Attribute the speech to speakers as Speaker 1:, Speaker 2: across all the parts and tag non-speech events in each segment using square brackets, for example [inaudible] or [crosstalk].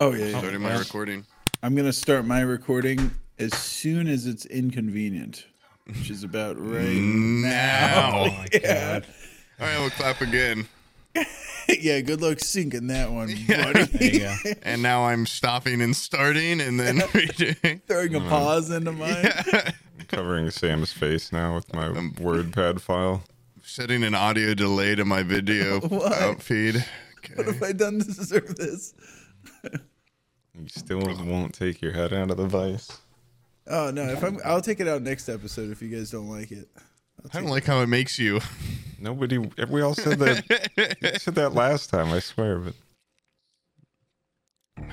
Speaker 1: Oh yeah. yeah.
Speaker 2: Starting my recording.
Speaker 1: I'm gonna start my recording as soon as it's inconvenient, which is about right.
Speaker 2: Mm.
Speaker 1: Oh
Speaker 2: Now.
Speaker 3: [laughs]
Speaker 2: All
Speaker 1: yeah.
Speaker 2: right, we'll clap again.
Speaker 1: [laughs] yeah. Good luck sinking that
Speaker 2: [laughs]
Speaker 1: one, buddy. [laughs]
Speaker 3: There you [laughs] go.
Speaker 2: And now I'm stopping and starting and then [laughs] redoing.
Speaker 1: Throwing a pause into mine. [laughs]
Speaker 4: Covering Sam's face now with my WordPad file.
Speaker 2: Setting an audio delay to
Speaker 1: [laughs]
Speaker 2: my video out feed.
Speaker 1: What
Speaker 2: Okay.
Speaker 1: have I done to deserve this?
Speaker 4: You still won't take your head out of the vice.
Speaker 1: Oh no! If I'm, I'll take it out next episode if you guys don't like it.
Speaker 2: I don't like how it makes you.
Speaker 4: Nobody. We all said that. we said that last time. I swear. But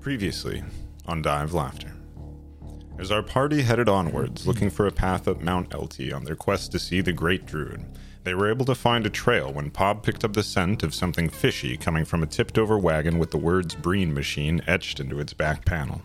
Speaker 4: previously, on Dive Laughter, as our party headed onwards, looking for a path up Mount Elty on their quest to see the Great Druid, they were able to find a trail when Pob picked up the scent of something fishy coming from a tipped-over wagon with the words "Breen Machine" etched into its back panel.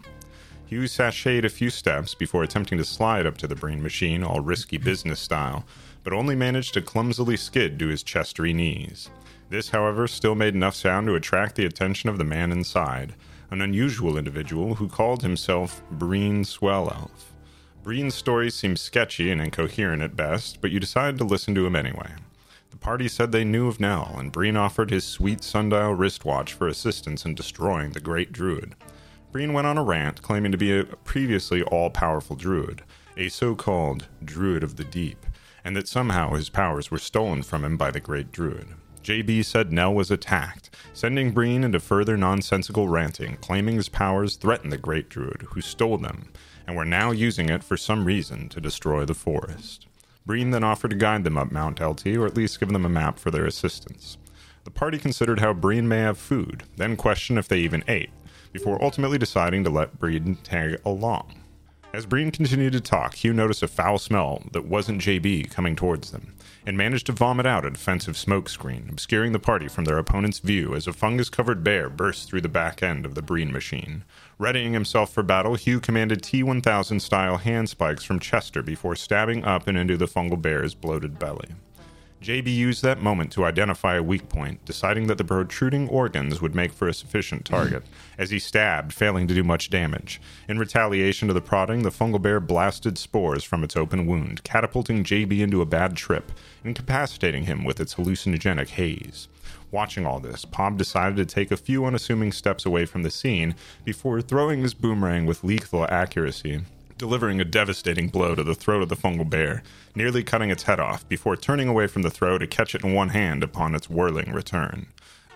Speaker 4: Hugh sashayed a few steps before attempting to slide up to the brain machine, all risky business style, but only managed to clumsily skid to his chestery knees. This, however, still made enough sound to attract the attention of the man inside, an unusual individual who called himself Breen Swell Elf. Breen's story seemed sketchy and incoherent at best, but you decided to listen to him anyway. The party said they knew of Nell, and Breen offered his sweet sundial wristwatch for assistance in destroying the great druid. Breen went on a rant claiming to be a previously all powerful druid, a so called druid of the deep, and that somehow his powers were stolen from him by the great druid. JB said Nell was attacked, sending Breen into further nonsensical ranting, claiming his powers threatened the great druid, who stole them, and were now using it for some reason to destroy the forest. Breen then offered to guide them up Mount Elty, or at least give them a map for their assistance. The party considered how Breen may have food, then questioned if they even ate, before ultimately deciding to let Breen tag along. As Breen continued to talk, Hugh noticed a foul smell that wasn't JB coming towards them, and managed to vomit out a defensive smoke screen, obscuring the party from their opponent's view as a fungus covered bear burst through the back end of the Breen machine. Readying himself for battle, Hugh commanded T 1000 style hand spikes from Chester before stabbing up and into the fungal bear's bloated belly. JB used that moment to identify a weak point, deciding that the protruding organs would make for a sufficient target, as he stabbed, failing to do much damage. In retaliation to the prodding, the fungal bear blasted spores from its open wound, catapulting JB into a bad trip, incapacitating him with its hallucinogenic haze. Watching all this, Pob decided to take a few unassuming steps away from the scene before throwing his boomerang with lethal accuracy delivering a devastating blow to the throat of the fungal bear, nearly cutting its head off before turning away from the throw to catch it in one hand upon its whirling return.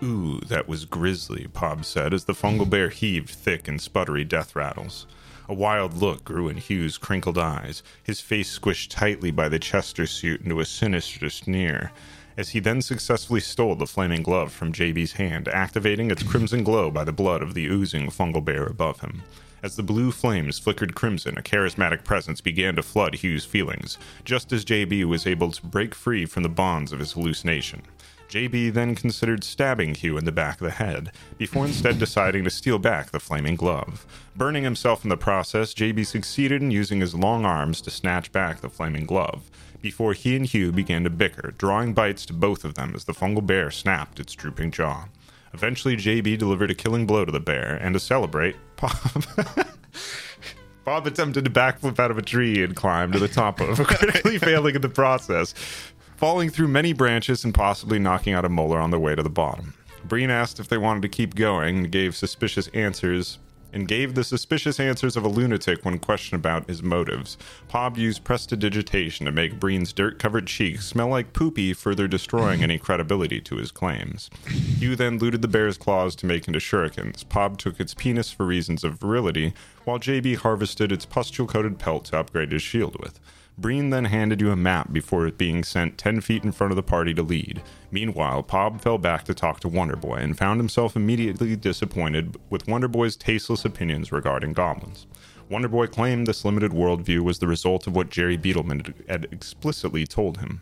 Speaker 4: Ooh, that was grisly, Pob said as the fungal bear heaved thick and sputtery death rattles. A wild look grew in Hugh's crinkled eyes, his face squished tightly by the Chester suit into a sinister sneer, as he then successfully stole the flaming glove from JB's hand, activating its crimson glow by the blood of the oozing fungal bear above him. As the blue flames flickered crimson, a charismatic presence began to flood Hugh's feelings, just as JB was able to break free from the bonds of his hallucination. JB then considered stabbing Hugh in the back of the head, before instead deciding to steal back the flaming glove. Burning himself in the process, JB succeeded in using his long arms to snatch back the flaming glove, before he and Hugh began to bicker, drawing bites to both of them as the fungal bear snapped its drooping jaw. Eventually, JB delivered a killing blow to the bear, and to celebrate, [laughs] Bob. Bob attempted to backflip out of a tree and climb to the top of, [laughs] critically failing in the process, falling through many branches and possibly knocking out a molar on the way to the bottom. Breen asked if they wanted to keep going and gave suspicious answers and gave the suspicious answers of a lunatic when questioned about his motives. Pob used prestidigitation to make Breen's dirt covered cheeks smell like poopy, further destroying any credibility to his claims. Hugh then looted the bear's claws to make into shurikens. Pob took its penis for reasons of virility, while JB harvested its pustule coated pelt to upgrade his shield with. Breen then handed you a map before it being sent 10 feet in front of the party to lead. Meanwhile, Pob fell back to talk to Wonderboy and found himself immediately disappointed with Wonderboy's tasteless opinions regarding goblins. Wonderboy claimed this limited worldview was the result of what Jerry Beetleman had explicitly told him.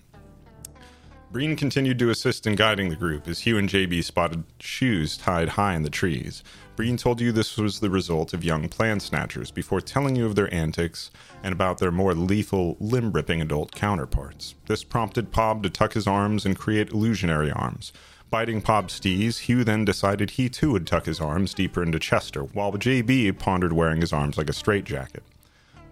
Speaker 4: Breen continued to assist in guiding the group as Hugh and JB spotted shoes tied high in the trees. Breen told you this was the result of young plan snatchers before telling you of their antics and about their more lethal, limb ripping adult counterparts. This prompted Pob to tuck his arms and create illusionary arms, Biting Pob's stees, Hugh then decided he too would tuck his arms deeper into Chester, while JB pondered wearing his arms like a straitjacket.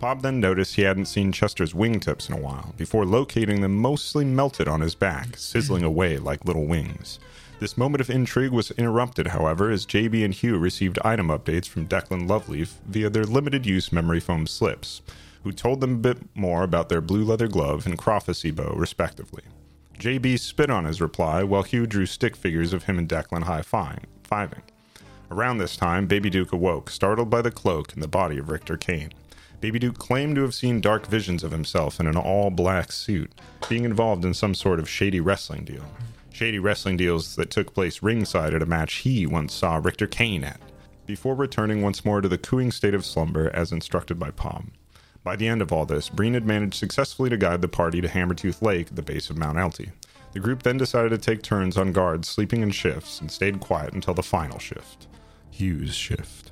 Speaker 4: Pob then noticed he hadn't seen Chester's wingtips in a while, before locating them mostly melted on his back, sizzling away like little wings. This moment of intrigue was interrupted, however, as JB and Hugh received item updates from Declan Loveleaf via their limited use memory foam slips, who told them a bit more about their blue leather glove and prophecy bow, respectively. JB spit on his reply while Hugh drew stick figures of him and Declan high fiving. Around this time, Baby Duke awoke, startled by the cloak and the body of Richter Kane. Baby Duke claimed to have seen dark visions of himself in an all black suit, being involved in some sort of shady wrestling deal. Shady wrestling deals that took place ringside at a match he once saw Richter Kane at, before returning once more to the cooing state of slumber as instructed by Pom. By the end of all this, Breen had managed successfully to guide the party to Hammertooth Lake at the base of Mount Elty. The group then decided to take turns on guard, sleeping in shifts, and stayed quiet until the final shift Hugh's shift.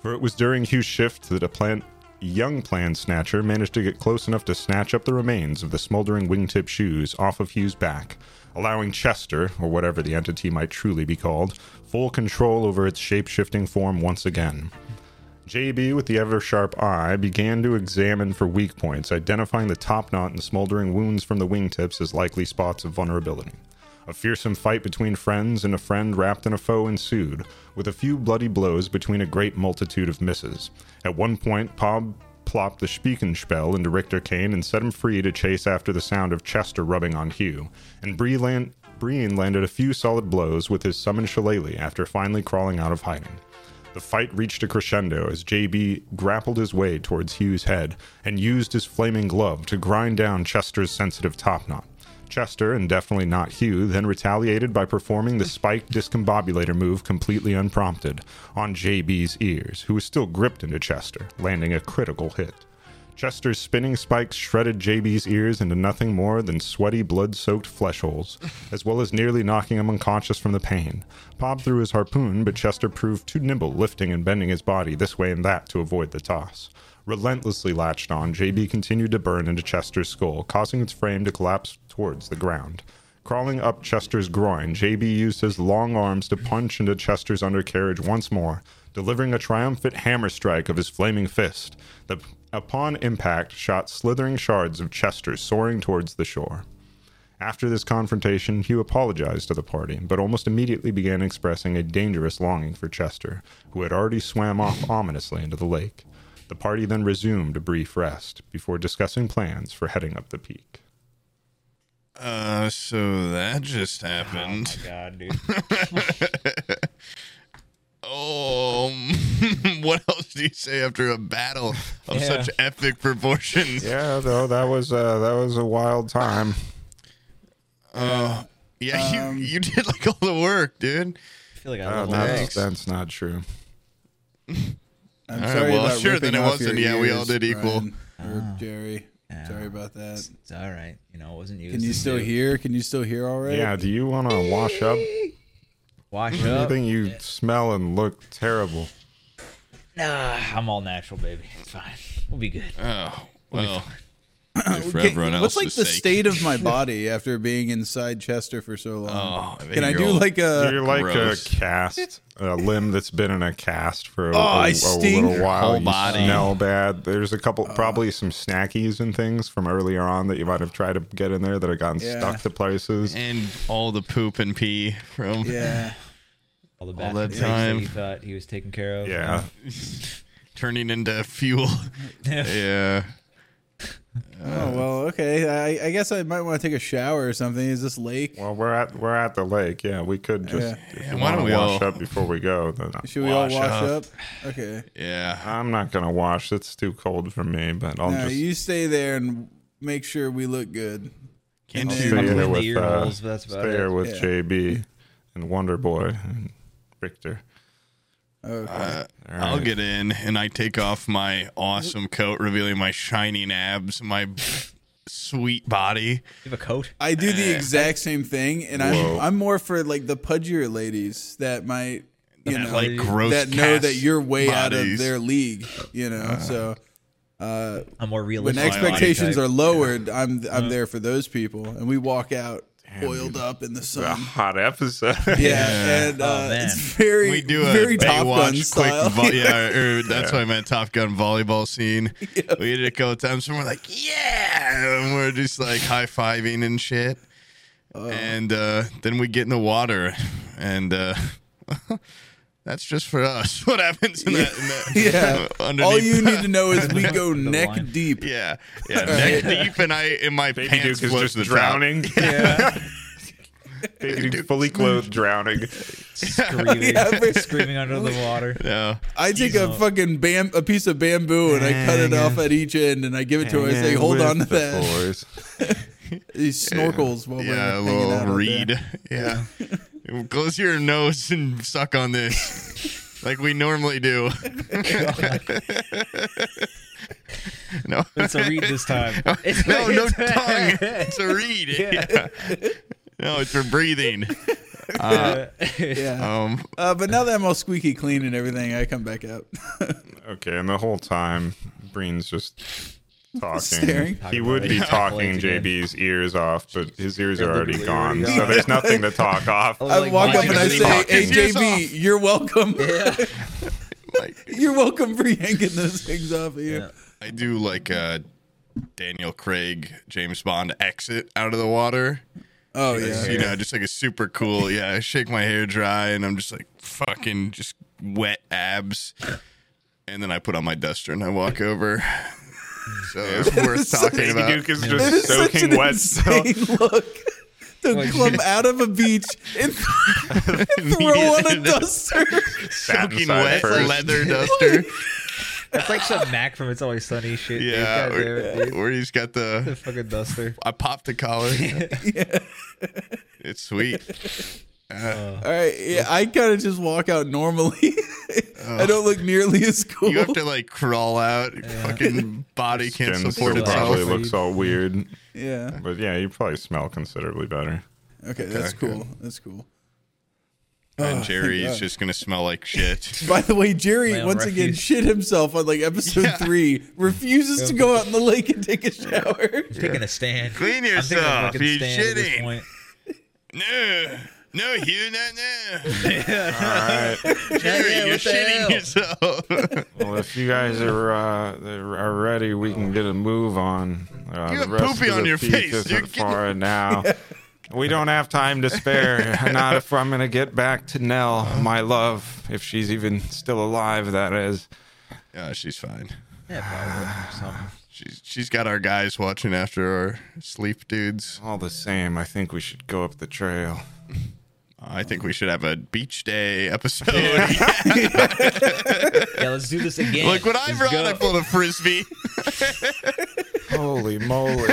Speaker 4: For it was during Hugh's shift that a plan- young plan snatcher managed to get close enough to snatch up the remains of the smoldering wingtip shoes off of Hugh's back, allowing Chester, or whatever the entity might truly be called, full control over its shape shifting form once again. JB, with the ever sharp eye, began to examine for weak points, identifying the top knot and smoldering wounds from the wingtips as likely spots of vulnerability. A fearsome fight between friends and a friend wrapped in a foe ensued, with a few bloody blows between a great multitude of misses. At one point, Pob plopped the Spiekenspell into Richter Kane and set him free to chase after the sound of Chester rubbing on Hugh, and Bree land- Breen landed a few solid blows with his summoned shillelagh after finally crawling out of hiding. The fight reached a crescendo as JB grappled his way towards Hugh's head and used his flaming glove to grind down Chester's sensitive topknot. Chester, and definitely not Hugh, then retaliated by performing the spiked discombobulator move completely unprompted on JB's ears, who was still gripped into Chester, landing a critical hit. Chester's spinning spikes shredded JB's ears into nothing more than sweaty, blood soaked flesh holes, as well as nearly knocking him unconscious from the pain. Bob threw his harpoon, but Chester proved too nimble, lifting and bending his body this way and that to avoid the toss. Relentlessly latched on, JB continued to burn into Chester's skull, causing its frame to collapse towards the ground. Crawling up Chester's groin, JB used his long arms to punch into Chester's undercarriage once more, delivering a triumphant hammer strike of his flaming fist. The upon impact, shot slithering shards of Chester soaring towards the shore. After this confrontation, Hugh apologized to the party, but almost immediately began expressing a dangerous longing for Chester, who had already swam off ominously into the lake. The party then resumed a brief rest before discussing plans for heading up the peak.
Speaker 2: Uh, so that just happened.
Speaker 3: Oh my god, dude.
Speaker 2: Oh, [laughs] what else do you say after a battle of
Speaker 3: Yeah.
Speaker 2: such epic proportions? Yeah,
Speaker 4: Yeah, though that was uh, that was a wild time.
Speaker 1: Um,
Speaker 2: you you did like all the work, dude.
Speaker 3: I feel like I
Speaker 4: Uh,
Speaker 3: leveled
Speaker 2: no.
Speaker 3: up.
Speaker 4: that's,
Speaker 2: Thanks.
Speaker 4: that's not true.
Speaker 1: I'm
Speaker 2: All right,
Speaker 1: sorry
Speaker 2: well,
Speaker 1: about
Speaker 2: sure,
Speaker 1: ripping
Speaker 2: then it
Speaker 1: off
Speaker 2: wasn't.
Speaker 1: your
Speaker 2: Yeah, we all
Speaker 1: ears,
Speaker 2: did equal.
Speaker 1: Brian, or Jerry. Sorry about that.
Speaker 3: It's all right. You know, it wasn't you.
Speaker 1: Can you still hear? Can you still hear all right?
Speaker 4: Yeah, do you want to wash up?
Speaker 3: Wash up.
Speaker 4: Anything you smell and look terrible.
Speaker 3: Nah, I'm all natural, baby. It's fine. We'll be good.
Speaker 2: Oh
Speaker 1: [coughs]
Speaker 2: well, for
Speaker 1: Okay,
Speaker 2: everyone
Speaker 1: What's
Speaker 2: else's
Speaker 1: like the
Speaker 2: sake.
Speaker 1: state of
Speaker 2: [laughs]
Speaker 1: my body after being inside Chester for so long?
Speaker 2: Oh, I think
Speaker 1: Can I
Speaker 2: you're
Speaker 1: do
Speaker 2: all-
Speaker 1: like
Speaker 4: You're
Speaker 1: a?
Speaker 4: like
Speaker 2: gross.
Speaker 4: a cast, a limb that's been in a cast for a,
Speaker 1: Oh, I
Speaker 4: a- a
Speaker 1: stink. Uh.
Speaker 4: little while.
Speaker 2: Whole
Speaker 4: you
Speaker 2: body.
Speaker 4: smell bad. There's a couple, probably some snackies and things from earlier on that you might have tried to get in there that have gotten
Speaker 1: Yeah.
Speaker 4: stuck to places.
Speaker 2: and all the poop and pee from
Speaker 1: Yeah.
Speaker 3: All the
Speaker 2: that
Speaker 3: bad things
Speaker 2: time.
Speaker 3: that he thought he was taken care [laughs] of.
Speaker 4: Yeah,
Speaker 2: turning into fuel. [laughs]
Speaker 3: [laughs]
Speaker 2: yeah. Uh,
Speaker 1: Oh well, okay. I, I guess I might want to take a shower or something. Is this lake?
Speaker 4: well, we're at we're at the lake. Yeah, we could just
Speaker 1: Yeah.
Speaker 4: if
Speaker 2: Yeah,
Speaker 4: you
Speaker 2: why don't
Speaker 4: want
Speaker 2: we
Speaker 4: to wash
Speaker 2: all-
Speaker 4: up before we go. Then
Speaker 1: Should we
Speaker 2: wash
Speaker 1: all wash up?
Speaker 2: up.
Speaker 1: Okay.
Speaker 2: Yeah.
Speaker 4: I'm not gonna wash. It's too cold for me. But I'll
Speaker 1: Now
Speaker 4: just
Speaker 1: you stay there and make sure we look good.
Speaker 2: Can't
Speaker 1: I'll
Speaker 2: you-
Speaker 4: stay
Speaker 3: I'll
Speaker 4: here
Speaker 3: clean the
Speaker 4: with
Speaker 3: ear
Speaker 4: uh,
Speaker 3: holes, but that's about
Speaker 4: stay here
Speaker 3: it.
Speaker 4: with
Speaker 1: Yeah.
Speaker 4: JB and Wonder Boy and Richter.
Speaker 1: Okay.
Speaker 2: I'll get in and I take off my awesome coat, revealing my shining abs, my sweet body.
Speaker 3: You have a coat?
Speaker 1: I do
Speaker 2: Eh.
Speaker 1: the exact same thing, and
Speaker 4: Whoa.
Speaker 1: I'm I'm more for like the pudgier ladies that might you
Speaker 2: That,
Speaker 1: know
Speaker 2: like gross
Speaker 1: that know that
Speaker 2: cast
Speaker 1: you're way out of
Speaker 2: bodies. Ah,
Speaker 1: their league. You know, so
Speaker 3: I'm more
Speaker 1: when
Speaker 3: realistic.
Speaker 1: expectations
Speaker 3: type.
Speaker 1: are lowered, I'm I'm there for those people, and we walk out oiled up in the
Speaker 4: A
Speaker 1: sun.
Speaker 4: hot episode.
Speaker 1: [laughs] Yeah, and uh,
Speaker 3: Oh, man.
Speaker 1: it's very
Speaker 2: we do a
Speaker 1: very Top Gun
Speaker 2: Baywatch quick,
Speaker 1: style. [laughs]
Speaker 2: vo- yeah, or that's why I meant Top Gun volleyball scene. We did it a couple times, and we're like, yeah, and we're just like high fiving and shit.
Speaker 1: Oh.
Speaker 2: and uh, then we get in the water, and uh, [laughs] that's just for us. [laughs] What happens in that?
Speaker 1: [laughs]
Speaker 2: In that
Speaker 1: Yeah.
Speaker 2: underneath
Speaker 1: All you
Speaker 2: the-
Speaker 1: need to know is we go
Speaker 3: The
Speaker 1: neck
Speaker 3: line.
Speaker 1: deep.
Speaker 2: yeah, yeah, neck deep, and I in my
Speaker 4: Baby
Speaker 2: pants
Speaker 4: Duke is
Speaker 2: float
Speaker 4: just
Speaker 2: to the top.
Speaker 4: drowning.
Speaker 1: Yeah.
Speaker 4: [laughs] Baby
Speaker 1: [laughs]
Speaker 4: Duke fully clothed, drowning.
Speaker 3: Screaming,
Speaker 1: Yeah, but-
Speaker 3: screaming under the water.
Speaker 2: Yeah.
Speaker 1: I take a fucking bam a piece of bamboo and I cut it
Speaker 2: Hanging-
Speaker 1: off at each end and I give it to her. I say, "Hold on to
Speaker 4: With the
Speaker 1: [laughs] that."
Speaker 4: boys.
Speaker 1: He snorkels while
Speaker 2: Yeah, a
Speaker 1: we're hanging out.
Speaker 2: little
Speaker 1: out
Speaker 2: reed.
Speaker 1: there.
Speaker 2: Yeah. Close your nose and suck on this. like we normally [laughs] do. no. [laughs]
Speaker 3: It's a read this time.
Speaker 2: No, no tongue.
Speaker 4: [laughs]
Speaker 2: It's a reed. Yeah. No, it's for breathing.
Speaker 1: Yeah.
Speaker 2: Um
Speaker 1: Uh, but now that I'm all squeaky clean and everything, I come back out. [laughs]
Speaker 4: Okay, and the whole time,
Speaker 1: [laughs]
Speaker 4: Breen's just talking.
Speaker 1: Staring.
Speaker 4: He
Speaker 3: Talking
Speaker 4: would
Speaker 3: about
Speaker 4: be
Speaker 3: it.
Speaker 4: talking
Speaker 3: Like again.
Speaker 4: JB's ears off, but his ears are already
Speaker 5: literally
Speaker 4: gone,
Speaker 5: already
Speaker 4: so
Speaker 5: gone.
Speaker 4: there's nothing to talk [laughs] off.
Speaker 1: I
Speaker 3: Like,
Speaker 1: walk
Speaker 3: why
Speaker 1: up and
Speaker 3: does
Speaker 1: I
Speaker 3: he
Speaker 1: say,
Speaker 2: knock
Speaker 1: "Hey,
Speaker 2: his ears
Speaker 1: JB, you're welcome.
Speaker 3: [laughs] Yeah.
Speaker 2: like
Speaker 1: [laughs] you're welcome for yanking those things off of you."
Speaker 3: Yeah.
Speaker 2: I do like uh Daniel Craig, James Bond exit out of the water.
Speaker 1: Oh yeah.
Speaker 2: you know, just like a super cool. Yeah, I shake my hair dry and I'm just like fucking just wet abs. And then I put on my duster and I walk over. [laughs] So it's worth talking
Speaker 4: Baby
Speaker 2: about.
Speaker 1: [laughs]
Speaker 4: Duke is
Speaker 1: It is
Speaker 4: just
Speaker 1: such an
Speaker 4: soaking wet. still.
Speaker 1: insane [laughs] look to
Speaker 3: Like-
Speaker 1: come out of a beach and throw on a
Speaker 2: [laughs]
Speaker 1: duster.
Speaker 4: Sat
Speaker 2: Fucking
Speaker 4: inside
Speaker 2: wet [laughs]
Speaker 4: first.
Speaker 2: leather duster.
Speaker 3: [laughs] That's like some Mac from It's Always Sunny shit. dude.
Speaker 2: yeah,
Speaker 3: God damn
Speaker 2: where,
Speaker 3: it, dude.
Speaker 2: where he's got
Speaker 3: The
Speaker 2: the.
Speaker 3: fucking duster.
Speaker 2: [laughs] I popped the collar. It's sweet.
Speaker 1: All right, yeah, I kind of just walk out normally. [laughs] I don't look nearly as cool.
Speaker 2: Oh. You have to like crawl out. Your Fucking body can't
Speaker 4: Skin
Speaker 2: support
Speaker 4: still
Speaker 2: itself.
Speaker 4: probably looks all weird,
Speaker 1: yeah.
Speaker 4: but yeah, you probably smell considerably better.
Speaker 1: Okay, that's cool. That's cool.
Speaker 2: And Jerry
Speaker 1: thank
Speaker 2: is
Speaker 1: God.
Speaker 2: just gonna smell like [laughs] shit.
Speaker 1: By the way, Jerry
Speaker 3: Man,
Speaker 1: once again
Speaker 3: refuse.
Speaker 1: shit himself on like episode
Speaker 2: Yeah.
Speaker 1: three. Refuses to go out in the lake and take a shower. [laughs]
Speaker 3: Taking a stand.
Speaker 2: Clean
Speaker 3: I'm taking a
Speaker 2: yourself.
Speaker 3: fucking
Speaker 2: You
Speaker 3: stand at this
Speaker 2: shitty.
Speaker 3: point.
Speaker 2: No, no, Hugh, not
Speaker 3: [laughs]
Speaker 2: now.
Speaker 4: All right.
Speaker 2: Jerry,
Speaker 3: Yeah,
Speaker 2: you're
Speaker 3: what the
Speaker 2: shitting
Speaker 3: hell?
Speaker 2: yourself.
Speaker 3: [laughs]
Speaker 2: [laughs]
Speaker 4: Well, if you guys are uh, are ready, we can get a move on. Uh,
Speaker 2: You
Speaker 4: the
Speaker 2: have
Speaker 4: rest
Speaker 2: poopy
Speaker 4: of the
Speaker 2: on your
Speaker 4: peak
Speaker 2: face.
Speaker 4: isn't
Speaker 2: You're getting-
Speaker 4: far
Speaker 2: [laughs]
Speaker 4: now. We don't have time to spare. Not if I'm gonna get back to Nell, my love, if she's even still alive. That is.
Speaker 2: yeah, she's fine.
Speaker 3: Yeah, probably. Something.
Speaker 2: She's she's got our guys watching after our sleep dudes.
Speaker 4: All the same, I think we should go up the trail.
Speaker 2: I think we should have a beach day
Speaker 3: [laughs]
Speaker 2: episode.
Speaker 3: Yeah, let's do this again.
Speaker 2: Look what I
Speaker 3: Let's
Speaker 2: brought!
Speaker 3: go.
Speaker 2: I pulled a frisbee.
Speaker 4: Holy moly!
Speaker 2: [laughs]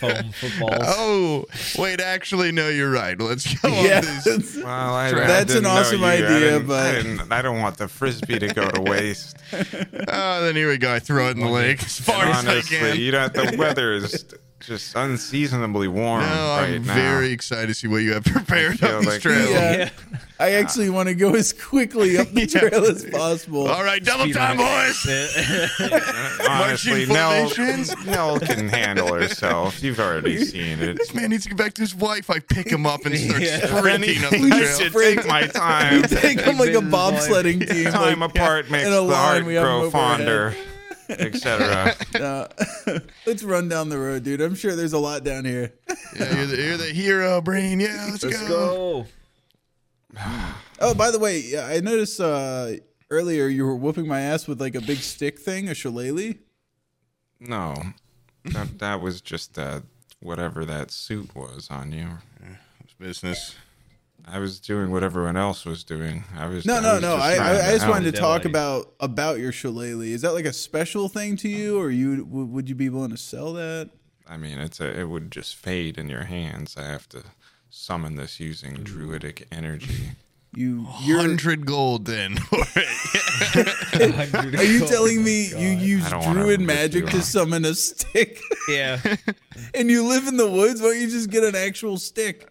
Speaker 3: Foam footballs.
Speaker 2: Oh, wait, actually, no, you're right. Let's go
Speaker 1: Yeah.
Speaker 2: on this.
Speaker 4: Well, I, I
Speaker 1: That's an
Speaker 4: didn't know
Speaker 1: awesome
Speaker 4: you. I
Speaker 1: idea,
Speaker 4: didn't-
Speaker 1: but-
Speaker 4: I, didn't- I don't want the frisbee to go to
Speaker 1: [laughs]
Speaker 4: waste.
Speaker 2: Oh, then here we go. I throw it in the lake as far as I
Speaker 4: Honestly,
Speaker 2: can.
Speaker 4: you know the weather
Speaker 1: [laughs]
Speaker 4: is just unseasonably warm
Speaker 2: No,
Speaker 4: right
Speaker 2: I'm
Speaker 4: now.
Speaker 2: very excited to see what you have [laughs] prepared
Speaker 4: I feel
Speaker 2: on this
Speaker 4: like-
Speaker 2: trail.
Speaker 1: Yeah.
Speaker 3: Yeah.
Speaker 1: I actually want to go as quickly up
Speaker 2: [laughs]
Speaker 1: the trail as possible.
Speaker 2: All right, double time,
Speaker 3: [laughs]
Speaker 2: boys.
Speaker 4: Honestly,
Speaker 2: Marching
Speaker 4: Nell,
Speaker 2: formations?
Speaker 4: Nell can handle herself. You've
Speaker 1: [laughs]
Speaker 4: already seen it.
Speaker 2: This man needs to get back to his wife. I pick him up and start
Speaker 3: Yeah.
Speaker 2: sprinting up the
Speaker 4: I
Speaker 2: trail.
Speaker 4: should take my time.
Speaker 1: Take them like a
Speaker 3: Been like-
Speaker 1: bobsledding team.
Speaker 4: time
Speaker 1: like,
Speaker 4: apart makes
Speaker 1: in a
Speaker 4: the
Speaker 1: line,
Speaker 4: heart
Speaker 1: we have them
Speaker 4: grow
Speaker 1: over our head.
Speaker 4: fonder,
Speaker 1: [laughs]
Speaker 4: etc.
Speaker 1: uh, let's run down the road, dude. I'm sure there's a lot down here.
Speaker 2: Yeah, you're, the, you're the hero, Brain. Yeah, let's,
Speaker 3: Let's
Speaker 2: go.
Speaker 3: go.
Speaker 1: Oh, by the way, yeah, I noticed uh, earlier you were whooping my ass with like a big stick thing, a shillelagh.
Speaker 4: No, that, that was just uh, whatever that suit was on you.
Speaker 2: It's business.
Speaker 4: I was doing what everyone else was doing. I was
Speaker 1: No,
Speaker 4: I
Speaker 1: no,
Speaker 4: was
Speaker 1: no.
Speaker 4: just
Speaker 1: I, I,
Speaker 4: trying
Speaker 1: I just wanted to
Speaker 3: Yeah,
Speaker 1: talk
Speaker 3: like-
Speaker 1: about about your shillelagh. Is that like a special thing to you, or you w- would you be willing to sell that?
Speaker 4: I mean, it's a, it would just fade in your hands. I have to summon this using druidic [laughs] energy.
Speaker 1: You, you're.
Speaker 2: 100 gold then. [laughs]
Speaker 3: Are
Speaker 1: Are you telling me you use
Speaker 4: Oh I don't wanna
Speaker 1: druid
Speaker 4: rip
Speaker 1: magic
Speaker 4: you
Speaker 1: to
Speaker 4: off.
Speaker 1: summon a stick, [laughs]
Speaker 3: Yeah.
Speaker 1: and you live in the woods? Why don't you just get an actual stick?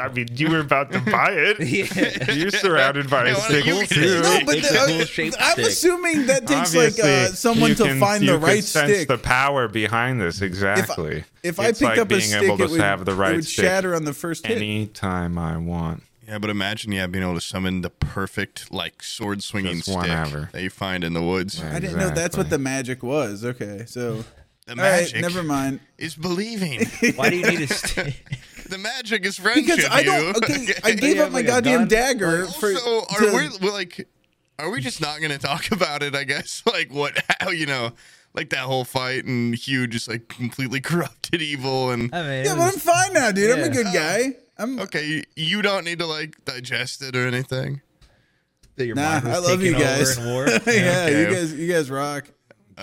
Speaker 4: I mean, you were about to buy [laughs] it. You're surrounded [laughs] by a
Speaker 2: Yeah, why don't you
Speaker 4: stick
Speaker 2: get it?
Speaker 4: too.
Speaker 1: No, but
Speaker 3: It's
Speaker 1: the- uh,
Speaker 3: a bull-shaped
Speaker 1: I'm
Speaker 3: stick.
Speaker 1: assuming that takes like uh,
Speaker 4: Obviously,
Speaker 1: someone
Speaker 4: you
Speaker 1: to
Speaker 4: can-
Speaker 1: find
Speaker 4: you
Speaker 1: the
Speaker 4: could
Speaker 1: right
Speaker 4: sense
Speaker 1: stick.
Speaker 4: The power behind this, exactly.
Speaker 1: if I
Speaker 4: it's
Speaker 1: picked
Speaker 4: like
Speaker 1: up
Speaker 4: being
Speaker 1: a stick,
Speaker 4: able to
Speaker 1: it would,
Speaker 4: have the right
Speaker 1: it would
Speaker 4: stick
Speaker 1: shatter on the first hit.
Speaker 4: anytime I want.
Speaker 2: Yeah, but imagine yeah being able to summon the perfect like sword swinging
Speaker 4: Just one
Speaker 2: stick
Speaker 4: ever.
Speaker 2: that you find in the woods.
Speaker 1: I didn't know that's what
Speaker 4: Exactly.
Speaker 1: the magic was. Okay, so
Speaker 2: The
Speaker 1: all right,
Speaker 2: magic
Speaker 1: never mind.
Speaker 2: is believing.
Speaker 3: Why do you need a stick?
Speaker 2: the magic is friendship.
Speaker 1: Because I
Speaker 2: you.
Speaker 1: don't.
Speaker 2: [laughs]
Speaker 1: Okay, I gave
Speaker 3: You
Speaker 1: up
Speaker 3: have,
Speaker 1: my
Speaker 3: like, a
Speaker 1: goddamn
Speaker 3: gun?
Speaker 1: dagger for.
Speaker 2: also, are
Speaker 1: to-
Speaker 2: we we're like, are we just not going to talk [laughs] about it? I guess like what how you know like that whole fight and Hugh just like completely [laughs] corrupted evil and
Speaker 3: [laughs] I mean, it
Speaker 1: yeah, but I'm
Speaker 3: was-
Speaker 1: fine now, dude. I'm a
Speaker 3: Yeah.
Speaker 1: good guy. I'm. [laughs]
Speaker 2: okay, you, you don't need to like digest it or anything.
Speaker 3: that your
Speaker 1: Nah,
Speaker 3: mind was
Speaker 1: I love you
Speaker 3: taken
Speaker 1: guys.
Speaker 3: Over in
Speaker 1: [laughs]
Speaker 3: war.
Speaker 1: yeah, you
Speaker 2: Okay.
Speaker 1: guys. You guys rock.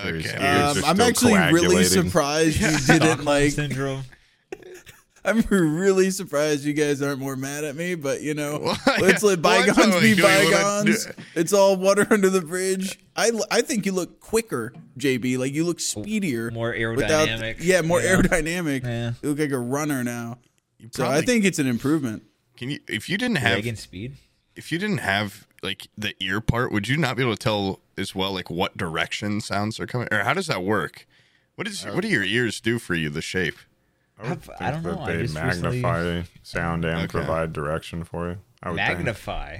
Speaker 4: Your
Speaker 2: Okay.
Speaker 4: ears are
Speaker 1: Um,
Speaker 4: still
Speaker 1: I'm actually really
Speaker 4: coagulating.
Speaker 1: surprised
Speaker 2: [laughs]
Speaker 1: you didn't
Speaker 3: Stockholm [laughs]
Speaker 1: like.
Speaker 3: syndrome.
Speaker 1: I'm really surprised you guys aren't more mad at me. But you know,
Speaker 2: Well,
Speaker 1: let's
Speaker 2: [laughs]
Speaker 1: let
Speaker 2: well,
Speaker 1: bygones
Speaker 2: that's all
Speaker 1: be
Speaker 2: we do. We wanna
Speaker 1: bygones.
Speaker 2: do-
Speaker 1: It's all water [laughs] under the bridge. I I think you look quicker, JB. Like you look speedier,
Speaker 3: More
Speaker 1: without-
Speaker 3: aerodynamic.
Speaker 1: yeah, more
Speaker 3: you know?
Speaker 1: aerodynamic.
Speaker 3: Yeah.
Speaker 1: You look like a runner now. So I
Speaker 2: probably-
Speaker 1: think it's an improvement.
Speaker 2: Can you if you didn't have
Speaker 3: Dragon speed.
Speaker 2: if you didn't have like the ear part, would you not be able to tell as well like what direction sounds are coming or how does that work? What
Speaker 4: Uh,
Speaker 2: is what do your ears do for you the shape?
Speaker 4: I, would
Speaker 3: I've- I don't
Speaker 4: think that
Speaker 3: know, I
Speaker 4: They
Speaker 3: just recently-
Speaker 4: magnify sound and
Speaker 2: Okay.
Speaker 4: provide direction for you. I would think.
Speaker 3: Magnify.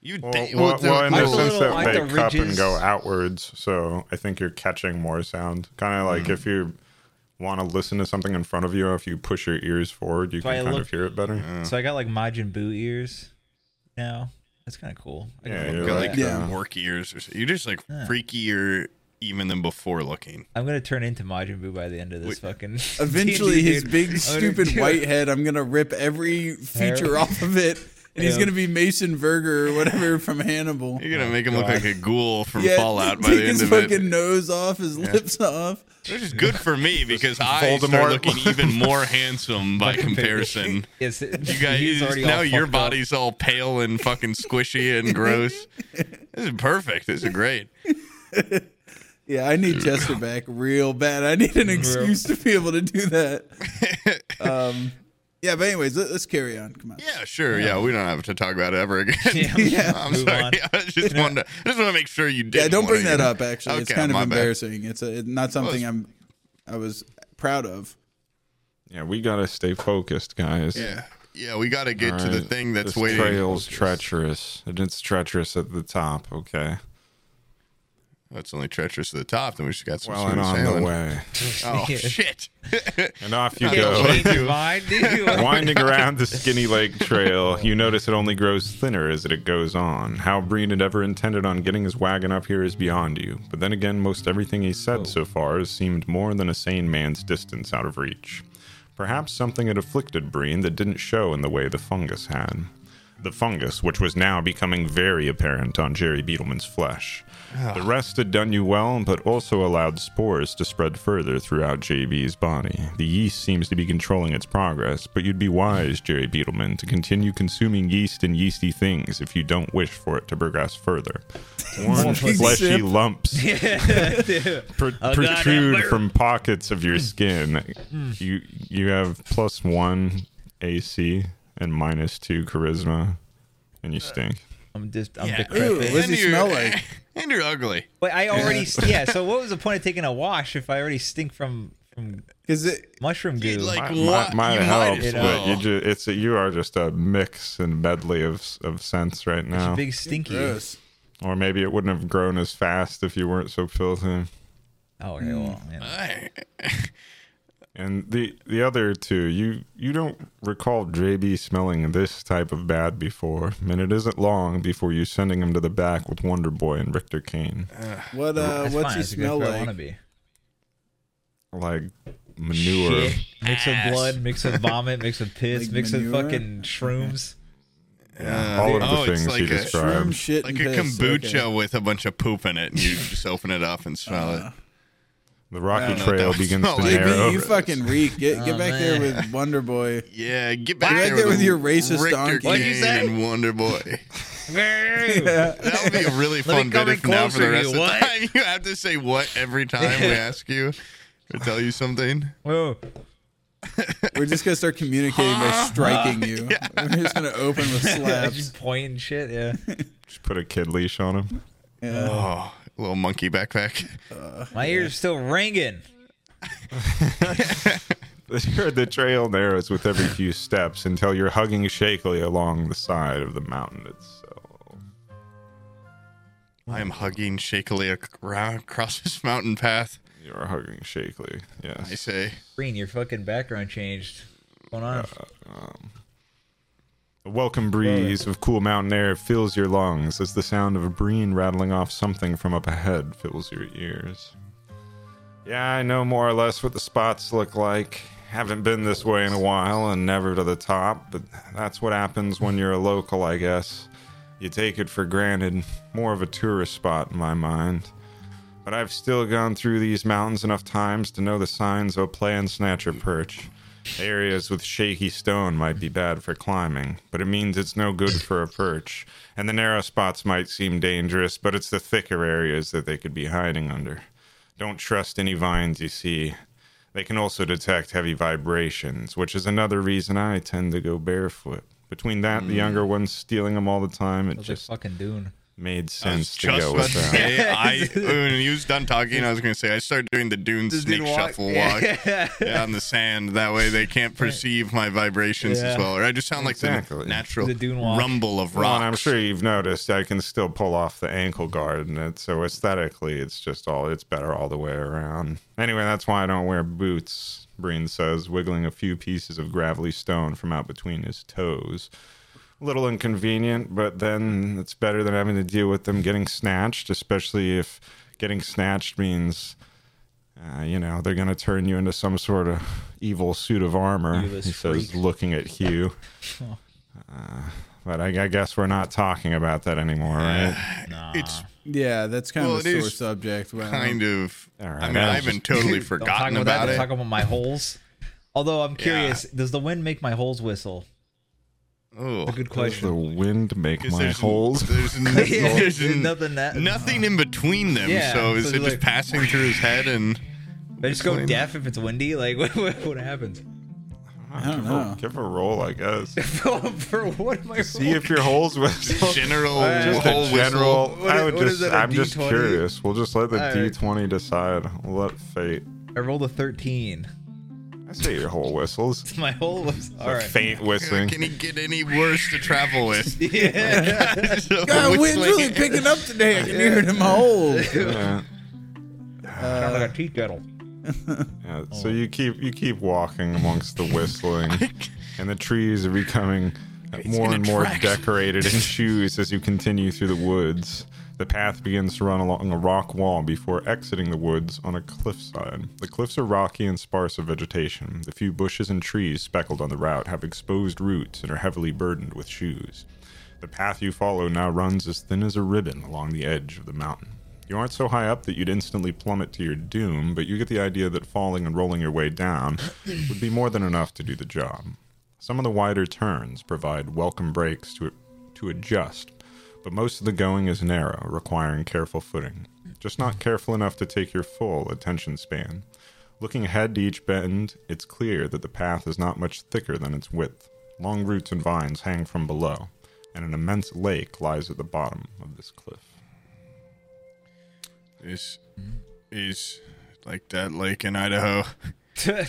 Speaker 2: You
Speaker 4: Well,
Speaker 2: da-
Speaker 4: well,
Speaker 2: what the-
Speaker 4: well, in the
Speaker 3: like a
Speaker 4: sense
Speaker 3: little-
Speaker 4: that
Speaker 3: like
Speaker 4: they
Speaker 3: the
Speaker 4: cup and
Speaker 3: ridges.
Speaker 4: go outwards, so I think you're catching more sound. Kind of like if you want to listen to something in front of you, if you push your ears forward, you
Speaker 3: So
Speaker 4: can
Speaker 3: I
Speaker 4: kind
Speaker 3: look- Mm.
Speaker 4: of hear it better.
Speaker 3: So I got like Majin Buu ears now. That's kind of cool. I
Speaker 4: Yeah,
Speaker 3: can-
Speaker 4: you're
Speaker 2: got like
Speaker 4: like,
Speaker 1: Yeah.
Speaker 4: uh,
Speaker 2: work ears or so. You're just like
Speaker 3: Yeah.
Speaker 2: freakier even than before looking.
Speaker 3: I'm gonna turn into Majin Buu by the end of this
Speaker 2: Wait.
Speaker 3: fucking.
Speaker 1: Eventually,
Speaker 3: [laughs] D&D,
Speaker 1: his
Speaker 3: dude.
Speaker 1: big
Speaker 3: I'm gonna
Speaker 1: stupid
Speaker 3: do
Speaker 1: white
Speaker 3: it.
Speaker 1: head. I'm gonna rip every feature
Speaker 3: Hair.
Speaker 1: off of it, and he's
Speaker 3: Yeah.
Speaker 1: gonna be Mason Berger or
Speaker 2: [laughs]
Speaker 1: whatever from Hannibal.
Speaker 2: You're gonna make him look
Speaker 3: God.
Speaker 2: like a ghoul from Fallout by
Speaker 1: take
Speaker 2: the end
Speaker 1: his
Speaker 2: of
Speaker 1: fucking
Speaker 2: it.
Speaker 1: nose off, his lips off.
Speaker 2: Which is good for
Speaker 1: [laughs]
Speaker 2: me because I
Speaker 4: Voldemort.
Speaker 2: start looking even more handsome by
Speaker 1: [laughs]
Speaker 2: comparison.
Speaker 3: Yes, [laughs]
Speaker 2: You guys, now your body's all pale and fucking
Speaker 1: [laughs]
Speaker 2: squishy and gross. This is perfect. This is great.
Speaker 1: Yeah, I need
Speaker 2: [laughs]
Speaker 1: Chester back real bad. I need an excuse to be able to do
Speaker 2: [laughs]
Speaker 1: that. Um, yeah, but anyways, let, us carry on. Come on.
Speaker 2: Yeah, sure. Yeah, we don't have to talk about it
Speaker 1: [laughs]
Speaker 2: ever again. [laughs]
Speaker 3: Yeah.
Speaker 2: I'm
Speaker 3: Move
Speaker 2: sorry.
Speaker 3: on.
Speaker 2: [laughs] I just want to. I just want to make sure you did.
Speaker 1: Yeah, don't bring that up. Actually, it's
Speaker 2: Okay,
Speaker 1: kind of
Speaker 2: my bad.
Speaker 1: embarrassing. It's a, it's not something I'm I was proud of.
Speaker 4: Yeah, we gotta stay focused, guys.
Speaker 2: Yeah, yeah. We got to get
Speaker 4: All
Speaker 2: to the
Speaker 4: right.
Speaker 2: thing that's
Speaker 4: this
Speaker 2: waiting.
Speaker 4: trail's treacherous, and it's treacherous at the top. Okay,
Speaker 2: That's only treacherous to the top. Then we just got some
Speaker 4: well
Speaker 2: smooth
Speaker 4: and on
Speaker 2: sailing.
Speaker 4: the way,
Speaker 2: [laughs]
Speaker 3: [laughs]
Speaker 2: Oh shit!
Speaker 4: and off you
Speaker 2: Oh.
Speaker 3: Go.
Speaker 4: go.
Speaker 3: Change your mind,
Speaker 2: [laughs]
Speaker 3: dude.
Speaker 4: Winding around the Skinny Lake Trail, you notice it only grows thinner as it goes on. How Breen had ever intended on getting his wagon up here is beyond you, but then again, most everything he said so far has seemed more than a sane man's distance out of reach. Perhaps something had afflicted Breen that didn't show in the way the fungus had. The fungus, which was now becoming very apparent on Jerry Beetleman's flesh. The rest had done you well, but also allowed spores to spread further throughout JB's body. The yeast seems to be controlling its progress, but you'd be wise, Jerry Beetleman, to continue consuming yeast and yeasty things if you don't wish for it to progress further. Orange
Speaker 1: Big
Speaker 4: fleshy
Speaker 1: sip.
Speaker 4: lumps pr-
Speaker 3: Oh, God,
Speaker 4: protrude
Speaker 3: Amber.
Speaker 4: from pockets of your skin. you you have plus one AC and minus two charisma, and you stink.
Speaker 3: I'm just, I'm
Speaker 1: Ooh,
Speaker 3: decrepit.
Speaker 1: what does he
Speaker 2: And you're-
Speaker 1: smell like?
Speaker 2: [laughs] And you're ugly.
Speaker 3: But I already,
Speaker 1: [laughs]
Speaker 3: yeah. So what was the point of taking a wash if I already stink from from
Speaker 1: Because it
Speaker 3: mushroom goo?
Speaker 2: Dude, like
Speaker 4: Might,
Speaker 2: what?
Speaker 4: might, might
Speaker 2: you
Speaker 4: help,
Speaker 2: might as
Speaker 4: but
Speaker 2: well.
Speaker 4: you just it's you are just a mix and medley of s- of scents right now.
Speaker 3: Big stinky.
Speaker 1: gross.
Speaker 4: Or maybe it wouldn't have grown as fast if you weren't so filthy.
Speaker 3: Oh, okay. Well,
Speaker 1: Mm. Uh,
Speaker 3: yeah.
Speaker 2: Hey,
Speaker 4: And the the other two, you you don't recall JB smelling this type of bad before, and it isn't long before you sending him to the back with Wonder Boy and Richter Kane,
Speaker 1: What uh?
Speaker 3: That's
Speaker 1: What's
Speaker 3: fine.
Speaker 1: he
Speaker 3: That's a good
Speaker 1: smell
Speaker 3: where I
Speaker 1: like?
Speaker 3: wanna be.
Speaker 4: like manure.
Speaker 3: Shit. Mix of blood, mix of vomit, mix of piss,
Speaker 1: Like
Speaker 3: mix
Speaker 1: manure?
Speaker 3: of
Speaker 1: [laughs]
Speaker 3: fucking shrooms.
Speaker 4: Yeah, all of the
Speaker 2: Oh, it's
Speaker 4: things he
Speaker 2: like a-
Speaker 1: Shroom,
Speaker 4: described.
Speaker 1: shit,
Speaker 2: Like
Speaker 1: and
Speaker 2: a
Speaker 1: piss.
Speaker 2: kombucha
Speaker 1: Okay.
Speaker 2: with a bunch of poop in it, and you just open it up and smell
Speaker 1: Uh.
Speaker 2: it.
Speaker 4: The
Speaker 2: I
Speaker 4: Rocky
Speaker 2: don't know,
Speaker 4: Trail
Speaker 2: don't
Speaker 4: begins
Speaker 2: [laughs] smell
Speaker 4: to
Speaker 2: like
Speaker 4: narrow.
Speaker 1: JB, you fucking reek. Get get
Speaker 3: Oh,
Speaker 1: back there
Speaker 3: man.
Speaker 1: with Wonder Boy.
Speaker 2: Yeah, get back
Speaker 1: Get
Speaker 2: there,
Speaker 1: back there with your racist
Speaker 2: Richter
Speaker 1: donkey.
Speaker 3: What'd you
Speaker 2: King
Speaker 3: say?
Speaker 2: and Wonder Boy.
Speaker 1: [laughs]
Speaker 3: Yeah.
Speaker 2: That would be a really
Speaker 3: Let
Speaker 2: fun
Speaker 3: me
Speaker 2: bit
Speaker 3: come
Speaker 2: if
Speaker 3: in
Speaker 2: now for the
Speaker 3: closer,
Speaker 2: rest
Speaker 3: you
Speaker 2: of the
Speaker 3: what?
Speaker 2: time [laughs] you
Speaker 3: [laughs]
Speaker 2: have to say what every time we ask you or tell you something.
Speaker 3: Whoa.
Speaker 1: We're just gonna start communicating
Speaker 3: [laughs]
Speaker 1: by striking
Speaker 2: [laughs]
Speaker 1: you. We're just gonna open with slaps.
Speaker 3: Just point and
Speaker 1: [laughs]
Speaker 3: shit. Yeah.
Speaker 4: Just put a kid leash on him. [laughs]
Speaker 2: Oh, little monkey backpack.
Speaker 3: My ears are still ringing.
Speaker 4: the trail narrows with every few steps until you're hugging shakily along the side of the mountain itself.
Speaker 2: I am hugging shakily ac- around across this mountain path.
Speaker 4: You're hugging shakily. Yes.
Speaker 2: I say,
Speaker 3: Green, your fucking background changed. What's going
Speaker 1: Uh,
Speaker 3: on?
Speaker 4: A welcome breeze of cool mountain air fills your lungs as the sound of a breen rattling off something from up ahead fills your ears. Yeah, I know more or less what the spots look like. Haven't been this way in a while and never to the top, but that's what happens when you're a local, I guess. You take it for granted, more of a tourist spot in my mind. But I've still gone through these mountains enough times to know the signs oh, of a plan snatcher perch. Areas with shaky stone might be bad for climbing, but it means it's no good for a perch. And the narrow spots might seem dangerous, but it's the thicker areas that they could be hiding under. Don't trust any vines you see. They can also detect heavy vibrations, which is another reason I tend to go barefoot. Between that,
Speaker 2: Hmm.
Speaker 4: and the younger ones stealing them all the time, it
Speaker 3: It's like
Speaker 4: just
Speaker 3: fucking Dune.
Speaker 4: made
Speaker 2: I was
Speaker 4: sense to
Speaker 2: just
Speaker 4: go
Speaker 2: about
Speaker 4: with
Speaker 2: to
Speaker 3: [laughs]
Speaker 4: that.
Speaker 2: say, I, when he was done talking, I was going to say, I started doing the dune snake
Speaker 3: Dune walk.
Speaker 2: shuffle walk
Speaker 3: Yeah. [laughs]
Speaker 2: yeah, on the sand. That way they can't perceive my vibrations as
Speaker 3: Yeah.
Speaker 2: well. Or I just sound like the
Speaker 4: Exactly.
Speaker 2: natural
Speaker 3: The dune walk.
Speaker 2: rumble of
Speaker 4: Well,
Speaker 2: rock.
Speaker 4: and I'm sure you've noticed I can still pull off the ankle guard and it. So aesthetically, it's just all it's better all the way around. Anyway, that's why I don't wear boots. Breen says, wiggling a few pieces of gravelly stone from out between his toes. A little inconvenient, but then it's better than having to deal with them getting snatched, especially if getting snatched means. Uh, you know they're gonna turn you into some sort of evil suit of armor. He
Speaker 3: Viewless
Speaker 4: says,
Speaker 3: freak.
Speaker 4: looking at Hugh. But I, I guess we're not talking about that anymore, right?
Speaker 2: it's
Speaker 1: Yeah, that's kind
Speaker 2: Well,
Speaker 1: of
Speaker 2: it
Speaker 1: a sore
Speaker 2: is
Speaker 1: subject. Well,
Speaker 2: kind of.
Speaker 4: All right,
Speaker 2: I mean,
Speaker 4: I was
Speaker 2: I haven't totally
Speaker 3: [laughs] Don't talk
Speaker 2: forgotten
Speaker 3: about,
Speaker 2: about,
Speaker 3: that. Don't
Speaker 2: it.
Speaker 3: talk about my holes. Although I'm curious, does the wind make my holes whistle?
Speaker 2: Oh,
Speaker 3: Good
Speaker 4: Does the
Speaker 3: question.
Speaker 4: wind make
Speaker 2: 'Cause
Speaker 4: my
Speaker 2: there's-
Speaker 4: holes?
Speaker 3: [laughs]
Speaker 2: There's,
Speaker 3: Yeah,
Speaker 2: there's
Speaker 3: nothing that-
Speaker 2: nothing in between them.
Speaker 3: Yeah,
Speaker 2: so is
Speaker 3: so
Speaker 2: it just
Speaker 3: like-
Speaker 2: passing through his head and
Speaker 3: They just go deaf if it's windy. Like [laughs] what, what, what happens? [laughs]
Speaker 1: I don't
Speaker 4: give,
Speaker 1: know.
Speaker 2: [laughs]
Speaker 3: Oh.
Speaker 4: A, give a roll, I guess.
Speaker 3: for, for what am I?
Speaker 4: See if your holes [laughs] whistle.
Speaker 2: general
Speaker 4: Just
Speaker 2: whole
Speaker 4: a general.
Speaker 2: whistle?
Speaker 3: What
Speaker 4: I
Speaker 3: is-
Speaker 4: would
Speaker 3: what is
Speaker 4: just.
Speaker 3: it, a
Speaker 4: I'm just
Speaker 3: D20?
Speaker 4: curious. We'll just let the
Speaker 3: All right.
Speaker 4: D20 decide. We'll let fate.
Speaker 3: [laughs] I rolled a thirteen. [laughs]
Speaker 4: I say your hole whistles.
Speaker 3: My hole was all
Speaker 4: A
Speaker 3: right. [laughs]
Speaker 4: faint whistling.
Speaker 2: Can he get any worse to travel with?
Speaker 3: Yeah.
Speaker 2: [laughs] So
Speaker 1: God, wind's
Speaker 2: whistling-
Speaker 1: really picking up today. I can hear it in
Speaker 2: [laughs]
Speaker 1: my holes.
Speaker 4: Yeah.
Speaker 3: Sound like a tea kettle.
Speaker 4: Yeah,
Speaker 3: Oh.
Speaker 4: So you keep you keep walking
Speaker 3: [laughs]
Speaker 4: amongst the whistling, and the trees are becoming more
Speaker 2: an
Speaker 4: and more
Speaker 2: attraction.
Speaker 4: decorated in shoes as you continue through the woods. The path begins to run along a rock wall before exiting the woods on a cliffside. The cliffs are rocky and sparse of vegetation. The few bushes and trees speckled on the route have exposed roots and are heavily burdened with shoes. The path you follow now runs as thin as a ribbon along the edge of the mountain. You aren't so high up that you'd instantly plummet to your doom, but you get the idea that falling and rolling your way down would be more than enough to do the job. Some of the wider turns provide welcome breaks to, to adjust, but most of the going is narrow, requiring careful footing. Just not careful enough to take your full attention span. Looking ahead to each bend, it's clear that the path is not much thicker than its width. Long roots and vines hang from below, and an immense lake lies at the bottom of this cliff.
Speaker 2: Is is like that lake in Idaho?
Speaker 3: [laughs] yeah,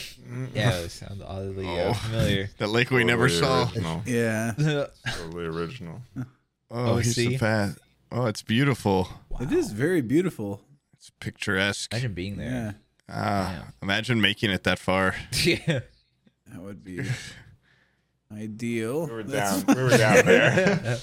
Speaker 3: it sounds oddly uh,
Speaker 2: Oh. [laughs]
Speaker 3: familiar.
Speaker 2: That lake we never
Speaker 4: Totally
Speaker 2: saw. [laughs]
Speaker 4: Original.
Speaker 1: Yeah,
Speaker 4: totally original.
Speaker 2: Oh,
Speaker 3: Oh,
Speaker 2: he's
Speaker 3: see?
Speaker 2: the fat. Oh, it's beautiful.
Speaker 1: it is very beautiful.
Speaker 2: It's picturesque.
Speaker 3: Imagine being
Speaker 1: Yeah,
Speaker 3: there.
Speaker 2: Ah, imagine making it that far.
Speaker 3: [laughs] Yeah.
Speaker 1: that would
Speaker 3: [laughs]
Speaker 1: be ideal.
Speaker 4: We were
Speaker 1: That's-
Speaker 4: down. We were
Speaker 1: [laughs]
Speaker 4: down there.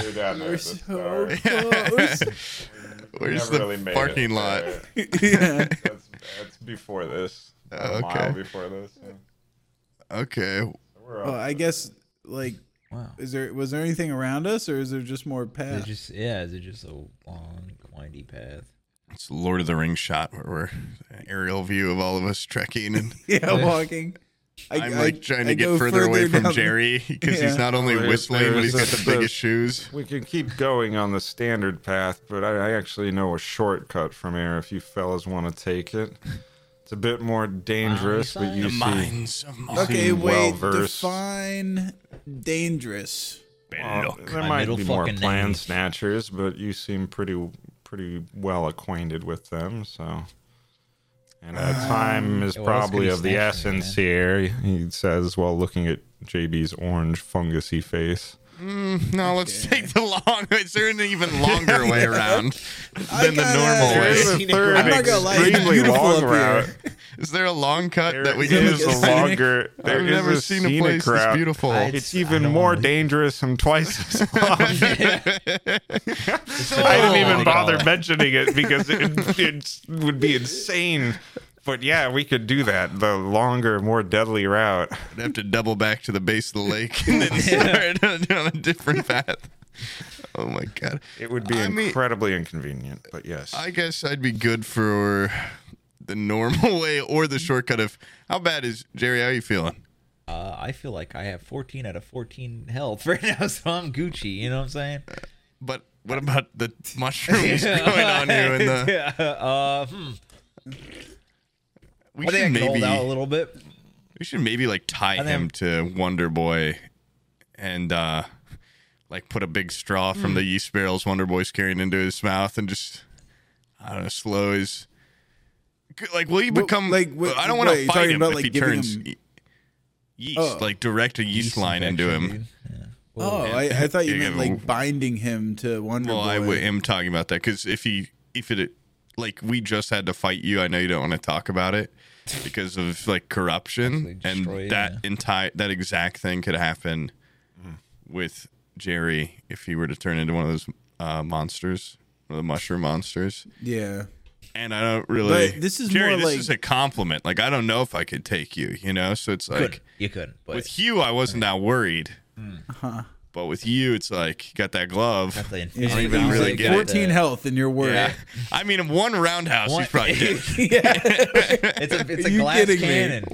Speaker 4: We were down there.
Speaker 1: We're
Speaker 4: at the
Speaker 1: so
Speaker 4: start.
Speaker 1: close. [laughs]
Speaker 2: [laughs] Where's
Speaker 4: Never
Speaker 2: the
Speaker 4: really made
Speaker 2: parking
Speaker 4: it.
Speaker 2: lot?
Speaker 4: Uh,
Speaker 1: yeah.
Speaker 4: That's, that's before this.
Speaker 2: Oh,
Speaker 4: A mile
Speaker 2: okay.
Speaker 4: before this. yeah.
Speaker 2: Okay.
Speaker 4: We're
Speaker 1: Well,
Speaker 4: up.
Speaker 1: I guess like,
Speaker 3: Wow.
Speaker 1: is there was there anything around us, or is there just more
Speaker 3: Is it
Speaker 1: path?
Speaker 3: just yeah? Is it just a long, windy path?
Speaker 2: It's a Lord of the Rings shot where we're an aerial view of all of us trekking and
Speaker 1: [laughs] yeah, walking. I,
Speaker 2: I'm
Speaker 1: I-
Speaker 2: like trying to
Speaker 1: I
Speaker 2: get
Speaker 1: go
Speaker 2: further away
Speaker 1: down
Speaker 2: from
Speaker 1: the-
Speaker 2: Jerry because
Speaker 1: Yeah.
Speaker 2: he's not only
Speaker 4: There's-
Speaker 2: whistling, but he's got
Speaker 4: there's
Speaker 2: the
Speaker 4: a-
Speaker 2: biggest shoes.
Speaker 4: We can keep going on the standard path, but I, I actually know a shortcut from here if you fellas want to take it. It's It's a bit more dangerous, but you
Speaker 2: The
Speaker 4: see
Speaker 2: minds of Mars.
Speaker 1: [laughs]
Speaker 4: Okay.
Speaker 1: Okay,
Speaker 4: seem
Speaker 1: wait.
Speaker 4: well-versed.
Speaker 1: define dangerous.
Speaker 4: well, uh, there
Speaker 3: my
Speaker 4: might
Speaker 3: middle
Speaker 4: be more
Speaker 3: fucking
Speaker 4: plan
Speaker 3: name.
Speaker 4: snatchers, but you seem pretty pretty well acquainted with them, so and uh, time is
Speaker 3: Um, Yeah, what else could
Speaker 4: probably
Speaker 3: he
Speaker 4: of the
Speaker 3: snatch from you,
Speaker 4: essence here, he says while looking at JB's orange fungusy face.
Speaker 2: No, let's take the long. Is there an even longer way around than the
Speaker 1: gotta-
Speaker 2: normal
Speaker 1: There
Speaker 2: way?
Speaker 1: is.
Speaker 4: There's a third
Speaker 1: I'm not gonna lie, it's
Speaker 4: extremely
Speaker 1: beautiful
Speaker 4: long
Speaker 1: up here.
Speaker 4: route.
Speaker 2: [laughs] Is there a long cut
Speaker 4: There
Speaker 2: that we
Speaker 4: is
Speaker 2: can use?
Speaker 1: a
Speaker 4: a
Speaker 1: scenic-
Speaker 4: longer. There
Speaker 2: [laughs] I've
Speaker 4: is
Speaker 2: never seen a
Speaker 4: scenic
Speaker 2: place
Speaker 4: route.
Speaker 2: this beautiful.
Speaker 3: I-
Speaker 4: It's
Speaker 3: I
Speaker 4: even
Speaker 3: don't
Speaker 4: more
Speaker 3: wanna-
Speaker 4: dangerous and twice as long.
Speaker 2: So
Speaker 4: I
Speaker 3: Oh
Speaker 4: didn't even
Speaker 2: long.
Speaker 4: bother mentioning it because it, it would be insane. But yeah, we could do that. The longer, more deadly route.
Speaker 2: I'd have to double back to the base of the
Speaker 4: [laughs]
Speaker 2: lake and then start [laughs] on a different path. Oh my god!
Speaker 4: It would be
Speaker 2: I mean-
Speaker 4: incredibly inconvenient. But yes,
Speaker 2: I guess I'd be good for the normal [laughs] way or the shortcut of how bad is Jerry? How are you feeling?
Speaker 3: Uh, I feel like I have 14 out of 14 health [laughs] right now, so I'm Gucci. You know what I'm saying?
Speaker 2: But what about the mushrooms going on you? And the
Speaker 3: uh, hmm.
Speaker 2: we
Speaker 3: I think I
Speaker 2: should
Speaker 3: maybe... out a
Speaker 2: maybe
Speaker 3: little bit.
Speaker 2: we should maybe like tie
Speaker 3: think-
Speaker 2: him to Wonder Boy, and uh like put a big straw from the yeast barrels Wonder Boy's carrying into his mouth and just I don't know slow his. Like, will you
Speaker 1: Well,
Speaker 2: become
Speaker 1: like,
Speaker 2: like?
Speaker 1: wait,
Speaker 2: I don't want
Speaker 1: wait,
Speaker 2: to
Speaker 1: you're
Speaker 2: fight
Speaker 1: talking
Speaker 2: him
Speaker 1: about,
Speaker 2: if
Speaker 1: like,
Speaker 2: he
Speaker 1: giving
Speaker 2: turns
Speaker 1: him-
Speaker 2: ye- yeast.
Speaker 1: Oh.
Speaker 2: Like, direct a yeast, line into him.
Speaker 3: Infection, dude. Yeah.
Speaker 1: Oh,
Speaker 3: Whoa.
Speaker 1: I, I thought you
Speaker 2: Yeah,
Speaker 1: meant
Speaker 2: but-
Speaker 1: like binding him to Wonder
Speaker 2: Well,
Speaker 1: Boy.
Speaker 2: I w- am talking about that because if he, if it, like, we just had to fight you. I know you don't want to talk about it because of like corruption,
Speaker 3: Absolutely
Speaker 2: and
Speaker 3: destroy,
Speaker 2: that
Speaker 3: yeah.
Speaker 2: entire that exact thing could happen with Jerry if he were to turn into one of those uh, monsters, one of the mushroom monsters.
Speaker 1: Yeah.
Speaker 2: And I don't really.
Speaker 1: But this is
Speaker 2: Jerry.
Speaker 1: more
Speaker 2: this
Speaker 1: like-
Speaker 2: is a compliment. Like, I don't know if I could take you. You know, so it's
Speaker 3: Couldn't.
Speaker 2: like
Speaker 3: you couldn't. But
Speaker 2: with Hugh, I wasn't that worried.
Speaker 1: Uh-huh.
Speaker 2: But with you, it's like you got that glove.
Speaker 3: Got the
Speaker 2: I don't
Speaker 3: infinity
Speaker 2: even
Speaker 3: glove,
Speaker 2: really
Speaker 3: you
Speaker 2: get
Speaker 3: got
Speaker 2: it.
Speaker 1: 14
Speaker 3: the-
Speaker 1: health and you're worried.
Speaker 2: Yeah. I mean, in one roundhouse,
Speaker 3: One-
Speaker 2: he's
Speaker 1: [laughs]
Speaker 2: probably dead.
Speaker 3: It's a, it's
Speaker 1: Are
Speaker 3: a
Speaker 1: you
Speaker 3: glass
Speaker 1: kidding me?
Speaker 3: cannon.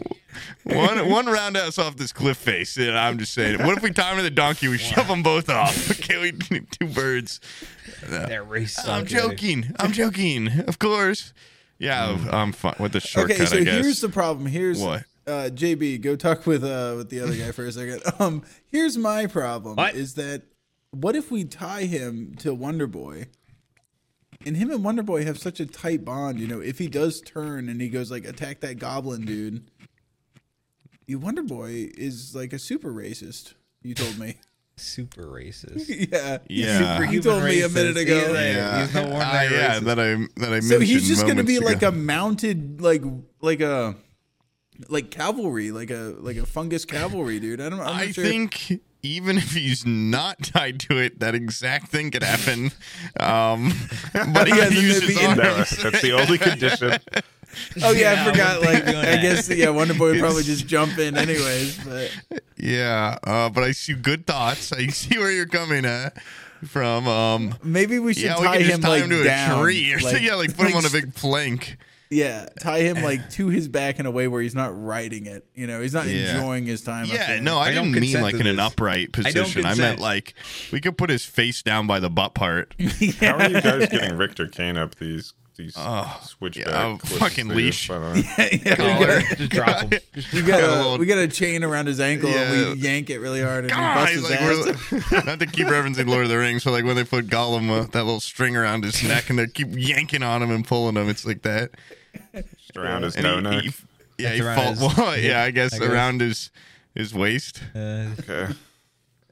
Speaker 2: one one roundhouse off this cliff face, and I'm just saying, what if we time to the donkey? We shove them both off. [laughs] Okay, we two birds.
Speaker 3: That race.
Speaker 2: I'm
Speaker 3: sucked, dude.
Speaker 2: joking. I'm joking. Of course. Yeah, I'm fine with the shortcut.
Speaker 1: Hmm. Okay, so
Speaker 2: I guess.
Speaker 1: here's the problem. Here's
Speaker 2: What?
Speaker 1: Uh, JB, go talk with uh, with the other guy for a second. [laughs] Um, here's my problem:
Speaker 3: What?
Speaker 1: is that what if we tie him to Wonder Boy? And him and Wonder Boy have such a tight bond. You know, if he does turn and he goes like attack that goblin dude, you Wonder Boy is like a super racist. You told me. [laughs]
Speaker 3: Super racist.
Speaker 1: yeah.
Speaker 2: Yeah.
Speaker 1: You told me a minute ago.
Speaker 3: He's, a-
Speaker 2: yeah,
Speaker 3: he's the one
Speaker 2: Ah,
Speaker 3: that
Speaker 2: yeah,
Speaker 3: racist.
Speaker 2: that I that I
Speaker 1: So he's
Speaker 2: mentioned
Speaker 1: just gonna
Speaker 2: moments
Speaker 1: be
Speaker 2: ago.
Speaker 1: like a mounted, like like a like cavalry, like a like a fungus cavalry dude. I don't. I'm not
Speaker 2: I
Speaker 1: sure.
Speaker 2: think even if he's not tied to it, that exact thing could happen. Um, [laughs] but
Speaker 1: [laughs]
Speaker 2: he
Speaker 1: Yeah, then
Speaker 2: had to use
Speaker 1: there'd
Speaker 2: his
Speaker 1: be in-
Speaker 2: arms.
Speaker 4: No, that's the only condition.
Speaker 1: Oh yeah,
Speaker 3: Yeah, I
Speaker 1: I forgot. Like
Speaker 3: wouldn't think of doing
Speaker 1: I
Speaker 3: that.
Speaker 1: guess yeah, Wonder Boy would probably just jump in anyways. But
Speaker 2: Yeah, uh, but I see good thoughts. I [laughs] see where you're coming at from. Um,
Speaker 1: maybe we should
Speaker 2: yeah, we
Speaker 1: tie
Speaker 2: can just
Speaker 1: him
Speaker 2: tie
Speaker 1: like
Speaker 2: him to
Speaker 1: down,
Speaker 2: a tree or something. Yeah, like put
Speaker 1: [laughs]
Speaker 2: him on a big plank.
Speaker 1: yeah, tie him like to his back in a way where he's not riding it. You know, he's not
Speaker 2: Yeah.
Speaker 1: enjoying his time. up
Speaker 2: Yeah,
Speaker 1: there.
Speaker 2: no, I,
Speaker 3: I don't
Speaker 2: didn't mean
Speaker 3: consent
Speaker 2: like
Speaker 3: to
Speaker 2: in an
Speaker 3: this.
Speaker 2: upright
Speaker 3: don't
Speaker 2: position. I, meant
Speaker 3: consent.
Speaker 2: like we could put his face down by the
Speaker 1: [laughs]
Speaker 2: butt part.
Speaker 4: How are you guys getting Richter Kane up these these switchback?
Speaker 2: yeah, I'll
Speaker 4: cliffs
Speaker 2: fucking
Speaker 4: through?
Speaker 2: leash.
Speaker 4: I don't
Speaker 1: [laughs]
Speaker 4: know.
Speaker 1: [laughs] yeah, we got,
Speaker 3: Oh, Just drop him.
Speaker 1: we got
Speaker 2: got a
Speaker 1: a,
Speaker 2: little-
Speaker 1: we got a chain around his ankle
Speaker 2: Yeah.
Speaker 1: and we yank it really hard and he
Speaker 2: God,
Speaker 1: busts his
Speaker 2: like,
Speaker 1: ass.
Speaker 2: we're- [laughs] not to keep referencing Lord of the Rings, but like when they put Gollum uh, that little string around his neck and they keep yanking on him and pulling him, it's like that.
Speaker 4: Just around his
Speaker 2: And he-
Speaker 4: no
Speaker 2: he- yeah,
Speaker 3: It's
Speaker 2: he
Speaker 3: around
Speaker 2: fall- [laughs]
Speaker 3: his-
Speaker 2: well, yeah, I guess
Speaker 3: I guess.
Speaker 2: around his his waist.
Speaker 3: Uh,
Speaker 4: Okay.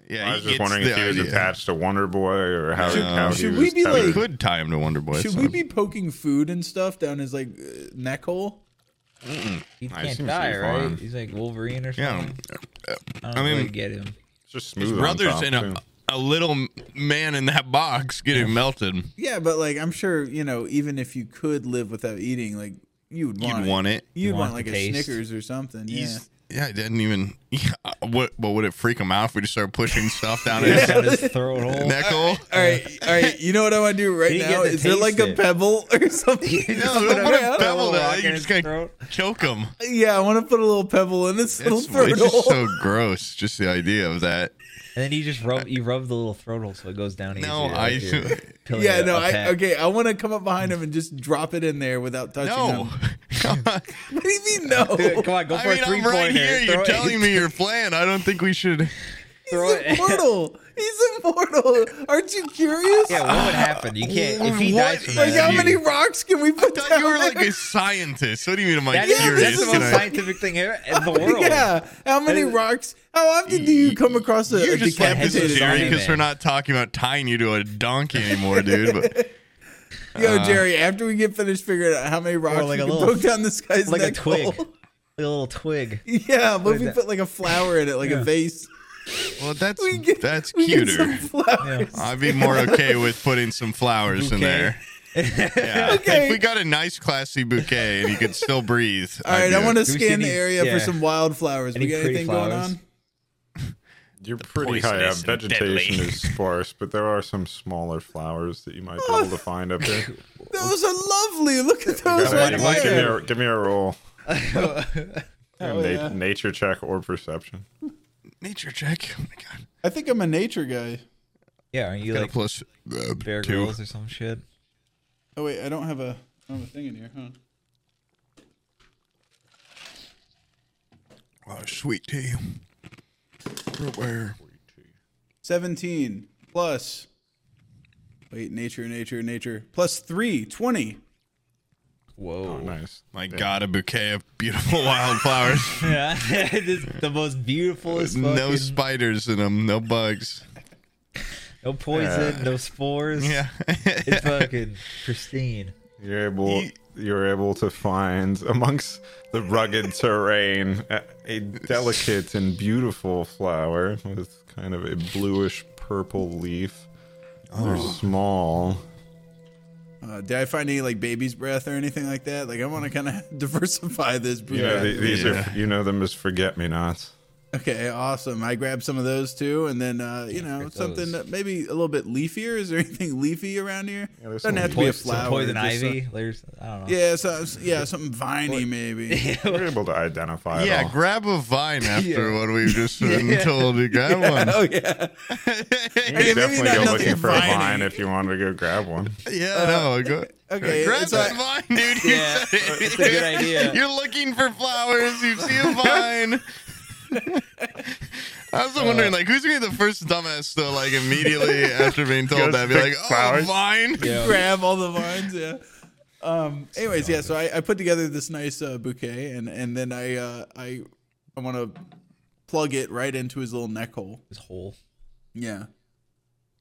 Speaker 2: Yeah,
Speaker 4: I
Speaker 2: he
Speaker 4: was just
Speaker 2: gets
Speaker 4: wondering
Speaker 2: the
Speaker 4: if he was
Speaker 2: idea.
Speaker 4: attached to Wonder Boy or how, how he
Speaker 1: should
Speaker 4: was
Speaker 1: we be
Speaker 4: tethered.
Speaker 2: We
Speaker 1: like-
Speaker 2: could tie him to Wonder Boy.
Speaker 1: Should
Speaker 2: It's
Speaker 1: we
Speaker 2: not-
Speaker 1: be poking food and stuff down his like uh, neck hole?
Speaker 2: [laughs]
Speaker 3: he
Speaker 4: I
Speaker 3: can't
Speaker 4: seem to
Speaker 3: die,
Speaker 4: be
Speaker 3: right?
Speaker 4: fine.
Speaker 3: He's like Wolverine or
Speaker 2: Yeah.
Speaker 3: something. I,
Speaker 2: I
Speaker 3: don't
Speaker 2: mean-
Speaker 3: really get him.
Speaker 4: It's just smooth on
Speaker 2: Brothers
Speaker 4: top,
Speaker 2: and a,
Speaker 4: too.
Speaker 2: a little man in that box getting melted.
Speaker 1: Yeah, but like I'm sure you know, even if you could live without eating, like you would want
Speaker 2: You'd
Speaker 1: it.
Speaker 2: want it.
Speaker 1: You'd
Speaker 3: want
Speaker 1: want, like
Speaker 3: the
Speaker 1: a
Speaker 3: taste.
Speaker 1: Snickers or something. Yeah.
Speaker 2: He's- Yeah, it didn't even. [laughs] Yeah, what? But would it freak him out if we just started pushing stuff down his
Speaker 3: Got his
Speaker 2: [laughs]
Speaker 3: throat hole.
Speaker 2: neck hole?
Speaker 1: All right, all right. [laughs] You know what I want to do right
Speaker 3: You get
Speaker 1: now?
Speaker 3: to
Speaker 1: Is there
Speaker 3: taste
Speaker 1: like a
Speaker 3: it.
Speaker 1: pebble [laughs] or something?
Speaker 2: No, don't put a pebble
Speaker 3: Rock
Speaker 2: down.
Speaker 3: in
Speaker 2: You're
Speaker 3: his
Speaker 2: just gonna
Speaker 3: throat.
Speaker 2: choke him.
Speaker 1: yeah, I want to put a little pebble in this little
Speaker 2: It's,
Speaker 1: throat [laughs]
Speaker 2: it's just
Speaker 1: hole.
Speaker 2: so gross. Just the idea of that.
Speaker 3: And then you
Speaker 2: [laughs]
Speaker 3: just rub you rub the little throat hole so it goes down easier.
Speaker 2: No,
Speaker 3: like
Speaker 2: I-
Speaker 3: you're peeling
Speaker 1: yeah,
Speaker 3: a-
Speaker 1: no,
Speaker 3: a
Speaker 1: I
Speaker 3: pack.
Speaker 2: [laughs]
Speaker 1: okay. I want to come up behind him [laughs] and just drop it in there without touching
Speaker 2: No,
Speaker 1: him.
Speaker 2: God.
Speaker 1: What do you mean no?
Speaker 3: [laughs] Dude, come on, go for
Speaker 2: I mean,
Speaker 3: a three
Speaker 2: I'm right
Speaker 3: pointer.
Speaker 2: here. You're telling me your plan. I don't think
Speaker 1: [laughs]
Speaker 2: we should.
Speaker 3: throw
Speaker 1: He's
Speaker 3: it.
Speaker 1: immortal. He's immortal. Aren't you curious?
Speaker 3: [laughs] Yeah, what would happen? You can't if he
Speaker 2: What?
Speaker 3: dies from
Speaker 1: Like
Speaker 3: that.
Speaker 1: how
Speaker 2: you-
Speaker 1: many rocks can we put down?
Speaker 2: You were like
Speaker 1: there?
Speaker 2: a scientist. What do you mean? Am I [laughs]
Speaker 3: That is
Speaker 1: Yeah,
Speaker 2: curious
Speaker 3: that's the most
Speaker 1: tonight.
Speaker 3: scientific thing ever in the
Speaker 2: [laughs]
Speaker 3: world.
Speaker 1: Yeah. How many
Speaker 3: That is-
Speaker 1: rocks? How often do you come across a,
Speaker 2: You're
Speaker 1: a
Speaker 2: just like this is
Speaker 1: decapitated
Speaker 2: Jerry
Speaker 3: anime.
Speaker 2: because we're not talking about tying you to a donkey anymore, dude. But
Speaker 1: Yo, Jerry, after we get finished figuring out how many rocks
Speaker 3: Uh-huh. like
Speaker 1: we
Speaker 3: a
Speaker 1: can
Speaker 3: little-
Speaker 1: poke down this guy's
Speaker 3: Like a
Speaker 1: neck
Speaker 3: twig. Like
Speaker 1: hole. [laughs]
Speaker 3: a little twig.
Speaker 1: Yeah, but if we
Speaker 3: that-
Speaker 1: put like a flower in it, like a vase.
Speaker 2: [laughs]
Speaker 1: [laughs]
Speaker 2: well, that's
Speaker 1: We get-
Speaker 2: that's
Speaker 1: we get some
Speaker 2: cuter.
Speaker 1: flowers.
Speaker 2: I'd be more okay with putting some flowers in
Speaker 3: Bouquet.
Speaker 2: [laughs] there. Yeah.
Speaker 1: Okay.
Speaker 2: If we got a nice, classy bouquet and you could still breathe.
Speaker 1: [laughs] All right, I want to
Speaker 3: Do we see
Speaker 1: scan the
Speaker 3: any-
Speaker 1: area for
Speaker 3: yeah.
Speaker 1: some wildflowers.
Speaker 3: Any
Speaker 1: We got
Speaker 3: pretty
Speaker 1: anything going
Speaker 3: flowers?
Speaker 1: on?
Speaker 4: You're pretty high up.
Speaker 2: poisonous and
Speaker 4: Vegetation
Speaker 2: deadly.
Speaker 4: is sparse, but there are some smaller flowers that you might be able to find up there.
Speaker 1: Those are lovely. Look at those
Speaker 4: Alright,
Speaker 1: right
Speaker 3: one
Speaker 4: give, me
Speaker 1: there.
Speaker 4: a, give me a roll. Na- Nature check or perception.
Speaker 2: nature check. Oh my god.
Speaker 1: I think I'm a nature guy.
Speaker 3: Yeah, are you
Speaker 2: Got a
Speaker 3: like
Speaker 2: plus uh,
Speaker 3: Bear
Speaker 2: two.
Speaker 3: Grylls or some shit?
Speaker 1: Oh wait, I don't have a, I don't have a thing in here, huh?
Speaker 2: Oh, sweet tea. Where?
Speaker 1: Seventeen plus. Wait, nature, nature, nature. Plus three, 20. Oh,
Speaker 3: Whoa.
Speaker 4: Nice.
Speaker 2: My god, a bouquet of beautiful [laughs] wildflowers.
Speaker 3: Yeah, [laughs] this is the most beautiful.
Speaker 2: [laughs] no
Speaker 3: No,
Speaker 2: spiders in them. No bugs.
Speaker 3: no poison, no spores.
Speaker 2: Yeah.
Speaker 3: it's fucking pristine.
Speaker 4: You're able. You're able to find amongst
Speaker 2: [laughs]
Speaker 4: the rugged terrain a, a delicate and beautiful flower with kind of a bluish purple leaf. They're
Speaker 2: Oh.
Speaker 4: small.
Speaker 1: Uh, did I find any like baby's breath or anything like that? Like I want to kind of [laughs] diversify this.
Speaker 4: You know,
Speaker 1: bouquet.
Speaker 4: the- these
Speaker 2: Yeah.
Speaker 4: are. You know them as forget me nots.
Speaker 1: Okay, awesome. I grabbed some of those too, and then uh, you know
Speaker 3: get
Speaker 1: something
Speaker 3: those.
Speaker 1: that maybe a little bit leafier. Is there [laughs] anything leafy around here?
Speaker 4: Yeah, there's
Speaker 1: Doesn't
Speaker 4: some
Speaker 1: have to be a
Speaker 4: poison-
Speaker 1: flower.
Speaker 4: some
Speaker 3: Some poison
Speaker 1: just some-
Speaker 3: ivy. There's I don't know.
Speaker 1: yeah, so, yeah, something viney maybe.
Speaker 2: [laughs]
Speaker 4: You're able to identify. it
Speaker 2: yeah,
Speaker 4: all.
Speaker 2: grab a vine after what we've just been told to grab
Speaker 1: [laughs]
Speaker 2: one.
Speaker 1: oh yeah.
Speaker 4: You
Speaker 1: Okay,
Speaker 4: could
Speaker 1: maybe
Speaker 4: definitely
Speaker 1: not
Speaker 4: go
Speaker 1: nothing
Speaker 4: looking for a
Speaker 1: viney.
Speaker 4: vine if you wanted to go grab one.
Speaker 2: Yeah, no. Go,
Speaker 1: okay,
Speaker 2: grab
Speaker 1: it's
Speaker 2: that
Speaker 1: like-
Speaker 2: vine, dude. You
Speaker 3: Yeah,
Speaker 2: said it.
Speaker 3: it's a good idea.
Speaker 2: [laughs] You're looking for flowers. You see a vine. [laughs] I was wondering, like, who's gonna be the first dumbass though? Like, immediately after being told
Speaker 4: Goes
Speaker 2: that, be
Speaker 4: pick
Speaker 2: like, "Oh,
Speaker 4: flowers."
Speaker 2: vine."
Speaker 3: Yeah.
Speaker 1: grab all the vines. Yeah. Um. Anyways, yeah. So I, I put together this nice uh, bouquet, and and then I uh, I I want to plug it right into his little neck hole.
Speaker 3: This hole.
Speaker 1: Yeah.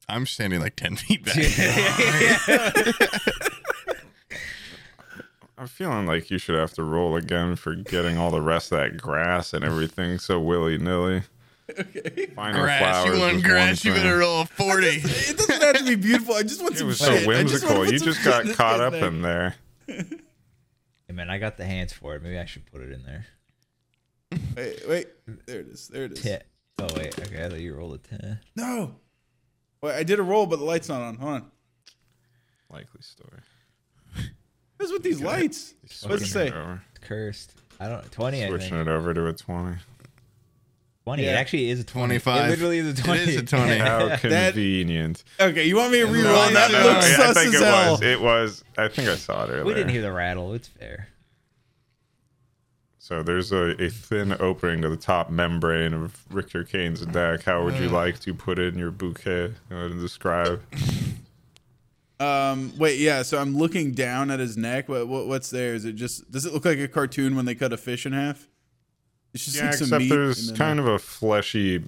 Speaker 2: I'm standing like ten feet back.
Speaker 4: I'm feeling like you should have to roll again for getting all the rest of that grass and everything so willy
Speaker 2: [laughs]
Speaker 4: nilly. Okay.
Speaker 2: [laughs]
Speaker 4: Finding
Speaker 2: Grass. You
Speaker 4: flowers
Speaker 2: want
Speaker 4: was
Speaker 2: grass?
Speaker 4: one
Speaker 2: You better
Speaker 4: thing.
Speaker 2: roll a forty.
Speaker 1: It doesn't have to be beautiful. I just want
Speaker 4: It
Speaker 1: some
Speaker 4: was
Speaker 1: shit.
Speaker 4: so
Speaker 1: I wanna
Speaker 4: whimsical.
Speaker 1: put
Speaker 4: you
Speaker 1: some
Speaker 4: [laughs] just
Speaker 1: shit
Speaker 4: got
Speaker 1: this
Speaker 4: caught
Speaker 1: guy's
Speaker 4: up
Speaker 1: neck.
Speaker 4: in there.
Speaker 3: Hey, man, I got the hands for it. Maybe I should put it in there.
Speaker 1: Wait, wait. There it is. There it is.
Speaker 3: Yeah. Oh wait. Okay, I thought you rolled a ten.
Speaker 1: No. Wait, I did a roll, but the light's not on. Hold on.
Speaker 4: Likely story.
Speaker 1: What's with these lights? What's it
Speaker 4: Switching
Speaker 1: say?
Speaker 4: it over.
Speaker 3: It's cursed. I don't. Twenty. I
Speaker 4: Switching
Speaker 3: think.
Speaker 4: it over to a [laughs] 20.
Speaker 3: Twenty. It
Speaker 1: Yeah.
Speaker 3: actually is a twenty.
Speaker 2: Twenty-five.
Speaker 3: It literally is a twenty.
Speaker 2: It is a
Speaker 3: [laughs]
Speaker 2: twenty.
Speaker 4: How convenient.
Speaker 1: Okay, you want me to reroll?
Speaker 2: no,
Speaker 1: that
Speaker 2: no,
Speaker 1: looks
Speaker 4: yeah, I
Speaker 1: sus
Speaker 4: think
Speaker 1: as
Speaker 4: it
Speaker 1: hell.
Speaker 4: was. It was. I think I saw it earlier.
Speaker 3: We didn't hear the rattle. It's fair.
Speaker 4: So there's a, a thin opening to the top membrane of Richter Kane's deck. How would you like to put in your bouquet? Go ahead and describe.
Speaker 1: Um, wait, yeah. So I'm looking down at his neck. What, what what's there? Is it just? Does it look like a cartoon when they cut a fish in half? It's just
Speaker 4: Yeah,
Speaker 1: like some
Speaker 4: except
Speaker 1: meat
Speaker 4: there's
Speaker 1: and then,
Speaker 4: kind of a fleshy,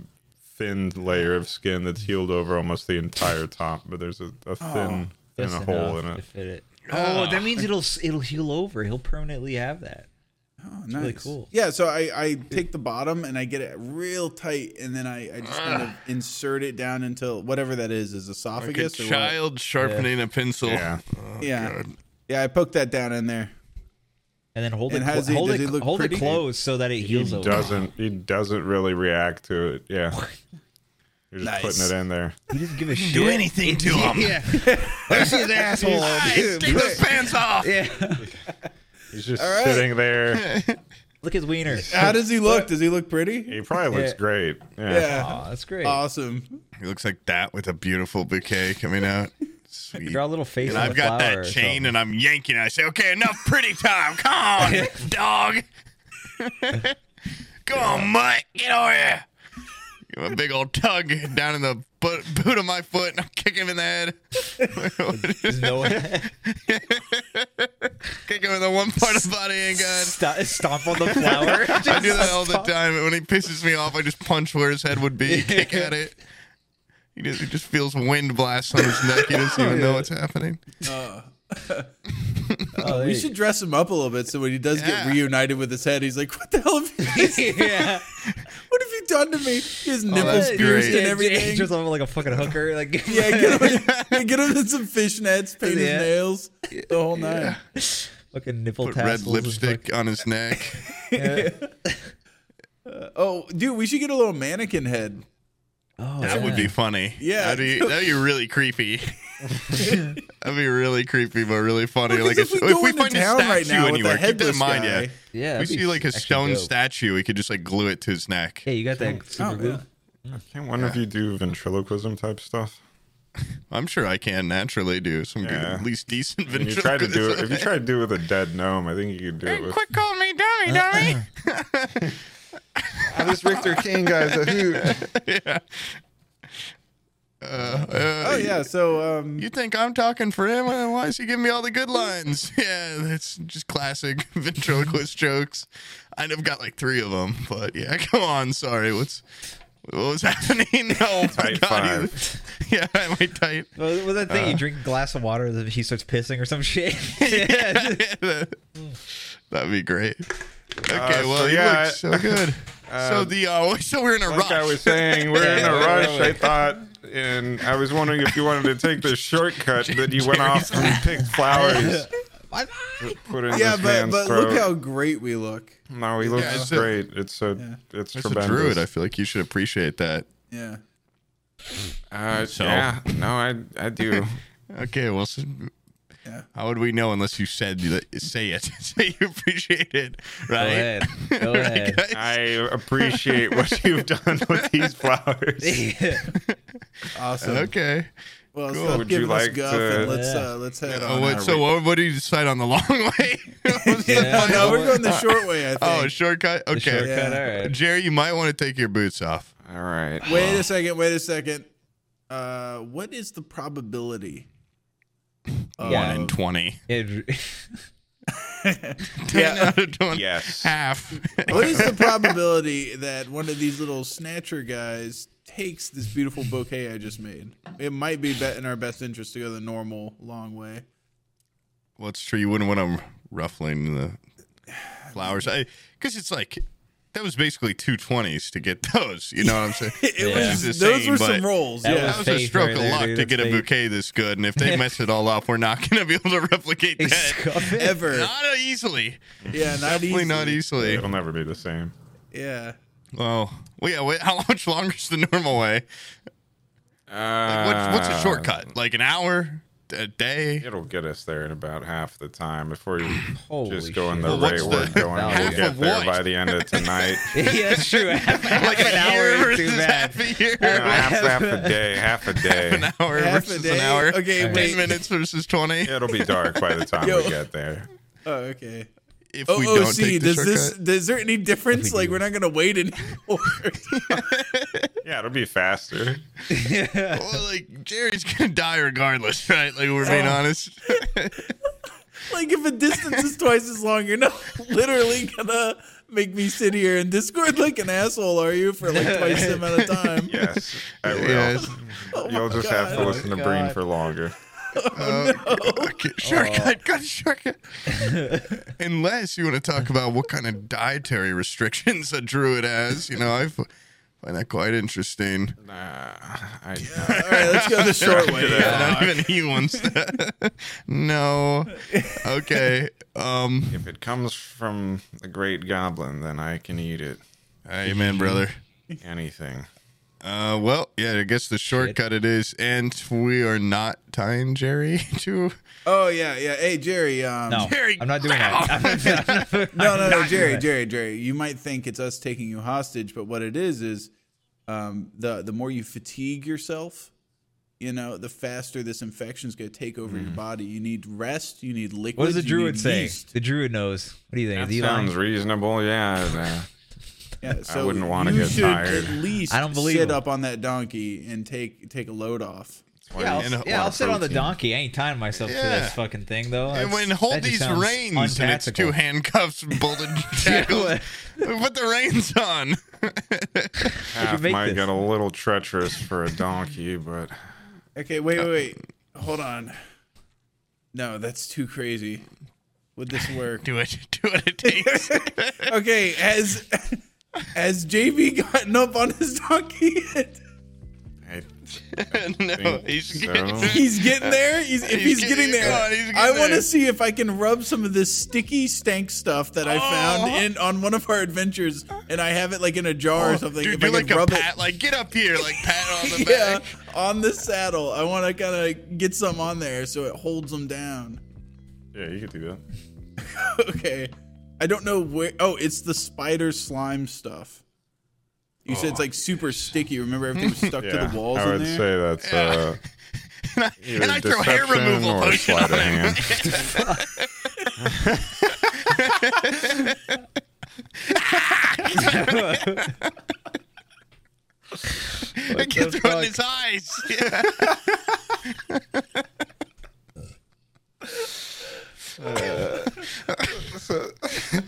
Speaker 4: thin layer of skin that's healed over almost the entire top, but there's a, a
Speaker 1: Oh,
Speaker 4: thin, thin
Speaker 3: Just
Speaker 4: hole in
Speaker 3: enough to
Speaker 4: it.
Speaker 3: fit it. Oh, that means it'll it'll heal over. He'll permanently have that.
Speaker 1: oh, nice.
Speaker 3: really cool.
Speaker 1: Yeah. So I I take the bottom and I get it real tight, and then I, I just kind of
Speaker 4: Ah.
Speaker 1: insert it down until whatever that is is
Speaker 2: Like a
Speaker 1: esophagus or what?
Speaker 2: child sharpening a pencil.
Speaker 4: Yeah.
Speaker 1: yeah. Yeah, I poked that down in there.
Speaker 3: And then hold it,
Speaker 1: And how does
Speaker 3: clo-
Speaker 1: he-
Speaker 3: hold
Speaker 1: does he
Speaker 3: it,
Speaker 1: look
Speaker 3: hold it
Speaker 1: pretty?
Speaker 3: closed so that it
Speaker 4: He
Speaker 3: heals over.
Speaker 4: doesn't he doesn't really react to it. Yeah. You're just putting
Speaker 1: Nice.
Speaker 4: it in there.
Speaker 3: He doesn't give a shit.
Speaker 2: Do anything to him.
Speaker 3: Yeah. Where's his asshole?
Speaker 2: Guys, take those pants off.
Speaker 3: yeah.
Speaker 4: He's just
Speaker 1: All right. [laughs]
Speaker 4: sitting there.
Speaker 3: Look his wiener.
Speaker 1: How does he look? Does he look pretty?
Speaker 4: He probably looks
Speaker 3: Yeah.
Speaker 4: great. Yeah.
Speaker 1: Yeah.
Speaker 3: Aw, that's great.
Speaker 1: Awesome.
Speaker 2: He looks like that with a beautiful bouquet coming out. Sweet.
Speaker 3: Draw a little face.
Speaker 2: And
Speaker 3: on
Speaker 2: I've
Speaker 3: the um.
Speaker 2: got
Speaker 3: flower
Speaker 2: that
Speaker 3: or
Speaker 2: chain,
Speaker 3: something.
Speaker 2: and I'm yanking. it. I say, "Okay, enough pretty time. Come
Speaker 3: [laughs]
Speaker 2: on, dog. Come on, mutt. Get over here." Give him a big old tug down in the boot, boot of my foot, and I'm kicking him in the head. [laughs]
Speaker 3: There's no [laughs] one.
Speaker 2: Kick him in the one part of the body ain't good.
Speaker 3: Sto- stomp on the flower.
Speaker 2: [laughs] I do that all the time. and When he pisses me off, I just punch where his head would be,
Speaker 4: [laughs]
Speaker 2: kick at it. He just, he just feels wind blasts on his neck. He doesn't even know what's happening.
Speaker 3: Oh,
Speaker 1: We should dress him up a little bit so when he does
Speaker 2: Yeah.
Speaker 1: get reunited with his head, he's like, "What the
Speaker 4: [laughs]
Speaker 1: hell? Have you,
Speaker 2: [laughs]
Speaker 3: yeah.
Speaker 1: what have you done to me? His nipples
Speaker 2: that's
Speaker 1: pierced
Speaker 2: great.
Speaker 1: and everything."
Speaker 3: Just like a fucking
Speaker 2: [laughs]
Speaker 3: hooker. Like
Speaker 1: yeah, get him, yeah, get him in some fishnets, paint
Speaker 3: Yeah.
Speaker 1: his nails, the whole night.
Speaker 3: [laughs] fucking nipple
Speaker 2: Put red
Speaker 3: tassels. and
Speaker 2: lipstick on his neck.
Speaker 1: Oh, dude, we should get a little mannequin head.
Speaker 3: fuck- Oh,
Speaker 2: That would
Speaker 3: yeah.
Speaker 2: be funny.
Speaker 1: Yeah.
Speaker 2: that'd be that'd be really creepy.
Speaker 4: [laughs]
Speaker 2: that'd be really creepy, but really funny.
Speaker 1: Well, 'cause
Speaker 2: like a-
Speaker 1: if we go into town right now with a
Speaker 2: keep that in
Speaker 1: headless
Speaker 2: mind.
Speaker 1: guy-
Speaker 2: Yeah,
Speaker 3: Yeah,
Speaker 2: we
Speaker 3: that'd be
Speaker 2: see like a
Speaker 3: actually
Speaker 2: stone
Speaker 3: dope.
Speaker 2: statue. Oh. We could just like glue it to his neck.
Speaker 3: Hey, you got that super glue?
Speaker 1: yeah.
Speaker 4: Can one of you do ventriloquism type stuff?
Speaker 2: I'm sure I can naturally do some good,
Speaker 4: Yeah.
Speaker 2: at least decent
Speaker 4: If you try to do it, if you
Speaker 2: ventriloquism.
Speaker 4: try to do it with a dead gnome, I think you could do it with. Uh-huh.
Speaker 2: Quick, call me dummy, dummy.
Speaker 4: this Richter King guy's a hoot.
Speaker 1: Oh yeah. So um,
Speaker 2: You think I'm talking for him? Uh, Why is he giving me all the good lines? [laughs] Yeah, that's just classic [laughs] ventriloquist jokes. I know I've got like three of them, but yeah, [laughs] come on. Sorry, what's what was [laughs] happening? Oh my
Speaker 4: Tight
Speaker 2: god, you- [laughs] yeah, am I
Speaker 4: [laughs]
Speaker 2: tight?
Speaker 3: Was was that thing
Speaker 2: Uh.
Speaker 3: you drink a glass of water that he starts pissing or some [laughs] shit? yeah.
Speaker 2: [laughs] That'd be great. Okay,
Speaker 4: Uh, so
Speaker 2: well, you
Speaker 4: yeah,
Speaker 2: look
Speaker 4: [laughs]
Speaker 2: so good. so the uh, [laughs] so we're in a
Speaker 4: [laughs] Like
Speaker 2: rush.
Speaker 4: I was saying, we're in a
Speaker 3: Yeah,
Speaker 4: rush. I thought, and I was wondering if you wanted to take the shortcut that you went off and picked
Speaker 1: [laughs]
Speaker 4: flowers, put in
Speaker 1: yeah,
Speaker 4: this
Speaker 1: but
Speaker 4: man's
Speaker 1: but
Speaker 4: throat.
Speaker 1: look how great we look.
Speaker 4: no, he looks
Speaker 2: Yeah, it's a-
Speaker 4: great. it's so it's
Speaker 2: As a
Speaker 4: tremendous.
Speaker 2: druid, I feel like you should appreciate that.
Speaker 1: Yeah.
Speaker 4: Uh, Yeah, no, I I do.
Speaker 2: Okay, well, so
Speaker 1: Yeah.
Speaker 2: how would we know unless you said that, say it? [laughs] say you appreciate it,
Speaker 3: Go
Speaker 2: right?
Speaker 3: ahead.
Speaker 2: [laughs]
Speaker 3: Go ahead.
Speaker 2: guys?
Speaker 4: I appreciate what you've done [laughs]
Speaker 2: [laughs]
Speaker 4: with
Speaker 3: [laughs]
Speaker 4: these flowers.
Speaker 1: Awesome.
Speaker 2: Okay.
Speaker 1: Well,
Speaker 2: Cool.
Speaker 1: stop
Speaker 4: Would you
Speaker 1: giving us
Speaker 4: like
Speaker 1: guff
Speaker 4: to-
Speaker 1: and let's
Speaker 3: Yeah.
Speaker 1: uh, let's head
Speaker 2: Oh,
Speaker 1: on.
Speaker 2: what,
Speaker 1: out.
Speaker 2: so what, what do you decide on the long [laughs]
Speaker 4: [laughs]
Speaker 2: way? What's the
Speaker 3: Yeah.
Speaker 2: fun-
Speaker 1: no, [laughs] we're going the short way. I think.
Speaker 2: Oh, shortcut. Okay,
Speaker 3: Shortcut, all
Speaker 2: [laughs]
Speaker 3: right.
Speaker 2: Jerry, you might want to take your boots off.
Speaker 4: All right.
Speaker 1: Wait a second. Wait a second. Uh, what is the probability?
Speaker 3: Yeah.
Speaker 2: One in twenty. [laughs]
Speaker 3: Yeah, [laughs] dr-
Speaker 2: Ten out of 20.
Speaker 4: Yes.
Speaker 2: Half.
Speaker 1: What is the probability that one of these little snatcher guys takes this beautiful bouquet I just made? It might be bet in our best interest to go the normal long way.
Speaker 2: well, it's true. You wouldn't want them ruffling the
Speaker 1: [sighs]
Speaker 2: flowers. I because it's like that was basically two twenties to get those. You know what I'm saying?
Speaker 1: [laughs] It
Speaker 3: Yeah.
Speaker 1: was
Speaker 2: Which is the
Speaker 1: those
Speaker 2: same,
Speaker 1: were
Speaker 2: but-
Speaker 1: some rolls.
Speaker 3: That
Speaker 1: Yeah.
Speaker 2: That
Speaker 3: That's
Speaker 2: was a
Speaker 3: fake
Speaker 2: stroke
Speaker 3: right
Speaker 2: of
Speaker 3: there,
Speaker 2: luck
Speaker 3: dude.
Speaker 2: to
Speaker 3: That's
Speaker 2: get a
Speaker 3: fake.
Speaker 2: bouquet this good, and if
Speaker 3: [laughs]
Speaker 2: they mess it all up, we're not going to be able to replicate
Speaker 3: He's
Speaker 2: that.
Speaker 3: scuff it.
Speaker 1: Ever.
Speaker 2: Not easily.
Speaker 1: Yeah, not
Speaker 2: Definitely
Speaker 1: easily.
Speaker 2: not easily.
Speaker 4: It'll never be the same.
Speaker 1: Yeah.
Speaker 2: Well, well, yeah. Wait, [laughs] how much longer is the normal way?
Speaker 4: uh,
Speaker 2: What's,
Speaker 3: Uh,
Speaker 2: what's a shortcut? Like an hour, a day?
Speaker 4: It'll get us there in about half the time if we're
Speaker 3: Holy
Speaker 4: just going
Speaker 3: shit.
Speaker 4: the
Speaker 3: Well,
Speaker 4: way
Speaker 2: what's
Speaker 4: we're
Speaker 2: the-
Speaker 4: going. We'll
Speaker 3: Half
Speaker 4: get
Speaker 2: of
Speaker 4: there
Speaker 2: what?
Speaker 4: by the end of [laughs] tonight.
Speaker 3: [laughs] yeah, that's true.
Speaker 2: [laughs]
Speaker 3: Half, [laughs]
Speaker 2: Like
Speaker 3: an hour
Speaker 2: year
Speaker 3: is too
Speaker 2: versus
Speaker 3: bad.
Speaker 2: half a year.
Speaker 4: You know, half, half a day, half a day. [laughs]
Speaker 2: an hour
Speaker 1: Half a
Speaker 2: versus
Speaker 1: day.
Speaker 2: an hour.
Speaker 1: Okay,
Speaker 2: ten
Speaker 1: wait.
Speaker 2: minutes versus twenty.
Speaker 4: It'll be dark by the time
Speaker 1: Yo.
Speaker 4: we get there.
Speaker 1: Oh, okay.
Speaker 2: If we
Speaker 1: Oh,
Speaker 2: don't
Speaker 1: see,
Speaker 2: take the
Speaker 1: does
Speaker 2: shortcut,
Speaker 1: [laughs] this is there any difference?
Speaker 3: do
Speaker 1: Like we're not gonna wait anymore. [laughs]
Speaker 4: Yeah, it'll be faster.
Speaker 2: well, like Jerry's gonna die regardless, right? Like we're
Speaker 1: Oh. [laughs]
Speaker 2: being honest.
Speaker 1: like if a distance is twice as long, you're not [laughs] literally gonna make me sit here and Discord like an asshole, are you? For like twice the amount of
Speaker 2: [laughs]
Speaker 1: time.
Speaker 4: Yes, I will.
Speaker 2: Yes.
Speaker 4: You'll just have to
Speaker 1: God.
Speaker 4: listen to Breen for longer.
Speaker 1: Oh,
Speaker 2: Okay, Oh, shortcut, got
Speaker 1: [laughs]
Speaker 2: a shortcut. Unless you want to talk about what kind of dietary restrictions a druid has, you know, I f- find that quite interesting.
Speaker 4: Nah, I,
Speaker 1: All right, let's go the
Speaker 2: [laughs]
Speaker 1: short way.
Speaker 2: Not even he wants that. [laughs] no.
Speaker 1: [laughs]
Speaker 2: Okay. Um.
Speaker 4: if it comes from the great goblin, then I can
Speaker 1: [laughs]
Speaker 4: eat it.
Speaker 2: Amen, brother.
Speaker 4: Anything.
Speaker 2: Uh. Well, yeah. I guess the shortcut it is, and we are not tying Jerry [laughs] to.
Speaker 1: Oh yeah, yeah. Hey Jerry. Um,
Speaker 3: [laughs] No,
Speaker 2: Jerry,
Speaker 3: I'm not doing that. [laughs]
Speaker 2: [laughs]
Speaker 3: I'm not- I'm
Speaker 1: [laughs]
Speaker 3: not-
Speaker 1: no, no, no, Jerry, Jerry, Jerry. You might think it's us taking you hostage, but what it is is um, the the more you fatigue yourself, you know, the faster this infection's going to take over your body. You need rest. You need liquid.
Speaker 3: Mm. What does the druid say? [laughs]
Speaker 1: Yeast.
Speaker 3: The druid knows. What do you think?
Speaker 4: That
Speaker 3: Is he lying?
Speaker 4: sounds reasonable. Yeah. yeah.
Speaker 1: Yeah, so
Speaker 4: wouldn't wanna
Speaker 1: you
Speaker 4: get
Speaker 1: should
Speaker 4: tired.
Speaker 1: At least
Speaker 3: I don't believe
Speaker 1: sit
Speaker 3: him.
Speaker 1: up on that donkey and take take a load off.
Speaker 3: Yeah,
Speaker 2: And a
Speaker 3: I'll,
Speaker 2: lot
Speaker 3: yeah, I'll
Speaker 2: of
Speaker 3: sit on the
Speaker 2: protein.
Speaker 3: donkey. I ain't tying myself to
Speaker 2: Yeah.
Speaker 3: this fucking thing though.
Speaker 2: And
Speaker 3: That's-
Speaker 2: when
Speaker 3: that
Speaker 2: hold
Speaker 3: just
Speaker 2: these
Speaker 3: sounds
Speaker 2: reins and it's two
Speaker 3: unpractical.
Speaker 2: handcuffs,
Speaker 1: [laughs]
Speaker 2: bolted tackles. Put the reins on.
Speaker 4: Half
Speaker 3: make
Speaker 4: might
Speaker 3: this.
Speaker 4: get a little treacherous for a donkey, but
Speaker 1: Okay, wait, wait, wait. Hold on. No, that's too crazy. Would this work?
Speaker 2: do it. Do what
Speaker 1: [laughs]
Speaker 2: it takes. [laughs]
Speaker 1: Okay, as as JB gotten up on his donkey,
Speaker 2: [laughs]
Speaker 4: I,
Speaker 2: no, he's
Speaker 4: so.
Speaker 2: good.
Speaker 1: he's getting there. He's, if he's,
Speaker 2: He's
Speaker 1: getting
Speaker 2: getting-
Speaker 1: there,
Speaker 2: oh, he's getting
Speaker 1: I want
Speaker 2: there.
Speaker 1: to see if I can rub some of this sticky stank stuff that I found
Speaker 2: Oh.
Speaker 1: in on one of our adventures, and I have it like in a jar or something.
Speaker 2: Dude,
Speaker 1: if
Speaker 2: do
Speaker 1: I
Speaker 2: like
Speaker 1: can
Speaker 2: a
Speaker 1: rub
Speaker 2: pat,
Speaker 1: it,
Speaker 2: like get up here, like
Speaker 1: [laughs]
Speaker 2: pat on the
Speaker 1: yeah,
Speaker 2: back.
Speaker 1: on the saddle. I want to kind of get some on there so it holds them down. [laughs]
Speaker 4: yeah, you could do that.
Speaker 1: okay. I don't know where. Oh, it's the spider slime stuff. You said it's like super sticky. Remember everything was stuck
Speaker 4: [laughs] Yeah,
Speaker 1: to the walls
Speaker 4: I
Speaker 1: in
Speaker 4: would
Speaker 1: there.
Speaker 4: say that's uh,
Speaker 2: And I, [laughs]
Speaker 4: either
Speaker 2: and I throw hair
Speaker 4: deception
Speaker 2: removal
Speaker 4: or
Speaker 2: potion on
Speaker 4: sleight of
Speaker 2: it.
Speaker 4: hand.
Speaker 2: I get
Speaker 3: the
Speaker 2: throw it
Speaker 3: fuck?
Speaker 2: in his eyes. Yeah.
Speaker 3: [laughs]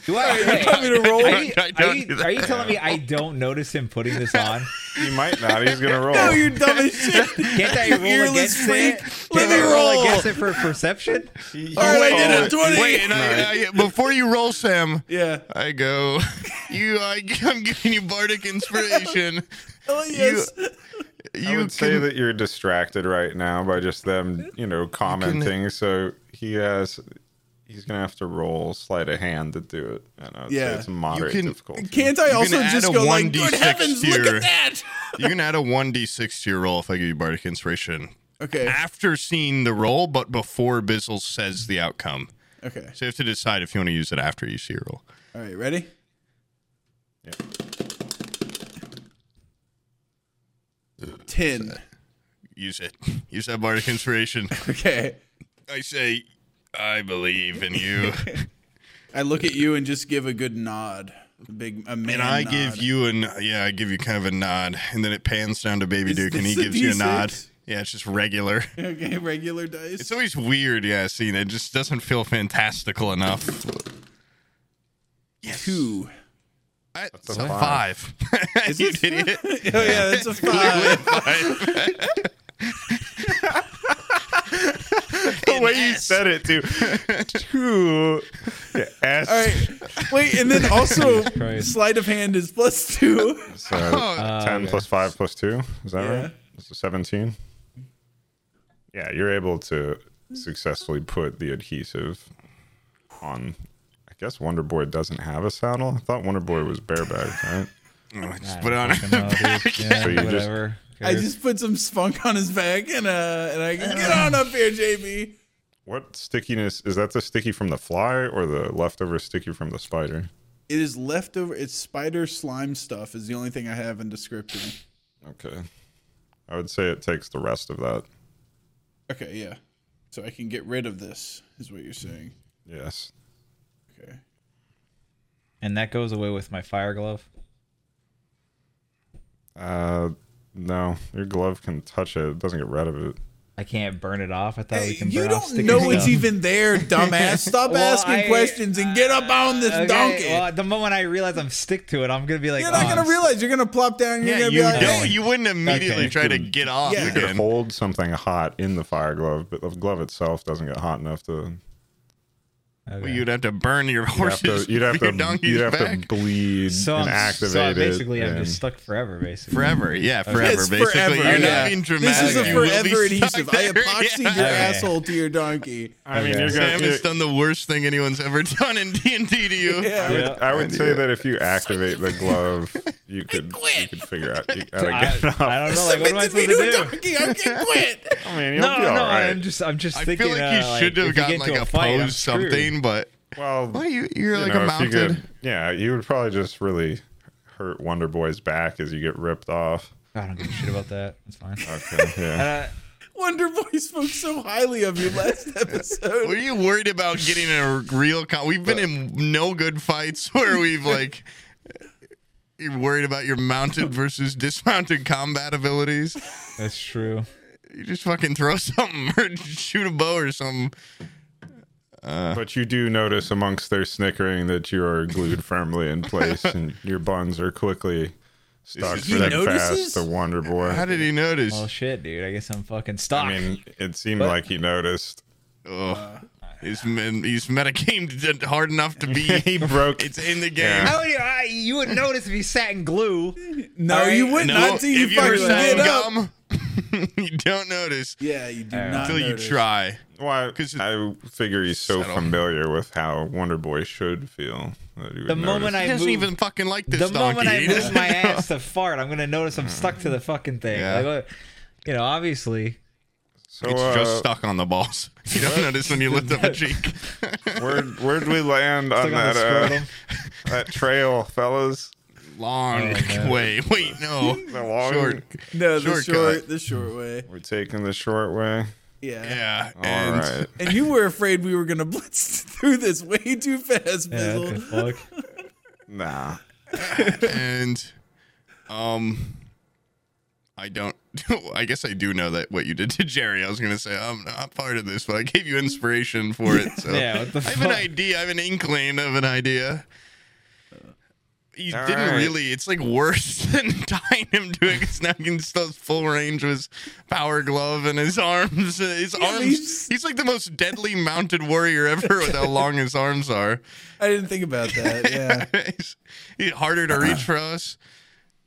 Speaker 3: Do I, [laughs] wait,
Speaker 1: Want me to
Speaker 2: [laughs]
Speaker 1: roll?
Speaker 3: are, you,
Speaker 2: I don't
Speaker 3: are you-
Speaker 2: do that.
Speaker 3: are you telling me I don't notice him putting this on?
Speaker 4: He might not.
Speaker 2: [laughs]
Speaker 4: He's gonna roll.
Speaker 1: No, you dumb as shit.
Speaker 3: Can't I roll
Speaker 1: Fearless
Speaker 3: against
Speaker 1: freak.
Speaker 3: it?
Speaker 1: Let
Speaker 3: Can't
Speaker 1: me
Speaker 3: I
Speaker 1: roll.
Speaker 3: against it for perception?
Speaker 1: All right, I did a
Speaker 2: Oh,
Speaker 1: twenty.
Speaker 2: Wait, and I, I, before you roll, Sam,
Speaker 1: yeah.
Speaker 2: I go. [laughs] You, I, I'm giving you bardic inspiration.
Speaker 1: Oh yes.
Speaker 2: You
Speaker 4: I would say
Speaker 2: can-
Speaker 4: that you're distracted right now by just them, you know, commenting. so he has, he's gonna have to roll sleight of hand to do it. And I would
Speaker 1: Yeah.
Speaker 4: say it's moderate
Speaker 2: You can-
Speaker 4: difficulty.
Speaker 1: Can't I
Speaker 2: can
Speaker 1: also
Speaker 2: add
Speaker 1: just
Speaker 2: a
Speaker 1: go like,
Speaker 2: 1d6
Speaker 1: good heavens, look
Speaker 2: here."
Speaker 1: at that?
Speaker 2: You can add a 1d6 to your roll if I give you Bardic Inspiration
Speaker 1: Okay.
Speaker 2: after seeing the roll, but before Bizzle says the outcome.
Speaker 1: Okay.
Speaker 2: So you have to decide if you want to use it after you see your roll.
Speaker 1: All right. Ready? Ten.
Speaker 2: Use it. Use that Bardic Inspiration.
Speaker 1: Okay.
Speaker 2: I say, I believe in you.
Speaker 1: I look at you and just give a good nod. A big a man
Speaker 2: and I
Speaker 1: nod.
Speaker 2: give you an, yeah, I give you kind of a nod. And then it pans down to Baby
Speaker 1: Is
Speaker 2: Duke and
Speaker 1: this
Speaker 2: he
Speaker 1: a
Speaker 2: gives you a nod.
Speaker 1: D6?
Speaker 2: Yeah, it's just regular.
Speaker 1: [laughs] okay regular dice.
Speaker 2: It's always weird, yeah, seeing it. It just doesn't feel fantastical enough. Yes.
Speaker 1: two.
Speaker 2: I, it's
Speaker 4: a
Speaker 2: a
Speaker 4: five.
Speaker 2: five. [laughs] you idiot.
Speaker 1: [laughs] Oh yeah, that's a five.
Speaker 4: the way you
Speaker 2: Yes.
Speaker 4: said it too. Two. Yeah, S.
Speaker 1: All right, wait, and
Speaker 2: [laughs]
Speaker 1: then also
Speaker 3: Christ.
Speaker 1: sleight of hand is plus two.
Speaker 4: So
Speaker 2: Oh.
Speaker 4: ten plus five plus two. Is that
Speaker 1: Yeah.
Speaker 4: right? That's a seventeen. Yeah, you're able to successfully put the adhesive on. I guess Wonder Boy doesn't have a saddle. I thought Wonder Boy was bareback, right?
Speaker 2: Oh, just put it on.
Speaker 3: No, dude. Yeah,
Speaker 4: So you just-
Speaker 3: whatever.
Speaker 1: I just put some spunk on his back, and uh, and I can get on up here, JB.
Speaker 4: What stickiness is that? The sticky from the fly or the leftover sticky from the spider?
Speaker 1: It is leftover. It's spider slime stuff is the only thing I have in description.
Speaker 4: Okay, I would say it takes the rest of that.
Speaker 1: Okay, yeah. So I can get rid of this. Is what you're saying?
Speaker 4: Yes.
Speaker 1: Okay.
Speaker 3: and that goes away with my fire glove.
Speaker 4: Uh, no, your glove can touch it. It doesn't get rid of it.
Speaker 3: I can't burn it off. I thought we
Speaker 1: Hey,
Speaker 3: can.
Speaker 1: you
Speaker 3: burn off
Speaker 1: don't
Speaker 3: sticky
Speaker 1: know
Speaker 3: stuff.
Speaker 1: it's even
Speaker 3: [laughs]
Speaker 1: there, dumbass. Stop
Speaker 3: Well,
Speaker 1: asking
Speaker 3: I-
Speaker 1: questions and get up on this
Speaker 3: Okay,
Speaker 1: donkey.
Speaker 3: Well, the moment I realize I'm stick to it, I'm gonna be like,
Speaker 1: you're not
Speaker 3: "Oh,
Speaker 1: gonna
Speaker 3: I'm
Speaker 1: realize. You're gonna plop down. And you're
Speaker 2: Yeah,
Speaker 1: gonna
Speaker 2: you
Speaker 1: be like,
Speaker 2: don't.
Speaker 1: hey,
Speaker 2: You wouldn't immediately
Speaker 3: Okay.
Speaker 2: try to get off
Speaker 1: Yeah. You
Speaker 4: You could
Speaker 2: again.
Speaker 4: hold something hot in the fire glove, but the glove itself doesn't get hot enough to.
Speaker 3: stick." Okay.
Speaker 2: Well, you'd have to burn your
Speaker 4: You'd have
Speaker 2: horses.
Speaker 4: to. You'd
Speaker 2: [laughs]
Speaker 4: have
Speaker 2: your
Speaker 4: to,
Speaker 2: donkey's
Speaker 4: you'd have
Speaker 2: back
Speaker 4: to bleed
Speaker 3: so
Speaker 4: and
Speaker 3: I'm,
Speaker 4: activate
Speaker 3: so I'm
Speaker 4: it.
Speaker 3: basically, I'm
Speaker 4: and-
Speaker 3: just stuck forever, basically.
Speaker 2: forever. Yeah, forever.
Speaker 1: It's
Speaker 2: basically,
Speaker 1: forever.
Speaker 2: you're
Speaker 1: Yeah.
Speaker 2: not being dramatic.
Speaker 1: This is a
Speaker 2: You will be
Speaker 1: forever
Speaker 2: stuck
Speaker 1: adhesive. I
Speaker 2: there. [laughs]
Speaker 1: epoxied
Speaker 2: Yeah.
Speaker 1: your
Speaker 3: Okay.
Speaker 1: asshole to your donkey.
Speaker 4: I mean,
Speaker 3: Okay.
Speaker 4: you're
Speaker 2: Sam
Speaker 4: gonna.
Speaker 2: has done the worst thing anyone's ever done in D and D to you.
Speaker 1: Yeah.
Speaker 4: I would, I would say that if you activate
Speaker 2: [laughs]
Speaker 4: the glove, you could you could figure out you gotta
Speaker 3: I,
Speaker 4: get it off.
Speaker 3: I don't know.
Speaker 1: [laughs]
Speaker 3: Like, what am I
Speaker 1: Submit
Speaker 3: supposed
Speaker 1: me to
Speaker 3: to
Speaker 1: a
Speaker 3: do?
Speaker 1: donkey. I can't
Speaker 3: [laughs]
Speaker 1: quit.
Speaker 4: I mean, you'll
Speaker 3: No,
Speaker 4: be
Speaker 3: no,
Speaker 4: all right.
Speaker 3: I'm just, I'm just
Speaker 2: I
Speaker 3: thinking.
Speaker 2: feel like
Speaker 3: uh,
Speaker 2: you should have
Speaker 3: if you get
Speaker 2: gotten
Speaker 3: into
Speaker 2: like a,
Speaker 3: fight, I'm
Speaker 2: pose
Speaker 3: screwed.
Speaker 2: something, but
Speaker 4: well,
Speaker 2: why you you're
Speaker 4: you
Speaker 2: like
Speaker 4: know,
Speaker 2: a
Speaker 4: if you
Speaker 2: mounted.
Speaker 4: could- yeah, you would probably just really hurt Wonder Boy's back as you get ripped off.
Speaker 2: [laughs]
Speaker 3: I don't give a shit about that. It's fine.
Speaker 4: Okay, yeah.
Speaker 3: Uh,
Speaker 1: Wonder Boy spoke so highly of you
Speaker 2: [laughs]
Speaker 1: last episode.
Speaker 2: Were you worried about getting a real con? We've
Speaker 1: Uh,
Speaker 2: been in no good fights [laughs] where we've like. You're worried about your
Speaker 1: [laughs]
Speaker 2: mounted versus dismounted combat abilities.
Speaker 3: That's true.
Speaker 2: You just fucking throw [laughs] something or shoot a bow or something.
Speaker 4: But you do notice amongst their snickering that you are glued firmly in place and your buns are quickly stuck
Speaker 2: is-
Speaker 4: for
Speaker 2: He
Speaker 4: that
Speaker 1: notices?
Speaker 4: fast to Wonder Boy.
Speaker 2: How did he notice?
Speaker 3: Well, shit, dude. I guess I'm fucking stuck.
Speaker 4: I mean, it seemed like
Speaker 2: [laughs]
Speaker 4: he noticed.
Speaker 2: Ugh. he's men, he's metagamed [laughs] hard enough to be.
Speaker 1: [laughs]
Speaker 4: he broke.
Speaker 2: it's in the game.
Speaker 4: Yeah.
Speaker 3: would you, I, you would notice if you sat in glue.
Speaker 1: No,
Speaker 3: All right.
Speaker 1: you wouldn't
Speaker 2: No,
Speaker 1: until you
Speaker 2: if you were
Speaker 1: fucking
Speaker 2: selling
Speaker 1: get up.
Speaker 2: gum, [laughs] you don't notice
Speaker 1: Yeah, you do
Speaker 3: right.
Speaker 1: not.
Speaker 2: until you
Speaker 1: notice.
Speaker 2: try.
Speaker 4: Why?
Speaker 2: 'Cause it-
Speaker 4: I figure he's so
Speaker 2: Settle.
Speaker 4: familiar with how Wonder Boy should feel. That he would
Speaker 3: The moment
Speaker 4: notice.
Speaker 2: He
Speaker 3: I
Speaker 2: doesn't
Speaker 3: move,
Speaker 2: even fucking like this
Speaker 3: the
Speaker 2: donkey.
Speaker 3: moment I
Speaker 1: [laughs]
Speaker 2: He
Speaker 3: move
Speaker 2: doesn't
Speaker 3: my
Speaker 2: know.
Speaker 3: ass to fart, I'm gonna notice I'm stuck to the fucking thing.
Speaker 2: Yeah.
Speaker 3: Like, uh, you know, obviously.
Speaker 4: so,
Speaker 2: It's
Speaker 4: uh,
Speaker 2: just stuck on the balls. [laughs] You don't notice when you lift
Speaker 1: [laughs]
Speaker 2: up a cheek.
Speaker 4: Where where'd we land on
Speaker 3: Stuck on the
Speaker 4: that uh,
Speaker 3: scrotum.
Speaker 4: that trail, fellas? Oh,
Speaker 2: [laughs] Long way. Wait, no.
Speaker 4: The long-
Speaker 2: Short.
Speaker 1: No, the
Speaker 2: Shortcut.
Speaker 1: short, the short way.
Speaker 4: We're taking the short way.
Speaker 1: Yeah.
Speaker 2: Yeah.
Speaker 4: All right.
Speaker 2: and
Speaker 1: And you were afraid we were gonna blitz [laughs] through this way too fast,
Speaker 3: Yeah, what
Speaker 1: [laughs] Bizzle.
Speaker 3: the fuck?
Speaker 4: Nah.
Speaker 2: and um I don't [laughs] I guess I do know that what you did to Jerry. I was gonna say I'm not part of this, but I gave you inspiration for it. So
Speaker 1: [laughs]
Speaker 3: Yeah, what the
Speaker 2: I have an
Speaker 3: fuck?
Speaker 2: idea, I have an inkling of an idea. You
Speaker 4: All
Speaker 2: didn't
Speaker 4: right.
Speaker 2: really it's like worse [laughs] than tying him to it because now he can still have full range with his power glove and his arms his arms
Speaker 1: he's-
Speaker 2: he's like the most deadly mounted warrior ever with how long his arms are. [laughs]
Speaker 1: I didn't think about that. Yeah.
Speaker 2: It's harder to reach for us.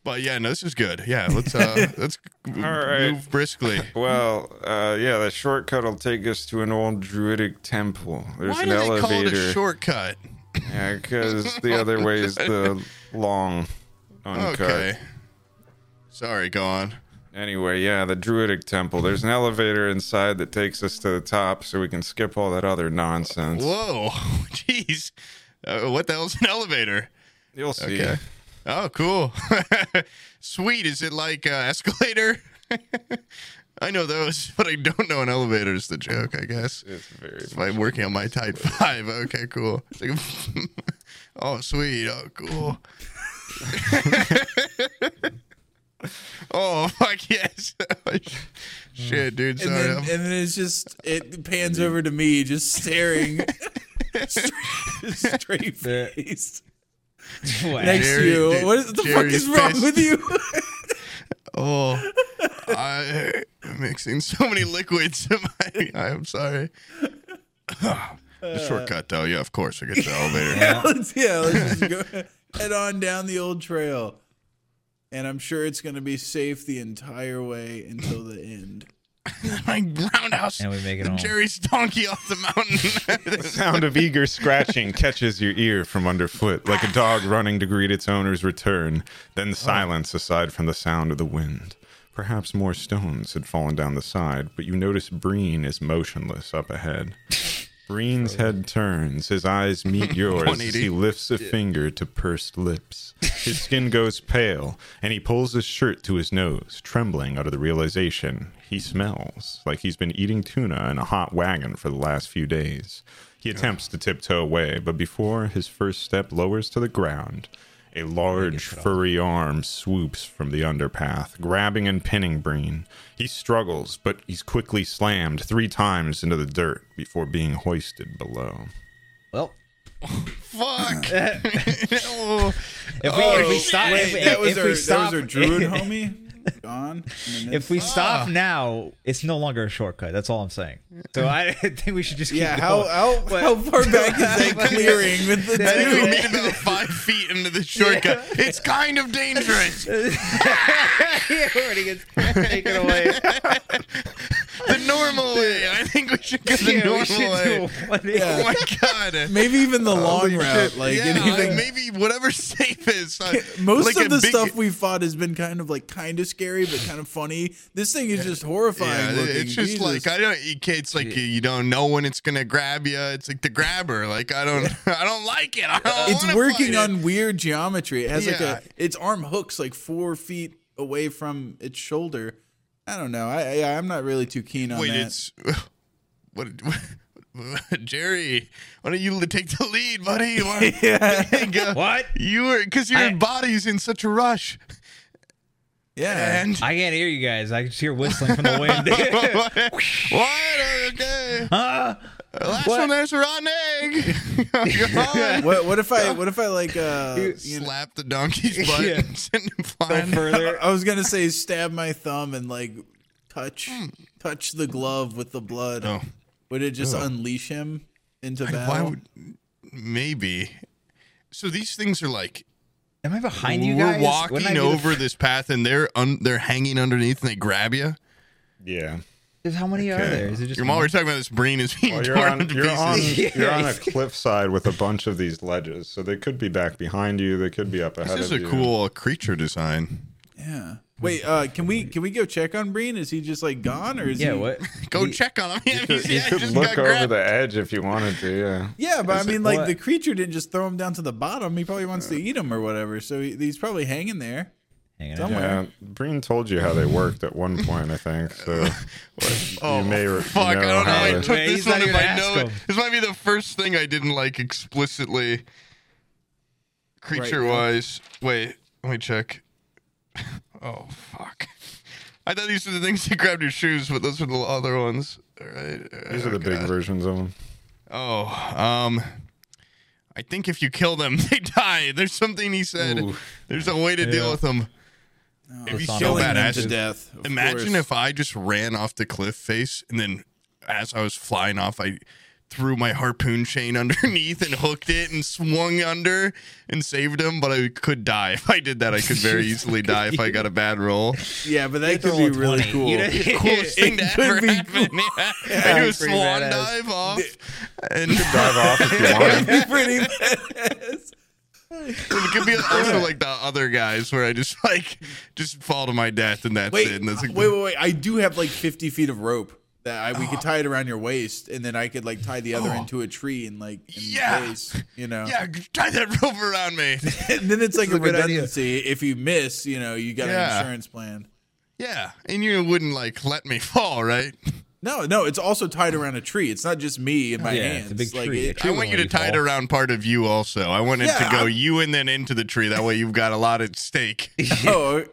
Speaker 2: But yeah, no, this is good. Yeah, let's
Speaker 4: [laughs]
Speaker 2: uh let's move
Speaker 4: right.
Speaker 2: briskly.
Speaker 4: Well, uh, yeah, the shortcut will take us to an old druidic temple. There's
Speaker 2: Why
Speaker 4: an
Speaker 2: do they call it a
Speaker 4: elevator.
Speaker 2: shortcut?
Speaker 4: because the
Speaker 2: [laughs]
Speaker 4: other way is the long uncut.
Speaker 2: Okay. Sorry, go on.
Speaker 4: Anyway, yeah, the druidic temple. There's an elevator inside that takes us to the top, so we can skip all that other nonsense.
Speaker 2: Whoa, [laughs] jeez, uh, what the hell's an elevator?
Speaker 4: You'll see.
Speaker 2: Okay. Oh, cool. [laughs] Sweet. Is it like uh, escalator? [laughs] I know those, [laughs] but I don't know an elevator. Is the joke, I guess.
Speaker 4: It's very.
Speaker 2: If I'm working on my type five. [laughs] Okay, cool. It's like, [laughs] oh, sweet. Oh, cool. [laughs] oh, [laughs] fuck yes. Shit,
Speaker 1: And
Speaker 2: dude. Sorry.
Speaker 1: then,
Speaker 2: I'm-
Speaker 1: and then it's just it pans over to me, just staring
Speaker 2: [laughs]
Speaker 1: [laughs] straight
Speaker 3: Yeah.
Speaker 1: faced.
Speaker 3: What?
Speaker 1: Next to
Speaker 2: Jerry-
Speaker 1: you, what is, the fuck is
Speaker 2: Jerry's
Speaker 1: wrong
Speaker 2: pissed.
Speaker 1: with you?
Speaker 2: oh, I, I'm mixing so many liquids. In my, I'm sorry. the shortcut, though. Yeah, of course. We get to the
Speaker 3: [laughs]
Speaker 1: [laughs]
Speaker 2: elevator.
Speaker 1: let's, yeah, let's
Speaker 2: [laughs]
Speaker 1: just go head on down the old trail, and I'm sure it's gonna be safe the entire way until the end.
Speaker 2: My roundhouse.
Speaker 3: And we make it home.
Speaker 2: Jerry's donkey off the mountain. [laughs]
Speaker 4: sound of eager scratching catches your ear from underfoot, like a dog running to greet its owner's return. Then silence aside from the sound of the wind. Perhaps more stones had fallen down the side, but you notice Breen is motionless up ahead. Breen's head turns, his eyes meet yours as
Speaker 2: 180.
Speaker 4: he lifts a finger to pursed lips. His skin goes pale, and he pulls his shirt to his nose, trembling out of the realization he smells like he's been eating tuna in a hot wagon for the last few days. He attempts to tiptoe away, but before his first step lowers to the ground, a large, furry arm swoops from the underpath, grabbing and pinning Breen. He struggles, but he's quickly slammed three times into the dirt before being hoisted below.
Speaker 3: Well, [laughs]
Speaker 2: Fuck. [laughs] No.
Speaker 3: if we, if we stop, [laughs] if,
Speaker 1: Wait, Oh, that was
Speaker 3: if
Speaker 1: our
Speaker 3: we
Speaker 1: that
Speaker 3: stop,
Speaker 1: was our
Speaker 3: [laughs]
Speaker 1: druid homie gone. And then
Speaker 3: If we
Speaker 1: Ah.
Speaker 3: stop now, it's no longer a shortcut. That's all I'm saying. So I [laughs] think we should just keep
Speaker 1: yeah, how
Speaker 3: going.
Speaker 1: how,
Speaker 3: [laughs] But-
Speaker 1: how far back
Speaker 3: [laughs]
Speaker 1: is that clearing with the
Speaker 2: I think we
Speaker 1: dude?
Speaker 2: made about five feet into the shortcut. It's kind of dangerous. The
Speaker 3: he already gets
Speaker 1: [laughs]
Speaker 3: taken away.
Speaker 2: normal way. I think we should go the
Speaker 3: [laughs] Yeah,
Speaker 2: normal
Speaker 3: we should
Speaker 2: way.
Speaker 3: do one.
Speaker 2: Oh my god.
Speaker 3: [laughs]
Speaker 1: Maybe even
Speaker 2: Oh,
Speaker 1: the long route, like
Speaker 2: yeah,
Speaker 1: anything.
Speaker 2: I- maybe whatever's [laughs] safe is. uh,
Speaker 1: Most
Speaker 2: like
Speaker 1: of
Speaker 2: a
Speaker 1: the
Speaker 2: big-
Speaker 1: stuff we fought has been kind of like kind of scary, but kind of funny. This thing is just
Speaker 2: Yeah,
Speaker 1: horrifying. looking.
Speaker 2: it's just
Speaker 1: Jesus.
Speaker 2: like I don't. you can't- It's like you, you don't know when it's gonna grab you. It's like the grabber. Like I don't. [laughs] I don't like it. I don't
Speaker 1: it's
Speaker 2: wanna
Speaker 1: working
Speaker 2: fight it.
Speaker 1: on weird geometry. It has like
Speaker 2: Yeah.
Speaker 1: a its arm hooks like four feet away from its shoulder, I don't know. I, I I'm not really too keen on
Speaker 2: Wait,
Speaker 1: that. [laughs]
Speaker 2: it's [laughs] what, [laughs] Jerry? Why don't you take the lead, buddy? Why, [laughs] yeah.
Speaker 3: What?
Speaker 2: You were because your
Speaker 3: I-
Speaker 2: body's in such a rush,
Speaker 1: yeah.
Speaker 2: and
Speaker 3: I can't hear you guys. I can just hear whistling from the
Speaker 1: [laughs]
Speaker 3: wind.
Speaker 2: [laughs]
Speaker 3: [laughs]
Speaker 2: what? Okay,
Speaker 3: huh?
Speaker 2: last one there's rotten egg.
Speaker 1: [laughs]
Speaker 2: Go on.
Speaker 1: What what if I what if I like uh you know,
Speaker 2: [laughs] Slap the donkey's butt
Speaker 3: Yeah.
Speaker 2: and send him
Speaker 3: Go
Speaker 2: flying.
Speaker 1: [laughs]
Speaker 3: further.
Speaker 1: I was gonna say stab my thumb and like touch touch the glove with the blood.
Speaker 2: Hmm. Oh.
Speaker 1: Would it just unleash him into battle?
Speaker 2: Why would maybe? So these things are like
Speaker 3: Am I behind you
Speaker 2: we're
Speaker 3: guys? Wouldn't I
Speaker 2: walking
Speaker 3: be the
Speaker 2: over
Speaker 3: f-
Speaker 2: this path, and they're un- they're hanging underneath, and they grab you.
Speaker 4: Yeah.
Speaker 3: There's- How many are there? Is it just
Speaker 2: Your mom, we're talking about this brain is being
Speaker 4: Well, Oh, you're
Speaker 2: torn
Speaker 4: on
Speaker 2: into
Speaker 4: you're
Speaker 2: pieces.
Speaker 4: on
Speaker 3: Yeah.
Speaker 4: you're on a cliffside with a bunch of these ledges, so they could be back behind you. They could be up ahead
Speaker 2: this is
Speaker 4: of
Speaker 2: a
Speaker 4: you.
Speaker 2: cool creature design.
Speaker 1: Yeah. Wait, uh can we can we go check on Breen? Is he just like gone or is
Speaker 3: Yeah,
Speaker 1: he
Speaker 3: what?
Speaker 2: Go check on him. [laughs]
Speaker 4: You could, you could look over the edge if you wanted to. Yeah.
Speaker 1: Yeah, but I mean, like
Speaker 3: what?
Speaker 1: the creature didn't just throw him down to the bottom. He probably wants to eat him or whatever. So he, he's probably hanging there.
Speaker 3: Hang on.
Speaker 1: Somewhere.
Speaker 4: Yeah, Breen told you how they worked
Speaker 2: [laughs]
Speaker 4: at one point, I think. So
Speaker 2: Oh,
Speaker 4: you may re-
Speaker 2: fuck.
Speaker 4: know
Speaker 2: I don't know.
Speaker 4: how
Speaker 2: I
Speaker 4: it-
Speaker 2: took
Speaker 3: Yeah,
Speaker 2: this
Speaker 3: he's not
Speaker 2: one if
Speaker 3: even
Speaker 2: I
Speaker 3: ask
Speaker 2: know it.
Speaker 3: him.
Speaker 2: This might be the first thing I didn't like explicitly creature wise. Wait, let me check. [laughs] Oh, fuck. I thought these were the things [laughs] that grabbed your shoes, but those were the other ones. All right. uh,
Speaker 4: These are the big versions of them.
Speaker 2: Oh, um, I think if you kill them, [laughs] they die. There's something he said. There's a way to deal with them.
Speaker 4: Oh,
Speaker 2: It'd be
Speaker 3: It's on
Speaker 2: so
Speaker 3: all
Speaker 1: Killing him to
Speaker 2: badass.
Speaker 1: death. of
Speaker 2: Imagine
Speaker 1: course.
Speaker 2: if I just ran off the cliff face and then, as I was flying off, I threw my harpoon chain [laughs] underneath and hooked it and swung under and saved him. But I could die if I did that. I could
Speaker 1: [laughs]
Speaker 2: very easily die if I got a bad roll.
Speaker 1: Yeah, but that could
Speaker 3: Roll
Speaker 1: be
Speaker 3: a
Speaker 1: really
Speaker 3: 20.
Speaker 1: cool.
Speaker 2: [laughs]
Speaker 3: You know- [laughs]
Speaker 2: Coolest thing to
Speaker 1: could
Speaker 2: ever
Speaker 1: be
Speaker 2: happen.
Speaker 1: [laughs]
Speaker 2: Yeah. I do a
Speaker 3: pretty
Speaker 2: swan
Speaker 3: badass.
Speaker 2: dive off and
Speaker 4: Dive off if you
Speaker 1: It'd
Speaker 2: [laughs]
Speaker 4: want.
Speaker 1: be [laughs] pretty badass.
Speaker 2: It
Speaker 1: [laughs]
Speaker 2: could be also like the other guys where I just like just fall to my death and that's
Speaker 1: Wait,
Speaker 2: it. And that's like,
Speaker 1: wait, wait, wait. I do have like 50 feet of rope that I, we could tie it around your waist, and then I could like tie the other end to a tree and like in
Speaker 2: Yeah.
Speaker 1: place, you know.
Speaker 2: Yeah, tie that [laughs] rope around me.
Speaker 1: [laughs] And then it's like a
Speaker 3: a good idea.
Speaker 1: redundancy. If you miss, you know, you got
Speaker 2: Yeah.
Speaker 1: an insurance plan.
Speaker 2: Yeah, and you wouldn't like let me fall, right?
Speaker 1: No, no, it's also tied around a tree. It's not just me and my
Speaker 3: Yeah,
Speaker 1: hands.
Speaker 3: it's a big
Speaker 1: like,
Speaker 3: tree.
Speaker 1: it-
Speaker 2: I
Speaker 3: wouldn't
Speaker 2: want you
Speaker 3: let
Speaker 2: to
Speaker 3: you
Speaker 2: tie it
Speaker 3: fall.
Speaker 2: around part of you also. I want it
Speaker 1: Yeah,
Speaker 2: to go
Speaker 1: I'm-
Speaker 2: you and then into the tree. That way you've got a lot at stake.
Speaker 1: [laughs] Oh,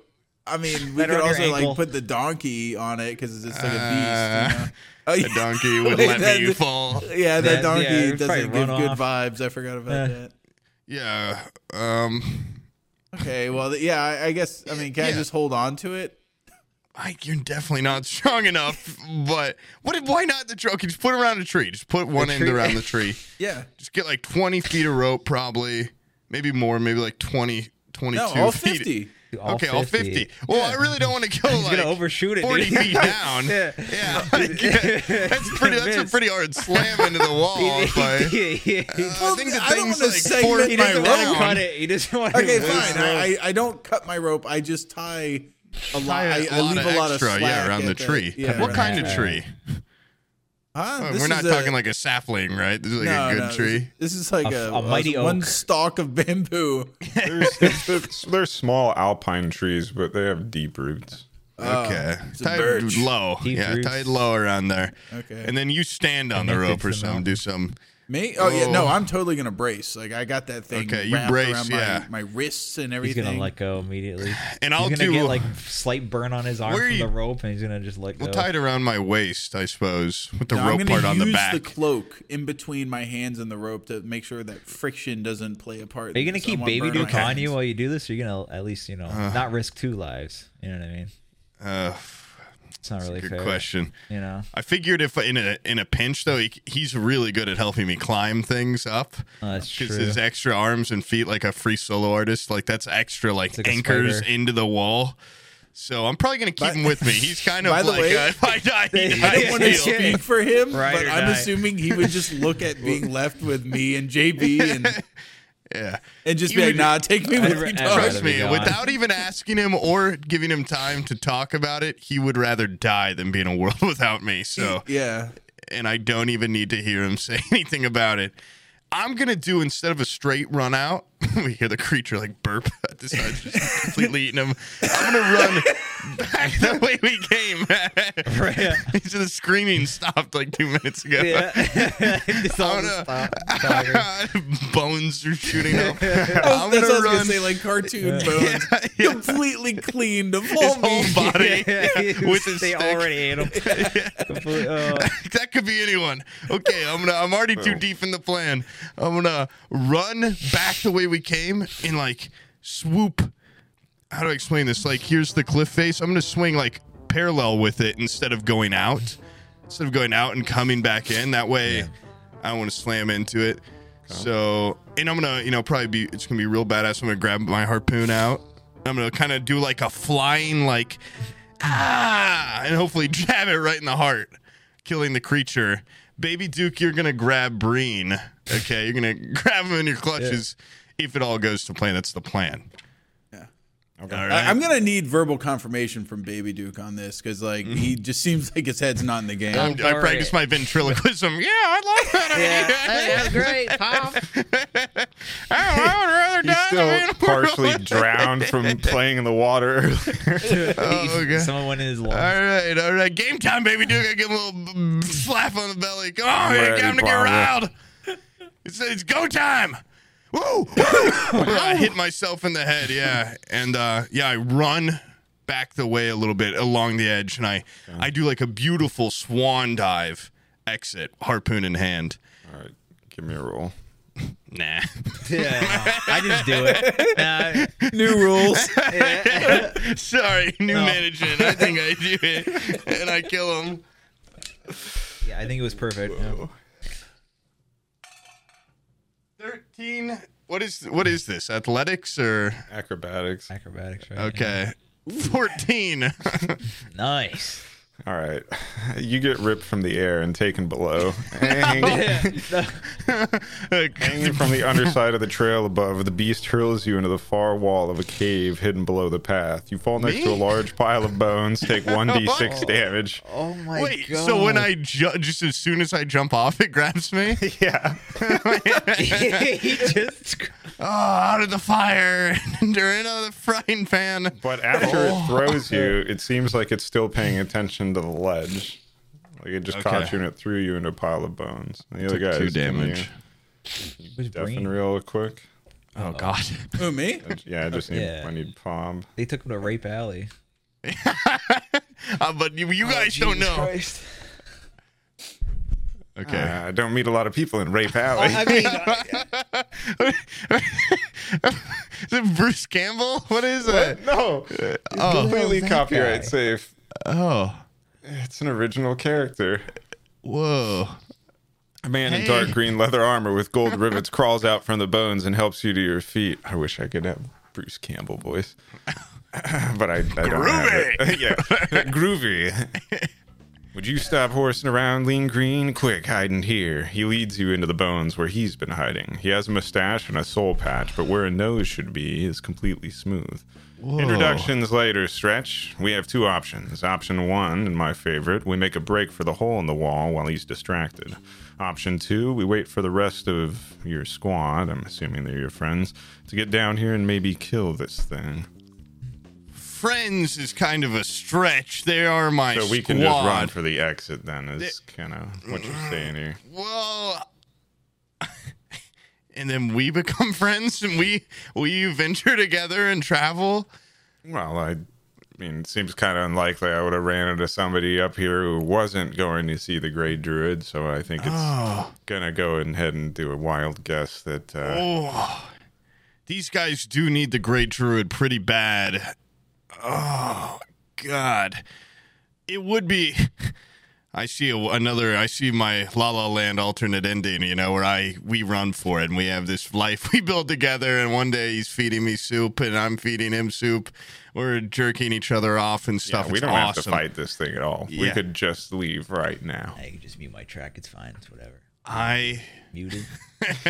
Speaker 1: I mean, we
Speaker 3: Let her
Speaker 1: could
Speaker 3: on your
Speaker 1: also like
Speaker 3: ankle.
Speaker 1: put the donkey on it because it's just like a
Speaker 2: Uh,
Speaker 1: beast. You know? Oh,
Speaker 2: The donkey would
Speaker 1: Wait,
Speaker 2: let
Speaker 1: that-
Speaker 2: me fall.
Speaker 1: [laughs] Yeah, that
Speaker 3: That-
Speaker 1: donkey
Speaker 3: yeah, it'd probably
Speaker 1: doesn't give
Speaker 3: run
Speaker 1: good
Speaker 3: off.
Speaker 1: vibes. I forgot about
Speaker 3: Yeah.
Speaker 1: that.
Speaker 2: Yeah. Um
Speaker 1: Okay, well, th- yeah, I, I guess. I mean, can I
Speaker 2: Yeah.
Speaker 1: just hold on to it?
Speaker 2: I, you're definitely not [laughs] strong enough, but what? if- Why not the tree? Okay, just put it around a tree. Just put one end
Speaker 3: tree-
Speaker 2: around the tree.
Speaker 1: Yeah.
Speaker 2: just get like 20 feet of rope probably maybe more maybe like 20 22
Speaker 1: No, all
Speaker 2: feet.
Speaker 1: fifty.
Speaker 2: okay all 50 well i really don't want to go
Speaker 3: He's
Speaker 2: like
Speaker 3: gonna overshoot it.
Speaker 2: 40
Speaker 3: dude.
Speaker 2: feet down yeah,
Speaker 3: Yeah.
Speaker 2: like, yeah. [laughs] that's pretty that's a
Speaker 3: Miss.
Speaker 2: pretty hard slam into
Speaker 1: [laughs]
Speaker 2: the wall but
Speaker 3: [laughs]
Speaker 2: uh,
Speaker 3: yeah, yeah.
Speaker 2: i think the
Speaker 1: I don't
Speaker 2: thing's
Speaker 1: wanna
Speaker 2: like
Speaker 1: segment
Speaker 2: 4
Speaker 1: my
Speaker 3: he
Speaker 2: feet
Speaker 3: doesn't want
Speaker 2: down
Speaker 3: to cut it. He doesn't want
Speaker 1: Okay,
Speaker 3: to.
Speaker 1: fine. I, I I don't cut my rope. I just tie a lot. I, I leave a lot of
Speaker 2: extra,
Speaker 1: slack
Speaker 2: yeah, around
Speaker 1: at
Speaker 2: the tree.
Speaker 1: Yeah,
Speaker 2: what
Speaker 1: right.
Speaker 2: kind of
Speaker 3: Yeah.
Speaker 2: tree?
Speaker 1: Huh?
Speaker 2: Uh,
Speaker 1: This
Speaker 2: We're not
Speaker 1: is a-
Speaker 2: talking like a sapling, right? This is like a
Speaker 1: no,
Speaker 2: good
Speaker 1: no,
Speaker 2: tree.
Speaker 1: This is like a,
Speaker 3: A- a mighty
Speaker 1: one
Speaker 3: oak.
Speaker 1: stalk of bamboo.
Speaker 4: There's, it's, it's, they're small alpine trees, but they have deep roots.
Speaker 2: okay,
Speaker 1: oh, a
Speaker 2: tied
Speaker 1: birch.
Speaker 2: low.
Speaker 3: Deep
Speaker 2: yeah,
Speaker 3: roots.
Speaker 2: tied low around there.
Speaker 1: Okay.
Speaker 2: and then you stand on the
Speaker 3: Connected
Speaker 2: rope or
Speaker 3: to the
Speaker 2: something. Do something.
Speaker 1: Me? Oh, yeah, no,
Speaker 2: Oh.
Speaker 1: I'm totally gonna brace. Like I got that thing
Speaker 2: Okay, you
Speaker 1: wrapped
Speaker 2: brace,
Speaker 1: around
Speaker 2: yeah.
Speaker 1: my, my wrists and
Speaker 3: He's
Speaker 1: everything.
Speaker 3: gonna let go immediately.
Speaker 2: And I'll
Speaker 3: he's gonna
Speaker 2: do-
Speaker 3: get like slight burn on his arm
Speaker 2: Where
Speaker 3: from
Speaker 2: you-
Speaker 3: the rope, and he's gonna just let go.
Speaker 2: Well, tied around my waist, I suppose, with the
Speaker 1: Now,
Speaker 2: rope
Speaker 1: I'm
Speaker 2: part
Speaker 1: gonna
Speaker 2: on
Speaker 1: use
Speaker 2: the back.
Speaker 1: cloak in between my hands and the rope to make sure that friction doesn't play a part.
Speaker 3: Are you gonna keep baby
Speaker 1: Duke
Speaker 3: Duke on you [laughs] while you do this? Or are you gonna at least you know
Speaker 2: Uh-huh.
Speaker 3: not risk two lives? You know what I mean?
Speaker 2: uh,
Speaker 3: It's not really
Speaker 2: good
Speaker 3: fair.
Speaker 2: question.
Speaker 3: You know?
Speaker 2: I figured if in a in a pinch though, he, he's really good at helping me climb things up.
Speaker 3: Oh, that's
Speaker 2: Because
Speaker 3: true. [laughs]
Speaker 2: his extra arms and feet, like a free solo artist, like that's extra, like,
Speaker 3: like a
Speaker 2: anchors
Speaker 3: spider.
Speaker 2: into the wall. So I'm probably gonna keep
Speaker 1: By-
Speaker 2: him with me. He's kind
Speaker 1: By
Speaker 2: of
Speaker 1: the
Speaker 2: like
Speaker 1: way,
Speaker 2: uh, [laughs] if I die, he dies.
Speaker 1: I don't want to
Speaker 2: He'll-
Speaker 1: speak for him,
Speaker 3: Ride
Speaker 1: but
Speaker 3: or
Speaker 1: I'm
Speaker 3: die.
Speaker 1: assuming he would just look at
Speaker 2: [laughs]
Speaker 1: being left with me and JB and
Speaker 2: yeah.
Speaker 1: and just
Speaker 2: You
Speaker 1: be like,
Speaker 2: would-
Speaker 1: "Nah, take me
Speaker 3: I'd
Speaker 1: with
Speaker 3: ra-
Speaker 1: you,
Speaker 3: I'd
Speaker 1: dog."
Speaker 3: rather
Speaker 2: Trust
Speaker 3: be
Speaker 2: me,
Speaker 3: gone.
Speaker 2: without even asking him or giving him time to talk about it, he would rather die than be in a world [laughs] without me. So
Speaker 1: Yeah,
Speaker 2: and I don't even need to hear him [laughs] say anything [laughs] about it. I'm gonna do instead of a straight run out. we hear the creature like burp [laughs] at this side, just completely eating him. I'm gonna run back the way we came. [laughs]
Speaker 3: [laughs] Yeah.
Speaker 2: He's the screaming stopped like two minutes ago. [laughs]
Speaker 3: Yeah. It's all
Speaker 2: I'm
Speaker 3: the
Speaker 2: [laughs] gonna-
Speaker 3: stop- tiger.
Speaker 2: [laughs] bones are shooting off.
Speaker 1: I
Speaker 2: I'm
Speaker 1: was, that's what I was
Speaker 2: gonna
Speaker 1: gonna
Speaker 2: run.
Speaker 1: say, like cartoon bones,
Speaker 2: [laughs] Yeah, yeah.
Speaker 1: completely cleaned of
Speaker 2: His
Speaker 1: all
Speaker 2: whole
Speaker 1: meat.
Speaker 3: [laughs]
Speaker 2: body with his
Speaker 3: they
Speaker 2: stick.
Speaker 3: already ate [laughs] him. Complete- oh.
Speaker 2: [laughs] that could be anyone. Okay, I'm gonna. I'm already too deep in the plan. I'm gonna run back the way we came and like swoop. How do I explain this? Like, here's the cliff face. I'm gonna swing like parallel with it instead of going out. Instead of going out and coming back in. That way, I don't want to slam into it. So, and I'm gonna, you know, probably be. It's gonna be real badass. I'm gonna grab my harpoon out. I'm gonna kind of do like a flying like. Ah, and hopefully [laughs] jab it right in the heart killing the creature. Baby Duke, you're gonna grab Breen. Okay, you're gonna [laughs] grab him in your clutches. If it all goes to plan, that's the plan.
Speaker 1: Yeah.
Speaker 2: All right.
Speaker 1: I, am gonna need verbal confirmation from Baby Duke on this because like he just seems like his head's not in the game.
Speaker 2: I'm- I
Speaker 3: Alright.
Speaker 2: practice my
Speaker 3: [laughs]
Speaker 2: ventriloquism. Yeah, I love that. idea.
Speaker 3: Yeah,
Speaker 2: Oh,
Speaker 3: great, Pop.
Speaker 2: [laughs] I would rather
Speaker 4: He's
Speaker 2: die than be in [laughs]
Speaker 4: still
Speaker 2: a
Speaker 4: partially
Speaker 2: world.
Speaker 4: drowned from playing in the water [laughs] earlier.
Speaker 2: Oh, God.
Speaker 3: Someone went in his
Speaker 2: All
Speaker 3: lung.
Speaker 2: right, all right. Game time, baby Duke. I give him a little b- b- slap on the belly. Come on, man.
Speaker 4: ready,
Speaker 2: Time to get
Speaker 4: Barbara.
Speaker 2: riled. It's, it's go time. Woo!
Speaker 3: [laughs]
Speaker 2: woo. I hit myself in the head, yeah. And uh, yeah, I run back the way a little bit along the edge and I, I do like a beautiful swan dive exit, harpoon in hand.
Speaker 4: All right, give me a roll.
Speaker 2: Nah.
Speaker 3: Yeah, I just do it. Nah,
Speaker 1: New rules.
Speaker 2: Sorry, new management. I think I do it. And I kill him.
Speaker 3: yeah, I think it was perfect. Yeah.
Speaker 2: 13. What is what is this? Athletics or
Speaker 4: Acrobatics.
Speaker 3: Acrobatics, right?
Speaker 2: Okay. 14. [laughs]
Speaker 3: Nice.
Speaker 4: All right, [laughs] you get ripped from the air and
Speaker 3: [laughs]
Speaker 4: taken below, hanging,
Speaker 3: Oh
Speaker 4: [laughs] hanging from the underside of the trail above. The beast hurls you into the far wall of a cave hidden below the path. You fall next
Speaker 2: Me?
Speaker 4: to a large pile of
Speaker 3: [laughs]
Speaker 4: bones, take one d6 damage.
Speaker 3: Oh my
Speaker 2: Wait,
Speaker 3: god.
Speaker 2: so when I ju- just as soon as I jump off, it grabs me?
Speaker 4: Yeah,
Speaker 3: he just
Speaker 2: Oh, out of the fire, [laughs] under into the frying pan.
Speaker 4: but after
Speaker 3: Oh.
Speaker 4: it
Speaker 3: [laughs]
Speaker 4: throws you, it seems like it's still paying attention to the ledge. Like it just caught
Speaker 2: Okay.
Speaker 4: you and it threw you into a pile of bones. And the other guy
Speaker 2: Two
Speaker 4: is giving
Speaker 2: damage.
Speaker 3: was
Speaker 4: You deafen
Speaker 3: brain.
Speaker 4: real quick.
Speaker 2: Oh, God.
Speaker 1: [laughs] Who me?
Speaker 4: Yeah, I just need
Speaker 3: Yeah.
Speaker 4: I need palm.
Speaker 3: They took him to Rape Alley.
Speaker 2: Uh, but you, you guys don't know.
Speaker 3: Oh, Christ.
Speaker 2: Okay.
Speaker 4: Uh, I don't meet a lot of people
Speaker 3: [laughs]
Speaker 4: in Rape Alley.
Speaker 3: I mean, [laughs]
Speaker 2: Is it Bruce Campbell? What is it?
Speaker 4: no, completely
Speaker 3: that
Speaker 4: copyright
Speaker 3: guy?
Speaker 4: safe.
Speaker 2: Oh,
Speaker 4: It's an original character.
Speaker 2: whoa.
Speaker 4: A man
Speaker 2: Hey.
Speaker 4: in dark green leather armor with gold rivets crawls out from the bones and helps you to your feet. I wish I could have Bruce Campbell voice, [laughs] but I, I don't have it. [laughs] yeah, groovy. Would you stop horsing around, Lean Green? Quick, hide in here. He leads you into the bones where he's been hiding. He has a mustache and a soul patch, but where a nose should be is completely smooth. Introductions later, Stretch. We have two options. Option one, and my favorite, we make a break for the hole in the wall while he's distracted. Option two, we wait for the rest of your squad, I'm assuming they're your friends, to get down here and maybe kill this thing.
Speaker 2: Friends is kind of a stretch. They are my
Speaker 4: So we can just run
Speaker 2: squad.
Speaker 4: for the exit then, is kind of what you're saying here.
Speaker 2: Whoa. [laughs] and then we become [laughs] friends and we we venture together and travel.
Speaker 4: Well, I mean, it seems kind of unlikely I would have ran into somebody up here who wasn't going to see the Grey Druid, so I think it's gonna go ahead and do a wild guess that. Uh,
Speaker 2: Oh. These guys do need the great druid pretty bad. Oh god. It would be [laughs] I see a, another I see my La La Land alternate ending, you know, where I we run for it and we have this life [laughs] we build together and one day he's feeding me soup and I'm feeding him soup. We're jerking each other off and
Speaker 4: yeah,
Speaker 2: stuff.
Speaker 4: we
Speaker 2: It's
Speaker 4: don't have to
Speaker 2: awesome.
Speaker 4: fight this thing at all. We
Speaker 2: Yeah.
Speaker 4: could just leave right now.
Speaker 3: I can just mute my track. It's fine. It's whatever.
Speaker 2: I
Speaker 3: Muted.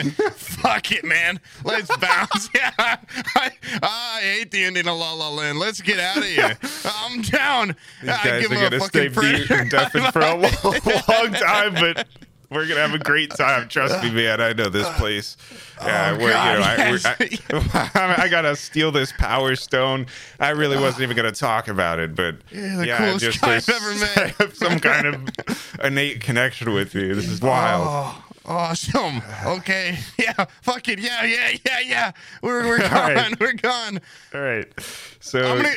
Speaker 2: fuck it, man.
Speaker 4: [laughs]
Speaker 2: Let's bounce. [laughs] yeah, I, I hate the ending of La La Land. Let's get out of here. I'm down.
Speaker 4: These
Speaker 2: I
Speaker 4: guys
Speaker 2: give
Speaker 4: are
Speaker 2: him a
Speaker 4: gonna
Speaker 2: fucking
Speaker 4: stay beat [laughs]
Speaker 2: prayer.
Speaker 4: and deafened for a long, long time, but We're gonna have a great time. Trust me, man. I know this place. Yeah, we're,
Speaker 2: God,
Speaker 4: you know,
Speaker 2: yes.
Speaker 4: I, we're, [laughs] I, I gotta steal this power stone. I really wasn't even gonna talk about it, but
Speaker 2: [laughs] Yeah, the coolest guy I've
Speaker 4: there's- [laughs]
Speaker 2: ever met.
Speaker 4: I have some kind of innate connection with you. This is wild.
Speaker 2: Oh, awesome. Okay. Yeah. Fuck it. Yeah. Yeah. Yeah. Yeah. We're
Speaker 4: [laughs]
Speaker 2: we're gone.
Speaker 4: right.
Speaker 2: We're gone.
Speaker 4: All right, so
Speaker 2: I'm gonna.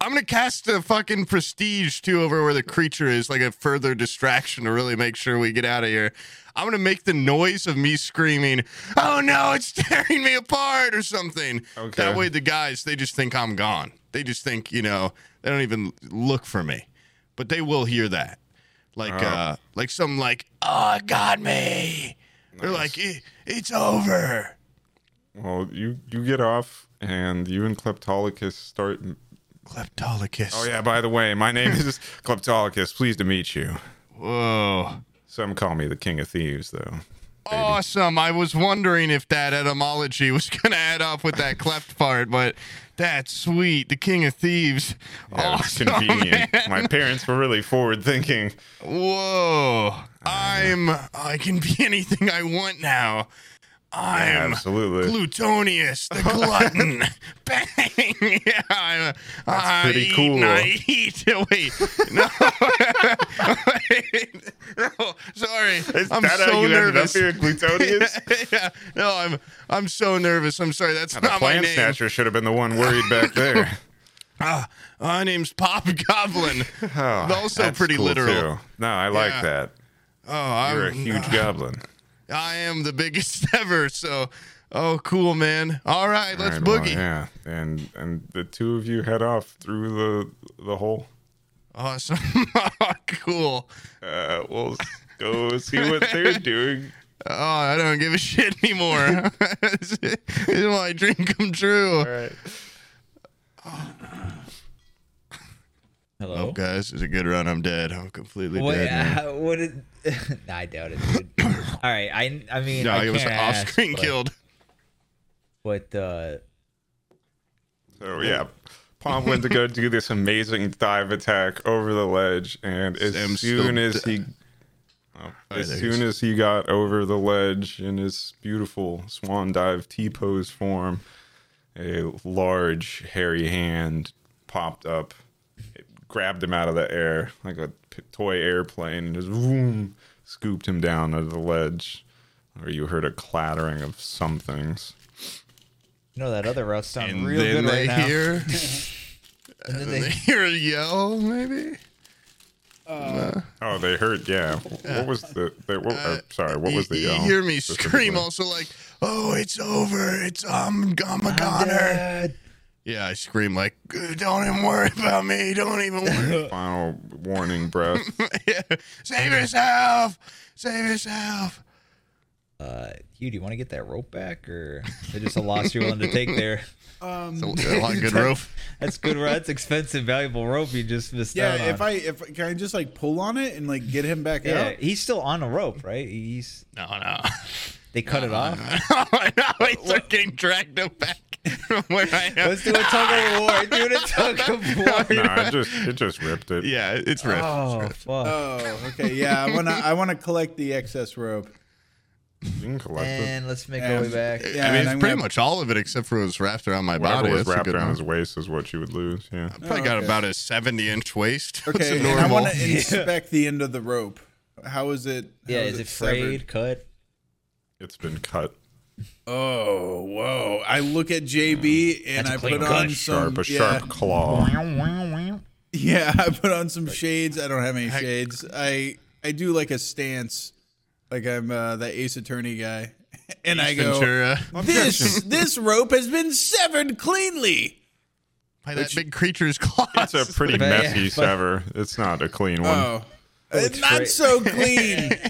Speaker 2: I'm gonna cast the fucking prestige too over where the creature is, like a further distraction to really make sure we get out of here. I'm gonna make the noise of me screaming, "Oh no, it's [laughs] tearing me apart" or something.
Speaker 4: Okay.
Speaker 2: That way, the guys they just think I'm gone. They just think you know they don't even look for me, but they will hear that, like
Speaker 4: Uh-huh.
Speaker 2: uh, like something like, "Oh, it got me." They're like, "It- "It's over."
Speaker 4: well, you you get off, and you and Kleptolicus start.
Speaker 2: Kleptolicus.
Speaker 4: Oh yeah, by the way, my name is Kleptolicus. Pleased to meet you.
Speaker 2: Whoa.
Speaker 4: Some call me the king of thieves, though.
Speaker 2: Awesome. I was wondering if that etymology was [laughs] going to add up with that cleft part, but that's sweet. The king of thieves. [laughs]
Speaker 4: Yeah, it's
Speaker 2: awesome.
Speaker 4: convenient.
Speaker 2: man.
Speaker 4: My parents were really forward thinking.
Speaker 2: Whoa. I'm I can be [laughs] anything I want now. I'm
Speaker 4: Absolutely.
Speaker 2: Glutonius,
Speaker 4: [laughs]
Speaker 2: the glutton. Bang! [laughs] Yeah, I'm, I
Speaker 4: pretty
Speaker 2: eat
Speaker 4: cool.
Speaker 2: and I eat. [laughs] Wait, no, [laughs] Wait. no, sorry.
Speaker 4: Is
Speaker 2: I'm
Speaker 4: that
Speaker 2: so
Speaker 4: how you
Speaker 2: nervous.
Speaker 4: ended up
Speaker 2: [laughs]
Speaker 4: here, Glutonius?
Speaker 2: yeah, no, I'm I'm so nervous. I'm sorry. That's
Speaker 4: the
Speaker 2: not my
Speaker 4: plan
Speaker 2: name.
Speaker 4: snatcher should have been the one worried
Speaker 2: [laughs]
Speaker 4: back there.
Speaker 2: Ah, my name's Pop Goblin.
Speaker 4: Oh,
Speaker 2: Also
Speaker 4: that's
Speaker 2: pretty
Speaker 4: cool,
Speaker 2: literal.
Speaker 4: too. No, I like
Speaker 2: Yeah.
Speaker 4: that.
Speaker 2: Oh, I'm,
Speaker 4: You're a huge goblin.
Speaker 2: I am the biggest [laughs] ever. So, oh, cool, man. All right, let's
Speaker 4: Right, well,
Speaker 2: boogie.
Speaker 4: yeah, and and the two of you head off through the the hole.
Speaker 2: Awesome. [laughs] cool.
Speaker 4: Uh, we'll go see what
Speaker 2: [laughs]
Speaker 4: they're doing.
Speaker 2: Oh, I don't give a shit anymore. [laughs] this is my dream come true.
Speaker 4: All right.
Speaker 3: Hello.
Speaker 2: Guys, it's a good run. I'm dead. I'm completely
Speaker 3: What?
Speaker 2: Oh, dead. man.
Speaker 3: Uh, what did? [laughs] nah, I doubt it. Dude. All right. I. I mean,
Speaker 2: No,
Speaker 3: I
Speaker 2: he was
Speaker 3: can't ask,
Speaker 2: off-screen
Speaker 3: but-
Speaker 2: killed.
Speaker 3: But uh,
Speaker 4: So yeah, Pom went to go do this amazing dive attack over the ledge, and as
Speaker 2: Sam's
Speaker 4: soon
Speaker 2: still
Speaker 4: as
Speaker 2: d-
Speaker 4: he, Oh, as
Speaker 2: there he
Speaker 4: soon as he got over the ledge in his beautiful swan dive T pose form, a large hairy hand popped up, it grabbed him out of the air like a p- toy airplane, and just boom, scooped him down under the ledge. Or you heard a clattering of some things.
Speaker 3: you know that other route sounds
Speaker 2: And
Speaker 3: real
Speaker 2: then
Speaker 3: good
Speaker 2: they
Speaker 3: right now. [laughs]
Speaker 2: hear,
Speaker 3: and then
Speaker 2: they
Speaker 3: they
Speaker 2: hear a yell, maybe.
Speaker 4: Oh, they hurt. Yeah. What was the? They, what, uh, sorry. What was the?
Speaker 2: You,
Speaker 4: yell?
Speaker 2: you hear me scream
Speaker 4: specifically?
Speaker 2: also like, "Oh, it's over! It's I'm I'm a goner!"
Speaker 3: Dad.
Speaker 2: Yeah, I scream like, "Don't even worry about me! Don't even
Speaker 4: [laughs]
Speaker 2: worry! [laughs]
Speaker 4: Final warning breath.
Speaker 2: Yeah. Save yourself! Save yourself!"
Speaker 3: Uh, Hugh, do you want to get that rope back, or is it just a loss you're willing to take there?
Speaker 1: Um,
Speaker 2: uh, A lot of good rope.
Speaker 3: [laughs] That's good. rope. That's expensive, valuable rope you just missed
Speaker 1: yeah,
Speaker 3: out on.
Speaker 1: if I if can I just like pull on it and like get him back
Speaker 3: yeah,
Speaker 1: out.
Speaker 3: he's still on a rope, right? He's
Speaker 2: No, no, [laughs]
Speaker 3: they cut it off.
Speaker 2: no, no! He's like getting dragged up back [laughs] from where I am.
Speaker 3: Let's
Speaker 2: [laughs]
Speaker 3: do a tug of war. Do a tug
Speaker 1: [laughs]
Speaker 3: of war.
Speaker 4: Nah, it just it just ripped it.
Speaker 2: Yeah, it's riff.
Speaker 3: Oh fuck!
Speaker 1: Oh, okay. Yeah, I wanna I wanna collect the excess rope.
Speaker 4: You can collect it.
Speaker 3: and let's make our way
Speaker 1: And-
Speaker 3: back.
Speaker 1: Yeah,
Speaker 2: I
Speaker 1: and
Speaker 2: mean,
Speaker 1: I'm
Speaker 2: it's pretty
Speaker 1: gonna-
Speaker 2: much all of it except for it was wrapped around my
Speaker 4: Whatever
Speaker 2: body.
Speaker 4: was
Speaker 2: That's a
Speaker 4: wrapped
Speaker 2: good
Speaker 4: around
Speaker 2: one.
Speaker 4: his waist is what you would lose. Yeah.
Speaker 2: Probably got
Speaker 1: okay.
Speaker 2: about a 70 inch waist. [laughs] That's
Speaker 1: Okay, and I
Speaker 2: normal.
Speaker 1: wanna uh, inspect the end of the rope. How is it?
Speaker 3: Yeah,
Speaker 1: how
Speaker 3: is it
Speaker 1: severed?
Speaker 3: frayed, cut?
Speaker 4: It's been cut.
Speaker 1: Oh, whoa! I look at JB and
Speaker 3: That's a
Speaker 1: I
Speaker 3: clean
Speaker 1: put
Speaker 3: cut.
Speaker 1: on some
Speaker 4: Sharp, a
Speaker 1: yeah,
Speaker 4: sharp claw.
Speaker 1: yeah. I put on some shades. I don't have any shades. I I do like a stance, like I'm uh, that Ace Attorney guy, [laughs] and I go.
Speaker 2: Ventura.
Speaker 1: This [laughs] this rope has been severed cleanly.
Speaker 2: By that big creature's [laughs] claws.
Speaker 4: It's a pretty
Speaker 3: But-
Speaker 4: messy
Speaker 3: yeah, but-
Speaker 4: sever. It's not a clean one.
Speaker 1: Oh, it's
Speaker 3: fra-
Speaker 1: not so clean.
Speaker 4: [laughs]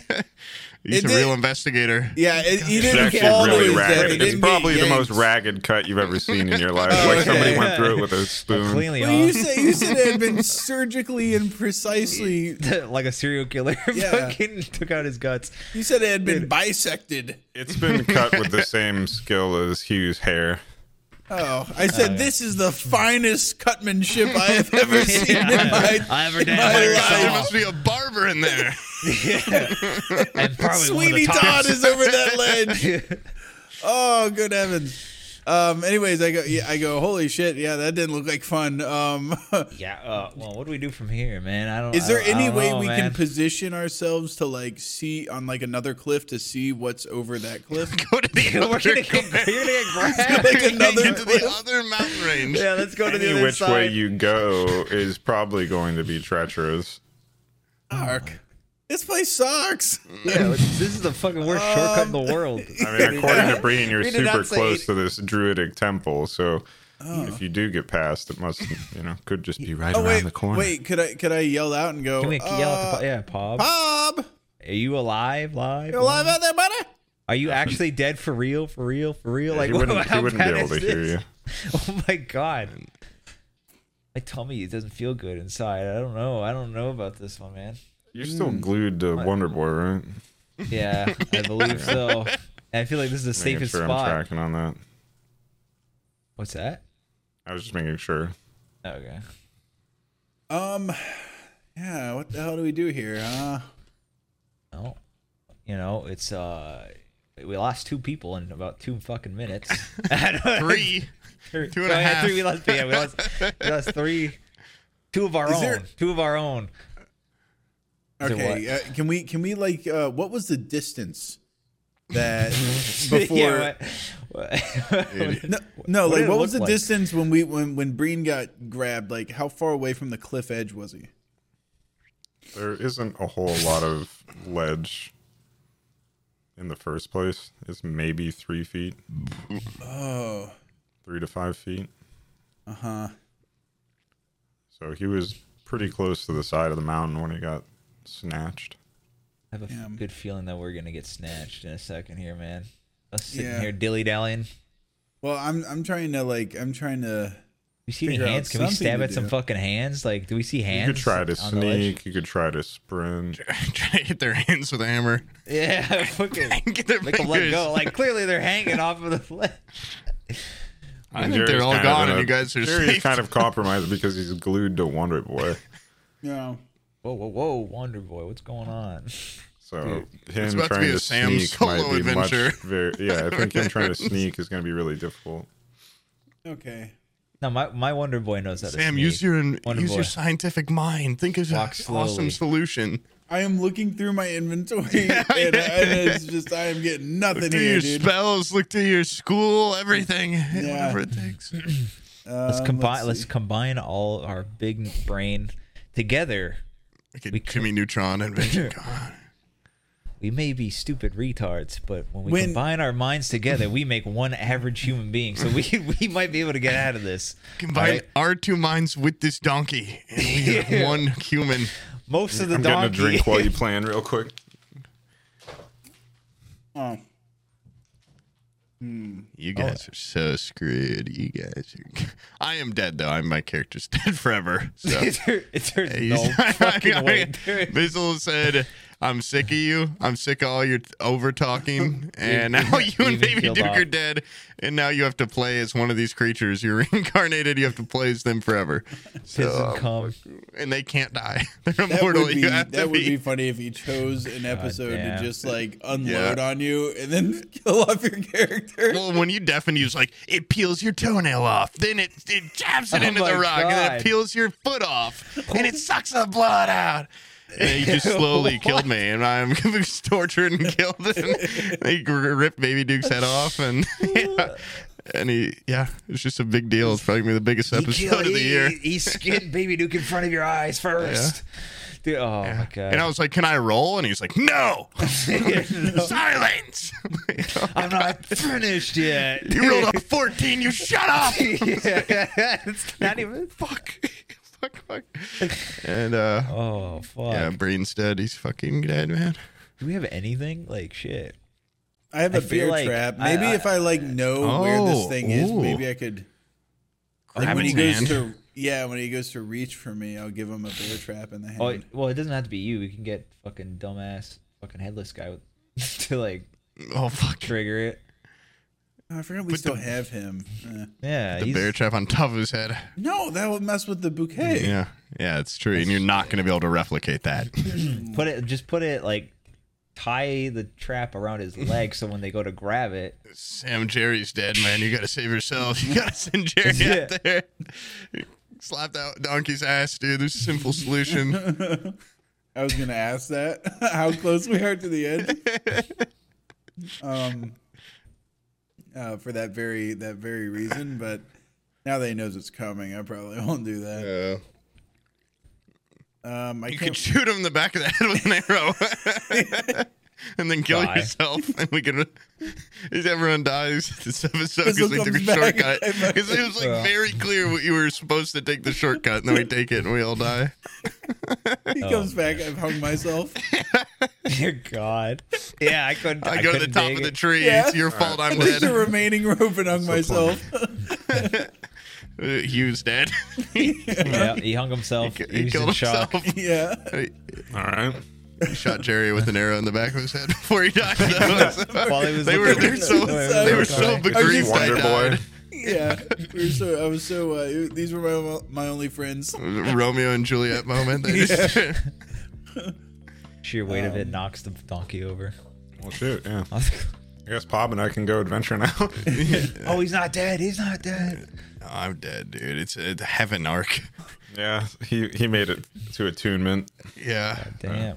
Speaker 2: He's
Speaker 1: it
Speaker 2: a
Speaker 1: did-
Speaker 2: real investigator.
Speaker 1: Yeah, it, he
Speaker 4: It's
Speaker 1: didn't
Speaker 4: actually
Speaker 1: fall to
Speaker 4: really
Speaker 1: his death. It
Speaker 4: ragged. It's
Speaker 1: didn't get
Speaker 4: probably the most
Speaker 1: yanked.
Speaker 4: ragged cut you've ever seen in your life.
Speaker 1: Oh,
Speaker 4: like somebody
Speaker 1: okay.
Speaker 4: went through it with a spoon.
Speaker 3: Cleanly
Speaker 1: Well, you
Speaker 3: off.
Speaker 1: say you said it had been surgically and precisely.
Speaker 3: [laughs] like a serial killer
Speaker 1: Yeah.
Speaker 3: fucking took out his guts.
Speaker 1: You said it had been bisected.
Speaker 4: It's been cut with the same skill as Hugh's hair.
Speaker 1: Oh,
Speaker 4: Uh,
Speaker 1: I said this is the finest
Speaker 4: [laughs]
Speaker 1: cutmanship I have ever seen [laughs] in my
Speaker 3: I ever
Speaker 1: in
Speaker 3: did.
Speaker 1: my
Speaker 2: God, there
Speaker 1: life.
Speaker 2: must be a barber in there. [laughs]
Speaker 1: [laughs]
Speaker 3: and probably
Speaker 1: Sweeney
Speaker 3: one of the
Speaker 1: Todd
Speaker 3: tops.
Speaker 1: is over
Speaker 3: [laughs]
Speaker 1: that ledge. oh, good heavens. Um, anyways, I go. Yeah, I go. Holy shit! Yeah, that didn't look like fun. Um, [laughs]
Speaker 3: yeah. Uh, well, what do we do from here, man? I don't.
Speaker 1: is
Speaker 3: I
Speaker 1: there
Speaker 3: don't- I
Speaker 1: any
Speaker 3: don't
Speaker 1: way
Speaker 3: know,
Speaker 1: we
Speaker 3: man.
Speaker 1: can position ourselves to like see on like another cliff to see what's over that
Speaker 3: [laughs]
Speaker 1: cliff? [laughs]
Speaker 2: [laughs] Go to the
Speaker 3: [laughs] We're
Speaker 2: other,
Speaker 3: gonna get, you're gonna get grabbed.
Speaker 1: like
Speaker 3: [laughs]
Speaker 1: another
Speaker 2: get to the other mountain range.
Speaker 3: yeah, let's go to the
Speaker 4: Any
Speaker 3: other
Speaker 4: which
Speaker 3: side.
Speaker 4: way you go is probably going to be treacherous.
Speaker 1: Ark. This place sucks.
Speaker 3: Yeah, this is the fucking worst shortcut in
Speaker 1: Um,
Speaker 3: the
Speaker 1: [laughs]
Speaker 3: world. [laughs]
Speaker 4: I mean, according to Breen, you're
Speaker 3: We did not
Speaker 4: super
Speaker 3: say-
Speaker 4: close to this druidic temple, so
Speaker 3: Oh.
Speaker 4: if you do get past, it must, you know, could just be right
Speaker 1: Oh
Speaker 4: around
Speaker 1: wait,
Speaker 4: the corner.
Speaker 1: wait. Could I could I yell out and go?
Speaker 3: Can we yell at the
Speaker 1: uh,
Speaker 3: po- yeah, Pob?
Speaker 1: Bob,
Speaker 3: Are you alive? Live?
Speaker 1: you alive out there, buddy?
Speaker 3: Are you actually dead for real? For real? For real? Like
Speaker 4: he
Speaker 3: [laughs]
Speaker 4: wouldn't, he
Speaker 3: how
Speaker 4: wouldn't be
Speaker 3: bad
Speaker 4: able to
Speaker 3: is
Speaker 4: hear
Speaker 3: this?
Speaker 4: you.
Speaker 3: [laughs] Oh my god. My tummy it doesn't feel good inside. I don't know. I don't know about this one, man.
Speaker 4: You're still
Speaker 3: Hmm.
Speaker 4: glued to Wonder Boy, right?
Speaker 3: Yeah, I
Speaker 4: [laughs]
Speaker 3: believe so. And I feel like this is the
Speaker 4: Making
Speaker 3: safest
Speaker 4: sure I'm
Speaker 3: spot.
Speaker 4: tracking on that.
Speaker 3: What's that?
Speaker 4: I was just making sure.
Speaker 3: Okay.
Speaker 1: Um, yeah. What the hell do we do here? Uh,
Speaker 3: Well, you know, it's uh we lost two people in about two
Speaker 1: [laughs]
Speaker 3: fucking minutes.
Speaker 2: Three. [laughs]
Speaker 3: three,
Speaker 2: two and a
Speaker 3: oh, yeah,
Speaker 2: half.
Speaker 3: Three, we lost, yeah, we lost, we lost three, two of our
Speaker 1: Is
Speaker 3: own,
Speaker 1: there-
Speaker 3: two of our own. [laughs] Is it
Speaker 1: Okay, uh, can we can we like uh, what was the distance
Speaker 3: [laughs]
Speaker 1: that before?
Speaker 3: Yeah,
Speaker 1: [laughs]
Speaker 3: what- what-
Speaker 1: No, no,
Speaker 3: What did
Speaker 1: like
Speaker 3: it
Speaker 1: what was
Speaker 3: look
Speaker 1: the
Speaker 3: like?
Speaker 1: distance when we when when Breen got grabbed? Like how far away from the cliff edge was he?
Speaker 4: There isn't a whole lot of ledge in the first place. It's maybe three feet. Oh. Three to five feet. Uh huh. So he was pretty close to the side of the mountain when he got snatched.
Speaker 3: [laughs] I have a f- good feeling that we're gonna get snatched in a second here, man. Us sitting
Speaker 1: Yeah.
Speaker 3: here dilly dallying.
Speaker 1: Well, I'm I'm trying to like I'm trying to.
Speaker 3: We see any
Speaker 1: Figure out
Speaker 3: hands? Can we
Speaker 1: something
Speaker 3: stab
Speaker 1: to
Speaker 3: at some
Speaker 1: do.
Speaker 3: fucking hands? Like, do we see
Speaker 4: You
Speaker 3: hands?
Speaker 4: could try to
Speaker 3: on the ledge?
Speaker 4: sneak. You could try to sprint.
Speaker 2: Try to hit their hands with a hammer.
Speaker 3: [laughs] Yeah, [laughs] fucking
Speaker 2: Get their
Speaker 3: make them let
Speaker 2: fingers.
Speaker 3: go. Like clearly they're hanging off of the [laughs] ledge.
Speaker 2: I think
Speaker 4: Jerry's
Speaker 2: they're all
Speaker 4: kind of
Speaker 2: gone
Speaker 4: in
Speaker 2: and
Speaker 4: a-
Speaker 2: you guys are
Speaker 4: Jerry's
Speaker 2: safe.
Speaker 4: kind of compromised because he's glued to Wonder Boy.
Speaker 1: You know,
Speaker 3: Whoa, whoa, whoa, Wonder Boy, what's going on? [laughs]
Speaker 4: So him
Speaker 2: about to
Speaker 4: trying
Speaker 2: be
Speaker 4: to,
Speaker 2: a Sam
Speaker 4: sneak
Speaker 2: Solo
Speaker 4: might be
Speaker 2: adventure.
Speaker 4: much very yeah. I think him
Speaker 2: [laughs]
Speaker 4: trying to sneak is going to be really difficult.
Speaker 1: okay.
Speaker 3: No, my, my Wonder Boy knows how
Speaker 2: [laughs]
Speaker 3: to
Speaker 2: Sam,
Speaker 3: sneak.
Speaker 2: use your
Speaker 3: Wonder
Speaker 2: use
Speaker 3: Boy.
Speaker 2: your scientific mind. Think of
Speaker 3: Walk
Speaker 2: an
Speaker 3: slowly.
Speaker 2: awesome solution.
Speaker 1: I am looking through my [laughs] inventory, and, and it's just I am getting nothing
Speaker 2: Look to
Speaker 1: here,
Speaker 2: your
Speaker 1: dude.
Speaker 2: spells. Look to your school. Everything. [laughs] Whatever it takes. uh,
Speaker 3: let's
Speaker 1: Um,
Speaker 3: combine
Speaker 1: let's
Speaker 3: let's,
Speaker 1: see.
Speaker 3: combine all our big brain together.
Speaker 2: Like a
Speaker 3: We
Speaker 2: Jimmy Neutron invention. God.
Speaker 3: We may be stupid retards, but when we
Speaker 1: When-
Speaker 3: combine our minds together, we make one average human being. So we [laughs] we might be able to get out of this.
Speaker 2: Combine
Speaker 3: Alright.
Speaker 2: our two minds with this donkey, and we [laughs] have one human.
Speaker 3: Most of the
Speaker 4: I'm getting a
Speaker 3: donkey. [laughs]
Speaker 4: drink while you plan real quick.
Speaker 1: Oh,
Speaker 2: You guys are so screwed. You guys are. I am dead though. I'm my character's [laughs] dead forever.
Speaker 3: [laughs]
Speaker 2: So. [laughs]
Speaker 3: There- there's
Speaker 2: He's- [laughs]
Speaker 3: no fucking way. There-
Speaker 2: Bizzle said, "I'm sick of you. I'm sick of all your over talking, and now [laughs] you
Speaker 3: even
Speaker 2: and Baby
Speaker 3: killed
Speaker 2: Duke
Speaker 3: off.
Speaker 2: are dead, and now you have to play as one of these creatures. You're [laughs] reincarnated. You have to play as them forever. Oh,
Speaker 3: Doesn't
Speaker 2: So,
Speaker 3: come.
Speaker 2: and they can't die. [laughs] They're
Speaker 1: that would
Speaker 2: immortal.
Speaker 1: be
Speaker 2: you have
Speaker 1: that
Speaker 2: to
Speaker 1: would be.
Speaker 2: be.
Speaker 1: funny if you chose an episode to
Speaker 3: damn.
Speaker 1: just like unload on you and then [laughs] kill off your character.
Speaker 2: Well, when you deafen, you like it peels your toenail off, then it it jabs it
Speaker 3: Oh
Speaker 2: into the
Speaker 3: my
Speaker 2: rock, and then
Speaker 3: God.
Speaker 2: it peels your foot off, and it sucks the blood
Speaker 3: [laughs]
Speaker 2: out. And you just slowly killed me, and I'm [laughs] tortured and killed.
Speaker 3: [laughs]
Speaker 2: And they r- ripped Baby Duke's head off, and [laughs] yeah, and he yeah, it's just a big deal. It's probably gonna be the biggest
Speaker 3: He
Speaker 2: episode
Speaker 3: killed-
Speaker 2: of the
Speaker 3: he-
Speaker 2: year.
Speaker 3: He, he skinned Baby Duke in front of
Speaker 2: [laughs]
Speaker 3: your eyes first. Dude, oh my god.
Speaker 2: And I was like, "Can I roll?" And he's like,
Speaker 3: [laughs]
Speaker 2: "No,
Speaker 3: No,
Speaker 2: silence." [laughs]
Speaker 3: I'm not finished yet.
Speaker 2: you rolled a fourteen. You shut up.
Speaker 3: [laughs] yeah, it's not even.
Speaker 2: fuck, [laughs] fuck, fuck. And uh,
Speaker 3: Oh fuck.
Speaker 2: yeah, Breen's dead. He's Uh, fucking dead, man.
Speaker 3: Do we have anything? Like shit.
Speaker 1: I have a
Speaker 3: I feel
Speaker 1: beer
Speaker 3: like
Speaker 1: trap.
Speaker 3: I-
Speaker 1: Maybe
Speaker 3: I-
Speaker 1: if I like know where this
Speaker 2: Oh,
Speaker 1: thing is,
Speaker 2: ooh.
Speaker 1: maybe I could. Like
Speaker 2: Grab
Speaker 1: when he
Speaker 2: his
Speaker 1: goes
Speaker 2: hand.
Speaker 1: to yeah, when he goes to reach for me, I'll give him a bear trap in the hand.
Speaker 3: Oh
Speaker 2: Mm.
Speaker 3: it- well, it doesn't have to be you. We can get fucking [laughs] dumbass, fucking headless guy with, to like
Speaker 2: Oh fuck.
Speaker 3: trigger it.
Speaker 1: Oh, I forgot we
Speaker 2: Put
Speaker 1: still
Speaker 2: the-
Speaker 1: have him. Eh.
Speaker 3: Yeah,
Speaker 2: The
Speaker 3: he's,
Speaker 2: bear trap on top of his head.
Speaker 1: No, that would mess with the bouquet.
Speaker 2: Yeah, yeah, it's true. And you're not going to be able to replicate that.
Speaker 3: put it just put it like tie the trap around
Speaker 2: [laughs]
Speaker 3: his leg so when they go to grab it [laughs]
Speaker 2: Sam Jerry's dead, man. You got to save yourself. You got to send Jerry
Speaker 3: Yeah.
Speaker 2: out there. Slap that donkey's ass, dude. There's a simple solution.
Speaker 1: I was gonna ask that. [laughs] How close we are to the edge.
Speaker 2: [laughs]
Speaker 1: um uh, for that very that very reason, but now that he knows it's coming, I probably won't do that.
Speaker 2: [laughs] Uh,
Speaker 1: Um I
Speaker 2: you
Speaker 1: can't
Speaker 2: could shoot him in the back of the head with an arrow, [laughs] and then kill
Speaker 3: Die.
Speaker 2: yourself. [laughs] And we could. If everyone dies, this episode
Speaker 1: This
Speaker 2: because
Speaker 1: one
Speaker 2: they took a
Speaker 1: comes back.
Speaker 2: shortcut. Because it was like
Speaker 3: Yeah.
Speaker 2: very clear what you were supposed to take the shortcut, and
Speaker 1: [laughs]
Speaker 2: then we take it and we all die.
Speaker 1: [laughs] he comes back, I've hung myself.
Speaker 3: dear god yeah i couldn't
Speaker 2: I, go to the
Speaker 3: couldn't
Speaker 2: top
Speaker 3: dig
Speaker 2: of the
Speaker 3: it.
Speaker 2: tree.
Speaker 1: Yeah.
Speaker 2: It's your fault.
Speaker 1: I
Speaker 2: I'm
Speaker 1: took the
Speaker 2: dead.
Speaker 1: remaining rope and hung myself.
Speaker 2: [laughs] Uh, Hugh's dead. [laughs]
Speaker 3: yeah he hung himself he,
Speaker 2: he
Speaker 3: was in
Speaker 2: killed
Speaker 3: shock
Speaker 1: [laughs]
Speaker 2: himself. [laughs]
Speaker 1: yeah.
Speaker 4: All right.
Speaker 2: He shot Jerry with an arrow in the back of his head [laughs] before he died. though.
Speaker 3: [laughs] while he was
Speaker 2: they were
Speaker 3: looking-
Speaker 2: they're so [laughs]
Speaker 1: Sorry.
Speaker 2: they were so
Speaker 3: Sorry.
Speaker 2: aggrieved. I
Speaker 4: Wonder Boy.
Speaker 2: died.
Speaker 1: Yeah. We were so I was so uh, these were my my only friends.
Speaker 2: Oh, Romeo and Juliet moment. They just- [laughs]
Speaker 3: sheer weight of
Speaker 2: Um,
Speaker 3: it knocks the donkey over
Speaker 4: Well, shoot. Yeah. I guess Bob and I can go adventure now.
Speaker 3: [laughs]
Speaker 4: [laughs]
Speaker 3: oh he's not dead he's not dead
Speaker 2: No, I'm dead, dude. It's a heaven arc. [laughs]
Speaker 4: yeah. He he made it to attunement.
Speaker 2: Yeah. Way
Speaker 3: damn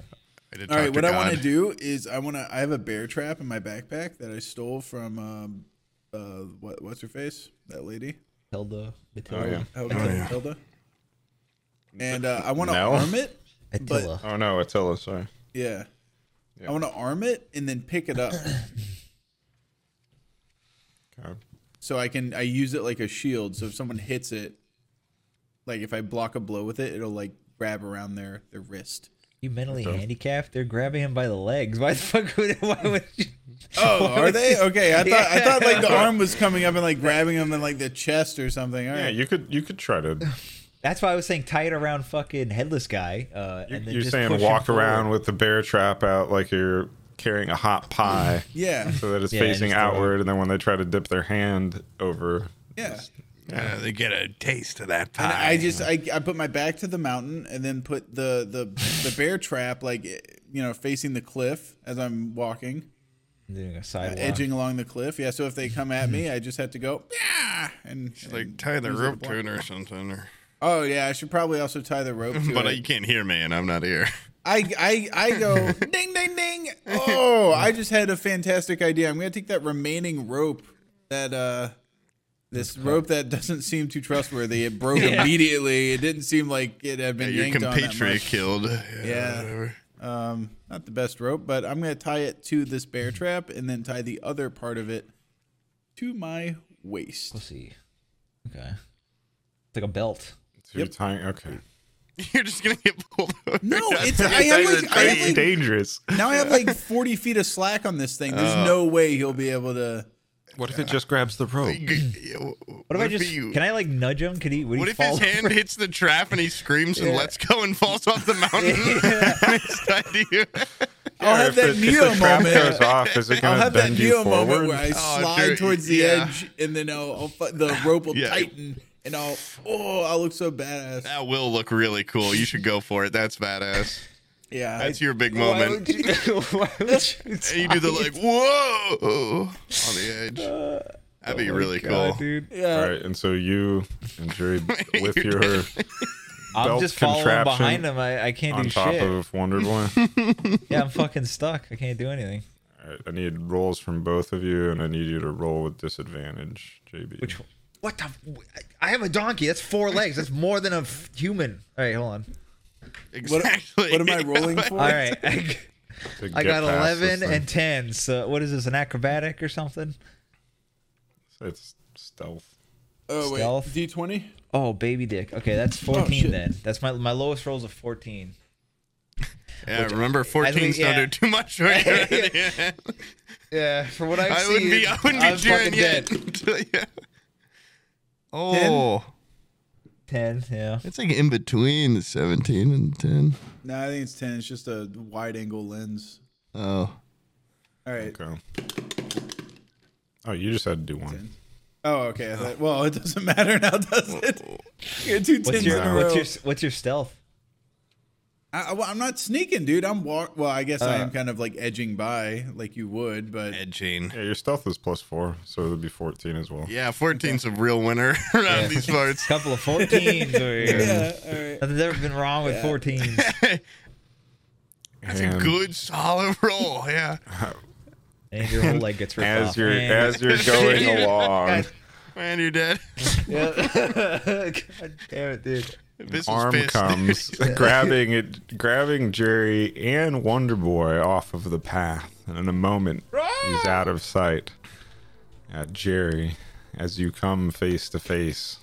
Speaker 2: to
Speaker 1: All
Speaker 2: talk
Speaker 1: right,
Speaker 2: to
Speaker 1: what I want to
Speaker 2: God.
Speaker 1: do is I want to. I have a bear trap in my backpack that I stole from um, uh, what what's her face? That lady,
Speaker 3: Hilda, Matilda,
Speaker 4: Oh yeah.
Speaker 1: Hilda. Hilda. And uh, I want to
Speaker 4: No.
Speaker 1: arm it.
Speaker 3: Attila.
Speaker 4: Oh no, Attila. Sorry.
Speaker 1: Yeah,
Speaker 4: Yeah.
Speaker 1: I want to arm it and then pick it up
Speaker 4: Okay.
Speaker 1: so I can I use it like a shield. So if someone hits it, like if I block a blow with it, it'll like grab around their their wrist.
Speaker 3: you mentally handicapped? They're grabbing him by the legs. Why the fuck would? Why would you?
Speaker 1: Oh, are they okay? I thought I thought like the arm was coming up and like grabbing them in like the chest or something. All
Speaker 4: Yeah,
Speaker 1: right.
Speaker 4: you could you could
Speaker 3: [laughs]
Speaker 4: try to.
Speaker 3: That's why I was saying tie it around fucking headless guy. Uh, and then
Speaker 4: You're
Speaker 3: just
Speaker 4: saying
Speaker 3: push
Speaker 4: walk
Speaker 3: him forward.
Speaker 4: around with the bear trap out like you're carrying a hot pie,
Speaker 1: Yeah.
Speaker 4: [laughs] so that
Speaker 3: [laughs]
Speaker 4: it's
Speaker 3: Yeah,
Speaker 4: facing
Speaker 3: just throw it.
Speaker 4: outward, and then when they try to dip their hand over,
Speaker 1: Yeah.
Speaker 2: Yeah, they get a taste of that pie.
Speaker 1: And I just I, I put my back to the mountain and then put the the the bear trap like eh, you know facing the cliff as I'm walking,
Speaker 3: Doing a sidewalk.
Speaker 1: edging along the cliff. Yeah, so if they come at
Speaker 4: [laughs]
Speaker 1: me, I just have to go yeah and,
Speaker 2: like
Speaker 1: and
Speaker 2: tie the
Speaker 1: use it to
Speaker 2: rope
Speaker 1: block.
Speaker 2: to it or
Speaker 1: [laughs]
Speaker 2: something. Or,
Speaker 1: Oh yeah, I should probably also tie the
Speaker 4: [laughs]
Speaker 1: rope. To
Speaker 2: but
Speaker 1: it.
Speaker 2: you can't hear me, and I'm not here.
Speaker 1: I, I, I go ding ding ding. Oh, I just had a fantastic idea. I'm gonna take that remaining rope that uh this rope that doesn't seem too trustworthy. It broke immediately. It didn't seem like it had been
Speaker 2: Your
Speaker 1: yanked on that
Speaker 2: compatriot
Speaker 1: much.
Speaker 2: killed.
Speaker 1: Yeah.
Speaker 2: whatever. [laughs]
Speaker 1: Um, not the best rope, but I'm gonna tie it to this bear trap and then tie the other part of it to my
Speaker 3: We'll
Speaker 1: waist.
Speaker 3: see. Okay. It's like a belt.
Speaker 4: too tying. Okay,
Speaker 2: You're just gonna get pulled over.
Speaker 1: No, it's
Speaker 2: You're
Speaker 1: I have
Speaker 2: tied to
Speaker 1: like
Speaker 2: the
Speaker 1: I
Speaker 2: tree.
Speaker 1: have
Speaker 4: it's
Speaker 1: like
Speaker 4: dangerous.
Speaker 1: now I have like 40 feet of slack on this thing. There's no way he'll be able to.
Speaker 4: What if it just grabs the rope?
Speaker 2: [laughs] Yeah, wh-
Speaker 3: What if I just?
Speaker 2: you-
Speaker 3: Can I like nudge him? Could he? Would
Speaker 2: What
Speaker 3: he
Speaker 2: if
Speaker 3: fall
Speaker 2: his hand
Speaker 3: over?
Speaker 2: hits the trap and he screams and lets go and falls
Speaker 1: [laughs]
Speaker 2: off the mountain? [laughs] Next idea.
Speaker 1: I'll have that Neo moment.
Speaker 4: goes off, is it
Speaker 1: I'll
Speaker 4: going to
Speaker 1: have that
Speaker 4: bend
Speaker 1: Neo
Speaker 4: you
Speaker 1: moment
Speaker 4: forward?
Speaker 1: where I
Speaker 2: Oh,
Speaker 1: slide
Speaker 2: sure,
Speaker 1: towards the
Speaker 2: yeah.
Speaker 1: edge, and then I'll, I'll fu-
Speaker 2: [laughs]
Speaker 1: the rope will
Speaker 2: Yeah.
Speaker 1: tighten, and I'll oh, I'll look so badass.
Speaker 2: That will look really cool. You should go for it. That's badass.
Speaker 1: Yeah, I-
Speaker 2: That's your big
Speaker 3: Why
Speaker 2: moment.
Speaker 3: would you? [laughs] Why would you? [laughs]
Speaker 2: And you do the like, whoa, on the edge. That'd be really
Speaker 3: oh God,
Speaker 2: cool.
Speaker 3: dude.
Speaker 1: yeah.
Speaker 4: All right, and so you and Jerry with your
Speaker 3: I'm
Speaker 4: Belt
Speaker 3: just following
Speaker 4: contraption
Speaker 3: behind him. I, I can't
Speaker 4: on
Speaker 3: do
Speaker 4: top
Speaker 3: shit.
Speaker 4: of Wonder Boy. All
Speaker 3: Yeah, I'm fucking stuck. I can't do anything.
Speaker 4: right, I need rolls from both of you, and I need you to roll with disadvantage, JB.
Speaker 3: Which? What the? I have a donkey. That's four legs. That's more than a f- human. All right, hold on.
Speaker 1: What,
Speaker 2: [laughs] Exactly.
Speaker 1: what am I rolling for?
Speaker 3: All right. I,
Speaker 4: to
Speaker 3: I
Speaker 4: get
Speaker 3: got
Speaker 4: past
Speaker 3: 11
Speaker 4: this thing.
Speaker 3: and 10. So what is this? An acrobatic or something?
Speaker 4: It's stealth.
Speaker 1: Oh wait,
Speaker 3: Stealth.
Speaker 1: D twenty.
Speaker 3: Oh, baby dick. Okay, that's
Speaker 1: Oh,
Speaker 3: 14
Speaker 1: shit.
Speaker 3: then. That's my my lowest rolls of 14.
Speaker 2: [laughs] Yeah, remember, 14's
Speaker 3: yeah.
Speaker 2: don't do too much for you. Yeah.
Speaker 3: Yeah, for what I've
Speaker 2: I wouldn't be. I wouldn't be doing [laughs] it. yeah. Oh,
Speaker 3: 10, yeah.
Speaker 2: it's like in between the 17 and 10.
Speaker 1: No, I think it's ten. It's just a wide angle lens.
Speaker 2: Oh.
Speaker 1: All right,
Speaker 4: Okay. Oh, you just had to do one.
Speaker 1: Oh, okay. I thought- well, it doesn't matter now, [laughs] does it? You're two
Speaker 3: What's
Speaker 1: tins
Speaker 3: your
Speaker 1: in a row.
Speaker 3: what's your what's your stealth?
Speaker 1: I, am not sneaking, dude. I'm walk. Well, I guess I
Speaker 3: Uh,
Speaker 1: am kind of like edging by, like you would, but
Speaker 2: Edging.
Speaker 4: Yeah, your stealth is plus four, so it'll be 14 as well.
Speaker 2: Yeah, 14's a real winner [laughs] around these parts.
Speaker 3: Couple of fourteens over here.
Speaker 1: yeah, all right.
Speaker 3: Nothing's ever been wrong with fourteens.
Speaker 4: That's
Speaker 2: Good solid roll. Yeah.
Speaker 3: And your whole leg gets ripped
Speaker 4: As
Speaker 3: off.
Speaker 4: you're
Speaker 3: And-
Speaker 4: as you're
Speaker 2: [laughs]
Speaker 4: going along,
Speaker 3: God,
Speaker 2: Man, you're dead. [laughs]
Speaker 3: yeah. God damn it, dude.
Speaker 2: This was [laughs]
Speaker 4: arm
Speaker 2: pissed.
Speaker 4: comes grabbing it, grabbing Jerry and Wonder Boy off of the path, and in a moment he's out of sight. At Jerry, as you come face
Speaker 2: [laughs]
Speaker 4: to face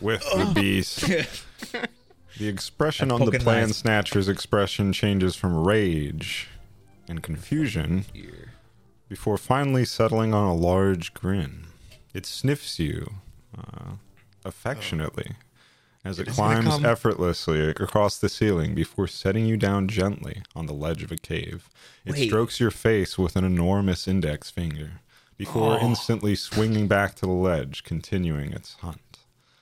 Speaker 4: with the beast, the expression on the
Speaker 3: poking
Speaker 4: plan
Speaker 3: knife.
Speaker 4: snatcher's expression changes from rage and confusion before finally settling on a large grin. It sniffs you uh, affectionately
Speaker 3: Oh.
Speaker 4: as it
Speaker 2: is gonna
Speaker 4: climbs
Speaker 2: come.
Speaker 4: effortlessly across the ceiling before setting you down gently on the ledge of a cave. It
Speaker 3: Wait.
Speaker 4: strokes your face with an enormous index finger before
Speaker 3: Oh.
Speaker 4: instantly swinging back to the ledge, continuing its
Speaker 3: [laughs]
Speaker 4: hunt.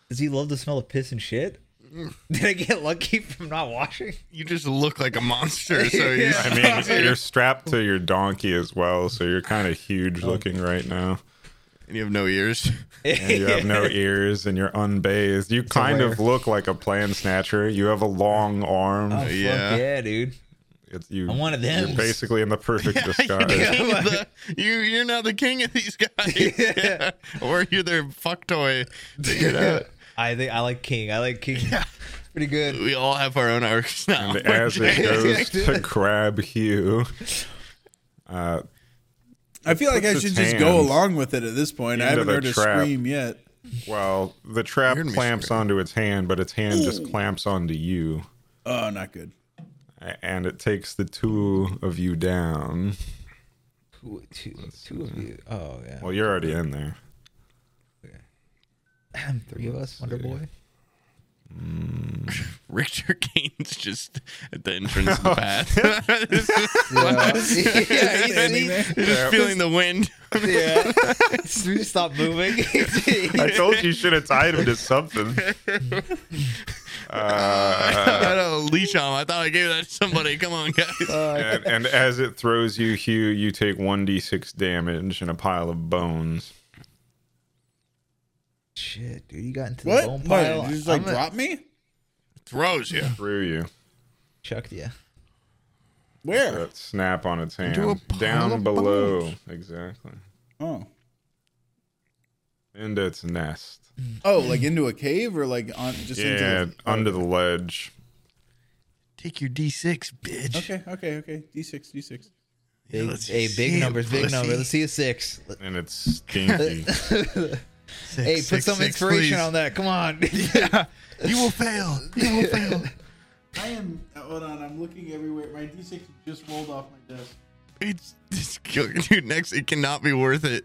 Speaker 3: Does he love the smell of piss and shit? [laughs] Did I get lucky from not washing?
Speaker 2: You just look like a monster. So he's
Speaker 4: I mean, you're strapped to your donkey as well, so you're kind of
Speaker 3: Oh.
Speaker 4: huge looking right
Speaker 3: [laughs]
Speaker 4: now.
Speaker 2: and you have no ears.
Speaker 4: and you have no ears and you're unbathed. You kind of
Speaker 3: rare.
Speaker 4: look like a plan snatcher. You have a long arm.
Speaker 3: Fuck
Speaker 2: Yeah.
Speaker 3: yeah, dude.
Speaker 4: It's, you,
Speaker 3: I'm one of them.
Speaker 4: You're basically in
Speaker 3: [laughs]
Speaker 4: the perfect
Speaker 2: [laughs] You're, the
Speaker 4: disguise.
Speaker 2: king of the, you, you're now the king of these
Speaker 3: [laughs]
Speaker 2: guys. Yeah. [laughs] Or you're their fuck toy. You know,
Speaker 3: I think I like King. I like King. Pretty good.
Speaker 2: [laughs] we all have our own arcs [laughs] now.
Speaker 4: [laughs] And as it
Speaker 2: [laughs]
Speaker 4: goes to grab Hugh, uh,
Speaker 1: I feel like I
Speaker 4: puts
Speaker 1: should
Speaker 4: its
Speaker 1: just go
Speaker 4: hands
Speaker 1: along with it at this point. I
Speaker 4: into
Speaker 1: haven't
Speaker 4: the
Speaker 1: heard a
Speaker 4: trap.
Speaker 1: scream yet.
Speaker 4: well, the trap
Speaker 2: You're gonna be
Speaker 4: clamps
Speaker 2: screwed.
Speaker 4: onto its hand, but its hand just clamps onto you.
Speaker 1: Oh, not good.
Speaker 4: a- And it takes the two of you down.
Speaker 3: Two, two, two of you. Oh yeah.
Speaker 4: Well, you're already in there.
Speaker 3: Three of us. Wonder Boy.
Speaker 2: Richter Kane's just at the entrance
Speaker 4: [laughs]
Speaker 2: of the path. [laughs] He's
Speaker 3: [laughs] yeah,
Speaker 1: Standing
Speaker 4: [laughs]
Speaker 1: there.
Speaker 2: just feeling the wind.
Speaker 3: yeah. [laughs] we just stopped moving.
Speaker 4: I told you you should have tied him to something.
Speaker 2: [laughs]
Speaker 4: Uh,
Speaker 2: I had a leash on. I thought I gave that to somebody. Come on,
Speaker 3: [laughs]
Speaker 2: guys.
Speaker 3: Uh,
Speaker 4: and, and as it throws you, Hugh, you take 1d6 damage and a pile of bones.
Speaker 3: Shit, dude, you got into the
Speaker 1: What?
Speaker 3: bone pile.
Speaker 1: What? You just like
Speaker 3: I'm gonna
Speaker 1: drop me?
Speaker 2: Throws you.
Speaker 4: Through you.
Speaker 3: chucked you.
Speaker 1: Where?
Speaker 4: That snap on its hand.
Speaker 2: Into a pile
Speaker 4: Down
Speaker 2: of
Speaker 4: below. Exactly.
Speaker 1: Oh,
Speaker 4: Into its nest.
Speaker 1: oh, like into a cave or like on just
Speaker 4: yeah,
Speaker 1: into.
Speaker 4: under the ledge.
Speaker 2: Take your D6, bitch.
Speaker 1: Okay, okay, okay. D six, D six.
Speaker 2: Yeah,
Speaker 3: Big,
Speaker 2: let's
Speaker 3: hey,
Speaker 2: see
Speaker 3: big
Speaker 2: it,
Speaker 3: numbers, big
Speaker 2: pussy.
Speaker 3: number. Let's see a six. Let-
Speaker 4: And it's stinky.
Speaker 2: Six,
Speaker 3: hey, put
Speaker 2: six,
Speaker 3: some
Speaker 2: six,
Speaker 3: inspiration
Speaker 2: please.
Speaker 3: on that. Come on. [laughs]
Speaker 2: You will fail. You will fail.
Speaker 1: I am. Hold on, I'm looking everywhere. My D six just rolled off my desk.
Speaker 2: It's, it's kill- dude. Next, it cannot be worth it.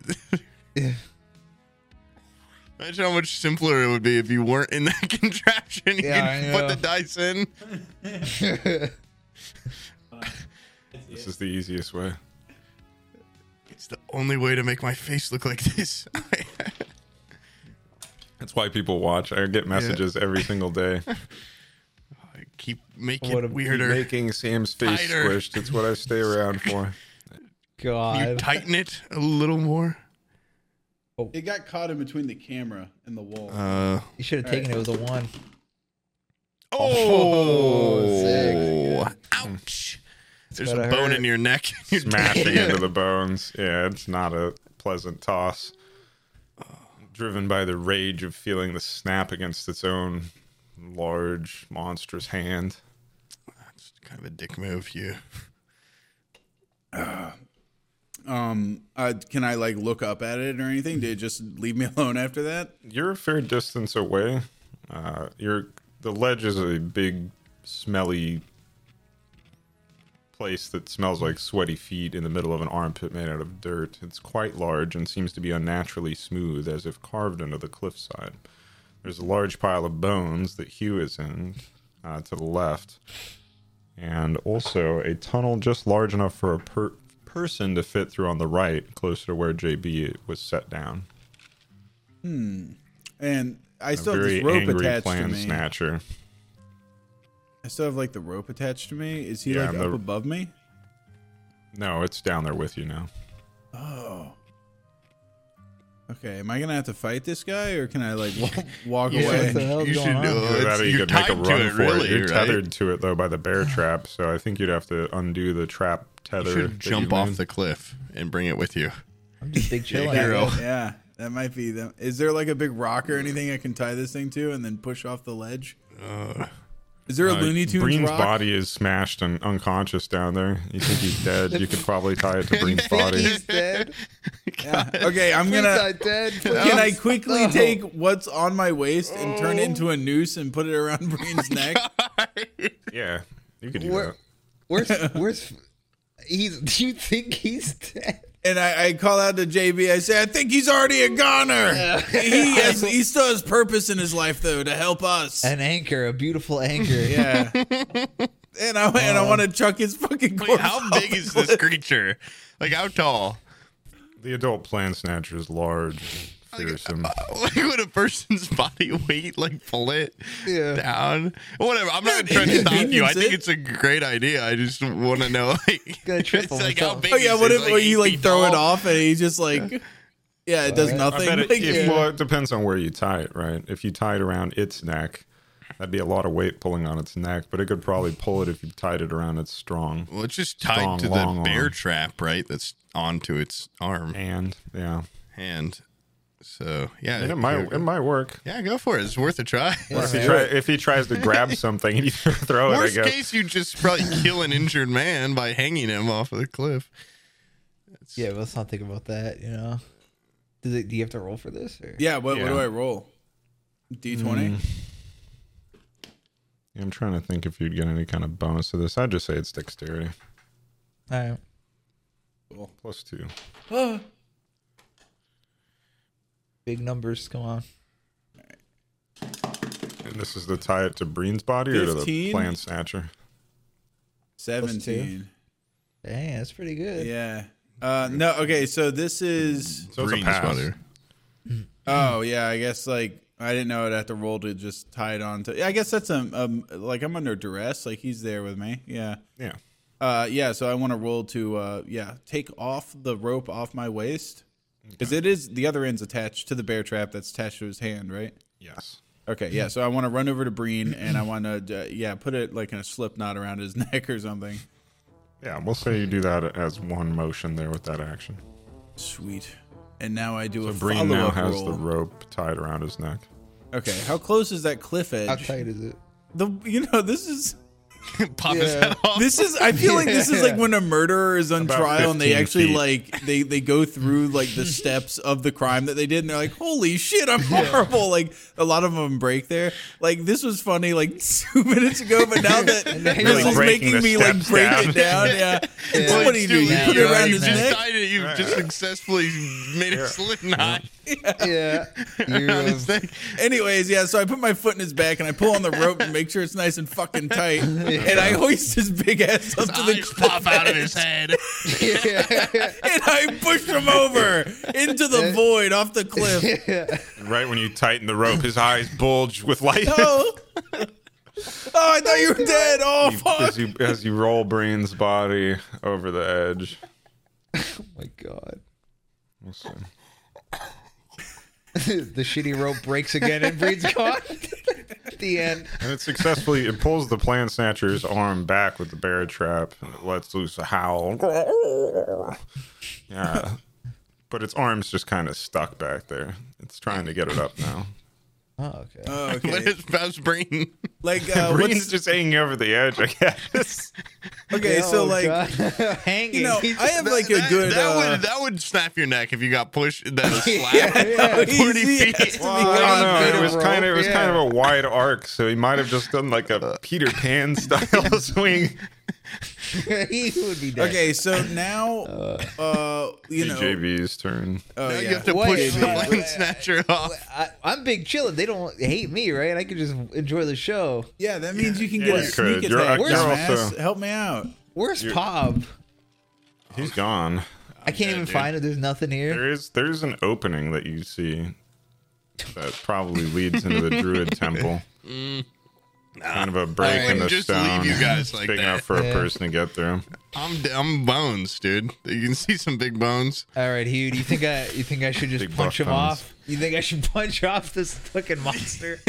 Speaker 2: [laughs] Imagine how much simpler it would be if you weren't in that [laughs] contraption. You
Speaker 3: Yeah,
Speaker 2: could
Speaker 3: I
Speaker 2: put
Speaker 3: know.
Speaker 2: the dice in.
Speaker 4: this is the easiest way.
Speaker 2: It's the only way to make my face look like this. [laughs]
Speaker 4: That's why people watch. I get messages every single day.
Speaker 2: I keep making
Speaker 3: What a-
Speaker 2: it weirder.
Speaker 4: Making Sam's face
Speaker 2: Tighter.
Speaker 4: squished. It's what I stay around for.
Speaker 2: You
Speaker 3: [laughs] God.
Speaker 2: tighten it a little more.
Speaker 1: It got caught in between the camera and the wall.
Speaker 4: Uh-huh.
Speaker 2: Uh,
Speaker 3: You should have taken it. It was a one.
Speaker 2: oh, ouch! There's a
Speaker 3: gotta
Speaker 2: bone
Speaker 3: hurt.
Speaker 2: in your neck. [laughs] You're
Speaker 4: smashing
Speaker 2: dead.
Speaker 4: into the bones. Yeah, it's not a pleasant toss. Driven by the rage of feeling the snap against its own large, monstrous hand.
Speaker 2: It's kind of a dick move, you.
Speaker 1: Um, uh, can I like look up at it or anything? Did it just leave me [laughs] alone after that?
Speaker 4: You're a fair distance away. Uh, you're the ledge is a big, smelly place that smells like sweaty feet in the middle of an armpit made out of dirt. It's quite large and seems to be unnaturally smooth, as if carved into the cliffside. There's a large pile of bones that Hugh is in uh, to the left, and also a tunnel just large enough for a per- person to fit through on the right, closer to where JB was set down.
Speaker 1: And I
Speaker 4: A
Speaker 1: still have
Speaker 4: very
Speaker 1: this rope
Speaker 4: angry
Speaker 1: attached to
Speaker 4: plan
Speaker 1: me.
Speaker 4: snatcher.
Speaker 1: I still have like the rope attached to me. Is he
Speaker 4: Yeah,
Speaker 1: like
Speaker 4: I'm
Speaker 1: up
Speaker 4: the-
Speaker 1: above me?
Speaker 4: No, it's down there with you now.
Speaker 1: Oh. Okay. Am I gonna have to fight this guy, or can I
Speaker 4: [laughs]
Speaker 1: like walk, walk
Speaker 2: Yeah,
Speaker 3: what
Speaker 2: [laughs]
Speaker 3: the
Speaker 1: away?
Speaker 3: hell is
Speaker 2: you should
Speaker 3: going on?
Speaker 2: do
Speaker 3: Either
Speaker 2: it.
Speaker 4: Either that or you
Speaker 2: You're
Speaker 4: could make a
Speaker 2: tied
Speaker 4: run
Speaker 2: to it,
Speaker 4: for
Speaker 2: really.
Speaker 4: it. You're
Speaker 2: right?
Speaker 4: tethered to it though by
Speaker 2: [sighs]
Speaker 4: the bear trap, so I think you'd have to undo the trap tether.
Speaker 2: You should
Speaker 4: that you
Speaker 2: jump off
Speaker 4: made.
Speaker 2: the cliff and bring it with you.
Speaker 3: I'm just big chilling.
Speaker 2: hero.
Speaker 1: Yeah, that might be them. Is there like a big rock or anything I can tie this thing to and then push off the ledge? Is there a
Speaker 4: Uh,
Speaker 1: Looney Tunes
Speaker 4: Breen's
Speaker 1: rock?
Speaker 4: body is smashed and unconscious down there. You think he's dead? You could probably
Speaker 1: [laughs]
Speaker 4: tie it to Breen's body.
Speaker 3: [laughs] He's dead.
Speaker 1: Yeah. [laughs] Okay, I'm
Speaker 3: He's
Speaker 1: gonna.
Speaker 3: not dead.
Speaker 1: [laughs] Can I
Speaker 3: please.
Speaker 1: quickly take what's on my waist and turn it into a noose and put it around [laughs] Breen's neck?
Speaker 4: Yeah, you could do
Speaker 3: Where,
Speaker 4: that.
Speaker 1: [laughs]
Speaker 3: where's where's he's? [laughs] Do you think he's dead?
Speaker 1: And I, I call out to JB. I say, I think he's already a goner. he has, he still has purpose in his life though to help us.
Speaker 3: An anchor, a beautiful
Speaker 1: [laughs]
Speaker 3: anchor.
Speaker 1: Yeah. and I and I want to chuck his fucking
Speaker 2: [laughs]
Speaker 1: corpse.
Speaker 2: Wait, how
Speaker 1: off
Speaker 2: big
Speaker 1: the [laughs]
Speaker 2: is this
Speaker 1: cliff.
Speaker 2: creature? Like how tall? [laughs]
Speaker 4: The adult plan snatcher is large, and fearsome.
Speaker 2: Like uh, would a person's body weight like pull it
Speaker 3: Yeah.
Speaker 2: down? Whatever. I'm not trying to stop you. I think it's a great idea. I just want to know [laughs] like,
Speaker 3: Gonna trip
Speaker 2: it's
Speaker 3: him
Speaker 2: like
Speaker 3: or
Speaker 2: how
Speaker 3: something.
Speaker 2: big
Speaker 1: Oh yeah,
Speaker 2: is
Speaker 1: what
Speaker 2: this?
Speaker 1: if or you
Speaker 2: eight
Speaker 1: like
Speaker 2: feet
Speaker 1: throw it
Speaker 2: tall?
Speaker 1: off and he's just like, [laughs] yeah, it does
Speaker 4: I
Speaker 1: nothing.
Speaker 4: bet
Speaker 1: [laughs]
Speaker 4: it,
Speaker 1: Like,
Speaker 4: if,
Speaker 1: yeah.
Speaker 4: well, it depends on where you tie it, right? If you tie it around its neck, that'd be a lot of weight pulling on its neck, but it could probably pull it if you tied it around its strong
Speaker 2: Well, it's just tied
Speaker 4: Strong,
Speaker 2: to the
Speaker 4: long
Speaker 2: bear
Speaker 4: arm.
Speaker 2: trap, right? That's onto its arm
Speaker 4: hand. Yeah,
Speaker 2: hand. So yeah,
Speaker 4: and it might it might work.
Speaker 2: yeah, go for it. It's worth a try.
Speaker 4: Or if, he try, if he tries
Speaker 2: [laughs]
Speaker 4: to grab something and you [laughs] throw it,
Speaker 2: Worst
Speaker 4: I guess.
Speaker 2: case, you just probably kill an injured man by hanging him off of the cliff.
Speaker 3: yeah. But let's not think about that. You know. Does it, do you have to roll for this? Or?
Speaker 1: yeah, what what
Speaker 4: Yeah.
Speaker 1: do I roll? D twenty.
Speaker 4: I'm trying to think if you'd get any kind of bonus to this. I'd just say it's dexterity
Speaker 3: All right.
Speaker 4: plus two.
Speaker 3: Big numbers. Come on.
Speaker 4: And this is the tie it to Breen's body or to the
Speaker 1: 15?
Speaker 4: plan snatcher.
Speaker 1: Seventeen.
Speaker 3: Dang, that's pretty good.
Speaker 1: Yeah. Uh, no. Okay. So this is.
Speaker 4: So it's a
Speaker 2: Green's
Speaker 4: pass.
Speaker 2: brother.
Speaker 1: Oh yeah. I guess like I didn't know I'd have to roll to just tie it on to. I guess that's a um like I'm under duress. Like he's there with me. Yeah.
Speaker 4: Yeah.
Speaker 1: Uh, yeah, so I want to roll to uh, yeah, take off the rope off my waist because it is the other end's attached to the bear trap that's attached to his hand, right?
Speaker 4: Yes.
Speaker 1: Okay, yeah. So I want to run over to Breen and I
Speaker 4: [clears throat]
Speaker 1: want to uh, yeah put it like in a slip knot around his [laughs] neck or something.
Speaker 4: Yeah, we'll say you do that as one motion there with that action.
Speaker 1: Sweet. And now I do a
Speaker 4: Breen now
Speaker 1: follow-up
Speaker 4: has
Speaker 1: roll.
Speaker 4: the rope tied around his neck.
Speaker 1: okay, how close is that cliff
Speaker 3: How
Speaker 1: edge?
Speaker 3: tight
Speaker 1: [laughs]
Speaker 3: is it?
Speaker 1: The you know this is
Speaker 2: [laughs] Pop his
Speaker 3: Yeah.
Speaker 2: head off.
Speaker 1: this is I feel like this is like
Speaker 3: Yeah.
Speaker 1: when a murderer is on
Speaker 4: About
Speaker 1: trial and they
Speaker 4: 15
Speaker 1: actually
Speaker 4: feet.
Speaker 1: like they they go through like the steps of the crime that they did and they're like holy shit I'm horrible like a lot of them break there like this was funny like [laughs] two minutes ago but now that
Speaker 3: now you're,
Speaker 1: this
Speaker 3: like,
Speaker 1: is
Speaker 4: breaking
Speaker 1: making
Speaker 4: the
Speaker 1: me like
Speaker 4: steps
Speaker 1: break
Speaker 4: down.
Speaker 1: it down yeah,
Speaker 3: Yeah.
Speaker 1: somebody
Speaker 2: It's
Speaker 1: do
Speaker 2: too
Speaker 1: you
Speaker 2: late.
Speaker 1: put it
Speaker 2: You're
Speaker 1: around
Speaker 2: right.
Speaker 1: his
Speaker 2: You just [laughs]
Speaker 1: neck
Speaker 2: tied it. You've just successfully made a slip knot
Speaker 3: Yeah. You're,
Speaker 2: around
Speaker 3: um,
Speaker 2: his
Speaker 1: [laughs]
Speaker 2: neck.
Speaker 1: anyways yeah so I put my foot in his back and I pull on the rope and make sure it's nice and fucking tight and I hoist his big ass up to the
Speaker 2: Eyes [laughs] pop out
Speaker 1: [laughs]
Speaker 2: of his head.
Speaker 3: yeah.
Speaker 1: and I pushed him over into the void off the cliff.
Speaker 4: Right when you tighten the rope, his eyes bulge
Speaker 1: [laughs]
Speaker 4: with light.
Speaker 1: Oh, oh I thought you were dead. Oh, fuck.
Speaker 4: as, you, as you roll Breen's body over the edge.
Speaker 3: Oh my god.
Speaker 4: We'll see.
Speaker 3: [laughs] the shitty rope breaks again and Breed's
Speaker 1: [laughs]
Speaker 3: gone. the end.
Speaker 4: And it successfully it pulls the plant snatcher's arm back with the bear trap and it lets loose
Speaker 1: [laughs]
Speaker 4: a howl. Yeah. But its arm's just kind of stuck back there. It's trying to get it up now.
Speaker 3: Oh, okay.
Speaker 1: Oh, [laughs]
Speaker 2: What
Speaker 1: okay.
Speaker 2: is Bob's brain?
Speaker 1: Like, uh,
Speaker 4: Breen's
Speaker 1: what's,
Speaker 4: just hanging over the edge, I guess.
Speaker 1: okay, so
Speaker 3: Oh,
Speaker 1: like,
Speaker 3: God. [laughs] hanging.
Speaker 1: you know,
Speaker 3: He's-
Speaker 1: I have like a
Speaker 2: that,
Speaker 1: good.
Speaker 2: that
Speaker 1: uh,
Speaker 2: would that would snap your neck if you got pushed that
Speaker 1: [laughs]
Speaker 2: slap
Speaker 1: yeah,
Speaker 2: forty
Speaker 1: easy
Speaker 2: [laughs] feet.
Speaker 1: ass.
Speaker 4: Well, I
Speaker 3: on
Speaker 4: don't know.
Speaker 3: a
Speaker 4: It was
Speaker 3: rope,
Speaker 4: kind of it was
Speaker 3: yeah.
Speaker 4: kind of a wide arc, so he might have just done like a Peter Pan style swing.
Speaker 3: [laughs] he would be dead.
Speaker 1: Okay, so
Speaker 3: [laughs]
Speaker 1: now, uh, you know,
Speaker 4: JB's turn.
Speaker 1: oh,
Speaker 2: Now
Speaker 1: yeah.
Speaker 2: You have to
Speaker 3: Wait,
Speaker 2: push the
Speaker 3: wait,
Speaker 2: line
Speaker 3: wait.
Speaker 2: snatcher off.
Speaker 3: I, I'm big chillin'. They don't hate me, right? I could just enjoy the show.
Speaker 1: yeah, that means you can
Speaker 4: Yeah,
Speaker 1: get a
Speaker 4: you
Speaker 1: sneak
Speaker 4: could. You're-
Speaker 1: attack.
Speaker 4: you're
Speaker 1: dumbass.
Speaker 4: also-
Speaker 1: Help me out.
Speaker 3: Where's Pob?
Speaker 4: He's gone.
Speaker 3: I can't even
Speaker 4: dude.
Speaker 3: find it. There's nothing here.
Speaker 4: There is there is an opening that you see that probably leads into the druid temple. kind of a break
Speaker 2: I
Speaker 4: in the
Speaker 2: just
Speaker 4: stone.
Speaker 2: leave you guys
Speaker 4: It's
Speaker 2: like
Speaker 4: big
Speaker 2: that.
Speaker 4: enough for
Speaker 3: Yeah.
Speaker 4: a person to get through.
Speaker 2: I'm I'm bones, dude. You can see some big bones.
Speaker 3: All right, Hugh. Do you think I? You think I
Speaker 2: [laughs]
Speaker 3: should just
Speaker 4: Big
Speaker 3: punch
Speaker 4: buff
Speaker 3: him
Speaker 4: thumbs.
Speaker 3: off? You think I should [laughs] punch off this fucking monster?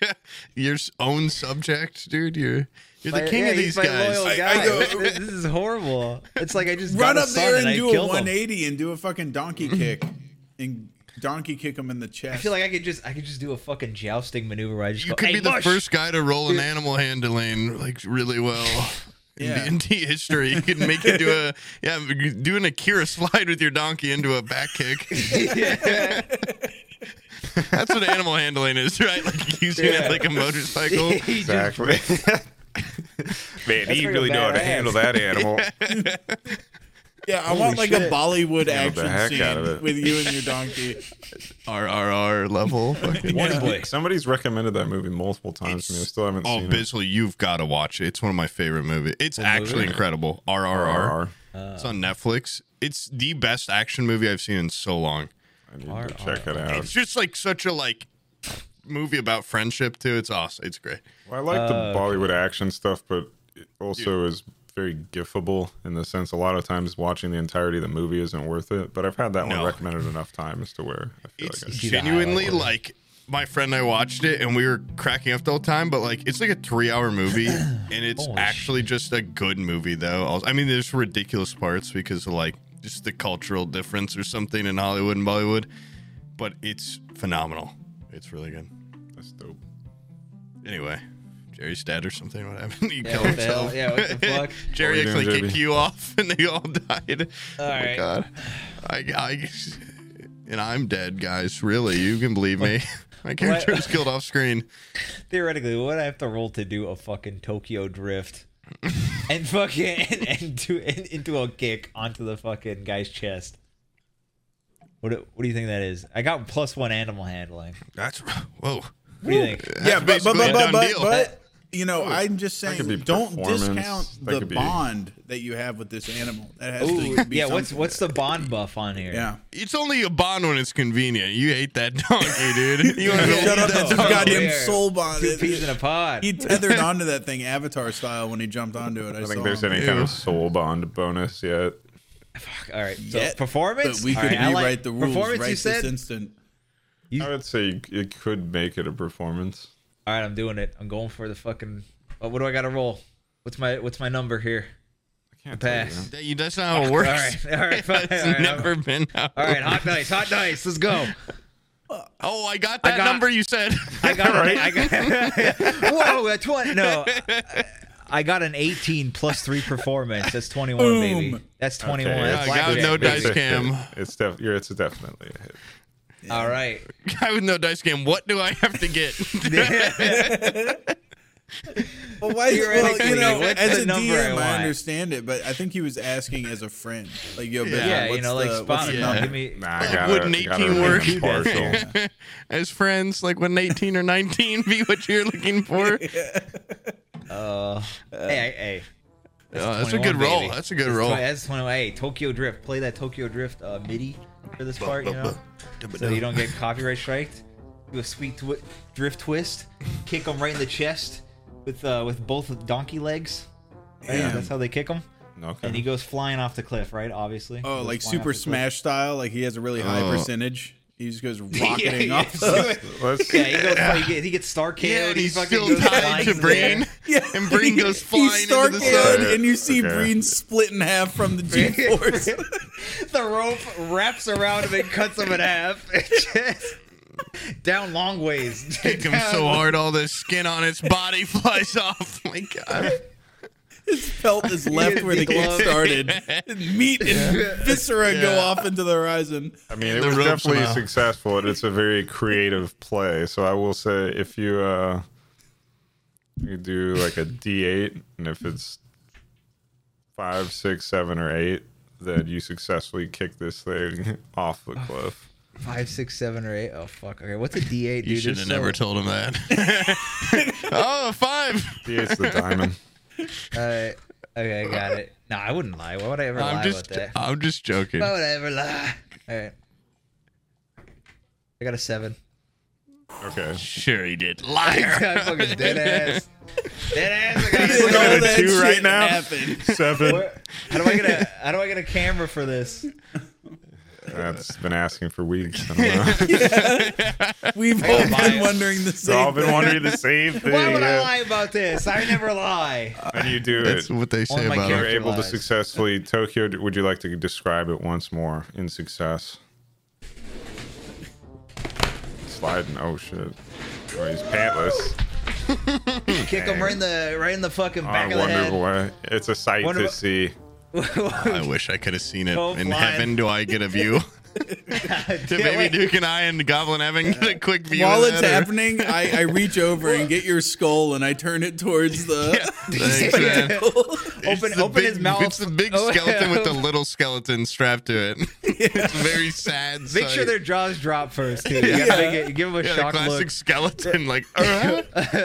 Speaker 2: [laughs] Your s- own subject, dude. You're you're [laughs] the
Speaker 3: My-
Speaker 2: king
Speaker 3: yeah,
Speaker 2: of
Speaker 3: he's
Speaker 2: these
Speaker 3: my
Speaker 2: guys.
Speaker 3: loyal
Speaker 2: I-
Speaker 3: guy.
Speaker 1: I go-
Speaker 3: this, this is horrible. It's like I just
Speaker 1: Run
Speaker 3: got a
Speaker 1: up
Speaker 3: son
Speaker 1: there and do a
Speaker 3: I killed him. Mm-hmm.
Speaker 1: 180 and do a fucking donkey kick and donkey kick him in the chest.
Speaker 3: I feel like I could just I could just do a fucking jousting maneuver where I just
Speaker 2: you
Speaker 3: go,
Speaker 2: could
Speaker 3: "Hey,
Speaker 2: be the
Speaker 3: mush!" [laughs]
Speaker 2: first guy to roll an animal handling like really
Speaker 3: [laughs]
Speaker 2: well.
Speaker 1: Yeah.
Speaker 2: In D&D history, you could make it do a [laughs] yeah, do an Akira slide with your donkey into a back
Speaker 3: [laughs]
Speaker 2: kick. That's what animal handling is, right? Like using
Speaker 3: Yeah.
Speaker 2: it like a
Speaker 3: [laughs]
Speaker 2: motorcycle.
Speaker 3: He just-
Speaker 4: [laughs] Exactly. Man,
Speaker 3: That's
Speaker 4: he
Speaker 3: like a
Speaker 4: really know how to
Speaker 3: badass.
Speaker 4: handle that animal.
Speaker 1: yeah, I want like a
Speaker 3: shit.
Speaker 1: Bollywood
Speaker 4: Nailed the
Speaker 1: action
Speaker 4: heck out of
Speaker 1: scene
Speaker 4: it.
Speaker 1: with you and your donkey.
Speaker 2: RRR
Speaker 3: [laughs]
Speaker 2: level. Fucking
Speaker 3: Wonder Boy.
Speaker 4: Somebody's recommended that movie multiple times to me. I still haven't
Speaker 2: Oh,
Speaker 4: seen
Speaker 2: Bisley, you've got to watch it. It's one of my favorite movies. It's
Speaker 3: Oh,
Speaker 2: actually incredible.
Speaker 4: it.
Speaker 2: RRR.
Speaker 4: RRR.
Speaker 2: It's on Netflix. It's the best action movie I've seen in so long.
Speaker 4: I need
Speaker 3: RRR.
Speaker 4: to check it out.
Speaker 2: It's just like such a like movie about friendship too. It's awesome. It's great.
Speaker 4: Well, I like the Bollywood action stuff, but it also is very gifable in the sense a lot of times watching the entirety of the movie isn't worth it. But I've had that
Speaker 2: No.
Speaker 4: one recommended enough times to where I feel
Speaker 2: It's
Speaker 4: like I
Speaker 3: see the
Speaker 2: genuinely
Speaker 3: highlight,
Speaker 2: like my friend and I watched it and we were cracking up the whole time, but like it's like a three hour
Speaker 3: [coughs]
Speaker 2: movie and it's
Speaker 3: Holy
Speaker 2: actually just a good movie though. Also- I mean, there's ridiculous parts because of like just the cultural difference or something in Hollywood and Bollywood, but it's phenomenal. It's really good.
Speaker 4: that's dope.
Speaker 2: Anyway, Jerry's dad or something, what happened? [laughs] He
Speaker 3: Yeah,
Speaker 2: killed
Speaker 3: what the hell?
Speaker 2: himself.
Speaker 3: Yeah,
Speaker 2: [laughs]
Speaker 3: what the fuck?
Speaker 2: Jerry
Speaker 4: What are you
Speaker 2: actually
Speaker 4: doing,
Speaker 2: kicked
Speaker 4: Jeremy?
Speaker 2: you off [laughs] and they all died. oh my
Speaker 3: right.
Speaker 2: god. I, I and I'm dead, guys. Really, you can believe me. [laughs] My character was killed off screen.
Speaker 3: Theoretically, what I have to roll to do a fucking Tokyo drift and fucking and, and do and, into a kick onto the fucking guy's chest. What do- what do you think that is? I got plus one animal handling.
Speaker 2: That's whoa.
Speaker 3: What do you think?
Speaker 2: That's
Speaker 1: yeah, but but
Speaker 2: basically
Speaker 1: but
Speaker 2: a
Speaker 1: but,
Speaker 2: done
Speaker 1: but,
Speaker 2: deal.
Speaker 1: but you know, I'm just
Speaker 4: could
Speaker 1: saying,
Speaker 4: be
Speaker 1: don't
Speaker 4: performance.
Speaker 1: discount
Speaker 4: That
Speaker 1: the
Speaker 4: could be-
Speaker 1: bond that you have with this animal. That has
Speaker 3: Ooh,
Speaker 1: to be
Speaker 3: yeah. What's
Speaker 1: something.
Speaker 3: what's the bond buff on here?
Speaker 1: yeah.
Speaker 2: it's only a bond when it's convenient. You hate that [laughs] donkey,
Speaker 3: [laughs]
Speaker 2: dude. You
Speaker 4: [laughs]
Speaker 2: want to
Speaker 1: Shut up!
Speaker 2: that
Speaker 1: That's
Speaker 3: that's
Speaker 1: his
Speaker 3: all
Speaker 1: goddamn
Speaker 3: weird.
Speaker 1: soul bond.
Speaker 3: Two peas in a pod.
Speaker 1: He tethered onto that thing Avatar style when he jumped onto it. I,
Speaker 4: I
Speaker 1: saw
Speaker 4: think there's
Speaker 1: him.
Speaker 4: any kind of soul bond bonus yet.
Speaker 3: Fuck, All right. So
Speaker 1: Yet,
Speaker 3: performance.
Speaker 1: But we
Speaker 3: All
Speaker 1: could
Speaker 3: right, I
Speaker 1: rewrite
Speaker 3: like-
Speaker 1: the rules
Speaker 3: Performance.
Speaker 1: right
Speaker 3: you
Speaker 1: this
Speaker 3: said.
Speaker 1: instant.
Speaker 4: I would say it could make it a performance.
Speaker 3: All right. I'm doing it. I'm going for the fucking. oh, what do I got to roll? What's my what's my number here?
Speaker 4: I can't
Speaker 3: Pass.
Speaker 4: tell you.
Speaker 2: [laughs] That- That's not how it works.
Speaker 3: All right. [laughs] All right. Fine.
Speaker 2: It's
Speaker 1: [laughs]
Speaker 3: All right.
Speaker 2: never
Speaker 3: I'm-
Speaker 2: been. How
Speaker 3: all right. Hot dice. Hot dice. Let's go.
Speaker 2: Oh, I got that
Speaker 3: got-
Speaker 2: number you said. [laughs]
Speaker 3: I got. I got. whoa. A twenty. No. I- I got an 18 plus three performance. That's 21, baby.
Speaker 1: Boom.
Speaker 3: That's 21.
Speaker 4: Okay,
Speaker 3: That's
Speaker 2: I got
Speaker 3: blackjack,
Speaker 2: no
Speaker 3: baby.
Speaker 2: dice cam.
Speaker 4: It's def- you're- it's definitely a hit.
Speaker 3: All right.
Speaker 2: Guy with no dice game. What do I have to
Speaker 3: [laughs]
Speaker 2: get?
Speaker 1: Well, why, well, you
Speaker 3: Theoretically,
Speaker 1: know,
Speaker 3: what's
Speaker 1: as
Speaker 3: the
Speaker 1: a
Speaker 3: number I
Speaker 1: DM, I,
Speaker 3: want?
Speaker 1: understand it, but I think he was asking as a friend, like, "Yo, Bill,
Speaker 3: Yeah, you
Speaker 1: what's
Speaker 3: know,
Speaker 1: the,
Speaker 3: like
Speaker 1: what's
Speaker 3: spot.
Speaker 1: the
Speaker 2: Yeah.
Speaker 3: no,
Speaker 1: number?
Speaker 3: Give me.
Speaker 4: Nah, I
Speaker 2: Like,
Speaker 4: gotta,
Speaker 2: wouldn't
Speaker 4: I gotta
Speaker 2: 18
Speaker 4: remain
Speaker 2: work?
Speaker 4: impartial.
Speaker 2: As friends, like when 18 or 19 be what you're looking
Speaker 3: [laughs]
Speaker 2: for?
Speaker 3: Uh, hey, hey.
Speaker 2: Oh, that's a good
Speaker 3: 21,
Speaker 2: roll.
Speaker 3: baby.
Speaker 2: That's a good roll.
Speaker 3: Tw- That's 21. Hey, Tokyo Drift. Play that Tokyo Drift uh, MIDI for this part, you know? So you don't get copyright striked. Do a sweet twi- drift twist. Kick them right in the chest with uh, with both donkey legs. Right?
Speaker 1: Yeah.
Speaker 3: That's how they kick him.
Speaker 4: Okay.
Speaker 3: And he goes flying off the cliff, right? Obviously. He
Speaker 1: Oh,
Speaker 3: goes
Speaker 1: like
Speaker 3: flying
Speaker 1: Super
Speaker 3: off the cliff.
Speaker 1: Smash style. Like he has a really high
Speaker 2: Oh.
Speaker 1: percentage. He just
Speaker 2: [laughs]
Speaker 1: goes
Speaker 3: [laughs] yeah,
Speaker 1: rocketing
Speaker 3: yeah,
Speaker 1: off.
Speaker 3: so- [laughs]
Speaker 4: Let's,
Speaker 3: yeah, he goes. He gets, he gets star KO'd.
Speaker 2: Yeah, and
Speaker 3: he
Speaker 2: he's
Speaker 3: fucking
Speaker 2: still
Speaker 3: goes
Speaker 2: tied
Speaker 3: flying
Speaker 2: to
Speaker 3: in the air. [laughs]
Speaker 2: Breen.
Speaker 1: Yeah,
Speaker 2: And Breen goes
Speaker 1: [laughs] He
Speaker 2: flying into the
Speaker 1: Starkad,
Speaker 2: sun.
Speaker 1: and you see
Speaker 4: Okay.
Speaker 1: Breen split in half from the
Speaker 2: [laughs]
Speaker 1: G force.
Speaker 3: [laughs] the rope wraps around him and cuts him in half. [laughs] Just down long ways. [laughs]
Speaker 2: Kick him so hard, all the skin on its body [laughs] flies off. my God.
Speaker 1: His felt is left where the kick
Speaker 3: Glove.
Speaker 1: started.
Speaker 2: [laughs]
Speaker 1: Meat and viscera go
Speaker 2: Yeah.
Speaker 1: off into the horizon.
Speaker 4: I mean, it
Speaker 2: the
Speaker 4: was
Speaker 2: ropes
Speaker 4: definitely
Speaker 2: somehow.
Speaker 4: successful, and it's a very creative play. So I will say, if you uh, you do like a D8, and if it's five, six, seven, or eight, then you successfully kick this thing [laughs] off the cliff.
Speaker 3: Five, six, seven, or eight. Oh fuck. Okay, what's a D eight, dude?
Speaker 2: You should
Speaker 3: There's
Speaker 2: have
Speaker 3: so-
Speaker 2: never told him
Speaker 3: [laughs]
Speaker 2: that. [laughs] oh, five.
Speaker 4: D8's the diamond.
Speaker 3: All right. Okay, I got it. No, I wouldn't lie. Why would I ever
Speaker 2: I'm
Speaker 3: lie
Speaker 2: just,
Speaker 3: about that?
Speaker 2: I'm just joking.
Speaker 3: Why would I ever lie? All right. I got a seven. [laughs]
Speaker 4: Okay.
Speaker 2: Sure, he did. Liar.
Speaker 3: I fucking dead ass. Dead ass. I got a
Speaker 2: [laughs]
Speaker 1: Look
Speaker 3: seven.
Speaker 1: at
Speaker 4: at a
Speaker 1: that
Speaker 4: two
Speaker 1: shit
Speaker 4: right now.
Speaker 1: happen.
Speaker 4: Seven.
Speaker 3: Where- How do I get a How do I get a camera for this?
Speaker 4: That's been asking for weeks. I don't know. [laughs]
Speaker 1: We've
Speaker 2: Oh,
Speaker 1: all been
Speaker 3: biased.
Speaker 1: wondering the
Speaker 4: We've
Speaker 1: same.
Speaker 4: all
Speaker 1: thing.
Speaker 4: been wondering the same thing.
Speaker 3: Why would I
Speaker 4: yeah.
Speaker 3: lie about this? I never lie.
Speaker 4: And you do
Speaker 2: That's
Speaker 4: it.
Speaker 2: what they say
Speaker 3: On my
Speaker 2: about
Speaker 4: You're
Speaker 2: him.
Speaker 3: character.
Speaker 4: able to
Speaker 3: lies.
Speaker 4: successfully Tokyo. d- Would you like to describe it once more in success? Sliding. Oh shit. Oh, he's pantless.
Speaker 3: Kick him right in the right in the fucking back of
Speaker 4: On
Speaker 3: the
Speaker 4: Wonder
Speaker 3: head.
Speaker 4: Boy. It's a sight
Speaker 3: Wonder
Speaker 4: to
Speaker 3: Bo-
Speaker 4: see.
Speaker 2: I wish I could have seen it.
Speaker 3: Don't
Speaker 2: In
Speaker 3: fly.
Speaker 2: heaven, do I get a view? [laughs] Do
Speaker 3: Damn
Speaker 2: Baby
Speaker 3: it.
Speaker 2: Duke and I and Goblin Evan get a quick view?
Speaker 1: While
Speaker 2: of
Speaker 1: it's
Speaker 2: that, or-
Speaker 1: happening, I, I reach over and get your skull and I turn it towards
Speaker 2: [laughs]
Speaker 1: the.
Speaker 2: Thanks, man. It's
Speaker 3: [laughs] open
Speaker 2: the
Speaker 3: open
Speaker 2: big-
Speaker 3: his mouth.
Speaker 2: It's the big
Speaker 3: Oh,
Speaker 2: skeleton with the little skeleton strapped to it. [laughs] it's very sad.
Speaker 3: Make sure
Speaker 2: sight.
Speaker 3: their jaws drop first
Speaker 2: [laughs]
Speaker 3: too. You gotta
Speaker 1: Yeah.
Speaker 3: make it, you give them a
Speaker 2: yeah, the
Speaker 3: shock
Speaker 2: classic
Speaker 3: look.
Speaker 2: skeleton, like uh,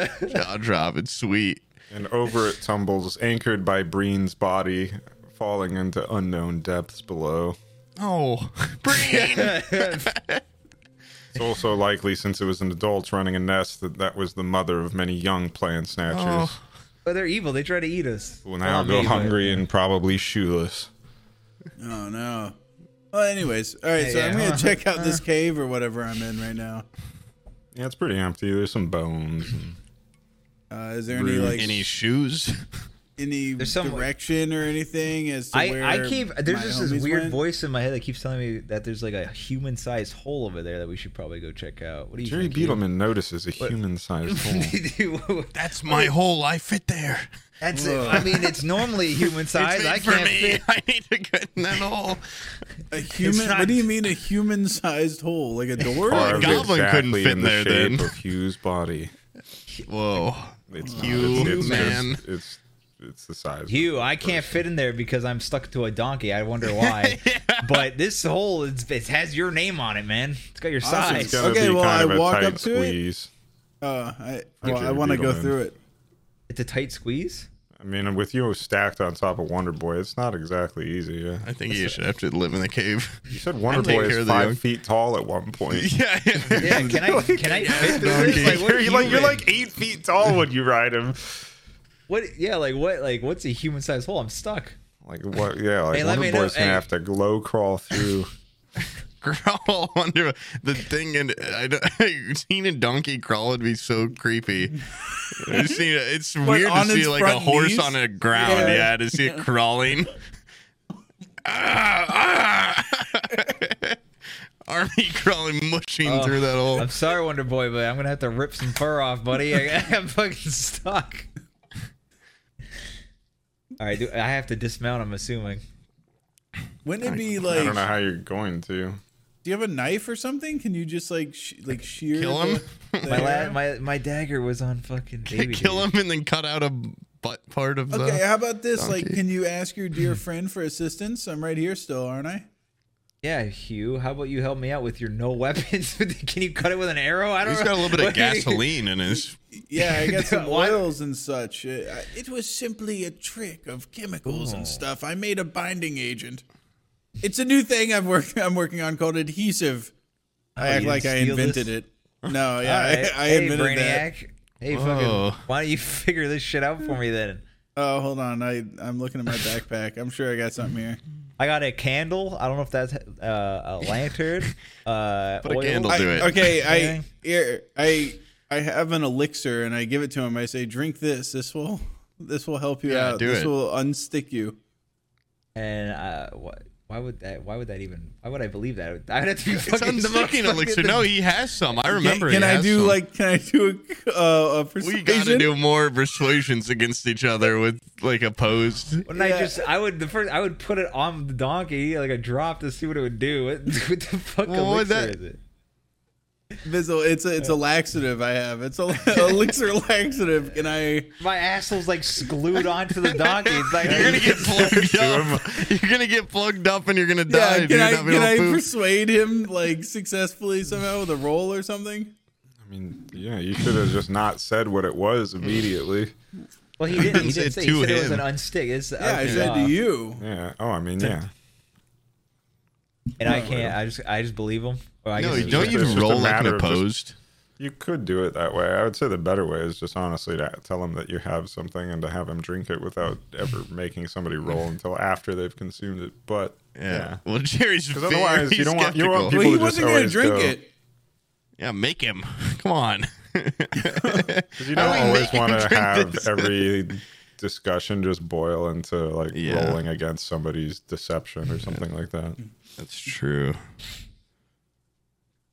Speaker 3: [laughs]
Speaker 2: jaw drop. It's sweet.
Speaker 4: And over it tumbles, anchored by Breen's body, falling into unknown depths below.
Speaker 3: [laughs]
Speaker 2: Oh, Breen.
Speaker 3: [laughs]
Speaker 4: It's also likely, since it was an adult running a nest, that that was the mother of many young plant snatchers.
Speaker 2: Oh.
Speaker 3: But they're evil. They try to eat us.
Speaker 4: Will now
Speaker 3: Well,
Speaker 4: go
Speaker 3: me, but-
Speaker 4: hungry and probably shoeless.
Speaker 1: Oh no. Well, anyways, all right. so
Speaker 3: yeah.
Speaker 1: I'm gonna check out
Speaker 3: [laughs]
Speaker 1: this cave or whatever I'm in right now.
Speaker 4: Yeah, it's pretty empty. There's some bones. and-
Speaker 1: Uh, is there any like
Speaker 2: Any shoes?
Speaker 1: any
Speaker 3: There's some-
Speaker 1: direction or anything as to where
Speaker 3: I, I keep there's
Speaker 1: my
Speaker 3: just this
Speaker 1: homies
Speaker 3: weird
Speaker 1: went?
Speaker 3: voice in my head that keeps telling me that there's like a human sized hole over there that we should probably go check out. What do you
Speaker 4: Jerry
Speaker 3: think? Hugh?
Speaker 4: Beetleman notices a human-sized hole.
Speaker 3: [laughs] Dude,
Speaker 2: That's my hole. I fit there.
Speaker 3: That's it. I mean, it's normally human
Speaker 2: It's
Speaker 3: size.
Speaker 2: made
Speaker 3: I
Speaker 2: for
Speaker 3: can't
Speaker 2: me.
Speaker 3: fit.
Speaker 2: [laughs] I need to get in that hole.
Speaker 1: A human?
Speaker 3: not-
Speaker 1: What do you mean a human-sized hole? Like a
Speaker 3: [laughs]
Speaker 1: door?
Speaker 2: Or-
Speaker 1: Like,
Speaker 4: Carved
Speaker 2: goblin couldn't fit
Speaker 4: in
Speaker 2: in
Speaker 4: the
Speaker 2: there,
Speaker 4: shape
Speaker 2: then.
Speaker 4: of Hugh's body.
Speaker 2: Whoa.
Speaker 4: It's
Speaker 2: You
Speaker 4: not, it's,
Speaker 2: man.
Speaker 4: It's, it's it's the size.
Speaker 3: Hugh, I can't fit in there because I'm stuck to a donkey. I wonder why. But this hole, it's, it has your name on it, man. It's got your
Speaker 1: Awesome.
Speaker 4: It's
Speaker 3: size.
Speaker 4: gonna
Speaker 1: Okay,
Speaker 4: be
Speaker 1: well,
Speaker 4: kind
Speaker 1: I
Speaker 4: of a
Speaker 1: walk
Speaker 4: tight
Speaker 1: up to it.
Speaker 4: squeeze.
Speaker 1: uh, I, well,
Speaker 4: Jerry
Speaker 1: I want to go
Speaker 4: Beetleman.
Speaker 1: through it.
Speaker 3: It's a tight squeeze.
Speaker 4: I mean, with you stacked on top of Wonder Boy, it's not exactly easy. Yeah.
Speaker 2: I think you should have to live in the cave.
Speaker 4: You said Wonder
Speaker 2: take
Speaker 4: Boy
Speaker 2: care
Speaker 4: is
Speaker 2: of the young-
Speaker 4: five feet tall at one point.
Speaker 2: [laughs]
Speaker 4: [laughs]
Speaker 2: yeah.
Speaker 3: Yeah, can I can I fit through this? Like, what
Speaker 4: you're, like, you're
Speaker 3: human-
Speaker 4: like eight feet tall when you ride him.
Speaker 3: what? Yeah, like what? Like what's a human sized hole? I'm stuck.
Speaker 4: Like what? Yeah, like
Speaker 3: Hey, let
Speaker 4: Wonder
Speaker 3: me know-
Speaker 4: Boy's gonna
Speaker 3: hey.
Speaker 4: have to glow crawl through.
Speaker 2: crawl under the thing and I don't, [laughs] seeing a donkey crawl would be so creepy.
Speaker 1: [laughs]
Speaker 2: I've seen it- it's weird to
Speaker 1: on
Speaker 2: see
Speaker 1: its
Speaker 2: like a
Speaker 1: front
Speaker 2: horse
Speaker 1: knees?
Speaker 2: on a ground. Yeah,
Speaker 1: Yeah.
Speaker 2: to see it crawling. [laughs] Ah, [laughs] ah. Army crawling, mushing
Speaker 1: Oh,
Speaker 2: through that hole.
Speaker 3: I'm sorry, Wonder Boy, but I'm gonna have to rip some fur off, buddy. I, [laughs] I'm fucking stuck. All right, do, I have to dismount. I'm assuming.
Speaker 1: Wouldn't it be
Speaker 4: I
Speaker 1: like?
Speaker 4: don't know how you're going to.
Speaker 1: Do you have a knife or something? Can you just like sh- like shear?
Speaker 2: Kill him,
Speaker 3: My la- my my dagger was on fucking baby.
Speaker 2: kill
Speaker 3: days.
Speaker 2: him, and then cut out a butt part of
Speaker 1: Okay,
Speaker 2: the.
Speaker 1: how about this? Like,
Speaker 2: donkey.
Speaker 1: can you ask your dear friend for assistance? I'm right here still, aren't I?
Speaker 3: Yeah, Hugh. How about you help me out with your no weapons? [laughs] Can you cut it with an arrow? I don't.
Speaker 2: He's
Speaker 3: know. [laughs]
Speaker 2: got a little bit
Speaker 1: [laughs]
Speaker 2: of
Speaker 3: What-
Speaker 2: gasoline in his.
Speaker 1: Yeah, I
Speaker 3: [laughs]
Speaker 1: got some
Speaker 3: Why-
Speaker 1: oils and such. It, I- it was simply a trick of chemicals and stuff. I made a binding agent. It's a new thing I'm working. [laughs] I'm working on called adhesive. I act
Speaker 3: you
Speaker 1: like I
Speaker 3: steal this?
Speaker 1: invented it.
Speaker 3: [laughs]
Speaker 1: No, yeah,
Speaker 3: All right.
Speaker 1: I, I
Speaker 3: hey,
Speaker 1: invented that.
Speaker 3: Brainiac. Hey,
Speaker 2: Whoa.
Speaker 3: fucking. Why don't you [laughs] figure this shit out for me then?
Speaker 1: Oh, hold on. I I'm looking at my backpack. I'm sure I got something here.
Speaker 3: I got a candle. I don't know if that's uh, a lantern. Uh,
Speaker 2: [laughs] Put a
Speaker 3: oil.
Speaker 2: candle-
Speaker 1: I,
Speaker 2: do it.
Speaker 3: [laughs]
Speaker 1: Okay, I
Speaker 3: Okay.
Speaker 1: here, I I have an elixir and I give it to him. I say, drink this. This will this will help you
Speaker 2: Yeah,
Speaker 1: out.
Speaker 2: do
Speaker 1: this
Speaker 2: it."
Speaker 1: will unstick you.
Speaker 3: And uh, what? Why would that? Why would that even? Why would I believe that? I would have to be
Speaker 2: It's
Speaker 1: [laughs]
Speaker 3: fucking
Speaker 2: unsticking
Speaker 3: fucking-
Speaker 2: elixir. No, he has some. I
Speaker 1: Can,
Speaker 2: remember.
Speaker 1: can
Speaker 2: he
Speaker 1: I
Speaker 2: has
Speaker 1: do
Speaker 2: some.
Speaker 1: like? Can I do a, uh, a persuasion?
Speaker 2: We gotta do more persuasions against each other with like opposed.
Speaker 3: Wouldn't I
Speaker 1: Yeah.
Speaker 3: just? I would the first. I would put it on the donkey like a drop to see what it would do. What, [laughs] what the fuck
Speaker 2: Well, what
Speaker 3: elixir
Speaker 2: that-
Speaker 3: is it?
Speaker 1: Bizzle, it's a it's a laxative I have. [laughs] It's a elixir laxative. Can I?
Speaker 3: My asshole's like glued onto the donkey. It's like
Speaker 2: You're gonna get [laughs] plugged up. You're gonna get plugged up, and you're gonna die.
Speaker 1: Yeah,
Speaker 2: if
Speaker 1: can
Speaker 2: you're
Speaker 1: I
Speaker 2: not
Speaker 1: can I
Speaker 2: able to poop.
Speaker 1: persuade him like successfully somehow with a roll or something?
Speaker 2: Mm.
Speaker 4: I mean, yeah, you should have just not said what it was immediately.
Speaker 3: Well, he didn't. He
Speaker 2: didn't
Speaker 3: did
Speaker 2: say
Speaker 3: say,
Speaker 2: to
Speaker 3: he said it was
Speaker 2: him.
Speaker 3: an unstick. It's
Speaker 1: Yeah, I
Speaker 3: okay,
Speaker 1: said
Speaker 3: uh,
Speaker 1: to you.
Speaker 4: Yeah. Oh, I mean, yeah.
Speaker 3: and I can't. I just, I just believe him. Or I
Speaker 2: No,
Speaker 3: guess
Speaker 2: you
Speaker 3: it's
Speaker 2: don't
Speaker 3: just-
Speaker 2: you
Speaker 4: it's just a
Speaker 2: roll like an
Speaker 4: matter of just-
Speaker 2: opposed?
Speaker 4: You could do it that way. I would say the better way is just honestly to tell him that you have something and to have him drink it without
Speaker 2: [laughs]
Speaker 4: ever making somebody roll until after they've consumed it. But
Speaker 2: Yeah. Well, Jerry's
Speaker 4: Because
Speaker 2: very
Speaker 4: otherwise, you don't want- you
Speaker 2: skeptical.
Speaker 4: don't want
Speaker 1: Well,
Speaker 4: People
Speaker 1: he
Speaker 4: just
Speaker 1: wasn't going to
Speaker 4: always
Speaker 1: drink
Speaker 4: go-
Speaker 1: it.
Speaker 2: Yeah, make him. [laughs] Come on.
Speaker 4: Because
Speaker 2: How do
Speaker 4: you don't
Speaker 2: we
Speaker 4: always
Speaker 2: make you
Speaker 4: want to
Speaker 2: drink
Speaker 4: have
Speaker 2: this? [laughs]
Speaker 4: every discussion just boil into like
Speaker 2: Yeah.
Speaker 4: rolling against somebody's deception or something like that.
Speaker 2: That's true.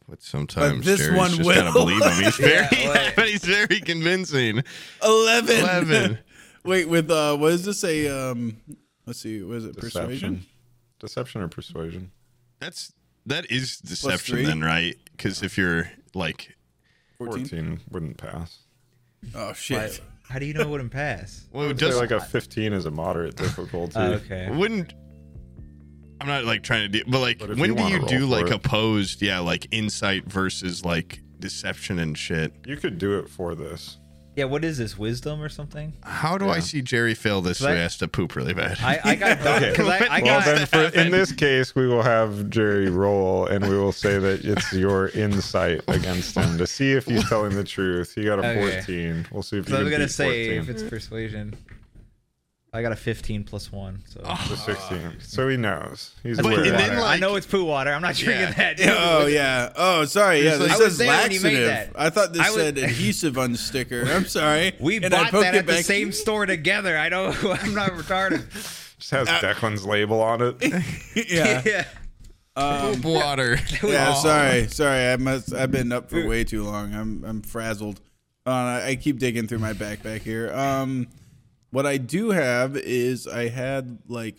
Speaker 2: But sometimes
Speaker 1: this
Speaker 2: Jerry's
Speaker 1: one
Speaker 2: just
Speaker 1: will.
Speaker 2: gotta believe him. He's very, [laughs]
Speaker 3: Yeah, like-
Speaker 2: but he's very convincing.
Speaker 1: 11.
Speaker 2: Eleven.
Speaker 1: [laughs] Wait, with uh, what is this? A um, let's see, what is it?
Speaker 4: Deception.
Speaker 1: Persuasion.
Speaker 4: Deception or persuasion?
Speaker 2: That's that is deception
Speaker 1: three?
Speaker 2: then, right? Because if you're like,
Speaker 1: 14?
Speaker 4: 14 wouldn't pass.
Speaker 1: Oh shit!
Speaker 3: How do you know it wouldn't pass?
Speaker 2: well, it
Speaker 4: Say
Speaker 2: Oh, does Uh,
Speaker 4: like a 15 is a moderate difficulty.
Speaker 3: Oh, okay.
Speaker 2: wouldn't. I'm not like trying to do, but like,
Speaker 4: But if
Speaker 2: when
Speaker 4: you
Speaker 2: do
Speaker 4: wanna
Speaker 2: you
Speaker 4: roll
Speaker 2: do
Speaker 4: for
Speaker 2: like
Speaker 4: it.
Speaker 2: opposed? Yeah, like insight versus like deception and shit.
Speaker 4: You could do it for this.
Speaker 3: Yeah, what is this wisdom or something?
Speaker 2: How do I see Jerry fail this? So
Speaker 3: But-
Speaker 2: he has to poop really bad. [laughs]
Speaker 3: I, I got
Speaker 4: Okay.
Speaker 3: because I, I
Speaker 4: [laughs] Well,
Speaker 3: got [laughs]
Speaker 4: then, for, in this case, we will have Jerry roll, and we will say that it's your insight against him to see if he's telling the truth. He got a
Speaker 3: Okay.
Speaker 4: 14. We'll see if
Speaker 3: So
Speaker 4: you
Speaker 3: I'm
Speaker 4: can
Speaker 3: gonna
Speaker 4: beat
Speaker 3: say
Speaker 4: 14.
Speaker 3: if it's persuasion, I got a 15 plus one. So
Speaker 1: Oh,
Speaker 4: The 16. So he knows. He's
Speaker 2: But
Speaker 4: aware.
Speaker 2: and
Speaker 4: of
Speaker 2: then,
Speaker 4: it.
Speaker 2: like-
Speaker 3: I know it's poo water. I'm not drinking that. dude. [laughs]
Speaker 1: Oh yeah. Oh sorry. Yeah,
Speaker 2: like-
Speaker 1: this
Speaker 2: I
Speaker 3: was
Speaker 1: says
Speaker 3: there when you made
Speaker 1: laxative.
Speaker 3: that.
Speaker 1: I thought this
Speaker 3: I was- [laughs]
Speaker 1: said adhesive on sticker. I'm sorry.
Speaker 3: We
Speaker 1: And I
Speaker 3: bought
Speaker 1: poked
Speaker 3: that
Speaker 1: it
Speaker 3: at the
Speaker 1: back-
Speaker 3: same store together. I know [laughs] I'm not retarded.
Speaker 4: just has
Speaker 3: uh,
Speaker 4: Declan's label on
Speaker 1: [laughs]
Speaker 4: it.
Speaker 3: [laughs]
Speaker 1: Yeah.
Speaker 3: [laughs] yeah.
Speaker 2: poop water.
Speaker 1: Yeah,
Speaker 2: Aw.
Speaker 1: sorry, sorry. I must. I've been up for way too long. I'm I'm frazzled. Uh, I I keep digging through my backpack here. Um, what I do have is I had like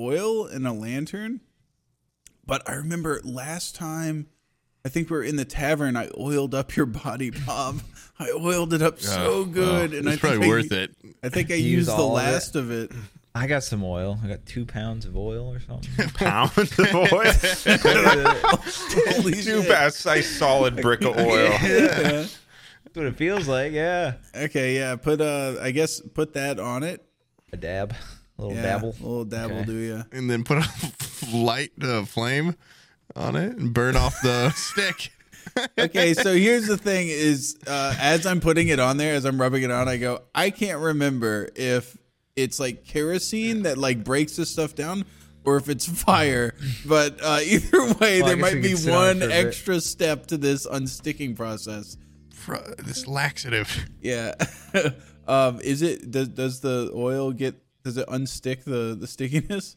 Speaker 1: oil and a lantern, but I remember last time. I think we were in the tavern. I oiled up your body, Bob. [laughs] I oiled it up so
Speaker 2: Oh,
Speaker 1: good,
Speaker 2: well,
Speaker 1: and
Speaker 2: it's
Speaker 1: I think
Speaker 2: probably
Speaker 1: I-
Speaker 2: worth it.
Speaker 1: I think I
Speaker 3: Use
Speaker 1: used the
Speaker 3: all of it.
Speaker 1: last of it. [laughs]
Speaker 3: I got some oil. I got two pounds of oil or something.
Speaker 4: Pound of oil.
Speaker 3: [laughs] That's
Speaker 1: Holy
Speaker 4: Two
Speaker 1: shit.
Speaker 4: best, I solid brick of oil.
Speaker 3: what it feels like. Yeah.
Speaker 1: [laughs] Okay, yeah. Put uh, I guess put that on it.
Speaker 3: A dab, a little
Speaker 1: Yeah,
Speaker 3: dabble.
Speaker 1: A little dabble,
Speaker 3: Okay.
Speaker 1: do ya?
Speaker 2: and then put a [laughs] light uh, flame on it and burn off the [laughs] stick.
Speaker 1: okay so here's the thing is uh, as i'm putting it on there as i'm rubbing it on i go i can't remember if it's like kerosene that like breaks this stuff down or if it's fire but uh, [laughs] either way
Speaker 3: Well, I
Speaker 1: there
Speaker 3: guess
Speaker 1: might
Speaker 3: we
Speaker 1: be
Speaker 3: could sit on it
Speaker 1: one
Speaker 3: for a bit.
Speaker 1: extra step to this unsticking process
Speaker 2: Fr- This laxative.
Speaker 1: yeah [laughs] um, is it does, does the oil get does it unstick the the stickiness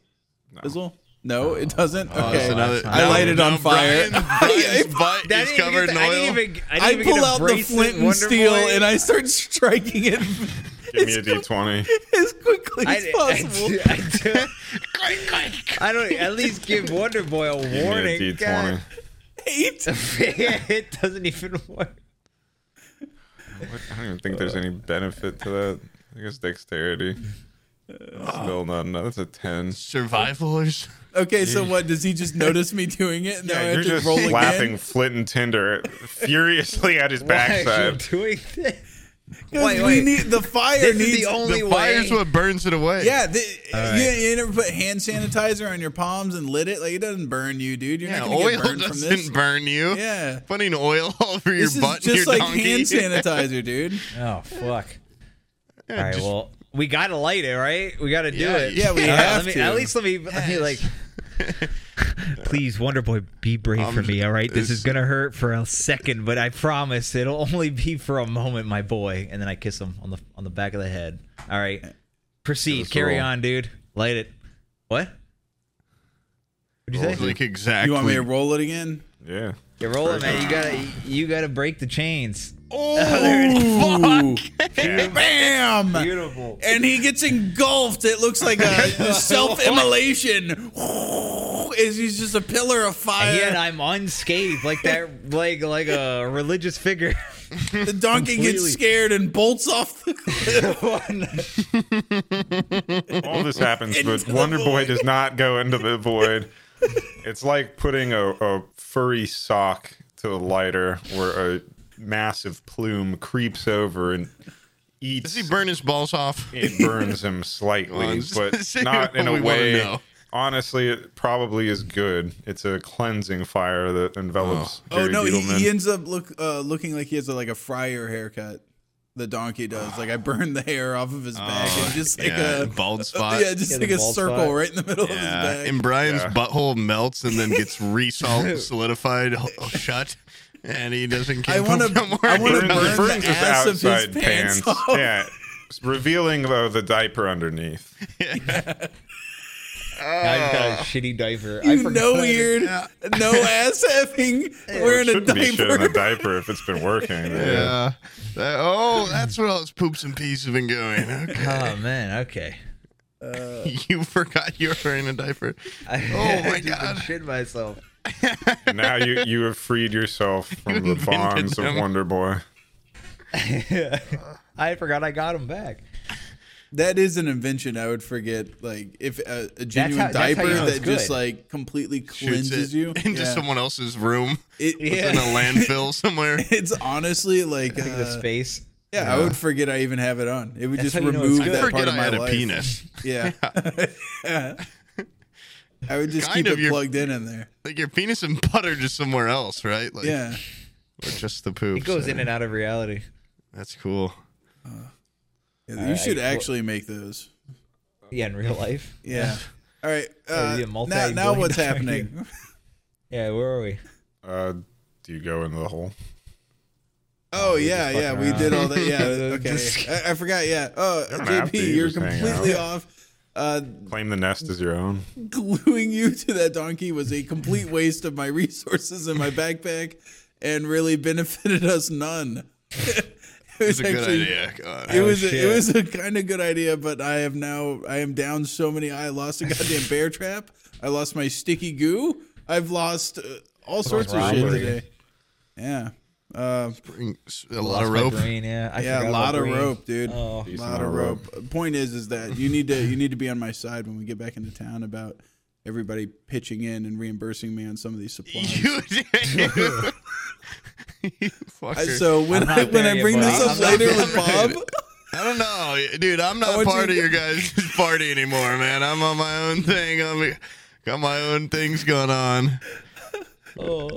Speaker 1: Bizzle? no it doesn't okay
Speaker 2: That's another-
Speaker 1: I light it on fire. [laughs]
Speaker 2: Brian- Brian's butt
Speaker 3: That
Speaker 2: is covered in
Speaker 3: I didn't
Speaker 2: oil.
Speaker 3: even, I, didn't
Speaker 1: I
Speaker 3: even
Speaker 1: pull
Speaker 3: get a
Speaker 1: out the
Speaker 3: bracelet,
Speaker 1: flint and
Speaker 3: Wonder
Speaker 1: steel
Speaker 3: Boy.
Speaker 1: and I start striking it [laughs]
Speaker 4: Give me a d20.
Speaker 1: as quickly
Speaker 3: [laughs] I,
Speaker 1: as possible.
Speaker 3: I,
Speaker 1: [laughs]
Speaker 3: do- I, do- I don't at least give Wonder Boy [laughs] a
Speaker 4: Give me a
Speaker 3: warning.
Speaker 4: d20.
Speaker 3: God.
Speaker 1: Eight.
Speaker 3: it doesn't even work.
Speaker 4: What? I don't even think there's any benefit to that. I guess dexterity. Still not enough. That's a 10.
Speaker 2: Survivalers.
Speaker 1: Okay, so what? Does he just notice me doing it? Now I
Speaker 4: Yeah,
Speaker 1: have
Speaker 4: you're
Speaker 1: to
Speaker 4: just
Speaker 1: roll
Speaker 4: slapping
Speaker 1: again.
Speaker 4: Flint and Tinder furiously
Speaker 1: [laughs]
Speaker 4: at his
Speaker 3: Why are you
Speaker 4: backside.
Speaker 3: doing this?
Speaker 1: 'Cause
Speaker 3: Wait,
Speaker 1: we
Speaker 3: wait.
Speaker 1: need the fire
Speaker 3: This
Speaker 1: needs.
Speaker 3: is the only
Speaker 2: The
Speaker 3: way.
Speaker 2: fire's what burns it away.
Speaker 1: yeah, the,
Speaker 3: right.
Speaker 1: you, you never put hand sanitizer on your palms and lit it. Like it doesn't burn you, dude. You're
Speaker 2: Yeah,
Speaker 1: not gonna
Speaker 2: oil
Speaker 1: get burned from this.
Speaker 2: doesn't burn you. [laughs]
Speaker 1: Yeah,
Speaker 2: Putting oil all over your
Speaker 1: this is
Speaker 2: butt and
Speaker 1: just
Speaker 2: your
Speaker 1: like
Speaker 2: donkey. [laughs]
Speaker 1: hand sanitizer, dude.
Speaker 3: Oh fuck!
Speaker 2: Yeah,
Speaker 3: All right,
Speaker 2: just-
Speaker 3: well, we gotta light it, right? We gotta do
Speaker 2: Yeah,
Speaker 3: it.
Speaker 1: yeah, we
Speaker 3: All right,
Speaker 1: have
Speaker 3: let
Speaker 1: to.
Speaker 3: Me, at least let me, let me like. Please, Wonder Boy, be brave for me. All right, this is gonna hurt for a second, but I promise it'll only be for a moment, my boy. And then I kiss him on the on the back of the head. All right, proceed. Carry
Speaker 4: roll.
Speaker 3: on, dude. Light it. What? What'd you
Speaker 2: [laughs]
Speaker 3: say?
Speaker 2: like exactly.
Speaker 1: You want me to roll it again?
Speaker 4: Yeah.
Speaker 3: You roll it, man. You gotta you gotta break the chains.
Speaker 1: Oh, bam!
Speaker 3: Beautiful.
Speaker 1: and he gets engulfed. It looks like
Speaker 2: [laughs]
Speaker 1: a self-immolation. Is he's just a pillar of fire?
Speaker 3: Yet I'm unscathed, like that, like like a
Speaker 2: [laughs]
Speaker 3: religious figure. [laughs]
Speaker 1: the donkey
Speaker 3: completely-
Speaker 1: gets scared and bolts off the cliff.
Speaker 4: All
Speaker 1: [laughs]
Speaker 4: this happens, but
Speaker 1: the
Speaker 4: Wonder Boy
Speaker 1: void.
Speaker 4: does not go into the void. It's like putting a, a furry sock to a lighter where a massive plume creeps over and eats.
Speaker 2: Does he burn his balls
Speaker 4: [laughs]
Speaker 2: off?
Speaker 4: it burns
Speaker 1: [laughs]
Speaker 4: him slightly,
Speaker 2: Lungs.
Speaker 4: but
Speaker 2: See,
Speaker 4: not
Speaker 2: we
Speaker 4: in a
Speaker 2: wanna
Speaker 4: way.
Speaker 2: know.
Speaker 4: Honestly, it probably is good. It's a cleansing fire that envelops.
Speaker 1: [laughs] Oh
Speaker 4: Jerry
Speaker 1: no, he,
Speaker 4: Beetleman.
Speaker 1: he ends up look uh, looking like he has a, like a friar haircut. The donkey does. Like I burned the hair off of his back and just like
Speaker 2: Ah, yeah,
Speaker 1: a
Speaker 2: bald
Speaker 1: [laughs]
Speaker 2: spot.
Speaker 1: Yeah, just
Speaker 3: Yeah, the
Speaker 1: like a
Speaker 3: bald
Speaker 1: circle
Speaker 3: spot.
Speaker 1: right in the middle of his
Speaker 2: Yeah,
Speaker 1: back.
Speaker 2: and Brian's
Speaker 4: Yeah.
Speaker 2: butthole melts and
Speaker 1: [laughs]
Speaker 2: then gets resolid, solidified h- shut, and he doesn't.
Speaker 1: I
Speaker 2: [laughs]
Speaker 1: wanna-
Speaker 2: to.
Speaker 1: I wanna burn
Speaker 4: burns, burns
Speaker 1: the
Speaker 4: his
Speaker 1: ass of his
Speaker 4: outside
Speaker 1: pants [laughs]
Speaker 4: pants.
Speaker 1: off.
Speaker 4: Yeah, it's revealing though the diaper underneath.
Speaker 3: I've got
Speaker 2: Ah.
Speaker 3: a shitty diaper. I
Speaker 1: you
Speaker 3: forgot
Speaker 1: no
Speaker 3: it.
Speaker 1: weird, no ass [laughs] having wearing a
Speaker 4: Shouldn't be shit in a
Speaker 1: diaper.
Speaker 4: diaper if it's been
Speaker 1: [laughs]
Speaker 4: working.
Speaker 2: Yeah. That- oh, that's where all his poops and pees have been going.
Speaker 3: [laughs]
Speaker 2: Okay. [laughs]
Speaker 3: Oh man, okay.
Speaker 2: you forgot you were wearing a diaper.
Speaker 3: I, [laughs]
Speaker 2: Oh, my
Speaker 3: I just
Speaker 2: God.
Speaker 3: shit myself.
Speaker 4: Now you you have
Speaker 1: [laughs]
Speaker 4: freed yourself from the
Speaker 2: invented
Speaker 4: bonds of
Speaker 2: them.
Speaker 4: Wonder Boy.
Speaker 3: I forgot I got him back.
Speaker 1: That is an invention I would forget. Like if a, a genuine
Speaker 3: how- that's how you
Speaker 1: diaper
Speaker 3: know it's
Speaker 1: that just
Speaker 3: good.
Speaker 1: like completely
Speaker 2: Shoots
Speaker 1: cleanses
Speaker 2: it
Speaker 1: you.
Speaker 2: [laughs] into
Speaker 1: Yeah.
Speaker 2: someone else's room
Speaker 1: It- [laughs]
Speaker 2: in a
Speaker 3: [laughs]
Speaker 2: landfill somewhere.
Speaker 1: It's honestly like
Speaker 3: I think the
Speaker 1: uh,
Speaker 3: space.
Speaker 1: yeah, I would forget I even have it on. It would
Speaker 3: That's
Speaker 1: just
Speaker 3: how you know
Speaker 1: remove
Speaker 3: it's good.
Speaker 2: I
Speaker 1: that part
Speaker 2: forget
Speaker 1: of
Speaker 2: I
Speaker 1: my
Speaker 2: had
Speaker 1: life.
Speaker 2: a penis.
Speaker 1: [laughs]
Speaker 2: [laughs]
Speaker 1: Yeah. I would just
Speaker 2: Kind
Speaker 1: keep
Speaker 2: of
Speaker 1: it
Speaker 2: your-
Speaker 1: plugged in in there.
Speaker 2: Like your penis and butt are just somewhere else, right? Like,
Speaker 3: [laughs]
Speaker 1: Yeah.
Speaker 2: Or just the poop.
Speaker 3: It goes in and out of reality.
Speaker 2: That's cool.
Speaker 1: Yeah, you should actually make those.
Speaker 3: Yeah, in real life.
Speaker 1: Yeah. All right.
Speaker 3: That'd
Speaker 1: Uh,
Speaker 3: be a
Speaker 1: now,
Speaker 3: multi-billion
Speaker 1: now what's
Speaker 3: dollar
Speaker 1: happening?
Speaker 3: Yeah, where are we?
Speaker 4: Uh, do you go into the hole?
Speaker 1: Oh yeah, yeah, we
Speaker 3: around.
Speaker 1: did all that. Yeah, okay. I, I forgot. Yeah. Oh,
Speaker 4: have to,
Speaker 1: JP,
Speaker 4: you
Speaker 1: you're
Speaker 4: just hang
Speaker 1: completely off. Uh, [laughs]
Speaker 4: Claim the nest as your own.
Speaker 1: gluing you to that donkey was a complete waste of my resources in my backpack, and really benefited us none. [laughs] it was
Speaker 2: It's a good idea. God.
Speaker 1: It was a,
Speaker 3: shit.
Speaker 1: it was a kind of good idea, but I have now I am down so many. I lost a goddamn bear trap. I lost my sticky goo. I've lost uh, all sorts of shit
Speaker 4: robbery.
Speaker 1: today. Yeah. Uh,
Speaker 2: a lot of
Speaker 3: My
Speaker 2: rope.
Speaker 3: brain, yeah, I
Speaker 1: yeah,
Speaker 3: forgot
Speaker 1: a
Speaker 3: about
Speaker 1: lot of
Speaker 3: brain.
Speaker 1: rope, dude.
Speaker 3: Oh.
Speaker 1: A lot of rope. Point is, is that you need to you need to be on my side when we get back into town about everybody pitching in and reimbursing me on some of these supplies.
Speaker 2: [laughs]
Speaker 1: [laughs]
Speaker 2: You did. [laughs] You fucker.
Speaker 1: I- Uh, so when
Speaker 3: I'm
Speaker 1: I when
Speaker 3: not there
Speaker 1: I
Speaker 3: yet,
Speaker 1: bring
Speaker 3: buddy.
Speaker 1: this up
Speaker 3: I'm not
Speaker 1: later
Speaker 3: there
Speaker 1: with Bob,
Speaker 3: [laughs]
Speaker 2: I don't know, dude. I'm
Speaker 1: I
Speaker 2: not
Speaker 1: want
Speaker 2: part
Speaker 1: you-
Speaker 2: of your guys' [laughs] party anymore, man. I'm on my own thing. I'm got my own things going on.
Speaker 3: Oh.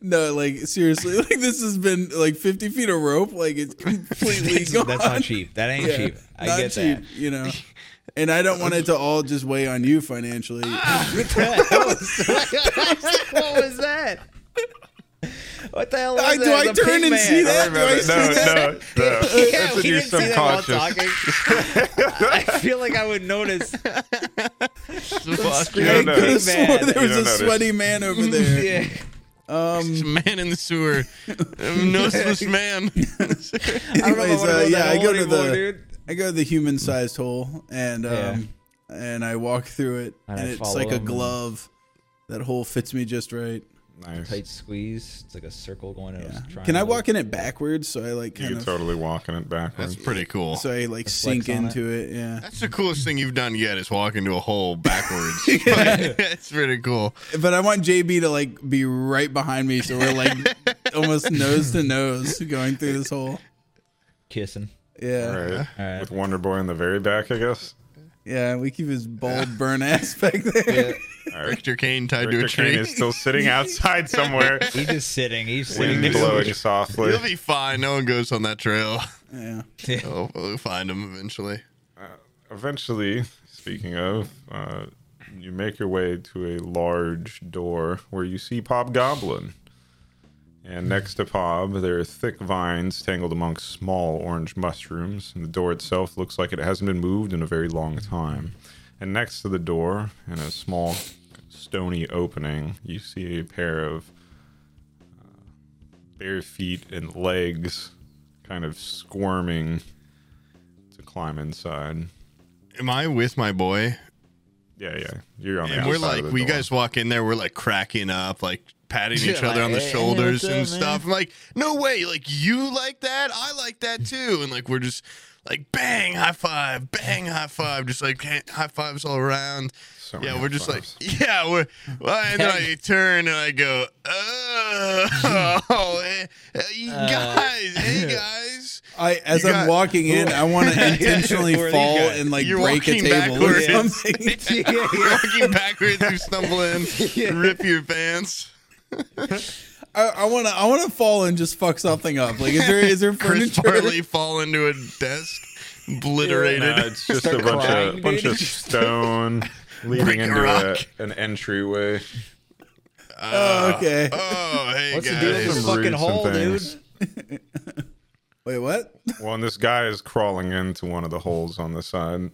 Speaker 1: no, like seriously, like this has been like fifty feet of rope, like it's completely
Speaker 3: That's
Speaker 1: gone.
Speaker 3: not cheap. That
Speaker 1: [laughs]
Speaker 3: ain't
Speaker 1: Yeah,
Speaker 3: cheap. I
Speaker 1: not
Speaker 3: get
Speaker 1: cheap, you
Speaker 3: [laughs]
Speaker 1: know. And I don't want it to all just weigh on you financially.
Speaker 3: Ah, that. what was that? What the hell was
Speaker 1: I- do
Speaker 3: that?
Speaker 1: I
Speaker 3: It was a
Speaker 1: turn
Speaker 3: pig
Speaker 1: and
Speaker 3: man.
Speaker 1: see that?
Speaker 4: I remember.
Speaker 1: Do I
Speaker 4: No,
Speaker 1: see
Speaker 4: no, no.
Speaker 3: Yeah,
Speaker 4: That's
Speaker 3: we
Speaker 4: in your
Speaker 3: didn't see that while
Speaker 4: subconscious.
Speaker 3: talking.
Speaker 1: [laughs]
Speaker 3: I feel like I would notice.
Speaker 2: Fuck
Speaker 4: You
Speaker 1: I
Speaker 4: don't
Speaker 1: could
Speaker 4: know.
Speaker 1: have
Speaker 3: Big man.
Speaker 1: sworn there
Speaker 4: You
Speaker 1: was
Speaker 4: don't
Speaker 1: a
Speaker 4: notice.
Speaker 1: sweaty man over there.
Speaker 3: [laughs] Yeah.
Speaker 2: This
Speaker 1: Um,
Speaker 2: man in
Speaker 1: [laughs]
Speaker 2: the sewer. I'm noseless man.
Speaker 3: I remember
Speaker 1: Anyways,
Speaker 3: when
Speaker 1: uh,
Speaker 3: was
Speaker 1: yeah,
Speaker 3: that
Speaker 1: I go
Speaker 3: old
Speaker 1: to
Speaker 3: anymore,
Speaker 1: the
Speaker 3: dude.
Speaker 1: I go to the human sized hole and um
Speaker 3: Mm. Yeah.
Speaker 1: and I walk through it and,
Speaker 3: And I
Speaker 1: it's
Speaker 3: follow
Speaker 1: like a
Speaker 3: him.
Speaker 1: glove. That hole fits me just right.
Speaker 4: Nice.
Speaker 3: tight squeeze. It's like a circle going. in a
Speaker 1: Can I
Speaker 3: triangle.
Speaker 1: walk in it backwards so I like
Speaker 4: You
Speaker 1: kind
Speaker 4: could
Speaker 1: of
Speaker 4: totally walk in it
Speaker 2: That's
Speaker 4: backwards.
Speaker 2: pretty cool.
Speaker 1: so I like sink
Speaker 3: on it?
Speaker 1: into it. Yeah.
Speaker 2: That's the coolest thing you've done yet is walk into a
Speaker 1: [laughs]
Speaker 2: hole backwards. Like, [laughs] That's pretty cool.
Speaker 1: But I want JB to like be right behind me so we're like almost nose to nose going through this hole.
Speaker 3: Kissing.
Speaker 1: Yeah.
Speaker 4: Right.
Speaker 3: Alright.
Speaker 4: With Wonder Boy in the very back, I guess.
Speaker 1: Yeah, we keep his bald burn ass back there.
Speaker 4: All right.
Speaker 2: Richter Kane tied
Speaker 4: Richter
Speaker 2: to a tree.
Speaker 4: Kane is still sitting outside somewhere,
Speaker 3: He's just sitting. He's sitting.
Speaker 4: wind
Speaker 3: next to [laughs]
Speaker 4: blowing
Speaker 3: me.
Speaker 4: softly.
Speaker 2: He'll be fine. No one goes on that trail. [laughs]
Speaker 1: Yeah.
Speaker 2: We'll, we'll find him eventually.
Speaker 4: Eventually, speaking of, uh, you make your way to a large door where you see Pob Goblin. And next to Pob, there are thick vines tangled amongst small orange mushrooms, and the door itself looks like it hasn't been moved in a very long time. And next to the door, in a small stony opening, you see a pair of uh, bare feet and legs kind of squirming to climb inside.
Speaker 2: Am I with my boy?
Speaker 4: Yeah, yeah. You're on the
Speaker 2: And we're
Speaker 4: outside
Speaker 2: like,
Speaker 4: of the
Speaker 2: we
Speaker 4: door.
Speaker 2: guys walk in there, we're like cracking up, like patting
Speaker 3: Yeah,
Speaker 2: each other on the
Speaker 3: like, "Hey,
Speaker 2: shoulders
Speaker 3: what's
Speaker 2: and
Speaker 3: up, man?"
Speaker 2: stuff. I'm like, no way, like you like that, I like that too, and like we're just like bang high five, bang high five, just like hand- high fives all around.
Speaker 4: So many
Speaker 2: yeah, we're just like
Speaker 4: high-fives.
Speaker 2: yeah, we're. Well, and then I turn and I go, [laughs] oh, eh, eh, you
Speaker 3: Uh,
Speaker 2: guys,
Speaker 3: [laughs]
Speaker 2: hey guys.
Speaker 1: I as
Speaker 2: You
Speaker 1: I'm
Speaker 2: got-
Speaker 1: walking in, I want to intentionally
Speaker 3: Where are these
Speaker 1: fall
Speaker 3: guys?
Speaker 1: and like
Speaker 2: You're
Speaker 1: break a
Speaker 2: walking
Speaker 1: table
Speaker 2: backwards.
Speaker 1: or something.
Speaker 2: Walking backwards, you stumble
Speaker 3: [laughs]
Speaker 2: in, rip your pants.
Speaker 1: I, I wanna I wanna fall and just fuck something up. Like is there is there
Speaker 2: [laughs] Chris
Speaker 1: furniture?
Speaker 2: Farley fall into a desk, obliterated. [laughs]
Speaker 4: No, it's just a bunch
Speaker 3: crying,
Speaker 4: of
Speaker 3: dude.
Speaker 4: bunch of stone leading
Speaker 2: Bring a
Speaker 4: into a,
Speaker 2: rock.
Speaker 4: an entryway.
Speaker 1: [laughs]
Speaker 2: uh,
Speaker 1: Oh, okay.
Speaker 2: Oh, hey
Speaker 3: What's the
Speaker 2: guys.
Speaker 3: deal with the
Speaker 4: Some
Speaker 3: fucking
Speaker 4: roots and
Speaker 3: hole, dude?
Speaker 4: things.
Speaker 1: Wait, what?
Speaker 4: Well, and this guy is crawling into one of the holes on the side.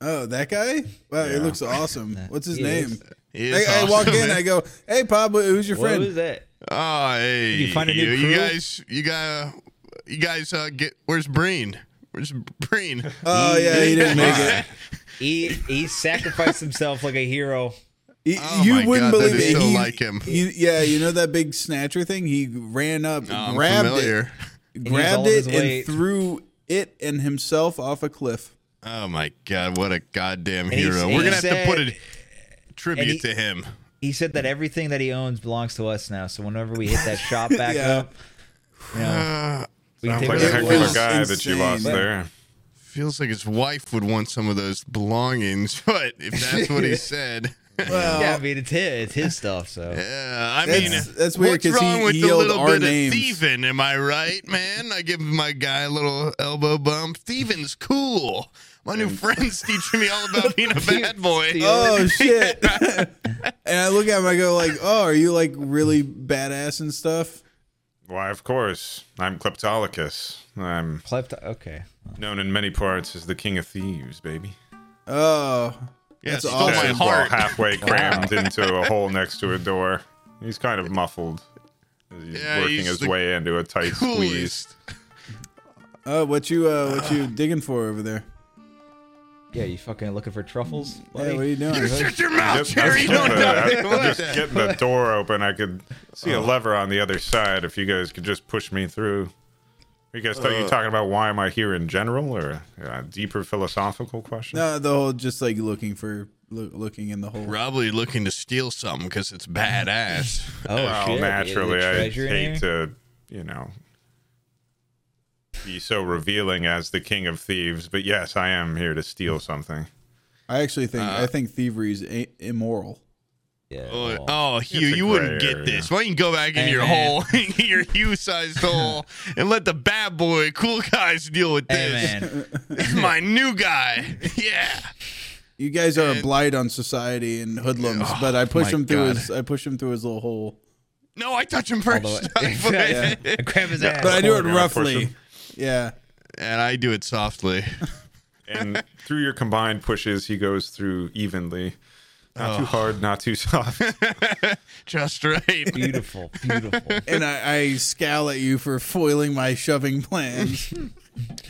Speaker 1: Oh, that guy? Wow, he
Speaker 4: Yeah.
Speaker 1: looks awesome. What's his
Speaker 3: He
Speaker 1: name?
Speaker 3: is.
Speaker 2: He
Speaker 1: I,
Speaker 2: is
Speaker 1: I walk
Speaker 2: awesome,
Speaker 1: in,
Speaker 2: man.
Speaker 1: I go, "Hey, Pablo, who's your
Speaker 3: What
Speaker 1: friend?"
Speaker 3: was that?
Speaker 2: Oh, hey.
Speaker 3: you find a new
Speaker 2: you, you
Speaker 3: crew?
Speaker 2: guys, you got, you guys, uh, get. Where's Breen? Where's Breen? [laughs]
Speaker 1: oh yeah, he didn't make it.
Speaker 3: He he sacrificed himself like a hero.
Speaker 1: He-
Speaker 2: Oh
Speaker 1: you
Speaker 2: my
Speaker 1: wouldn't
Speaker 2: God, that
Speaker 1: believe
Speaker 2: is
Speaker 1: it.
Speaker 2: so
Speaker 1: He-
Speaker 2: like him.
Speaker 1: you- yeah, you know that big snatcher thing. He ran up,
Speaker 2: Oh, I'm
Speaker 1: [laughs] grabbed
Speaker 2: familiar.
Speaker 1: it,
Speaker 3: was
Speaker 1: grabbed
Speaker 3: all in his
Speaker 1: it,
Speaker 3: weight.
Speaker 1: and threw it and himself off a cliff.
Speaker 2: Oh my God! What a goddamn
Speaker 3: he-
Speaker 2: hero.
Speaker 3: and
Speaker 2: We're gonna
Speaker 3: he
Speaker 2: have to
Speaker 3: said-
Speaker 2: put a tribute
Speaker 3: he-
Speaker 2: to him.
Speaker 3: He said that everything that he owns belongs to us now. So whenever we hit that shop
Speaker 1: [laughs]
Speaker 3: back
Speaker 1: Yeah.
Speaker 3: up, you know,
Speaker 2: Uh,
Speaker 3: we can
Speaker 4: Sounds
Speaker 3: take
Speaker 4: like a
Speaker 1: it
Speaker 4: heck
Speaker 3: whatever.
Speaker 4: of
Speaker 1: was
Speaker 4: a
Speaker 3: we want.
Speaker 4: guy that
Speaker 1: insane.
Speaker 4: you lost there.
Speaker 2: feels like his wife would want some of those belongings, [laughs] but if that's what
Speaker 1: [laughs]
Speaker 2: he said. [laughs]
Speaker 1: Well,
Speaker 3: Yeah, I mean it's his, it's his stuff. So
Speaker 2: Yeah, I
Speaker 1: That's-
Speaker 2: mean,
Speaker 1: that's weird
Speaker 2: What's
Speaker 1: 'cause he-
Speaker 2: wrong with
Speaker 1: he
Speaker 2: the
Speaker 1: yelled
Speaker 2: little
Speaker 1: our
Speaker 2: bit
Speaker 1: names.
Speaker 2: of thieving? Am I right, man? I give my guy a little elbow bump. Thieving's cool. My new friend's teaching me all about
Speaker 4: [laughs]
Speaker 2: being a bad boy.
Speaker 1: oh shit! and I look at him, I go like, "Oh, are you like really badass and stuff?"
Speaker 4: Why, of course. I'm Kleptolicus. I'm
Speaker 3: Cleft. Okay.
Speaker 4: known in many parts as the king of thieves, baby.
Speaker 1: Oh,
Speaker 2: yeah,
Speaker 1: that's
Speaker 2: stole
Speaker 1: awesome.
Speaker 2: my
Speaker 4: Head well
Speaker 2: heart. [laughs]
Speaker 4: halfway crammed into a hole next to a door. He's kind of muffled. as He's
Speaker 2: Yeah,
Speaker 4: working
Speaker 2: he's
Speaker 4: his
Speaker 2: the
Speaker 4: way into a tight squeeze.
Speaker 2: Coolest.
Speaker 1: oh, what you uh, what
Speaker 4: [sighs]
Speaker 1: you digging for over there?
Speaker 3: Yeah, you fucking looking for truffles?
Speaker 1: Hey,
Speaker 3: buddy?
Speaker 1: what are you doing?
Speaker 2: You
Speaker 1: huh?
Speaker 2: shut your mouth,
Speaker 4: Just-
Speaker 2: Jerry. You don't
Speaker 4: uh,
Speaker 2: know.
Speaker 4: I'm just getting the door open. I could see a
Speaker 3: Oh.
Speaker 4: lever on the other side if you guys could just push me through. You guys thought
Speaker 3: Uh.
Speaker 4: you were talking about why am I here in general or a deeper philosophical
Speaker 1: [laughs]
Speaker 4: question?
Speaker 1: No, the whole just like looking for loo- looking in the hole.
Speaker 2: Probably looking to steal something because it's
Speaker 4: [laughs]
Speaker 2: badass.
Speaker 3: Oh,
Speaker 4: Well,
Speaker 3: shit.
Speaker 4: naturally,
Speaker 3: Is there
Speaker 4: I
Speaker 3: treasure in
Speaker 4: hate
Speaker 3: here?
Speaker 4: to, you know, be so revealing as the king of thieves, but yes, I am here to steal something.
Speaker 1: I actually think
Speaker 4: Uh.
Speaker 1: I think thievery is a- immoral.
Speaker 3: Yeah,
Speaker 2: Oh, [laughs]
Speaker 3: well,
Speaker 2: oh Hugh,
Speaker 4: It's a
Speaker 2: you wouldn't
Speaker 4: gray
Speaker 2: get
Speaker 4: area.
Speaker 2: this. Why don't you go back in
Speaker 3: Hey,
Speaker 2: your
Speaker 3: man.
Speaker 2: hole, [laughs] in your Hugh-sized hole, and let the bad boy, cool guys deal with
Speaker 3: Hey
Speaker 2: this. [laughs]
Speaker 3: man,
Speaker 2: my new guy. [laughs] Yeah.
Speaker 1: You guys are a blight on society and hoodlums,
Speaker 4: Oh,
Speaker 1: but I push
Speaker 2: my
Speaker 1: him through
Speaker 2: God.
Speaker 1: his I push him through his little hole.
Speaker 2: No, [laughs] I touch him
Speaker 3: Although-
Speaker 2: first.
Speaker 3: [laughs] yeah, yeah. I
Speaker 2: [laughs]
Speaker 3: grab his ass.
Speaker 1: But I do it
Speaker 4: Corner, I push
Speaker 1: roughly.
Speaker 4: him.
Speaker 1: Yeah.
Speaker 2: And I do it softly. [laughs]
Speaker 4: And through your combined pushes, he goes through evenly. Not too hard, not too [laughs] soft.
Speaker 2: Just
Speaker 3: [laughs]
Speaker 2: right.
Speaker 3: beautiful, beautiful.
Speaker 1: And I, I scowl at you for foiling my
Speaker 4: [laughs]
Speaker 1: shoving plans.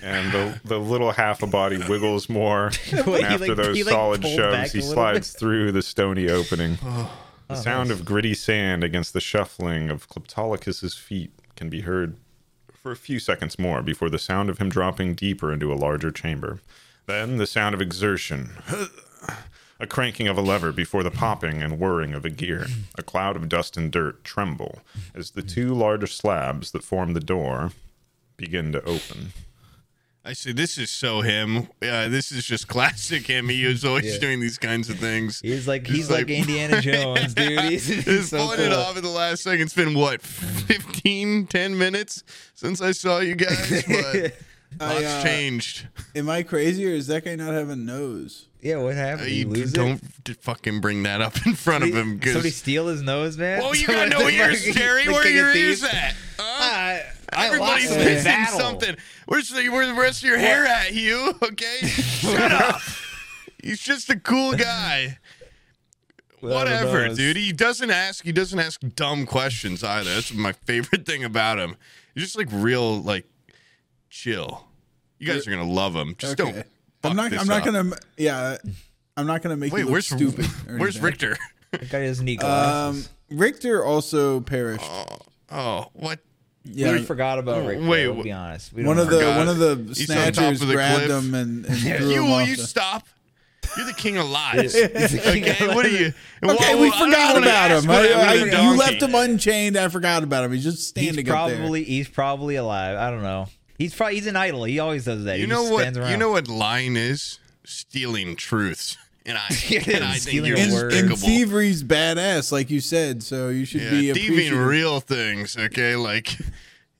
Speaker 4: and the, the little half a body wiggles more. and
Speaker 3: Wait, [laughs] he,
Speaker 4: after
Speaker 3: like- he,
Speaker 4: those
Speaker 3: like,
Speaker 4: solid
Speaker 3: pulled back
Speaker 4: shoves,
Speaker 3: a
Speaker 4: he
Speaker 3: little
Speaker 4: slides through the stony opening. the
Speaker 3: Oh,
Speaker 4: sound
Speaker 3: nice.
Speaker 4: of gritty sand against the shuffling of Kleptolicus's feet can be heard for a few seconds more before the sound of him dropping deeper into a larger chamber. Then the sound of exertion. A cranking of a lever before the popping and whirring of a gear. A cloud of dust and dirt tremble as the two larger slabs that form the door begin to open.
Speaker 2: I say, this is so him. Yeah, this is just classic him. He is always
Speaker 3: Yeah.
Speaker 2: doing these kinds of things.
Speaker 3: He's like
Speaker 2: Just
Speaker 3: he's
Speaker 2: [laughs]
Speaker 3: like, Indiana Jones, dude. He's, he's
Speaker 2: Just
Speaker 3: so
Speaker 2: pulling it
Speaker 3: cool.
Speaker 2: off at the last second. It's been, what, 15, 10 minutes since I saw you
Speaker 3: [laughs]
Speaker 2: guys? But lots
Speaker 1: uh,
Speaker 2: changed.
Speaker 1: Am I crazy or is that guy not have a nose?
Speaker 3: Yeah, what happened? Did he
Speaker 2: You
Speaker 3: lose
Speaker 2: don't
Speaker 3: it?
Speaker 2: d- fucking bring that up in front of him. 'cause-
Speaker 3: Somebody steal his nose, man.
Speaker 1: [laughs]
Speaker 2: Oh,
Speaker 3: [laughs]
Speaker 2: you got no
Speaker 3: Someone-
Speaker 2: ears,
Speaker 3: the
Speaker 2: Terry.
Speaker 3: king
Speaker 2: Where are
Speaker 3: of
Speaker 2: your
Speaker 3: thieves.
Speaker 2: ears at? Huh?
Speaker 3: I, I
Speaker 2: Everybody's
Speaker 3: lost my
Speaker 2: missing
Speaker 3: battle.
Speaker 2: something. Where's the, where's the rest of your hair at, Hugh? [laughs]
Speaker 1: [laughs]
Speaker 2: Okay? Shut up. He's just a cool guy.
Speaker 3: Without a
Speaker 2: Whatever,
Speaker 3: nose.
Speaker 2: dude. He doesn't ask he doesn't ask dumb questions either. That's my favorite thing about him. He's just like real, like chill. You guys are gonna love him. Just don't
Speaker 1: Okay. I'm
Speaker 2: fuck
Speaker 1: not
Speaker 2: this
Speaker 1: I'm not
Speaker 2: up.
Speaker 1: gonna yeah I'm not gonna make
Speaker 2: Wait,
Speaker 1: you look
Speaker 2: where's
Speaker 1: stupid. or
Speaker 2: [laughs] Where's
Speaker 1: anything.
Speaker 2: Richter?
Speaker 3: That guy doesn't need
Speaker 1: Um
Speaker 3: glasses.
Speaker 1: Richter also perished.
Speaker 2: Oh, what
Speaker 3: we
Speaker 1: Yeah,
Speaker 3: forgot about Ric Flair.
Speaker 2: Oh, Wait,
Speaker 3: we'll
Speaker 2: wh-
Speaker 3: be honest. We
Speaker 1: one
Speaker 3: don't
Speaker 1: of the
Speaker 3: know.
Speaker 2: Forgot.
Speaker 1: one of the
Speaker 2: He's on top of
Speaker 1: snatchers
Speaker 2: the
Speaker 1: grabbed
Speaker 2: cliff.
Speaker 1: him and, and threw
Speaker 2: [laughs] You
Speaker 1: him
Speaker 2: will
Speaker 1: off
Speaker 2: you
Speaker 1: the-
Speaker 2: stop? You're the
Speaker 1: [laughs]
Speaker 2: king of lies. [laughs] okay, what are you?
Speaker 1: Okay,
Speaker 2: Whoa,
Speaker 1: we
Speaker 2: I don't
Speaker 1: forgot
Speaker 2: wanna
Speaker 1: about
Speaker 2: ask
Speaker 1: him.
Speaker 2: what
Speaker 1: I- I-
Speaker 2: happened to the
Speaker 1: you left
Speaker 2: donkey.
Speaker 1: him unchained. I forgot about him. He's just standing
Speaker 3: he's
Speaker 1: up
Speaker 3: probably he's probably alive. I don't know. He's probably he's an idol. He always does that.
Speaker 2: You
Speaker 3: he
Speaker 2: know
Speaker 3: just
Speaker 2: what?
Speaker 3: Stands around.
Speaker 2: You know what lying is? Stealing truths.
Speaker 1: [laughs]
Speaker 2: And I, and I think
Speaker 3: Stealing
Speaker 2: you're
Speaker 1: there. And,
Speaker 3: word.
Speaker 1: and
Speaker 2: despicable.
Speaker 1: thievery's badass, like you said. So you should be
Speaker 2: Yeah,
Speaker 1: appreciative.
Speaker 2: thieving real things. Okay, like.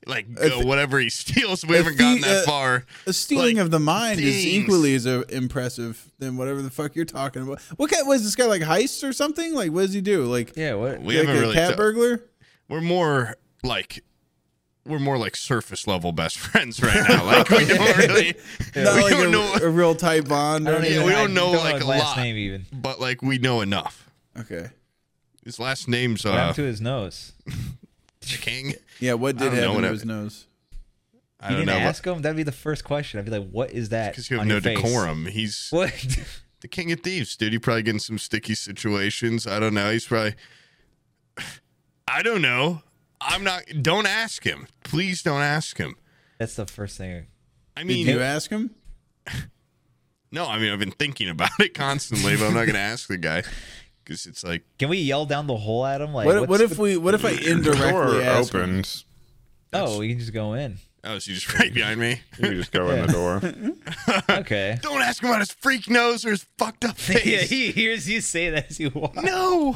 Speaker 2: Like uh, whatever he steals, we
Speaker 1: a
Speaker 2: haven't gotten
Speaker 1: thie-
Speaker 2: that
Speaker 1: uh,
Speaker 2: far.
Speaker 1: A stealing
Speaker 2: Like,
Speaker 1: of the mind is
Speaker 2: things.
Speaker 1: equally as uh, impressive than whatever the fuck you're talking about. What kind was this guy like heist or something? Like, what does he do? Like,
Speaker 3: Yeah. What?
Speaker 2: We
Speaker 1: like
Speaker 2: haven't
Speaker 1: a
Speaker 2: really.
Speaker 1: cat
Speaker 2: ta-
Speaker 1: burglar?
Speaker 2: we're more like, we're more like surface level best [laughs] friends right now. Like we
Speaker 1: [laughs]
Speaker 2: don't really.
Speaker 1: Not
Speaker 2: we
Speaker 1: like
Speaker 2: don't
Speaker 1: a,
Speaker 2: know.
Speaker 1: a real tight bond.
Speaker 3: I
Speaker 1: Or
Speaker 3: don't
Speaker 1: anything?
Speaker 2: Yeah, we
Speaker 3: even, I
Speaker 2: don't know, like,
Speaker 3: his
Speaker 2: a lot.
Speaker 3: last name even.
Speaker 2: but like we know enough.
Speaker 1: Okay.
Speaker 2: His last name's
Speaker 3: What
Speaker 2: uh
Speaker 3: happened to his nose?
Speaker 2: the
Speaker 1: [laughs]
Speaker 2: King.
Speaker 1: Yeah. What did
Speaker 2: don't know
Speaker 1: happen
Speaker 2: what
Speaker 1: to
Speaker 2: hap-
Speaker 1: his nose?
Speaker 2: I
Speaker 3: You
Speaker 2: don't
Speaker 3: didn't
Speaker 2: know
Speaker 3: ask him. That'd be the first question. I'd be like, "What is that?"
Speaker 2: because you have
Speaker 3: on
Speaker 2: no
Speaker 3: your face?
Speaker 2: decorum. He's
Speaker 3: [laughs] What? [laughs]
Speaker 2: the king of thieves, dude. You're probably getting some sticky situations. I don't know. He's probably. [sighs] I don't know. I'm not. Don't ask him. Please don't ask him.
Speaker 3: That's the first thing.
Speaker 2: I
Speaker 1: Did
Speaker 2: mean,
Speaker 1: you ask him?
Speaker 2: no. I mean, I've been thinking about it [laughs] constantly, but I'm not going to ask the guy because it's like
Speaker 3: Can we yell down the hole at him? Like,
Speaker 1: What,
Speaker 3: what's
Speaker 1: what if
Speaker 3: the-
Speaker 1: we? What if I indirectly
Speaker 4: Door
Speaker 1: ask him?
Speaker 4: opens.
Speaker 3: Oh, we can just
Speaker 2: [laughs]
Speaker 3: go in.
Speaker 2: oh, is he just right behind me?
Speaker 4: You just go in the door.
Speaker 3: Okay. [laughs]
Speaker 2: Don't ask him about his freak nose or his fucked up face.
Speaker 3: yeah, he hears you say that as you walk.
Speaker 2: no,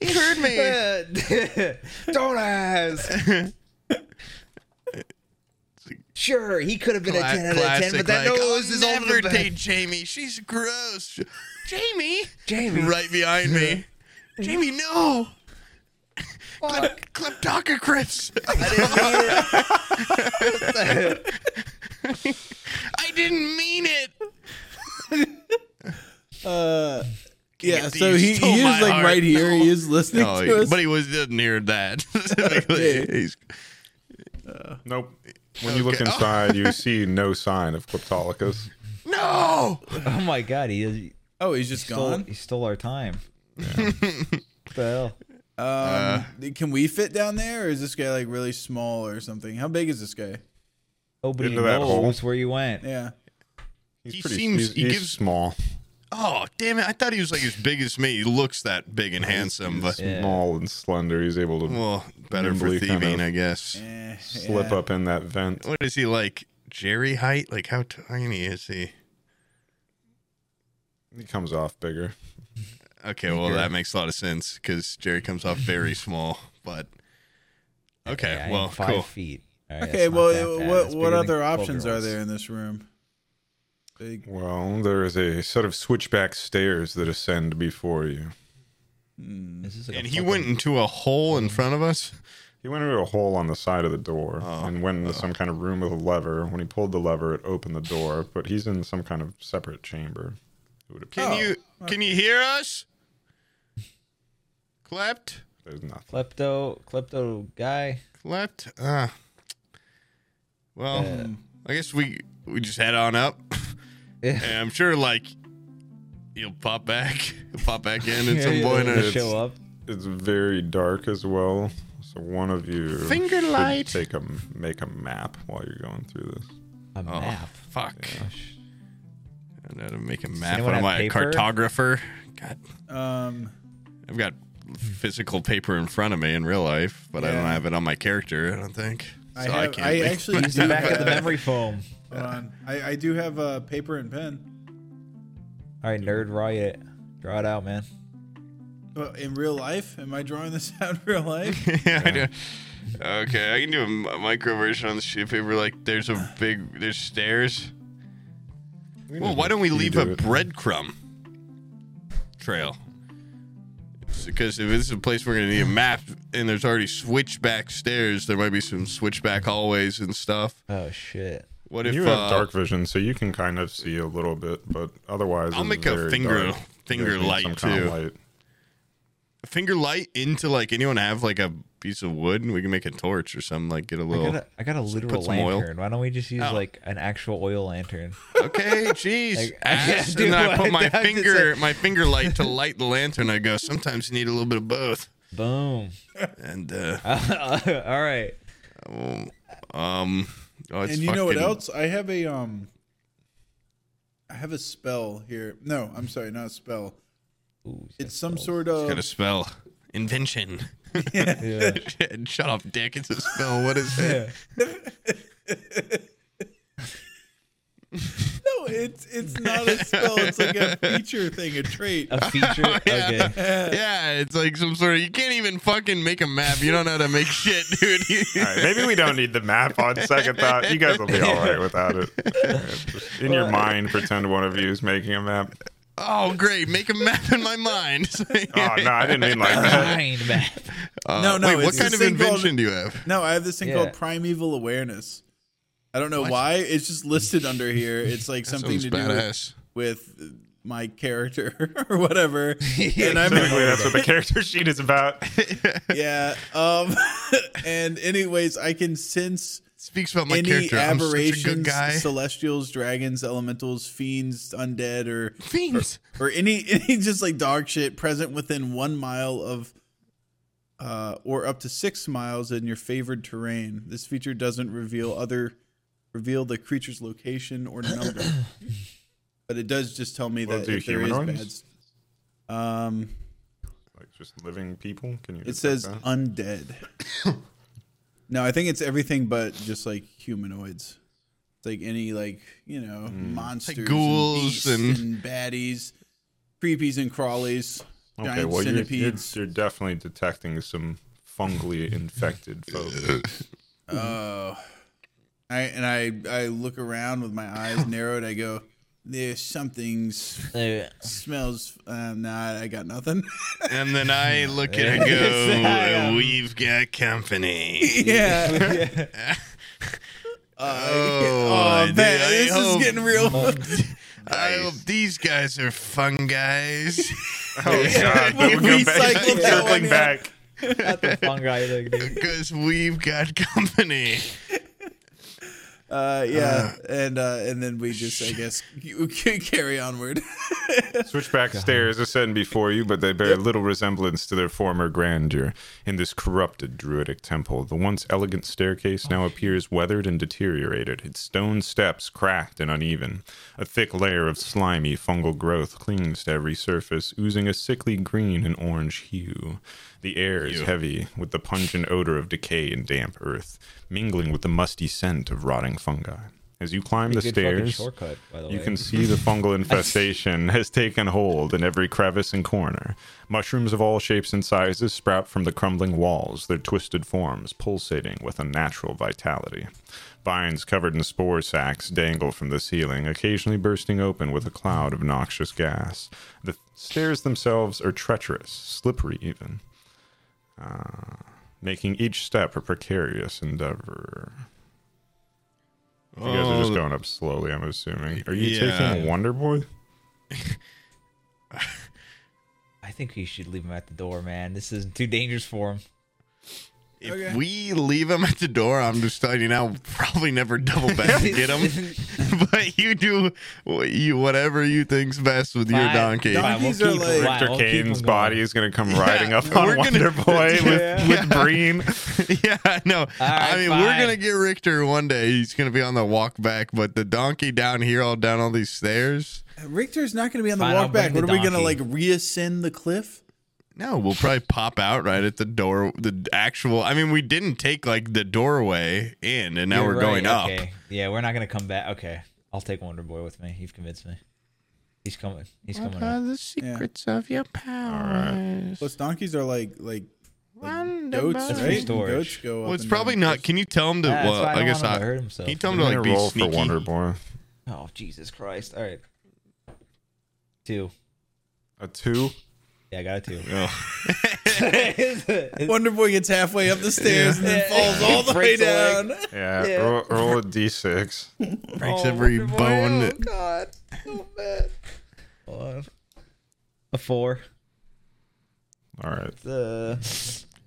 Speaker 2: he heard me.
Speaker 3: [laughs] Don't ask. sure, he could have been
Speaker 2: Cla-
Speaker 3: a 10 out of 10, but that
Speaker 2: like,
Speaker 3: nose
Speaker 2: "I'll
Speaker 3: is over
Speaker 2: never
Speaker 3: the [laughs]
Speaker 2: date Jamie. She's gross. Jamie,
Speaker 3: Jamie.
Speaker 2: [laughs] right behind me. Jamie, no. Klep- Kleptocracy.
Speaker 4: [laughs]
Speaker 2: Crips. I didn't mean it.
Speaker 1: Uh, yeah.
Speaker 2: of
Speaker 1: So
Speaker 2: thieves
Speaker 1: he,
Speaker 2: stole
Speaker 1: he is
Speaker 2: my
Speaker 1: like
Speaker 2: heart.
Speaker 1: right here. He
Speaker 2: No.
Speaker 1: is listening
Speaker 2: [laughs] No,
Speaker 1: to
Speaker 2: he-
Speaker 1: us.
Speaker 2: Oh, but he was didn't hear that. [laughs] He's-
Speaker 4: Nope. When you look
Speaker 2: [laughs]
Speaker 4: inside, you see no sign of Kleptolicus.
Speaker 2: no.
Speaker 3: Oh my god, he, he,
Speaker 1: oh, he's just
Speaker 3: stole,
Speaker 1: gone.
Speaker 3: he stole
Speaker 2: [laughs]
Speaker 3: our time. What the hell?
Speaker 2: uh,
Speaker 1: Um, can we fit down there, or is this guy like really small or something? How big is this guy?
Speaker 3: Nobody
Speaker 4: Into that
Speaker 3: knows
Speaker 4: hole.
Speaker 3: where you went.
Speaker 1: Yeah.
Speaker 4: He's
Speaker 2: He
Speaker 4: pretty.
Speaker 2: seems-
Speaker 4: he's,
Speaker 2: he
Speaker 4: he's
Speaker 2: gives-
Speaker 4: small.
Speaker 2: Oh damn it! I thought he was like as big as me. He looks that big and handsome, but
Speaker 3: Yeah.
Speaker 4: Small and slender. He's able to
Speaker 2: well, better for
Speaker 4: Nimbly kind
Speaker 2: thieving,
Speaker 4: of-
Speaker 2: I guess.
Speaker 1: Eh,
Speaker 4: slip
Speaker 1: yeah.
Speaker 4: up in that vent.
Speaker 2: What is he like? Jerry height? Like how tiny is he?
Speaker 4: He comes off bigger.
Speaker 2: Okay, well that makes a lot of sense because Jerry comes off very small. But okay,
Speaker 3: Yeah, I am
Speaker 2: well,
Speaker 3: five
Speaker 2: cool.
Speaker 3: feet. All right,
Speaker 1: Okay.
Speaker 3: that's not
Speaker 1: Well,
Speaker 3: that bad.
Speaker 1: what what
Speaker 3: That's bigger than
Speaker 1: other options are
Speaker 3: 12-year-olds.
Speaker 1: there in this room? Big.
Speaker 4: Well, there is a set of switchback stairs that ascend before you.
Speaker 3: This is like a
Speaker 2: And he
Speaker 3: fucking-
Speaker 2: went into a hole in front of us.
Speaker 4: He went into a hole on the side of the door
Speaker 2: Oh,
Speaker 4: and went into some kind of room with a lever. When he pulled the lever, it opened the door, but he's in some kind of separate chamber. It would appear
Speaker 2: Can
Speaker 1: Oh,
Speaker 2: you can you hear us? Clept,
Speaker 4: there's nothing.
Speaker 3: klepto klepto guy.
Speaker 2: clept. Ah, well, I guess we we just head on up.
Speaker 3: Yeah.
Speaker 2: And I'm sure like you'll pop back, pop back in at
Speaker 3: [laughs] Yeah,
Speaker 2: some
Speaker 3: yeah,
Speaker 2: point.
Speaker 3: yeah,
Speaker 2: and it's-
Speaker 3: show up.
Speaker 4: It's very dark as well, so one of you
Speaker 2: Finger
Speaker 4: should
Speaker 2: light.
Speaker 4: Take a make a map while you're going through this.
Speaker 3: A
Speaker 2: Oh, [laughs]
Speaker 3: map.
Speaker 2: fuck. I know how to make a map.
Speaker 3: anyone
Speaker 2: What am
Speaker 3: have
Speaker 2: I, a
Speaker 3: paper?
Speaker 2: cartographer? God,
Speaker 1: Um.
Speaker 2: I've got physical paper in front of me in real life, but I don't
Speaker 1: Yeah.
Speaker 2: have it on my character. I don't think.
Speaker 1: I have. I,
Speaker 2: make-
Speaker 3: [laughs]
Speaker 1: actually do.
Speaker 3: Back at the
Speaker 1: Have,
Speaker 3: memory foam.
Speaker 1: hold on. I, I do have a paper and pen.
Speaker 3: All right, nerd riot. Draw it out, man.
Speaker 1: But in real life, am I drawing this [laughs] out in real life?
Speaker 2: [laughs]
Speaker 3: [laughs]
Speaker 2: yeah, I do. Okay, I can do a mi- micro version on the sheet of paper. Like, there's a big, there's stairs. Well, why don't we
Speaker 4: You
Speaker 2: leave
Speaker 4: do
Speaker 2: a
Speaker 4: it.
Speaker 2: breadcrumb trail? It's Because if this is a place we're gonna need a map, and there's already switchback stairs, there might be some switchback hallways and stuff.
Speaker 3: Oh shit.
Speaker 2: What if
Speaker 4: you have
Speaker 2: uh,
Speaker 4: dark vision, so you can kind of see a little bit, but otherwise,
Speaker 2: I'll
Speaker 4: it's
Speaker 2: make a
Speaker 4: very
Speaker 2: finger-
Speaker 4: dark.
Speaker 2: finger
Speaker 4: You guys need
Speaker 2: light,
Speaker 4: some kind of
Speaker 2: too.
Speaker 4: light.
Speaker 2: finger light into like anyone have like a piece of wood and we can make a torch or something like get a
Speaker 3: I
Speaker 2: little
Speaker 3: got a, I got a literal
Speaker 2: Oh. put some oil.
Speaker 3: lantern. Why don't we just use
Speaker 2: Oh.
Speaker 3: like an actual
Speaker 2: [laughs]
Speaker 3: oil lantern?
Speaker 2: [laughs] okay jeez
Speaker 3: Like, I
Speaker 2: ass.
Speaker 3: do
Speaker 2: and then i
Speaker 3: what
Speaker 2: put my
Speaker 3: I have to
Speaker 2: finger
Speaker 3: say.
Speaker 2: my finger light to light the lantern i go
Speaker 3: [laughs]
Speaker 2: sometimes you need a little bit of both
Speaker 3: Boom.
Speaker 2: and uh
Speaker 3: All right.
Speaker 2: Um, oh, it's
Speaker 1: and you know what
Speaker 2: fucking-
Speaker 1: else? I have a um I have a spell here. No, I'm sorry, not a spell. it's some sort of
Speaker 2: Got a spell. Invention. [laughs]
Speaker 3: Yeah.
Speaker 2: Shut up, dick. It's a spell. What is it?
Speaker 1: [laughs] No, it's it's not
Speaker 3: [laughs]
Speaker 1: a spell. It's like a feature thing, a trait.
Speaker 3: A feature. Okay.
Speaker 2: [laughs] Yeah, it's like some sort of. You can't even fucking make a map. You don't know how to make shit, [laughs] dude.
Speaker 4: All right, maybe we don't need the map on second thought. You guys will be all right without it. Just in your mind, pretend one of you is making a map.
Speaker 2: oh, great. Make a map in my mind. [laughs]
Speaker 4: Oh, no, I didn't mean like that.
Speaker 3: Mind map.
Speaker 2: Uh,
Speaker 1: No, no,
Speaker 2: Wait, what
Speaker 1: it's this
Speaker 2: kind of
Speaker 1: thing called-
Speaker 2: invention do you have?
Speaker 1: No, I have this thing
Speaker 3: Yeah.
Speaker 1: called primeval awareness. I don't know why. It's just listed under here. It's like something
Speaker 2: Sounds
Speaker 1: to
Speaker 2: badass.
Speaker 1: do with, with my character [laughs] or whatever. and I'm
Speaker 4: Typically, that's what the character sheet is about.
Speaker 1: [laughs] yeah. Um [laughs] and anyways, I can sense
Speaker 2: Speaks about my
Speaker 1: any
Speaker 2: character. I'm such a good
Speaker 1: aberrations,
Speaker 2: guy.
Speaker 1: celestials, dragons, elementals, fiends, undead, or
Speaker 2: Fiends.
Speaker 1: or any [laughs] any just like dog shit present within one mile of uh or up to six miles in your favored terrain. This feature doesn't reveal other reveal the creature's location or number. but it does just tell me
Speaker 4: Well,
Speaker 1: that
Speaker 4: do
Speaker 1: if there is
Speaker 4: humanoids?
Speaker 1: bad um
Speaker 4: Like just living people. Can you?
Speaker 1: it
Speaker 4: detect
Speaker 1: says
Speaker 4: that?
Speaker 1: undead.
Speaker 4: [coughs]
Speaker 1: no, I think it's everything but just like humanoids. It's like any like you
Speaker 4: Hmm.
Speaker 1: know monsters, and
Speaker 2: ghouls
Speaker 1: beasts
Speaker 2: and-
Speaker 1: and baddies, creepies and crawlies,
Speaker 4: Okay,
Speaker 1: giant
Speaker 4: well, you're, you're,
Speaker 1: centipedes.
Speaker 4: you're definitely detecting some fungally infected folk.
Speaker 1: Oh, I and I I look around with my [laughs] eyes narrowed. I go, there's something's
Speaker 3: Yeah.
Speaker 1: smells. Um, nah, I got nothing. [laughs]
Speaker 2: And then I look at it and go, we've got company.
Speaker 1: yeah. [laughs]
Speaker 2: Oh,
Speaker 1: Oh,
Speaker 2: dude,
Speaker 1: man,
Speaker 2: I
Speaker 1: this
Speaker 2: hope-
Speaker 1: is getting [laughs] real.
Speaker 2: I hope these guys are
Speaker 1: [laughs]
Speaker 2: fun guys.
Speaker 4: [laughs] [laughs] Oh god,
Speaker 1: We
Speaker 4: we'll go back.
Speaker 1: cycled
Speaker 4: keep
Speaker 1: that
Speaker 4: circling
Speaker 1: one, yeah.
Speaker 4: back.
Speaker 3: Not the fungi thing, dude.
Speaker 2: Because we've got company.
Speaker 1: Uh, yeah, and uh, and then we just, I guess, [laughs] you can carry onward.
Speaker 4: Switchback stairs ascend before you, but they bear little resemblance to their former grandeur. In this corrupted druidic temple, the once elegant staircase now appears weathered and deteriorated, its stone steps cracked and uneven. A thick layer of slimy fungal growth clings to every surface, oozing a sickly green and orange hue. The air is heavy with the pungent odor of decay and damp earth, mingling with the musty scent of rotting fungi. As you climb the
Speaker 3: Good fucking
Speaker 4: stairs,
Speaker 3: shortcut, by the
Speaker 4: you
Speaker 3: way.
Speaker 4: can see the fungal infestation has taken hold in every crevice and corner. Mushrooms of all shapes and sizes sprout from the crumbling walls, their twisted forms pulsating with unnatural vitality. Vines covered in spore sacs dangle from the ceiling, occasionally bursting open with a cloud of noxious gas. The stairs themselves are treacherous, slippery even, uh, making each step a precarious endeavor. You guys are just
Speaker 2: Oh.
Speaker 4: going up slowly, I'm assuming. Are you
Speaker 2: Yeah.
Speaker 4: taking Wonder Boy?
Speaker 3: I think we should leave him at the door, man. This is too dangerous for him.
Speaker 2: If
Speaker 1: Okay.
Speaker 2: we leave him at the door, I'm just telling you now, we'll probably never double back and
Speaker 3: [laughs]
Speaker 1: [laughs]
Speaker 2: get him. but you do what you whatever you think's best with your
Speaker 3: Fine.
Speaker 2: donkey.
Speaker 1: Don- Donkeys are like-
Speaker 3: fine,
Speaker 4: Victor
Speaker 3: we'll keep
Speaker 4: Kane's
Speaker 3: him going.
Speaker 4: body is going to come riding up on
Speaker 2: we're gonna- [laughs]
Speaker 4: Wonder Boy with, with Breen.
Speaker 2: yeah, I know. I mean, we're
Speaker 3: fine.
Speaker 2: gonna get Richter one day. He's gonna be on the walk back, but the donkey down here, all down all these stairs.
Speaker 1: [laughs] Richter's not going to be on the
Speaker 3: Fine, I'll
Speaker 1: walk back.
Speaker 3: bring
Speaker 1: What are
Speaker 3: the
Speaker 1: we going to like
Speaker 3: donkey.
Speaker 1: reascend the cliff?
Speaker 2: No, we'll probably pop out right at the door. The actual. I mean, we didn't take like the doorway in, and now we're
Speaker 3: You're right,
Speaker 2: going up.
Speaker 3: Okay. Yeah, we're not gonna come back. Okay, I'll take Wonder Boy with me. You've convinced me. He's coming. He's coming. Up.
Speaker 2: Uh, the secrets of your powers?
Speaker 1: Plus, donkeys are like like, like
Speaker 2: Wonder
Speaker 1: goats,
Speaker 3: That's
Speaker 1: right?
Speaker 3: storage.
Speaker 1: Goats go up.
Speaker 2: Well, it's
Speaker 1: and
Speaker 2: probably
Speaker 1: down.
Speaker 2: not. Can you tell him to?
Speaker 3: Ah, it's
Speaker 2: well,
Speaker 3: fine,
Speaker 2: I
Speaker 3: don't
Speaker 2: guess
Speaker 3: want him
Speaker 2: I.
Speaker 3: to hurt
Speaker 2: Can
Speaker 3: himself.
Speaker 2: you tell him
Speaker 4: I'm
Speaker 2: to
Speaker 4: going
Speaker 2: like
Speaker 4: to
Speaker 2: be
Speaker 4: roll for
Speaker 2: sneaky?
Speaker 4: Wonder Boy.
Speaker 3: Oh Jesus Christ! All right, two.
Speaker 4: A two?
Speaker 3: Yeah, I got a two.
Speaker 2: [laughs] Oh.
Speaker 3: [laughs]
Speaker 1: Wonder Boy gets halfway up the stairs and then falls all [laughs] the way
Speaker 3: Breaks a leg.
Speaker 1: down.
Speaker 4: Yeah, Roll, roll a d6.
Speaker 2: Breaks every bone. that-
Speaker 3: God, so bad. Hold on. A four.
Speaker 4: All right.
Speaker 3: Uh,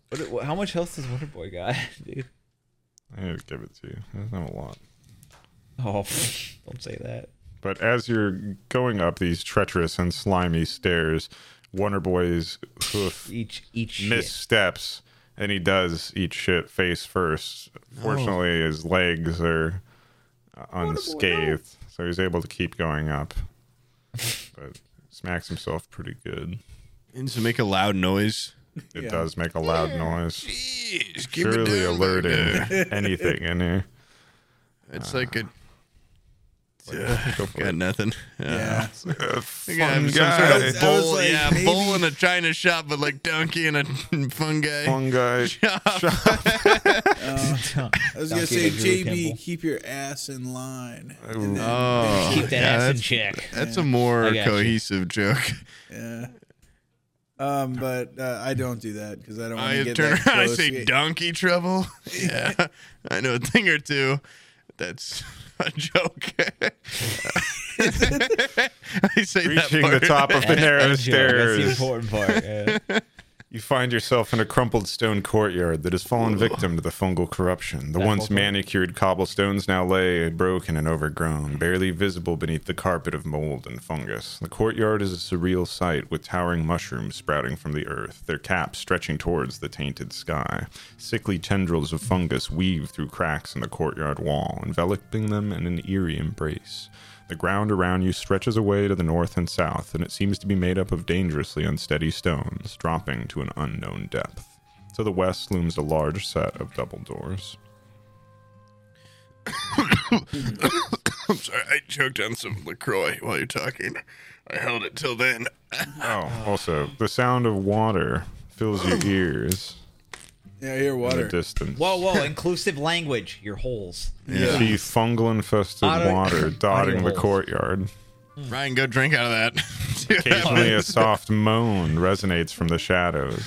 Speaker 3: what, what, how much health does Wonder Boy got, [laughs] dude?
Speaker 4: I need to give it to you. There's not a lot.
Speaker 3: Oh, don't say that.
Speaker 4: But as you're going up these treacherous and slimy stairs, Wonder Boy's hoof
Speaker 3: [laughs] Each each shit.
Speaker 4: missteps and he does eat shit face first. Fortunately,
Speaker 2: Oh.
Speaker 4: his legs are uh, unscathed, so he's able to keep
Speaker 2: [laughs]
Speaker 4: going up. But smacks himself pretty good.
Speaker 2: And to make a loud noise.
Speaker 4: It
Speaker 1: Yeah.
Speaker 4: does make a loud noise,
Speaker 2: Jeez, keep it
Speaker 4: surely
Speaker 2: down,
Speaker 4: alerting
Speaker 2: Linda. [laughs]
Speaker 4: anything in here.
Speaker 2: It's like a. Uh,
Speaker 4: [laughs] Go for
Speaker 2: got
Speaker 4: it.
Speaker 2: nothing.
Speaker 1: [laughs]
Speaker 2: Yeah.
Speaker 1: Yeah.
Speaker 2: I think I have some
Speaker 4: guy.
Speaker 2: sort
Speaker 1: I
Speaker 2: of
Speaker 1: was
Speaker 2: bull,
Speaker 1: like,
Speaker 2: yeah,
Speaker 1: maybe-
Speaker 2: bull in a china shop, but like donkey in a [laughs] fungi.
Speaker 4: Fungi.
Speaker 1: I was gonna
Speaker 3: Donkey
Speaker 1: say,
Speaker 3: to
Speaker 1: JB,
Speaker 3: Julie Temple.
Speaker 1: keep your ass in line. And then-
Speaker 2: Oh,
Speaker 3: Keep that
Speaker 2: yeah,
Speaker 3: ass in
Speaker 2: that's,
Speaker 3: check.
Speaker 2: [laughs] that's a more
Speaker 3: I got you.
Speaker 2: cohesive joke.
Speaker 1: Yeah. [laughs] Um, but uh, I don't do that because I don't want to
Speaker 2: I
Speaker 1: get
Speaker 2: turn
Speaker 1: that
Speaker 2: around, I
Speaker 1: close.
Speaker 2: say
Speaker 1: Yeah. [laughs]
Speaker 2: donkey trouble. Yeah, I know a thing or two. That's [laughs] a joke. [laughs] I say
Speaker 4: Reaching the
Speaker 2: that part.
Speaker 4: top of the narrow
Speaker 3: That's the
Speaker 4: stairs,
Speaker 3: important part. yeah.
Speaker 4: you find yourself in a crumpled stone courtyard that has fallen victim to the fungal corruption. The once manicured cobblestones now lay broken and overgrown, barely visible beneath the carpet of mold and fungus. The courtyard is a surreal sight with towering mushrooms sprouting from the earth, their caps stretching towards the tainted sky. Sickly tendrils of fungus weave through cracks in the courtyard wall, enveloping them in an eerie embrace. The ground around you stretches away to the north and south, and it seems to be made up of dangerously unsteady stones, dropping to an unknown depth. To the west looms a large set of double doors.
Speaker 2: [laughs] I'm sorry, I choked on some Lacroix while you're talking. I held it till then.
Speaker 4: Oh, also, the sound of water fills your ears
Speaker 1: Yeah, I hear
Speaker 4: in the
Speaker 1: water.
Speaker 3: [laughs]
Speaker 4: distance.
Speaker 3: Whoa, whoa! inclusive language. Your holes.
Speaker 4: You see fungal infested
Speaker 3: Otter-
Speaker 4: water dotting the
Speaker 3: holes.
Speaker 4: courtyard.
Speaker 2: Ryan, go drink out of that. [laughs]
Speaker 4: Occasionally, a soft moan resonates from the shadows.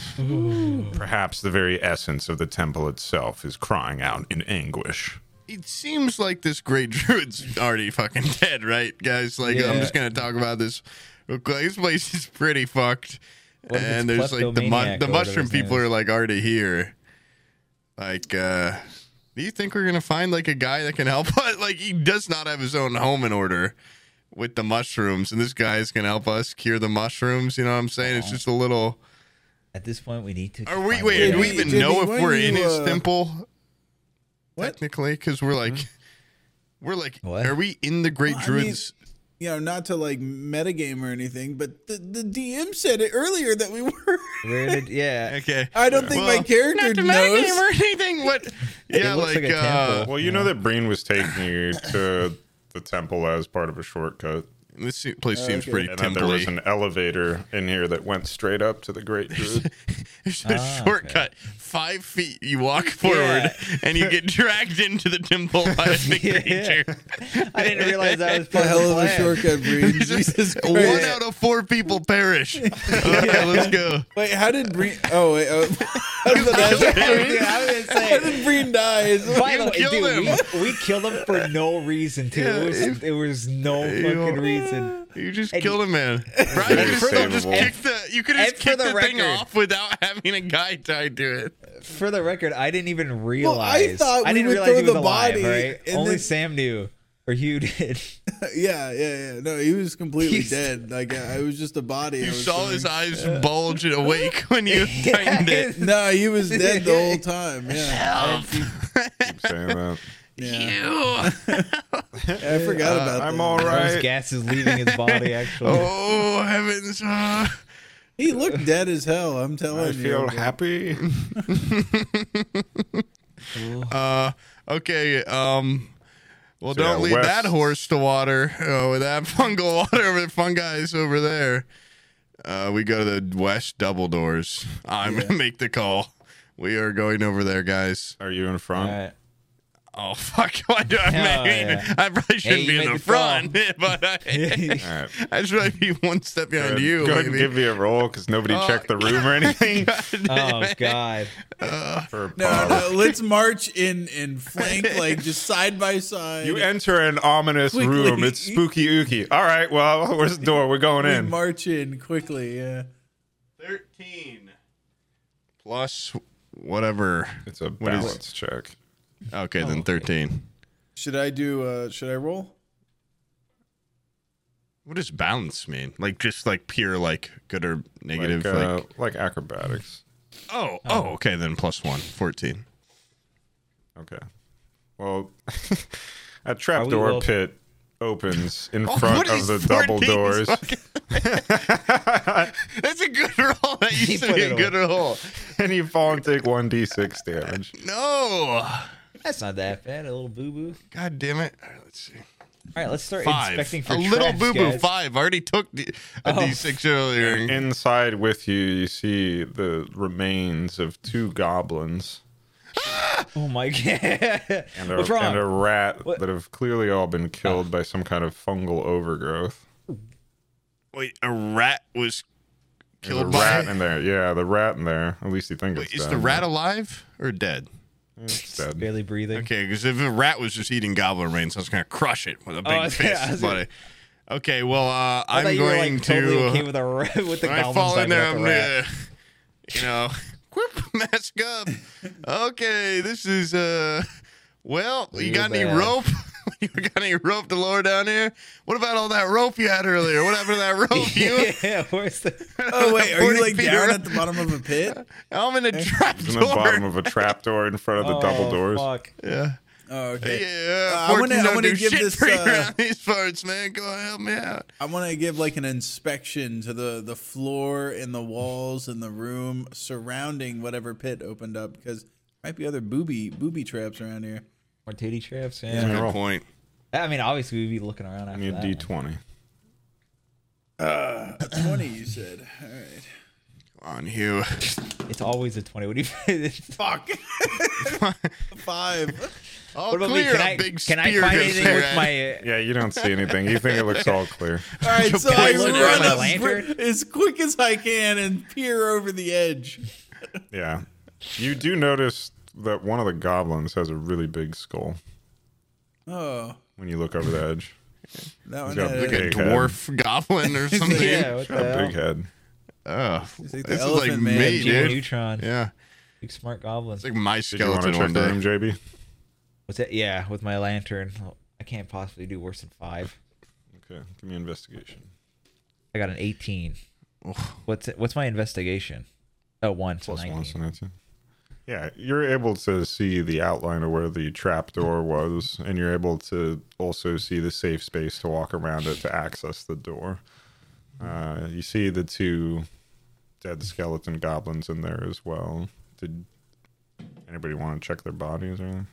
Speaker 4: Perhaps the very essence of the temple itself is crying out in anguish.
Speaker 2: it seems like this great druid's already fucking dead, right, guys? Like, I'm
Speaker 3: Yeah.
Speaker 2: just gonna talk about this. real quick. This place is pretty fucked,
Speaker 3: What if
Speaker 2: and
Speaker 3: it's
Speaker 2: there's like the mu-
Speaker 3: kleptomaniac
Speaker 2: the
Speaker 3: or whatever
Speaker 2: mushroom
Speaker 3: his name
Speaker 2: people
Speaker 3: is?
Speaker 2: are like already here. Like, uh, do you think we're gonna find like a guy that can help [laughs] us? Like, he does not have his own home in order with the mushrooms, and this guy is gonna help us cure the mushrooms. You know what I'm saying? It's just a little.
Speaker 3: At this point, we need to.
Speaker 2: Are we?
Speaker 3: find
Speaker 2: Wait,
Speaker 3: a
Speaker 2: do
Speaker 1: Jimmy,
Speaker 2: we
Speaker 3: way.
Speaker 2: even
Speaker 1: Jimmy,
Speaker 2: know if
Speaker 1: why
Speaker 2: we're
Speaker 1: you,
Speaker 2: in his
Speaker 1: uh,
Speaker 2: temple?
Speaker 1: What? Hmm?
Speaker 2: Technically, because we're like, [laughs] we're like,
Speaker 3: What?
Speaker 2: are we in the Great
Speaker 1: Well, I mean-
Speaker 2: Druids?
Speaker 1: You know, not to like metagame or anything, but the, the DM said it earlier that we were. [laughs]
Speaker 3: We're in a- yeah.
Speaker 2: okay,
Speaker 1: I don't think my character
Speaker 2: not to
Speaker 1: knows.
Speaker 2: metagame or anything. What? [laughs] Yeah,
Speaker 3: looks
Speaker 2: like,
Speaker 3: like a
Speaker 2: uh,
Speaker 3: temple.
Speaker 4: Well, you know that Breen was taking you to the temple as part of a shortcut.
Speaker 2: uh, this se- place seems
Speaker 1: Uh, okay.
Speaker 2: pretty
Speaker 4: And then there
Speaker 2: [laughs]
Speaker 4: was
Speaker 2: temple-y.
Speaker 4: an elevator in here that went straight up to the Great Druid.
Speaker 2: There's a
Speaker 3: Ah, okay.
Speaker 2: shortcut, five feet. You walk forward,
Speaker 1: [laughs]
Speaker 2: and you get dragged into the temple by
Speaker 3: [laughs]
Speaker 2: a big
Speaker 3: Yeah.
Speaker 2: creature.
Speaker 3: I didn't realize that was
Speaker 1: The
Speaker 3: part
Speaker 1: hell of a
Speaker 3: plan. [laughs]
Speaker 1: shortcut, Breen. [laughs] Jesus
Speaker 2: One
Speaker 1: Christ.
Speaker 2: out of four people perish. Okay, let's go.
Speaker 1: [laughs] Wait, how did Breen? Oh wait, oh, [laughs] I
Speaker 2: [laughs]
Speaker 1: was about to ask-
Speaker 3: Dude, I was gonna
Speaker 1: how
Speaker 3: say.
Speaker 1: did Breen die?
Speaker 3: By the
Speaker 2: You
Speaker 3: way,
Speaker 2: killed
Speaker 3: dude, we, we killed him for no reason, too.
Speaker 2: Yeah,
Speaker 3: it, was,
Speaker 2: if-
Speaker 3: it was no fucking reason.
Speaker 2: You just
Speaker 3: And-
Speaker 2: killed a
Speaker 3: [laughs]
Speaker 2: man. Brian, you
Speaker 4: Very
Speaker 2: could have just
Speaker 4: savable.
Speaker 2: kicked the you could have
Speaker 3: and
Speaker 2: just
Speaker 3: for
Speaker 2: kicked
Speaker 3: the
Speaker 2: the, thing
Speaker 3: record-
Speaker 2: off without [laughs] having a guy tied to it.
Speaker 3: For the record, I didn't even realize.
Speaker 1: thought we
Speaker 3: didn't
Speaker 1: would
Speaker 3: realize
Speaker 1: throw
Speaker 3: he was
Speaker 1: the
Speaker 3: alive,
Speaker 1: body
Speaker 3: right?
Speaker 1: and
Speaker 3: Only
Speaker 1: then-
Speaker 3: Sam knew, or Hugh [laughs] did.
Speaker 1: [laughs] Yeah, yeah, yeah. No, he was completely
Speaker 3: He's-
Speaker 1: dead. Like I, I was just a body. I
Speaker 2: You
Speaker 1: was
Speaker 2: saw
Speaker 1: throwing-
Speaker 2: his eyes bulge and awake when
Speaker 3: [laughs]
Speaker 2: you tightened
Speaker 1: [laughs]
Speaker 2: it.
Speaker 1: No, he was dead
Speaker 2: [laughs]
Speaker 1: the whole time. Yeah,
Speaker 4: Keep saying that.
Speaker 1: yeah.
Speaker 2: Ew.
Speaker 4: [laughs]
Speaker 1: I forgot about that.
Speaker 4: I'm all
Speaker 3: Those
Speaker 4: right.
Speaker 3: gas is leaving his body, actually.
Speaker 2: Oh heavens! ah.
Speaker 1: He looked dead as hell. I'm telling
Speaker 4: I
Speaker 1: you.
Speaker 4: feel
Speaker 1: bro.
Speaker 4: happy.
Speaker 2: Uh, okay. Um. Well,
Speaker 4: So,
Speaker 2: don't
Speaker 4: yeah,
Speaker 2: lead
Speaker 4: west.
Speaker 2: that horse to water. Oh, with that [laughs] fungal water over the fungi is over there. Uh, we go to the west double doors. I'm gonna make the call. We are going over there, guys.
Speaker 4: Are you in front?
Speaker 3: All right.
Speaker 2: Oh [laughs] fuck! Why do I?
Speaker 3: Hell
Speaker 2: mean,
Speaker 3: yeah.
Speaker 2: I probably shouldn't
Speaker 3: you
Speaker 2: be
Speaker 3: made
Speaker 2: in the
Speaker 3: the
Speaker 2: front, [laughs] but
Speaker 3: [laughs]
Speaker 2: I,
Speaker 1: [laughs]
Speaker 4: All right.
Speaker 2: I should probably be one step behind you.
Speaker 4: Go ahead and
Speaker 2: maybe.
Speaker 4: give me a roll because nobody
Speaker 2: Oh,
Speaker 4: checked the room
Speaker 1: [laughs]
Speaker 2: [laughs]
Speaker 4: or anything.
Speaker 3: Oh, God.
Speaker 4: For
Speaker 1: No,
Speaker 4: Bob.
Speaker 1: no, let's march in and
Speaker 4: [laughs]
Speaker 1: flank, like just side by side.
Speaker 4: You enter an ominous
Speaker 1: Quickly.
Speaker 4: room. It's spooky ooky. All right, well, [laughs] where's the door? We're going
Speaker 1: we
Speaker 4: in.
Speaker 1: march in quickly. Yeah.
Speaker 2: Thirteen plus whatever.
Speaker 4: It's a
Speaker 2: is-
Speaker 4: balance check.
Speaker 2: Okay,
Speaker 3: Oh.
Speaker 2: then thirteen.
Speaker 1: Should I do? uh Should I roll?
Speaker 2: What does balance mean? Like just like pure like good or negative?
Speaker 4: Like,
Speaker 2: Like,
Speaker 4: uh, like acrobatics.
Speaker 2: Oh, oh, okay, then plus one. 14.
Speaker 4: Okay. Well, [laughs] a
Speaker 3: we
Speaker 4: trapdoor
Speaker 3: will-
Speaker 4: pit
Speaker 2: [laughs]
Speaker 4: opens in
Speaker 2: Oh,
Speaker 4: front
Speaker 2: what
Speaker 4: of
Speaker 2: is
Speaker 4: the double
Speaker 2: 14?
Speaker 4: doors.
Speaker 2: That's a good [laughs] roll. That used to
Speaker 3: put
Speaker 2: be
Speaker 3: it
Speaker 2: a good roll.
Speaker 4: [laughs] and you fall and take 1d6 damage.
Speaker 2: No.
Speaker 3: That's not that bad. A little boo boo.
Speaker 2: God damn it. All right, let's see.
Speaker 3: All right, let's start
Speaker 2: Five.
Speaker 3: inspecting for
Speaker 2: a little
Speaker 3: traps,
Speaker 2: boo boo.
Speaker 3: guys.
Speaker 2: Five. I already took d a
Speaker 3: Oh.
Speaker 2: 6 earlier.
Speaker 4: Inside with you, you see the remains of two goblins
Speaker 3: Oh my [laughs] god.
Speaker 4: and a,
Speaker 3: What's wrong?
Speaker 4: and a rat
Speaker 3: What-
Speaker 4: that have clearly all been killed by some kind of fungal overgrowth.
Speaker 2: Wait, a rat was
Speaker 4: There's a
Speaker 2: killed by.
Speaker 4: rat in there. Yeah, the rat in there. At least you think
Speaker 2: Wait,
Speaker 4: it's
Speaker 2: is
Speaker 4: dead.
Speaker 2: the rat alive or dead?
Speaker 4: It's dead.
Speaker 3: Barely breathing.
Speaker 2: Okay, because if a rat was just eating goblin rain, so it's gonna crush it with a big
Speaker 3: I was- Oh, [laughs] yeah, I
Speaker 2: fist.
Speaker 3: was
Speaker 2: But okay, well, uh,
Speaker 3: I thought
Speaker 2: I'm
Speaker 3: you were,
Speaker 2: going
Speaker 3: like,
Speaker 2: to.
Speaker 3: totally okay
Speaker 2: uh,
Speaker 3: with the ra-
Speaker 2: [laughs]
Speaker 3: with the
Speaker 2: when I
Speaker 3: goblins
Speaker 2: fall in
Speaker 3: talking
Speaker 2: there,
Speaker 3: about
Speaker 2: I'm
Speaker 3: the rat.
Speaker 2: gonna, [laughs] you know, whoop, [laughs] mask up. Okay, this is uh, well, you
Speaker 3: Real
Speaker 2: got
Speaker 3: bad.
Speaker 2: any rope? [laughs] you got any rope to lower down here? What about all that rope you had earlier? What happened to
Speaker 3: [laughs]
Speaker 2: that rope? You,
Speaker 3: [laughs] yeah,
Speaker 2: [laughs]
Speaker 3: where's the?
Speaker 1: Oh wait, are
Speaker 2: 40
Speaker 4: [laughs]
Speaker 1: you like
Speaker 2: feet
Speaker 1: down
Speaker 2: around.
Speaker 1: at the bottom of a pit?
Speaker 2: I'm in a
Speaker 4: It's in the bottom
Speaker 2: trapdoor.
Speaker 4: of a trapdoor in front of the double
Speaker 3: [laughs] Oh,
Speaker 4: doors.
Speaker 3: Fuck.
Speaker 2: Yeah.
Speaker 1: Oh, okay.
Speaker 2: Yeah,
Speaker 1: Uh, I wanna-
Speaker 2: fortune
Speaker 1: I
Speaker 2: don't
Speaker 1: wanna
Speaker 2: do
Speaker 1: give
Speaker 2: shit
Speaker 1: this,
Speaker 2: for you
Speaker 1: uh,
Speaker 2: around these parts, man. Go on, help me out.
Speaker 1: I want to give like an inspection to the the floor and the walls and the room surrounding whatever pit opened up because might be other booby booby traps around here.
Speaker 3: More titty traps. Yeah.
Speaker 4: Roll.
Speaker 2: point.
Speaker 3: I mean, obviously we'd be looking around
Speaker 4: I
Speaker 3: after
Speaker 4: need
Speaker 3: that.
Speaker 4: D twenty.
Speaker 1: Twenty, you said. All right.
Speaker 2: Come on, Hugh.
Speaker 3: It's always a twenty. What do you? [laughs]
Speaker 1: Fuck. Five.
Speaker 2: All
Speaker 3: What about
Speaker 2: [laughs] clear.
Speaker 3: me? Can
Speaker 2: a
Speaker 3: I,
Speaker 2: big
Speaker 3: can I
Speaker 2: spear
Speaker 3: find
Speaker 2: goes eh?
Speaker 3: anything
Speaker 2: through
Speaker 3: with
Speaker 2: that.
Speaker 3: my?
Speaker 4: Yeah, you don't see anything. You think it looks all clear.
Speaker 1: All right, so I
Speaker 3: Can I look at
Speaker 1: run
Speaker 3: my
Speaker 1: up
Speaker 3: lantern?
Speaker 1: fr- as quick as I can and peer over the edge.
Speaker 4: Yeah. You do notice that one of the goblins has a really big skull
Speaker 1: Oh,
Speaker 4: when you look over the edge.
Speaker 1: that one.
Speaker 4: got
Speaker 1: had a-
Speaker 2: Like
Speaker 4: big
Speaker 2: a
Speaker 4: Big head.
Speaker 2: dwarf goblin or something.
Speaker 3: [laughs] Yeah, what the
Speaker 4: Got a
Speaker 3: hell?
Speaker 4: big head.
Speaker 2: Oh,
Speaker 1: like the
Speaker 2: this is
Speaker 1: elephant
Speaker 2: like
Speaker 1: man.
Speaker 2: me,
Speaker 1: Hey,
Speaker 3: Jimmy
Speaker 2: dude.
Speaker 3: Neutron.
Speaker 2: Yeah,
Speaker 3: Big smart goblin.
Speaker 2: it's like my
Speaker 4: Did you want to
Speaker 2: skeleton
Speaker 4: check
Speaker 2: one
Speaker 4: the
Speaker 2: day.
Speaker 4: room, JB?
Speaker 3: What's that? Yeah, with my lantern, I can't possibly do worse than five.
Speaker 4: Okay, give me investigation.
Speaker 3: I got an eighteen. What's it, what's my investigation? Oh, one. So
Speaker 4: Plus one,
Speaker 3: 19.
Speaker 4: so 19. Yeah, you're able to see the outline of where the trap door was, and you're able to also see the safe space to walk around it to access the door. Uh, you see the two dead skeleton goblins in there as well. Did anybody want to check their bodies or anything?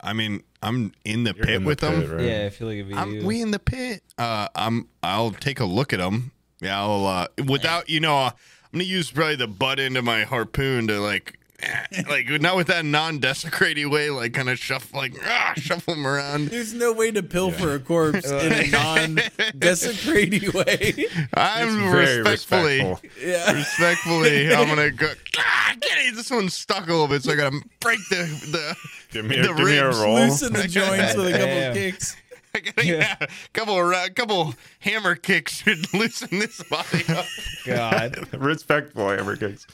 Speaker 2: I mean, I'm in the
Speaker 4: You're
Speaker 2: pit
Speaker 4: in the
Speaker 2: with
Speaker 4: pit,
Speaker 2: them.
Speaker 4: right?
Speaker 3: Yeah, I feel like it'd be you.
Speaker 2: I'm we in the pit. Uh, I'm. I'll take a look at them. Yeah, I'll. Uh, without you know, uh, I'm gonna use probably the butt end of my harpoon to like, eh,
Speaker 4: [laughs]
Speaker 2: like not with that non-desecrating way, like kind of shuffle, like ah, shuffle them around.
Speaker 1: There's no way to pilfer a corpse in a
Speaker 3: [laughs]
Speaker 1: non-desecrating way. [laughs]
Speaker 2: I'm
Speaker 4: Very
Speaker 2: respectfully.
Speaker 4: respectful. [laughs]
Speaker 1: Yeah.
Speaker 2: respectfully, I'm gonna go. Ah, get it. This one's stuck a little bit, so I gotta break the the.
Speaker 4: Give me, a,
Speaker 2: The
Speaker 4: give me a
Speaker 2: ribs.
Speaker 4: roll.
Speaker 1: Loosen the joints with a couple
Speaker 3: Damn.
Speaker 1: of kicks.
Speaker 2: I gotta, [laughs] yeah. couple of, ra- couple hammer kicks should [laughs] loosen this body up.
Speaker 3: God.
Speaker 2: [laughs]
Speaker 4: Respectful, Amber Kicks.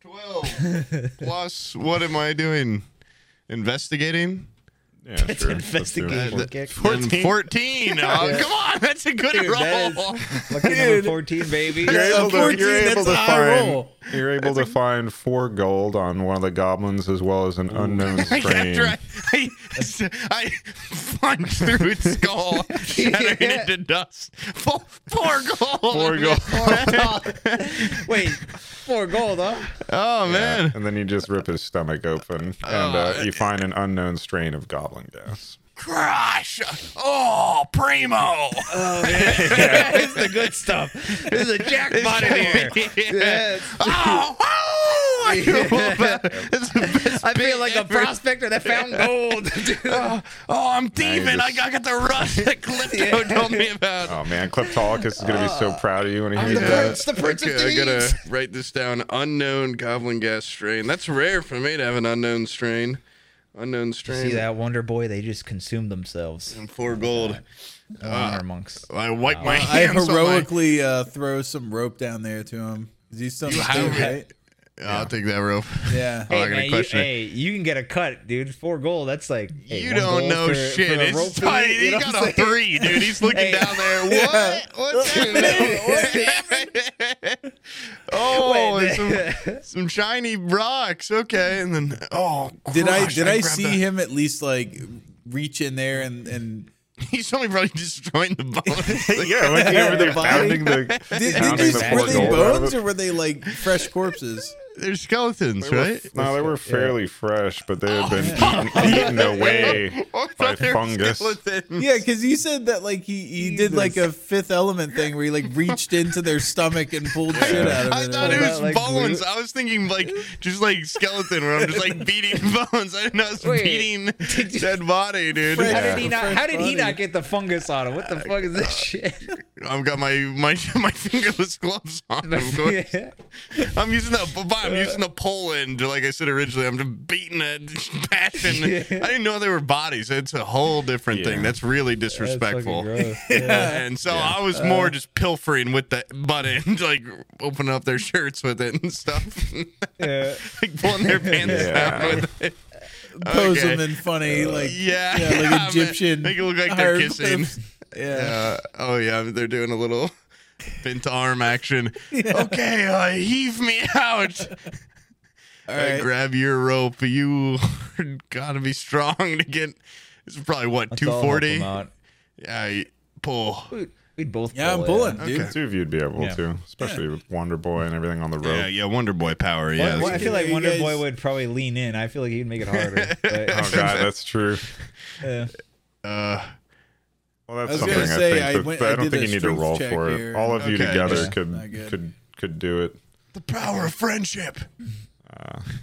Speaker 2: Twelve plus. What am I doing? Investigating.
Speaker 4: Yeah, sure. Let's do it.
Speaker 3: investigation.
Speaker 2: Th-
Speaker 3: Kick.
Speaker 2: Fourteen. Fourteen. Oh, Come on, that's a good
Speaker 3: Dude,
Speaker 2: roll. [laughs]
Speaker 3: that is lucky number
Speaker 1: Dude.
Speaker 3: fourteen, baby.
Speaker 4: You're
Speaker 1: Yeah,
Speaker 4: able to,
Speaker 1: 14,
Speaker 4: you're able
Speaker 1: that's
Speaker 4: to
Speaker 1: a high
Speaker 4: find
Speaker 1: roll.
Speaker 4: you're able to find four gold on one of the goblins as well as an
Speaker 1: [laughs]
Speaker 4: unknown strain.
Speaker 2: After I, I, [laughs] I plunged through its skull, shattering it to dust. Four, four gold.
Speaker 4: Four gold.
Speaker 3: Wait, four gold, huh?
Speaker 2: Oh man.
Speaker 4: and then you just rip his stomach open,
Speaker 1: Oh,
Speaker 4: and uh, you find an unknown strain of goblin gas.
Speaker 2: Crush! Oh, primo!
Speaker 3: This is the good stuff. This is the jackpot in
Speaker 2: [laughs]
Speaker 3: here. Yes.
Speaker 2: Oh, oh! I feel bad. [laughs] It's the best
Speaker 3: I feel like a
Speaker 2: ever.
Speaker 3: prospector that found gold. [laughs]
Speaker 2: [laughs] Oh, oh, I'm thieving.
Speaker 4: just-
Speaker 2: I got I got the [laughs] rust that Calypto told me about.
Speaker 4: Oh man, Kleptolicus is gonna be so
Speaker 1: Oh.
Speaker 4: proud of you when he hears that.
Speaker 3: the Prince of
Speaker 2: Okay, I
Speaker 3: Thieves.
Speaker 2: gotta write this down. Unknown goblin gas strain. That's rare for me to have an unknown strain. Unknown strain.
Speaker 3: See that Wonder Boy? They just consumed themselves.
Speaker 2: And four gold. Uh,
Speaker 3: Honor monks.
Speaker 2: I wipe
Speaker 1: [laughs]
Speaker 2: my
Speaker 1: I
Speaker 2: hands.
Speaker 1: heroically uh, throw some rope down there to him. Is he still
Speaker 2: have it.
Speaker 1: right?
Speaker 2: On my, I'll take that rope.
Speaker 1: Yeah.
Speaker 2: Oh, I
Speaker 3: Hey,
Speaker 2: gotta
Speaker 3: man, you,
Speaker 2: question it.
Speaker 3: hey, you can get a cut, dude. Four gold. That's like hey,
Speaker 2: you
Speaker 3: one
Speaker 2: don't
Speaker 3: gold
Speaker 2: know
Speaker 3: for-
Speaker 2: shit.
Speaker 3: for a rope
Speaker 2: it's
Speaker 3: for
Speaker 2: tiny.
Speaker 3: me,
Speaker 2: He
Speaker 3: you know
Speaker 2: got
Speaker 3: what
Speaker 2: a
Speaker 3: I'm saying?
Speaker 2: three,
Speaker 3: [laughs]
Speaker 2: dude. He's looking
Speaker 3: Hey. [laughs]
Speaker 2: down there. What? What's happening? What's happening? Oh,
Speaker 3: Wait,
Speaker 2: and
Speaker 3: [laughs]
Speaker 2: some, some shiny rocks. Okay, and then oh,
Speaker 1: Did I
Speaker 2: crushed.
Speaker 1: did I,
Speaker 2: grabbed
Speaker 1: see
Speaker 2: that. [laughs]
Speaker 1: him at least like reach in there and and
Speaker 2: He's only probably destroying the
Speaker 3: [laughs]
Speaker 2: bones. Like,
Speaker 4: yeah,
Speaker 1: [laughs] Yeah,
Speaker 4: when they
Speaker 1: the
Speaker 4: were
Speaker 1: [laughs]
Speaker 4: there
Speaker 1: body.
Speaker 4: pounding the.
Speaker 1: did,
Speaker 4: pounding
Speaker 1: did you,
Speaker 4: the
Speaker 1: were
Speaker 4: poor
Speaker 1: they
Speaker 4: gold out of
Speaker 1: bones
Speaker 4: it.
Speaker 1: or were they like fresh corpses?
Speaker 2: They're skeletons, right?
Speaker 4: No, they were fairly fresh, but they had
Speaker 1: Oh,
Speaker 4: been eaten,
Speaker 1: [laughs]
Speaker 4: eaten away
Speaker 2: Oh, I
Speaker 4: by
Speaker 2: thought they were
Speaker 4: fungus.
Speaker 2: skeletons.
Speaker 1: Yeah, because you said that like he, he did like a fifth element thing where he like reached into their stomach and pulled shit out of it.
Speaker 2: I thought it
Speaker 3: What
Speaker 2: was
Speaker 3: about, like,
Speaker 2: bones.
Speaker 3: glue?
Speaker 2: I was thinking like just like skeleton, where I'm just
Speaker 3: [laughs]
Speaker 2: like beating bones. I didn't know I was
Speaker 3: Wait.
Speaker 2: beating dead body, dude.
Speaker 1: Fred-
Speaker 3: How did he not? How did he
Speaker 1: Funny.
Speaker 3: not get the fungus on him? What the fuck
Speaker 2: [laughs]
Speaker 3: is this shit?
Speaker 2: I've got my my [laughs] my fingerless gloves on. Of course.
Speaker 3: [laughs] Yeah.
Speaker 2: I'm using the but
Speaker 3: Uh.
Speaker 2: I'm using the pole end, like I said originally. I'm just beating it, [laughs] just bashing. it. I didn't know they were bodies. It's a whole different thing.
Speaker 4: Yeah.
Speaker 2: That's really
Speaker 3: That's
Speaker 2: disrespectful.
Speaker 3: fucking
Speaker 2: [laughs]
Speaker 3: gross. Yeah. Uh.
Speaker 2: And so I was more just pilfering with the butt end, [laughs] like opening up their shirts with it and stuff, [laughs]
Speaker 3: Yeah.
Speaker 2: like pulling
Speaker 3: [laughs]
Speaker 2: their pants
Speaker 4: Yeah.
Speaker 2: down with it.
Speaker 1: Pose
Speaker 2: Okay.
Speaker 1: them in funny like
Speaker 2: [laughs] Yeah,
Speaker 1: yeah, like
Speaker 2: man.
Speaker 1: Egyptian
Speaker 2: Make it look like they're kissing.
Speaker 1: hieroglyphs. Yeah.
Speaker 2: Uh, oh yeah, they're doing a little [laughs] bent arm
Speaker 3: [laughs]
Speaker 2: action. Okay, uh, heave me out.
Speaker 1: All
Speaker 2: I
Speaker 1: right.
Speaker 2: grab your rope. You [laughs] gotta be strong to get. It's probably what
Speaker 3: Let's
Speaker 2: two
Speaker 3: all help
Speaker 2: forty.
Speaker 3: him out.
Speaker 2: Yeah, you pull.
Speaker 3: We'd, we'd both.
Speaker 1: Yeah, I'm
Speaker 3: pull,
Speaker 1: pulling,
Speaker 3: yeah.
Speaker 1: dude.
Speaker 2: Okay.
Speaker 4: Two of you'd be able
Speaker 3: Yeah.
Speaker 4: to, especially with Wonder Boy and everything on the rope.
Speaker 2: Yeah, yeah, Wonder Boy power.
Speaker 3: Well,
Speaker 2: Yeah,
Speaker 3: well, I
Speaker 2: that's-
Speaker 3: feel like
Speaker 1: You
Speaker 3: Wonder
Speaker 1: guys-
Speaker 3: Boy would probably lean in. I feel like he'd make it harder.
Speaker 4: [laughs]
Speaker 1: [laughs]
Speaker 3: But,
Speaker 4: Oh god, that's true.
Speaker 3: uh,
Speaker 2: uh,
Speaker 4: Well,
Speaker 1: I was
Speaker 4: that's
Speaker 1: gonna
Speaker 4: something I
Speaker 1: say,
Speaker 4: think.
Speaker 1: I
Speaker 4: that-
Speaker 1: went-
Speaker 4: that I,
Speaker 1: I
Speaker 4: don't
Speaker 1: did
Speaker 4: think
Speaker 1: a
Speaker 4: you need to
Speaker 1: strength
Speaker 4: roll
Speaker 1: check
Speaker 4: for
Speaker 1: here.
Speaker 4: it. All of you
Speaker 2: Okay,
Speaker 4: together
Speaker 2: yeah.
Speaker 1: Not
Speaker 4: could
Speaker 1: good.
Speaker 4: could could do it.
Speaker 2: the power of friendship.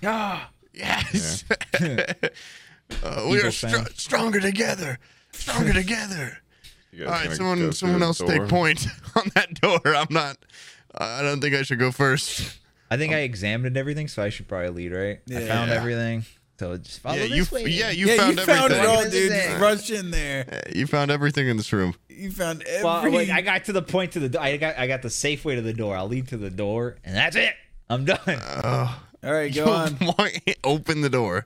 Speaker 3: ah,
Speaker 2: Yes. [laughs]
Speaker 3: [laughs]
Speaker 2: Uh, we
Speaker 3: Evil
Speaker 2: are str-
Speaker 3: fan.
Speaker 2: stronger together.
Speaker 3: [laughs]
Speaker 2: Stronger together.
Speaker 4: You guys
Speaker 2: All right,
Speaker 4: gonna
Speaker 2: someone,
Speaker 4: go
Speaker 2: someone
Speaker 4: through the
Speaker 2: else
Speaker 4: door?
Speaker 2: take point [laughs] on that door. I'm not. I don't think I should go first.
Speaker 3: I think I examined everything, so I should probably lead. Right? I
Speaker 1: Yeah.
Speaker 3: found everything, so just follow
Speaker 2: Yeah,
Speaker 3: this
Speaker 2: you.
Speaker 3: way.
Speaker 2: Yeah, you
Speaker 1: Yeah, you found,
Speaker 2: found everything.
Speaker 1: it all,
Speaker 3: Everything.
Speaker 1: dude. Just rush in there.
Speaker 2: You found everything in this room. [laughs]
Speaker 1: You found every.
Speaker 3: Well, wait, I got to the point to the. do- I got I got the safe way to the door. I'll lead to the door, and that's it. I'm done.
Speaker 4: Uh,
Speaker 1: all right,
Speaker 2: [laughs]
Speaker 1: go on.
Speaker 2: Open the door.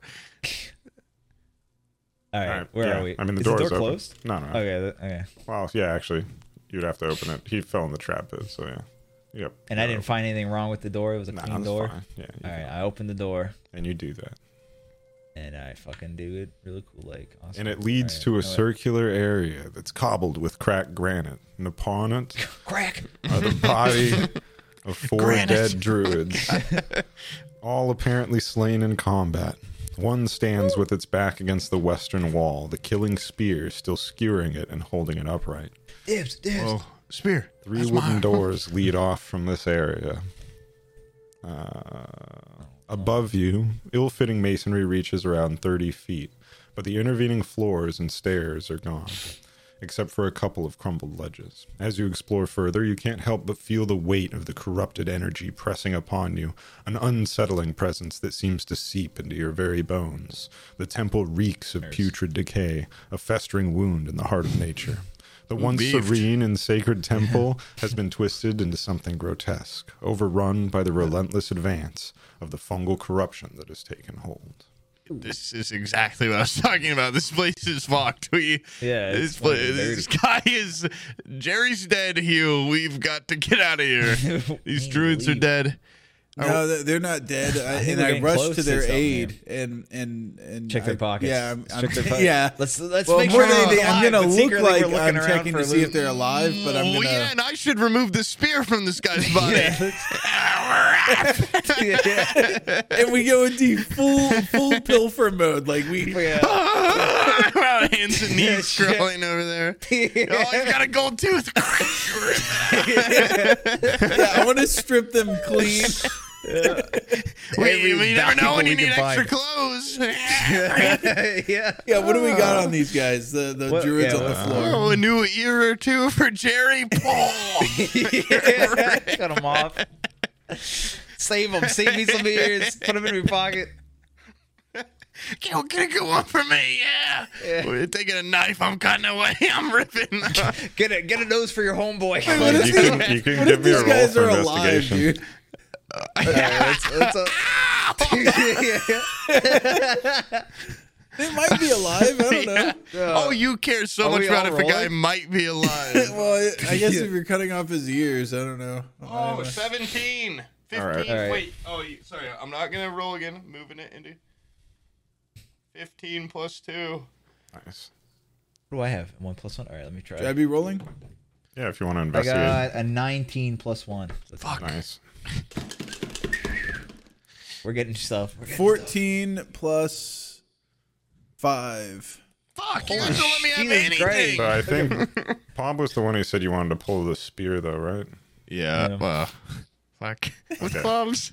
Speaker 3: All right,
Speaker 4: All right,
Speaker 3: where
Speaker 4: yeah.
Speaker 3: are we?
Speaker 4: I mean, the
Speaker 3: is
Speaker 4: door
Speaker 3: the
Speaker 4: is
Speaker 3: door
Speaker 4: open.
Speaker 3: closed?
Speaker 4: No, no.
Speaker 3: Okay, th- okay.
Speaker 4: Well, yeah, actually, you'd have to open it. He fell in the trap pit, so yeah. Yep.
Speaker 3: And I didn't find anything wrong with the door. It was a
Speaker 4: Nah,
Speaker 3: clean
Speaker 4: that's
Speaker 3: door.
Speaker 4: fine. Yeah. you-
Speaker 3: All right, I opened the door
Speaker 4: And you do that,
Speaker 3: and I fucking do it really cool, like awesome.
Speaker 4: and it leads
Speaker 3: All
Speaker 4: to a
Speaker 3: right.
Speaker 4: circular area that's cobbled with cracked granite, and upon it
Speaker 3: crack.
Speaker 4: are the body of four
Speaker 2: Granite.
Speaker 4: dead druids, all apparently slain in combat. One stands with its back against the western wall, the killing spear still skewering it and holding it upright.
Speaker 3: Dibs, dibs.
Speaker 2: Oh, spear.
Speaker 4: Three
Speaker 2: That's
Speaker 4: wooden
Speaker 2: mine.
Speaker 4: doors lead off from this area. Uh, above you, ill fitting masonry reaches around 30 feet, but the intervening floors and stairs are gone, except for a couple of crumbled ledges. As you explore further, you can't help but feel the weight of the corrupted energy pressing upon you, an unsettling presence that seems to seep into your very bones. The temple reeks of putrid decay, a festering wound in the heart of nature. The once
Speaker 2: beefed.
Speaker 4: serene and sacred temple has been twisted into something grotesque, overrun by the relentless advance of the fungal corruption that has taken hold.
Speaker 2: This is exactly what I was talking about. This place is fucked. We,
Speaker 3: Yeah,
Speaker 2: this
Speaker 3: it's
Speaker 2: place,
Speaker 3: fucking
Speaker 2: this guy is Jerry's dead. Hugh, we've got to get out of here.
Speaker 3: [laughs]
Speaker 2: These druids are dead.
Speaker 1: No, they- they're not dead. I,
Speaker 3: think
Speaker 1: and
Speaker 3: we're
Speaker 1: I
Speaker 3: getting
Speaker 1: rushed
Speaker 3: close
Speaker 1: to
Speaker 3: to
Speaker 1: their
Speaker 3: something
Speaker 1: aid and and and
Speaker 3: Check their
Speaker 1: I-
Speaker 3: pockets.
Speaker 1: Yeah, I'm,
Speaker 3: Let's
Speaker 1: I'm,
Speaker 3: check their pockets.
Speaker 1: yeah.
Speaker 3: Let's let's
Speaker 1: well,
Speaker 3: make
Speaker 1: more
Speaker 3: sure
Speaker 1: than anything,
Speaker 3: they're alive,
Speaker 1: I'm gonna
Speaker 3: but
Speaker 1: look
Speaker 3: secretly
Speaker 1: like
Speaker 3: we're looking
Speaker 1: I'm
Speaker 3: around
Speaker 1: checking
Speaker 3: for
Speaker 1: to see if
Speaker 3: loot.
Speaker 1: they're alive, but I'm
Speaker 2: Oh,
Speaker 1: gonna.
Speaker 2: yeah, and I should remove the spear from this
Speaker 3: [laughs]
Speaker 2: guy's body.
Speaker 3: yeah.
Speaker 1: [laughs] And we go into full full pilfer mode. Like we,
Speaker 3: yeah.
Speaker 2: [laughs] Wow, hands and knees
Speaker 3: [laughs] Yeah, shit.
Speaker 2: crawling over
Speaker 3: [laughs]
Speaker 2: there. Oh, he's got a gold tooth.
Speaker 1: [laughs]
Speaker 2: [laughs]
Speaker 1: yeah, I want to strip them clean.
Speaker 2: we, we never know when
Speaker 3: document
Speaker 2: you
Speaker 3: we
Speaker 2: need
Speaker 3: can
Speaker 2: extra
Speaker 3: find.
Speaker 2: clothes.
Speaker 3: [laughs] yeah.
Speaker 1: Yeah, what do we got on these guys? The the
Speaker 3: What-
Speaker 1: druids
Speaker 3: yeah,
Speaker 1: on the
Speaker 3: what-
Speaker 4: uh,
Speaker 1: floor.
Speaker 2: oh, a new ear or two for Jerry. Paul.
Speaker 3: Cut him off. Save him. Save me some ears. Put him in your pocket.
Speaker 2: Yo, get a good one for me, yeah. We're taking a knife. I'm cutting away. [laughs] I'm ripping.
Speaker 3: Get a get a nose for your homeboy.
Speaker 1: [laughs] What if
Speaker 4: You
Speaker 1: these-
Speaker 4: can, you can
Speaker 1: what if these
Speaker 4: give me a roll
Speaker 1: guys
Speaker 4: for
Speaker 1: are alive,
Speaker 4: investigation.
Speaker 1: dude?
Speaker 3: That's- that's a-
Speaker 1: They might be alive. I don't
Speaker 4: [laughs]
Speaker 1: know.
Speaker 2: oh, you care so
Speaker 3: Are
Speaker 2: much
Speaker 3: we
Speaker 2: about if
Speaker 3: all
Speaker 2: a guy
Speaker 3: rolling?
Speaker 2: might be
Speaker 1: [laughs]
Speaker 2: alive. [laughs]
Speaker 1: Well, I, I guess if you're cutting off his ears, I don't know.
Speaker 2: oh, 17. 15.
Speaker 4: All right.
Speaker 3: All right.
Speaker 2: Oh, Wait. Oh, you, sorry. I'm not going to roll again. Moving it into 15 plus 2.
Speaker 4: Nice.
Speaker 3: What do I have? One plus one. All right, let me try.
Speaker 1: Should I be rolling?
Speaker 4: Yeah, if you want to
Speaker 3: I
Speaker 4: investigate.
Speaker 3: got a 19 plus one. That's-
Speaker 4: Nice.
Speaker 3: We're getting stuff. We're getting stuff.
Speaker 1: 14 plus 5.
Speaker 2: Fuck, you don't let me have
Speaker 3: Jesus
Speaker 2: anything.
Speaker 3: Christ.
Speaker 4: So I think
Speaker 1: [laughs]
Speaker 4: Bob was the one who said you wanted to pull the spear, though, right?
Speaker 2: Yeah,
Speaker 3: Yeah.
Speaker 2: well, fuck. With [laughs]
Speaker 4: Okay.
Speaker 2: bombs.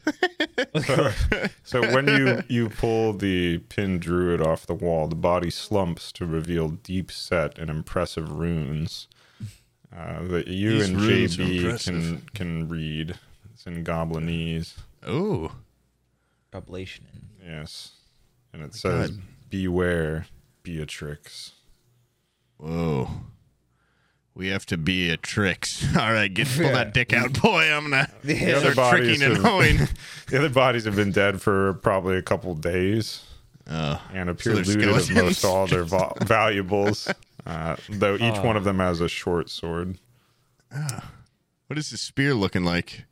Speaker 4: So when you you pull the pin druid off the wall, the body slumps to reveal deep set and impressive runes uh, that you
Speaker 2: These
Speaker 4: and
Speaker 2: runes are
Speaker 4: JB can
Speaker 2: impressive.
Speaker 4: can read. It's in Goblinese.
Speaker 2: Ooh.
Speaker 3: Oblation and
Speaker 4: Yes, and it says, "Beware, Beatrix."
Speaker 2: Whoa. We have to be a tricks. [laughs] All right, get pull that dick out, boy. I'm gonna
Speaker 4: The
Speaker 2: start tricking and hoeing.
Speaker 4: the other bodies have been dead for probably a couple days.
Speaker 2: Oh.
Speaker 4: and appear
Speaker 2: they're
Speaker 4: looted of most
Speaker 2: skeletons.
Speaker 4: all their vo- valuables. Uh, though each one of them has a short sword.
Speaker 2: What is this spear looking like?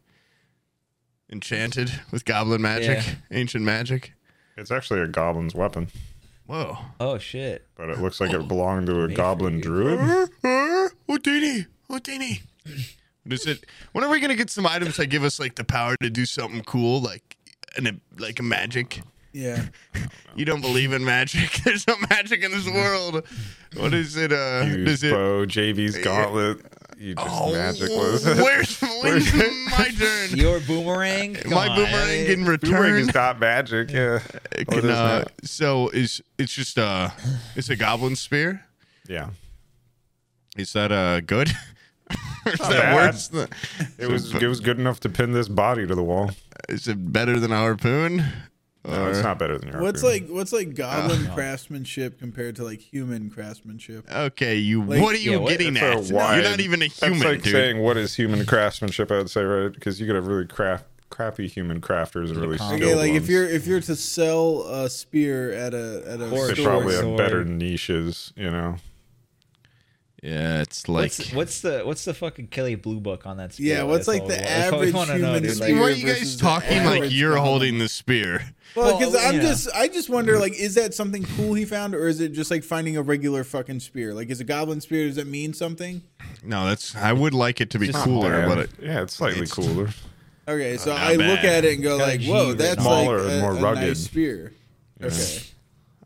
Speaker 2: Enchanted with goblin magic,
Speaker 3: Yeah.
Speaker 2: ancient magic.
Speaker 4: It's actually a goblin's weapon,
Speaker 2: Whoa.
Speaker 3: Oh shit!
Speaker 1: [laughs]
Speaker 4: but it looks like
Speaker 1: Oh,
Speaker 4: it belonged to a goblin druid.
Speaker 2: Uh, uh, Houdini, Houdini. What is it? When are we gonna get some items that give us like the power to do something cool, like an like a magic?
Speaker 4: [laughs]
Speaker 1: Yeah.
Speaker 2: You don't believe in magic. [laughs] There's no magic in this world. What is it? Uh,
Speaker 4: Use
Speaker 2: is it?
Speaker 4: bow, JV's gauntlet. You just
Speaker 2: Oh,
Speaker 4: magic [laughs]
Speaker 2: [laughs]
Speaker 4: was.
Speaker 2: where's when's my turn?
Speaker 3: Your
Speaker 1: [laughs]
Speaker 3: boomerang. Come
Speaker 2: my
Speaker 3: on. eh?
Speaker 2: boomerang in
Speaker 4: Boomerang
Speaker 2: return.
Speaker 4: is not magic. Yeah.
Speaker 2: It
Speaker 4: Oh, it
Speaker 2: can,
Speaker 4: is
Speaker 2: uh,
Speaker 4: not.
Speaker 2: so is it's just uh, it's a goblin spear.
Speaker 4: yeah.
Speaker 2: Is that uh good? [laughs] Or is that
Speaker 4: bad.
Speaker 2: worse? than-
Speaker 4: It was it was good enough to pin this body to the wall.
Speaker 2: Is it better than a harpoon?
Speaker 4: No, it's not better than your.
Speaker 1: What's
Speaker 4: harpoon.
Speaker 1: like what's like goblin craftsmanship compared to like human craftsmanship?
Speaker 2: Okay, you.
Speaker 1: Like-
Speaker 2: what are you
Speaker 3: Yeah, what-
Speaker 2: getting
Speaker 4: That's
Speaker 2: at?
Speaker 4: a wide-
Speaker 2: You're not even a human,
Speaker 4: That's like
Speaker 2: dude.
Speaker 4: saying what is human craftsmanship? I would say right because you could have really craft crappy human crafters and really skilled
Speaker 1: Okay, like
Speaker 4: ones.
Speaker 1: if you're if you're to sell a spear at a at a
Speaker 3: Or
Speaker 4: they
Speaker 1: store,
Speaker 4: probably
Speaker 3: Swords.
Speaker 4: have better niches, you know.
Speaker 2: yeah, it's like.
Speaker 3: What's, what's the what's the fucking Kelly Blue Book on that? Spear?
Speaker 1: Yeah, what's
Speaker 3: That's
Speaker 1: like
Speaker 3: all-
Speaker 1: the
Speaker 3: [laughs] that's all we
Speaker 1: average
Speaker 3: wanna know,
Speaker 1: human
Speaker 3: dude.
Speaker 2: why
Speaker 1: spear
Speaker 2: are you guys
Speaker 1: versus
Speaker 2: talking like
Speaker 1: average
Speaker 2: you're
Speaker 1: goblin?
Speaker 2: holding the spear?
Speaker 1: Well,
Speaker 3: Well,
Speaker 1: because I'm
Speaker 3: yeah.
Speaker 1: just, I just wonder, like, is that something cool he found, or is it just like finding a regular fucking spear? Like, is a goblin spear? Does that mean something?
Speaker 2: No, that's. I would like it to be
Speaker 3: Just-
Speaker 2: cooler,
Speaker 4: yeah,
Speaker 2: but it,
Speaker 4: yeah, it's slightly
Speaker 2: it's-
Speaker 4: cooler.
Speaker 1: Okay, so
Speaker 2: not
Speaker 1: I look
Speaker 2: bad.
Speaker 1: at it and go,
Speaker 3: Kinda
Speaker 1: like, whoa,
Speaker 3: G-rated.
Speaker 1: that's
Speaker 4: Uh, Smaller
Speaker 1: like
Speaker 4: and
Speaker 1: a,
Speaker 4: more
Speaker 1: a
Speaker 4: rugged.
Speaker 1: nice spear. Okay,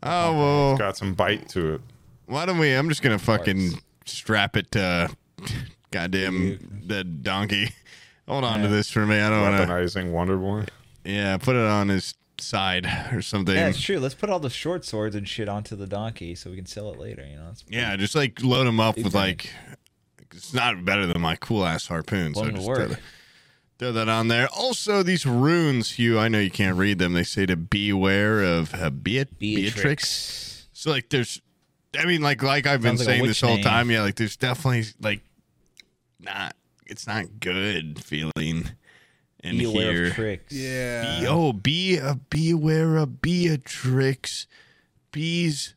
Speaker 2: oh well.
Speaker 4: Got some bite to it.
Speaker 2: Why don't we? I'm just gonna fucking strap it to [laughs] goddamn the donkey. [laughs] Hold on to this for me. I don't want to.
Speaker 4: Weaponizing Wonder Boy.
Speaker 2: Yeah, put it on his side or something.
Speaker 3: [laughs] Yeah,
Speaker 2: Yeah,
Speaker 3: it's true. Let's put all the short swords and shit onto the donkey so we can sell it later. You know, it's
Speaker 2: just like load him up with like. It's not better than my cool ass harpoon. So
Speaker 3: one to
Speaker 2: just throw
Speaker 3: work.
Speaker 2: that, throw that on there. Also, these runes, Hugh. I know you can't read them. They say to beware of uh, Beat- Beatrix. So like, there's. I mean, like, like I've been
Speaker 3: Sounds like a
Speaker 2: saying
Speaker 3: witch
Speaker 2: this whole
Speaker 3: name.
Speaker 2: time. Yeah, like there's definitely like, not. It's not good feeling in
Speaker 3: Be aware
Speaker 2: here.
Speaker 3: of tricks.
Speaker 1: yeah.
Speaker 2: Be- oh, be a beware of Beatrix, bees,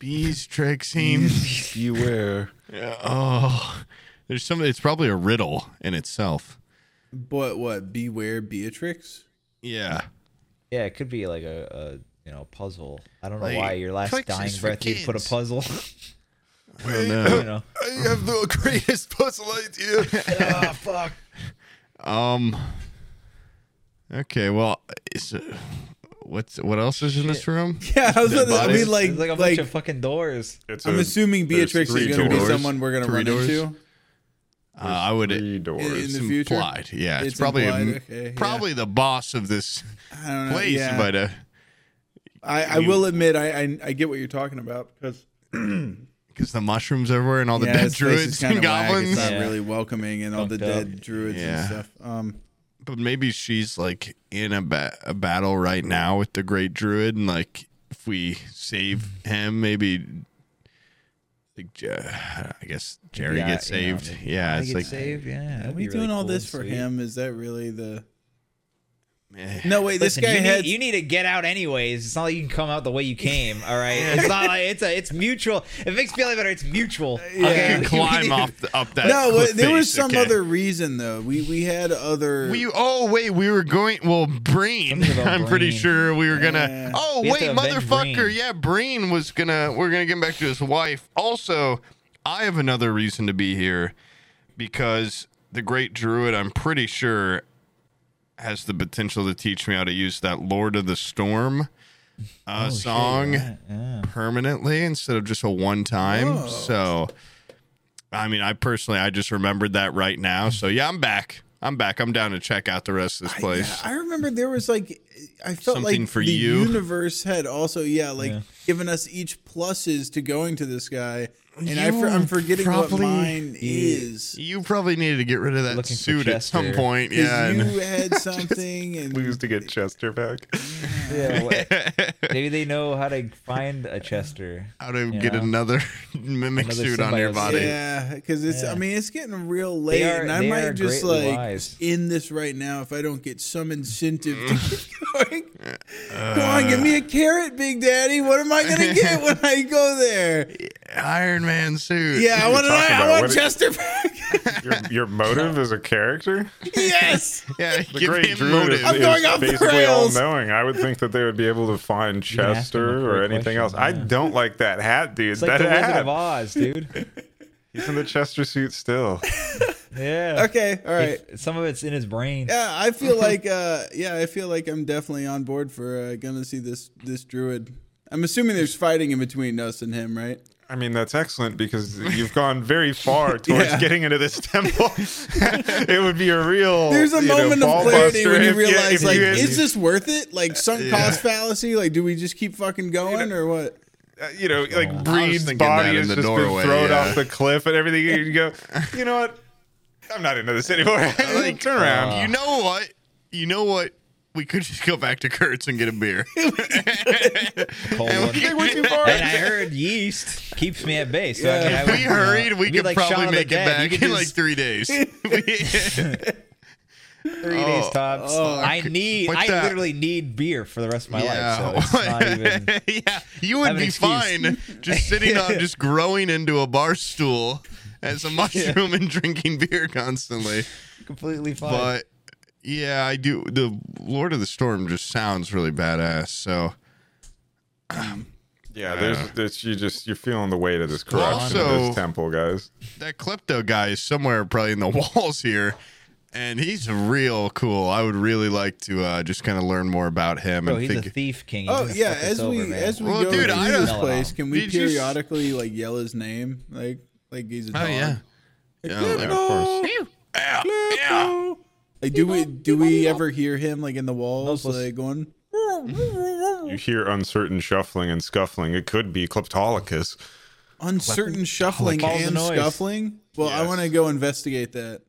Speaker 2: bees tricks him.
Speaker 4: Beware.
Speaker 2: oh, there's some. It's probably a riddle in itself.
Speaker 1: But what? Beware, Beatrix. [laughs]
Speaker 2: Yeah.
Speaker 3: Yeah, it could be like a, a you know puzzle. I don't know
Speaker 2: Like,
Speaker 3: why your last
Speaker 2: tricks
Speaker 3: dying
Speaker 2: is for
Speaker 3: breath you put a
Speaker 2: kids.
Speaker 3: puzzle. [laughs]
Speaker 2: I don't
Speaker 3: you
Speaker 2: know.
Speaker 3: know,
Speaker 2: [coughs] I have the greatest puzzle idea.
Speaker 3: oh fuck.
Speaker 2: Um. Okay. Well, is, uh, what's what else is in this
Speaker 3: [laughs]
Speaker 2: room?
Speaker 1: Yeah, I was
Speaker 2: Dead
Speaker 1: gonna, I
Speaker 2: bodies?
Speaker 1: mean, like,
Speaker 3: [laughs] There's like a
Speaker 1: like,
Speaker 3: bunch of fucking doors.
Speaker 4: It's
Speaker 1: I'm
Speaker 4: a-
Speaker 1: assuming
Speaker 4: there's
Speaker 1: Beatrix is
Speaker 4: three
Speaker 1: gonna be
Speaker 4: doors.
Speaker 1: someone we're gonna
Speaker 2: Three
Speaker 1: run
Speaker 2: doors?
Speaker 1: into.
Speaker 2: Uh, I would.
Speaker 4: Three
Speaker 1: in
Speaker 4: doors.
Speaker 2: it's
Speaker 1: the future?
Speaker 2: implied. Yeah, it's,
Speaker 1: It's
Speaker 2: probably
Speaker 1: implied, okay, yeah.
Speaker 2: probably the boss of this
Speaker 1: I don't know.
Speaker 2: [laughs] place.
Speaker 1: yeah.
Speaker 2: But uh,
Speaker 1: I, I will admit, I, I, I get what you're talking about because
Speaker 2: because the mushrooms everywhere and all the
Speaker 1: yeah,
Speaker 2: dead
Speaker 1: this place
Speaker 2: druids
Speaker 1: is
Speaker 2: and
Speaker 1: kinda whack.
Speaker 2: goblins.
Speaker 1: It's not
Speaker 3: Yeah.
Speaker 1: really welcoming, and all the
Speaker 3: Fucked up.
Speaker 1: dead druids
Speaker 2: Yeah.
Speaker 1: and stuff. Um,
Speaker 2: But maybe she's like in a, ba- a battle right now with the great druid, and like if we save him, maybe. Like, Je- I guess Jerry
Speaker 3: Yeah,
Speaker 2: gets
Speaker 3: you know,
Speaker 2: saved.
Speaker 3: maybe
Speaker 2: yeah,
Speaker 3: I
Speaker 2: it's
Speaker 3: get
Speaker 2: like
Speaker 3: saved. Yeah,
Speaker 1: Are
Speaker 3: that'd
Speaker 1: we
Speaker 3: be really
Speaker 1: doing all
Speaker 3: cool
Speaker 1: this
Speaker 3: and
Speaker 1: for
Speaker 3: sweet.
Speaker 1: him? Is that really the? No wait, this
Speaker 3: Listen,
Speaker 1: guy
Speaker 3: you,
Speaker 1: had
Speaker 3: need, you need to get out anyways. It's not like you can come out the way you came. All right. It's not like it's a it's mutual. It makes me feel better. It's mutual.
Speaker 2: You
Speaker 3: [laughs] Okay.
Speaker 2: climb off the, up that.
Speaker 1: no.
Speaker 2: cliff
Speaker 1: there was
Speaker 2: face,
Speaker 1: some
Speaker 2: okay?
Speaker 1: other reason though. We we had other.
Speaker 2: We oh wait, we were going well Breen.
Speaker 3: Something about
Speaker 2: I'm pretty
Speaker 3: Breen.
Speaker 2: sure we were gonna.
Speaker 1: Yeah.
Speaker 2: Oh
Speaker 3: We
Speaker 2: wait,
Speaker 3: have to avenge
Speaker 2: motherfucker!
Speaker 3: Breen.
Speaker 2: Yeah, Breen was gonna. We're gonna get back to his wife. Also, I have another reason to be here because the Great Druid. I'm pretty sure has the potential to teach me how to use that Lord of the Storm uh,
Speaker 3: Oh,
Speaker 2: song permanently instead of just a one time. So, I mean, I personally, I just remembered that right now. So, yeah, I'm back. I'm back. I'm down to check out the rest of this place.
Speaker 1: I remember there was like I felt
Speaker 2: Something
Speaker 1: like
Speaker 2: for
Speaker 1: the
Speaker 2: you.
Speaker 1: universe had also yeah like given us each pluses to going to this guy, and I
Speaker 2: You
Speaker 1: for, I'm forgetting what
Speaker 2: probably-
Speaker 1: mine is.
Speaker 2: you probably needed to get rid of that
Speaker 3: Looking for
Speaker 2: suit at some
Speaker 3: Chester.
Speaker 2: point.
Speaker 1: 'Cause
Speaker 2: Yeah. and-
Speaker 1: you
Speaker 2: [laughs]
Speaker 1: had something and
Speaker 4: Lose to get Chester back.
Speaker 2: [laughs]
Speaker 3: Yeah, what- Maybe they know how to find a Chester.
Speaker 2: how to
Speaker 3: You
Speaker 2: get
Speaker 3: know?
Speaker 2: another [laughs] mimic
Speaker 3: Another
Speaker 2: suit on your
Speaker 3: symbiote
Speaker 2: body.
Speaker 1: Yeah, because it's. I
Speaker 3: Yeah.
Speaker 1: mean, it's getting real late,
Speaker 3: are-
Speaker 1: and I
Speaker 3: they
Speaker 1: might
Speaker 3: are
Speaker 1: just
Speaker 3: greatly
Speaker 1: like
Speaker 3: wise.
Speaker 1: end this right now if I don't get some incentive to [laughs]
Speaker 4: Mm.
Speaker 1: keep going. Come on, give me a carrot, Big Daddy. What am I
Speaker 4: [laughs]
Speaker 1: gonna get when I go there?
Speaker 2: Iron Man suit.
Speaker 1: Yeah, I want an,
Speaker 4: talking
Speaker 1: I
Speaker 4: about?
Speaker 1: want
Speaker 4: What-
Speaker 1: Chester back.
Speaker 4: [laughs] Your, your motive as a [laughs] character?
Speaker 1: [laughs] yes.
Speaker 2: [laughs] Yeah.
Speaker 4: The
Speaker 2: give
Speaker 4: Great
Speaker 2: him
Speaker 4: Druid is,
Speaker 2: motive.
Speaker 1: I'm going
Speaker 4: is
Speaker 1: off the
Speaker 4: basically all
Speaker 1: rails.
Speaker 4: knowing. I would think that they would be able to find
Speaker 3: can ask him a
Speaker 4: Chester or
Speaker 3: quick
Speaker 4: anything
Speaker 3: question,
Speaker 4: else. I
Speaker 3: yeah.
Speaker 4: don't like that hat, dude.
Speaker 3: It's like
Speaker 4: that
Speaker 3: the Wizard of
Speaker 4: hat.
Speaker 3: Oz, dude.
Speaker 4: He's in the Chester suit still.
Speaker 3: Yeah.
Speaker 1: Okay. All right.
Speaker 3: If- Some of it's in his brain.
Speaker 1: Yeah, I feel
Speaker 4: [laughs]
Speaker 1: like uh, yeah, I feel like I'm definitely on board for uh, gonna see this this druid. I'm assuming there's fighting in between us and him, right?
Speaker 4: I mean, that's excellent because you've gone
Speaker 1: [laughs]
Speaker 4: very far towards
Speaker 1: Yeah.
Speaker 4: getting into this
Speaker 1: [laughs]
Speaker 4: temple. [laughs] it would be a real.
Speaker 1: There's a
Speaker 4: you know,
Speaker 1: moment of
Speaker 4: ball
Speaker 1: clarity
Speaker 4: buster
Speaker 1: when you
Speaker 4: if
Speaker 1: realize,
Speaker 4: if
Speaker 1: like,
Speaker 4: you had-
Speaker 1: is this worth it? Like, sunk cost fallacy? Like, do we just keep fucking going or what?
Speaker 4: uh, you know, like
Speaker 2: was
Speaker 4: Breed's
Speaker 2: thinking that in
Speaker 4: body has
Speaker 2: the
Speaker 4: just
Speaker 2: doorway,
Speaker 4: been thrown
Speaker 2: yeah.
Speaker 4: off the cliff and everything. and You
Speaker 2: [laughs]
Speaker 4: go, you know what? I'm not into this anymore.
Speaker 2: Like,
Speaker 4: [laughs]
Speaker 2: uh,
Speaker 4: Turn around.
Speaker 2: You know what? You know what? We could [laughs] just go back to Kurtz and get
Speaker 1: [laughs]
Speaker 2: a beer.
Speaker 3: Cold
Speaker 2: And
Speaker 3: one.
Speaker 2: we-
Speaker 4: They went too far.
Speaker 3: And I heard yeast keeps me at base. So I mean, I
Speaker 2: If we
Speaker 3: would-
Speaker 2: hurried, we
Speaker 3: it'd be
Speaker 2: could
Speaker 3: like Shaun
Speaker 2: probably
Speaker 3: of the
Speaker 2: make it
Speaker 3: Dead. You
Speaker 2: back
Speaker 3: could
Speaker 2: in
Speaker 3: just-
Speaker 2: [laughs] like three days.
Speaker 3: [laughs] three days tops. I need.
Speaker 2: But
Speaker 3: I
Speaker 2: oh, that-
Speaker 3: literally need beer for the rest of my
Speaker 2: yeah.
Speaker 3: life.
Speaker 2: [laughs]
Speaker 3: So it's not even.
Speaker 2: [laughs] yeah, you
Speaker 3: Have
Speaker 2: would
Speaker 3: an
Speaker 2: be
Speaker 3: excuse.
Speaker 2: fine just sitting
Speaker 3: [laughs]
Speaker 2: on, just growing into a bar stool as a mushroom and drinking beer constantly.
Speaker 3: completely fine.
Speaker 2: But yeah, I do. The Lord of the Storm just sounds really badass. So
Speaker 4: [laughs] Yeah, there's, there's you just you're feeling the weight of this corruption of
Speaker 2: Also-
Speaker 4: this temple, guys.
Speaker 2: that klepto guy is somewhere probably in the [laughs] walls here and he's real cool i would really like to uh, just kind of learn more about him
Speaker 3: Bro,
Speaker 2: and
Speaker 3: he's
Speaker 2: think
Speaker 3: a thief king. He's
Speaker 1: Oh
Speaker 3: gonna
Speaker 1: yeah,
Speaker 3: fuck us
Speaker 1: as
Speaker 3: over,
Speaker 1: we
Speaker 3: man.
Speaker 1: as we
Speaker 2: Well,
Speaker 1: go
Speaker 2: dude,
Speaker 1: to
Speaker 2: I
Speaker 1: this
Speaker 3: don't-
Speaker 1: place, can we
Speaker 2: Did you s-
Speaker 1: periodically like yell his name, like like he's a
Speaker 2: oh
Speaker 1: dog?
Speaker 2: yeah
Speaker 4: Yeah,
Speaker 2: yeah,
Speaker 4: of course.
Speaker 2: yeah, yeah.
Speaker 1: Like, do we do we ever hear him like in the walls, like going?
Speaker 4: You hear uncertain shuffling and scuffling. It could be Kleptolicus.
Speaker 1: uncertain shuffling
Speaker 3: Follow the
Speaker 1: and
Speaker 3: noise.
Speaker 1: scuffling. Well, I
Speaker 2: Yes.
Speaker 1: want to go investigate that.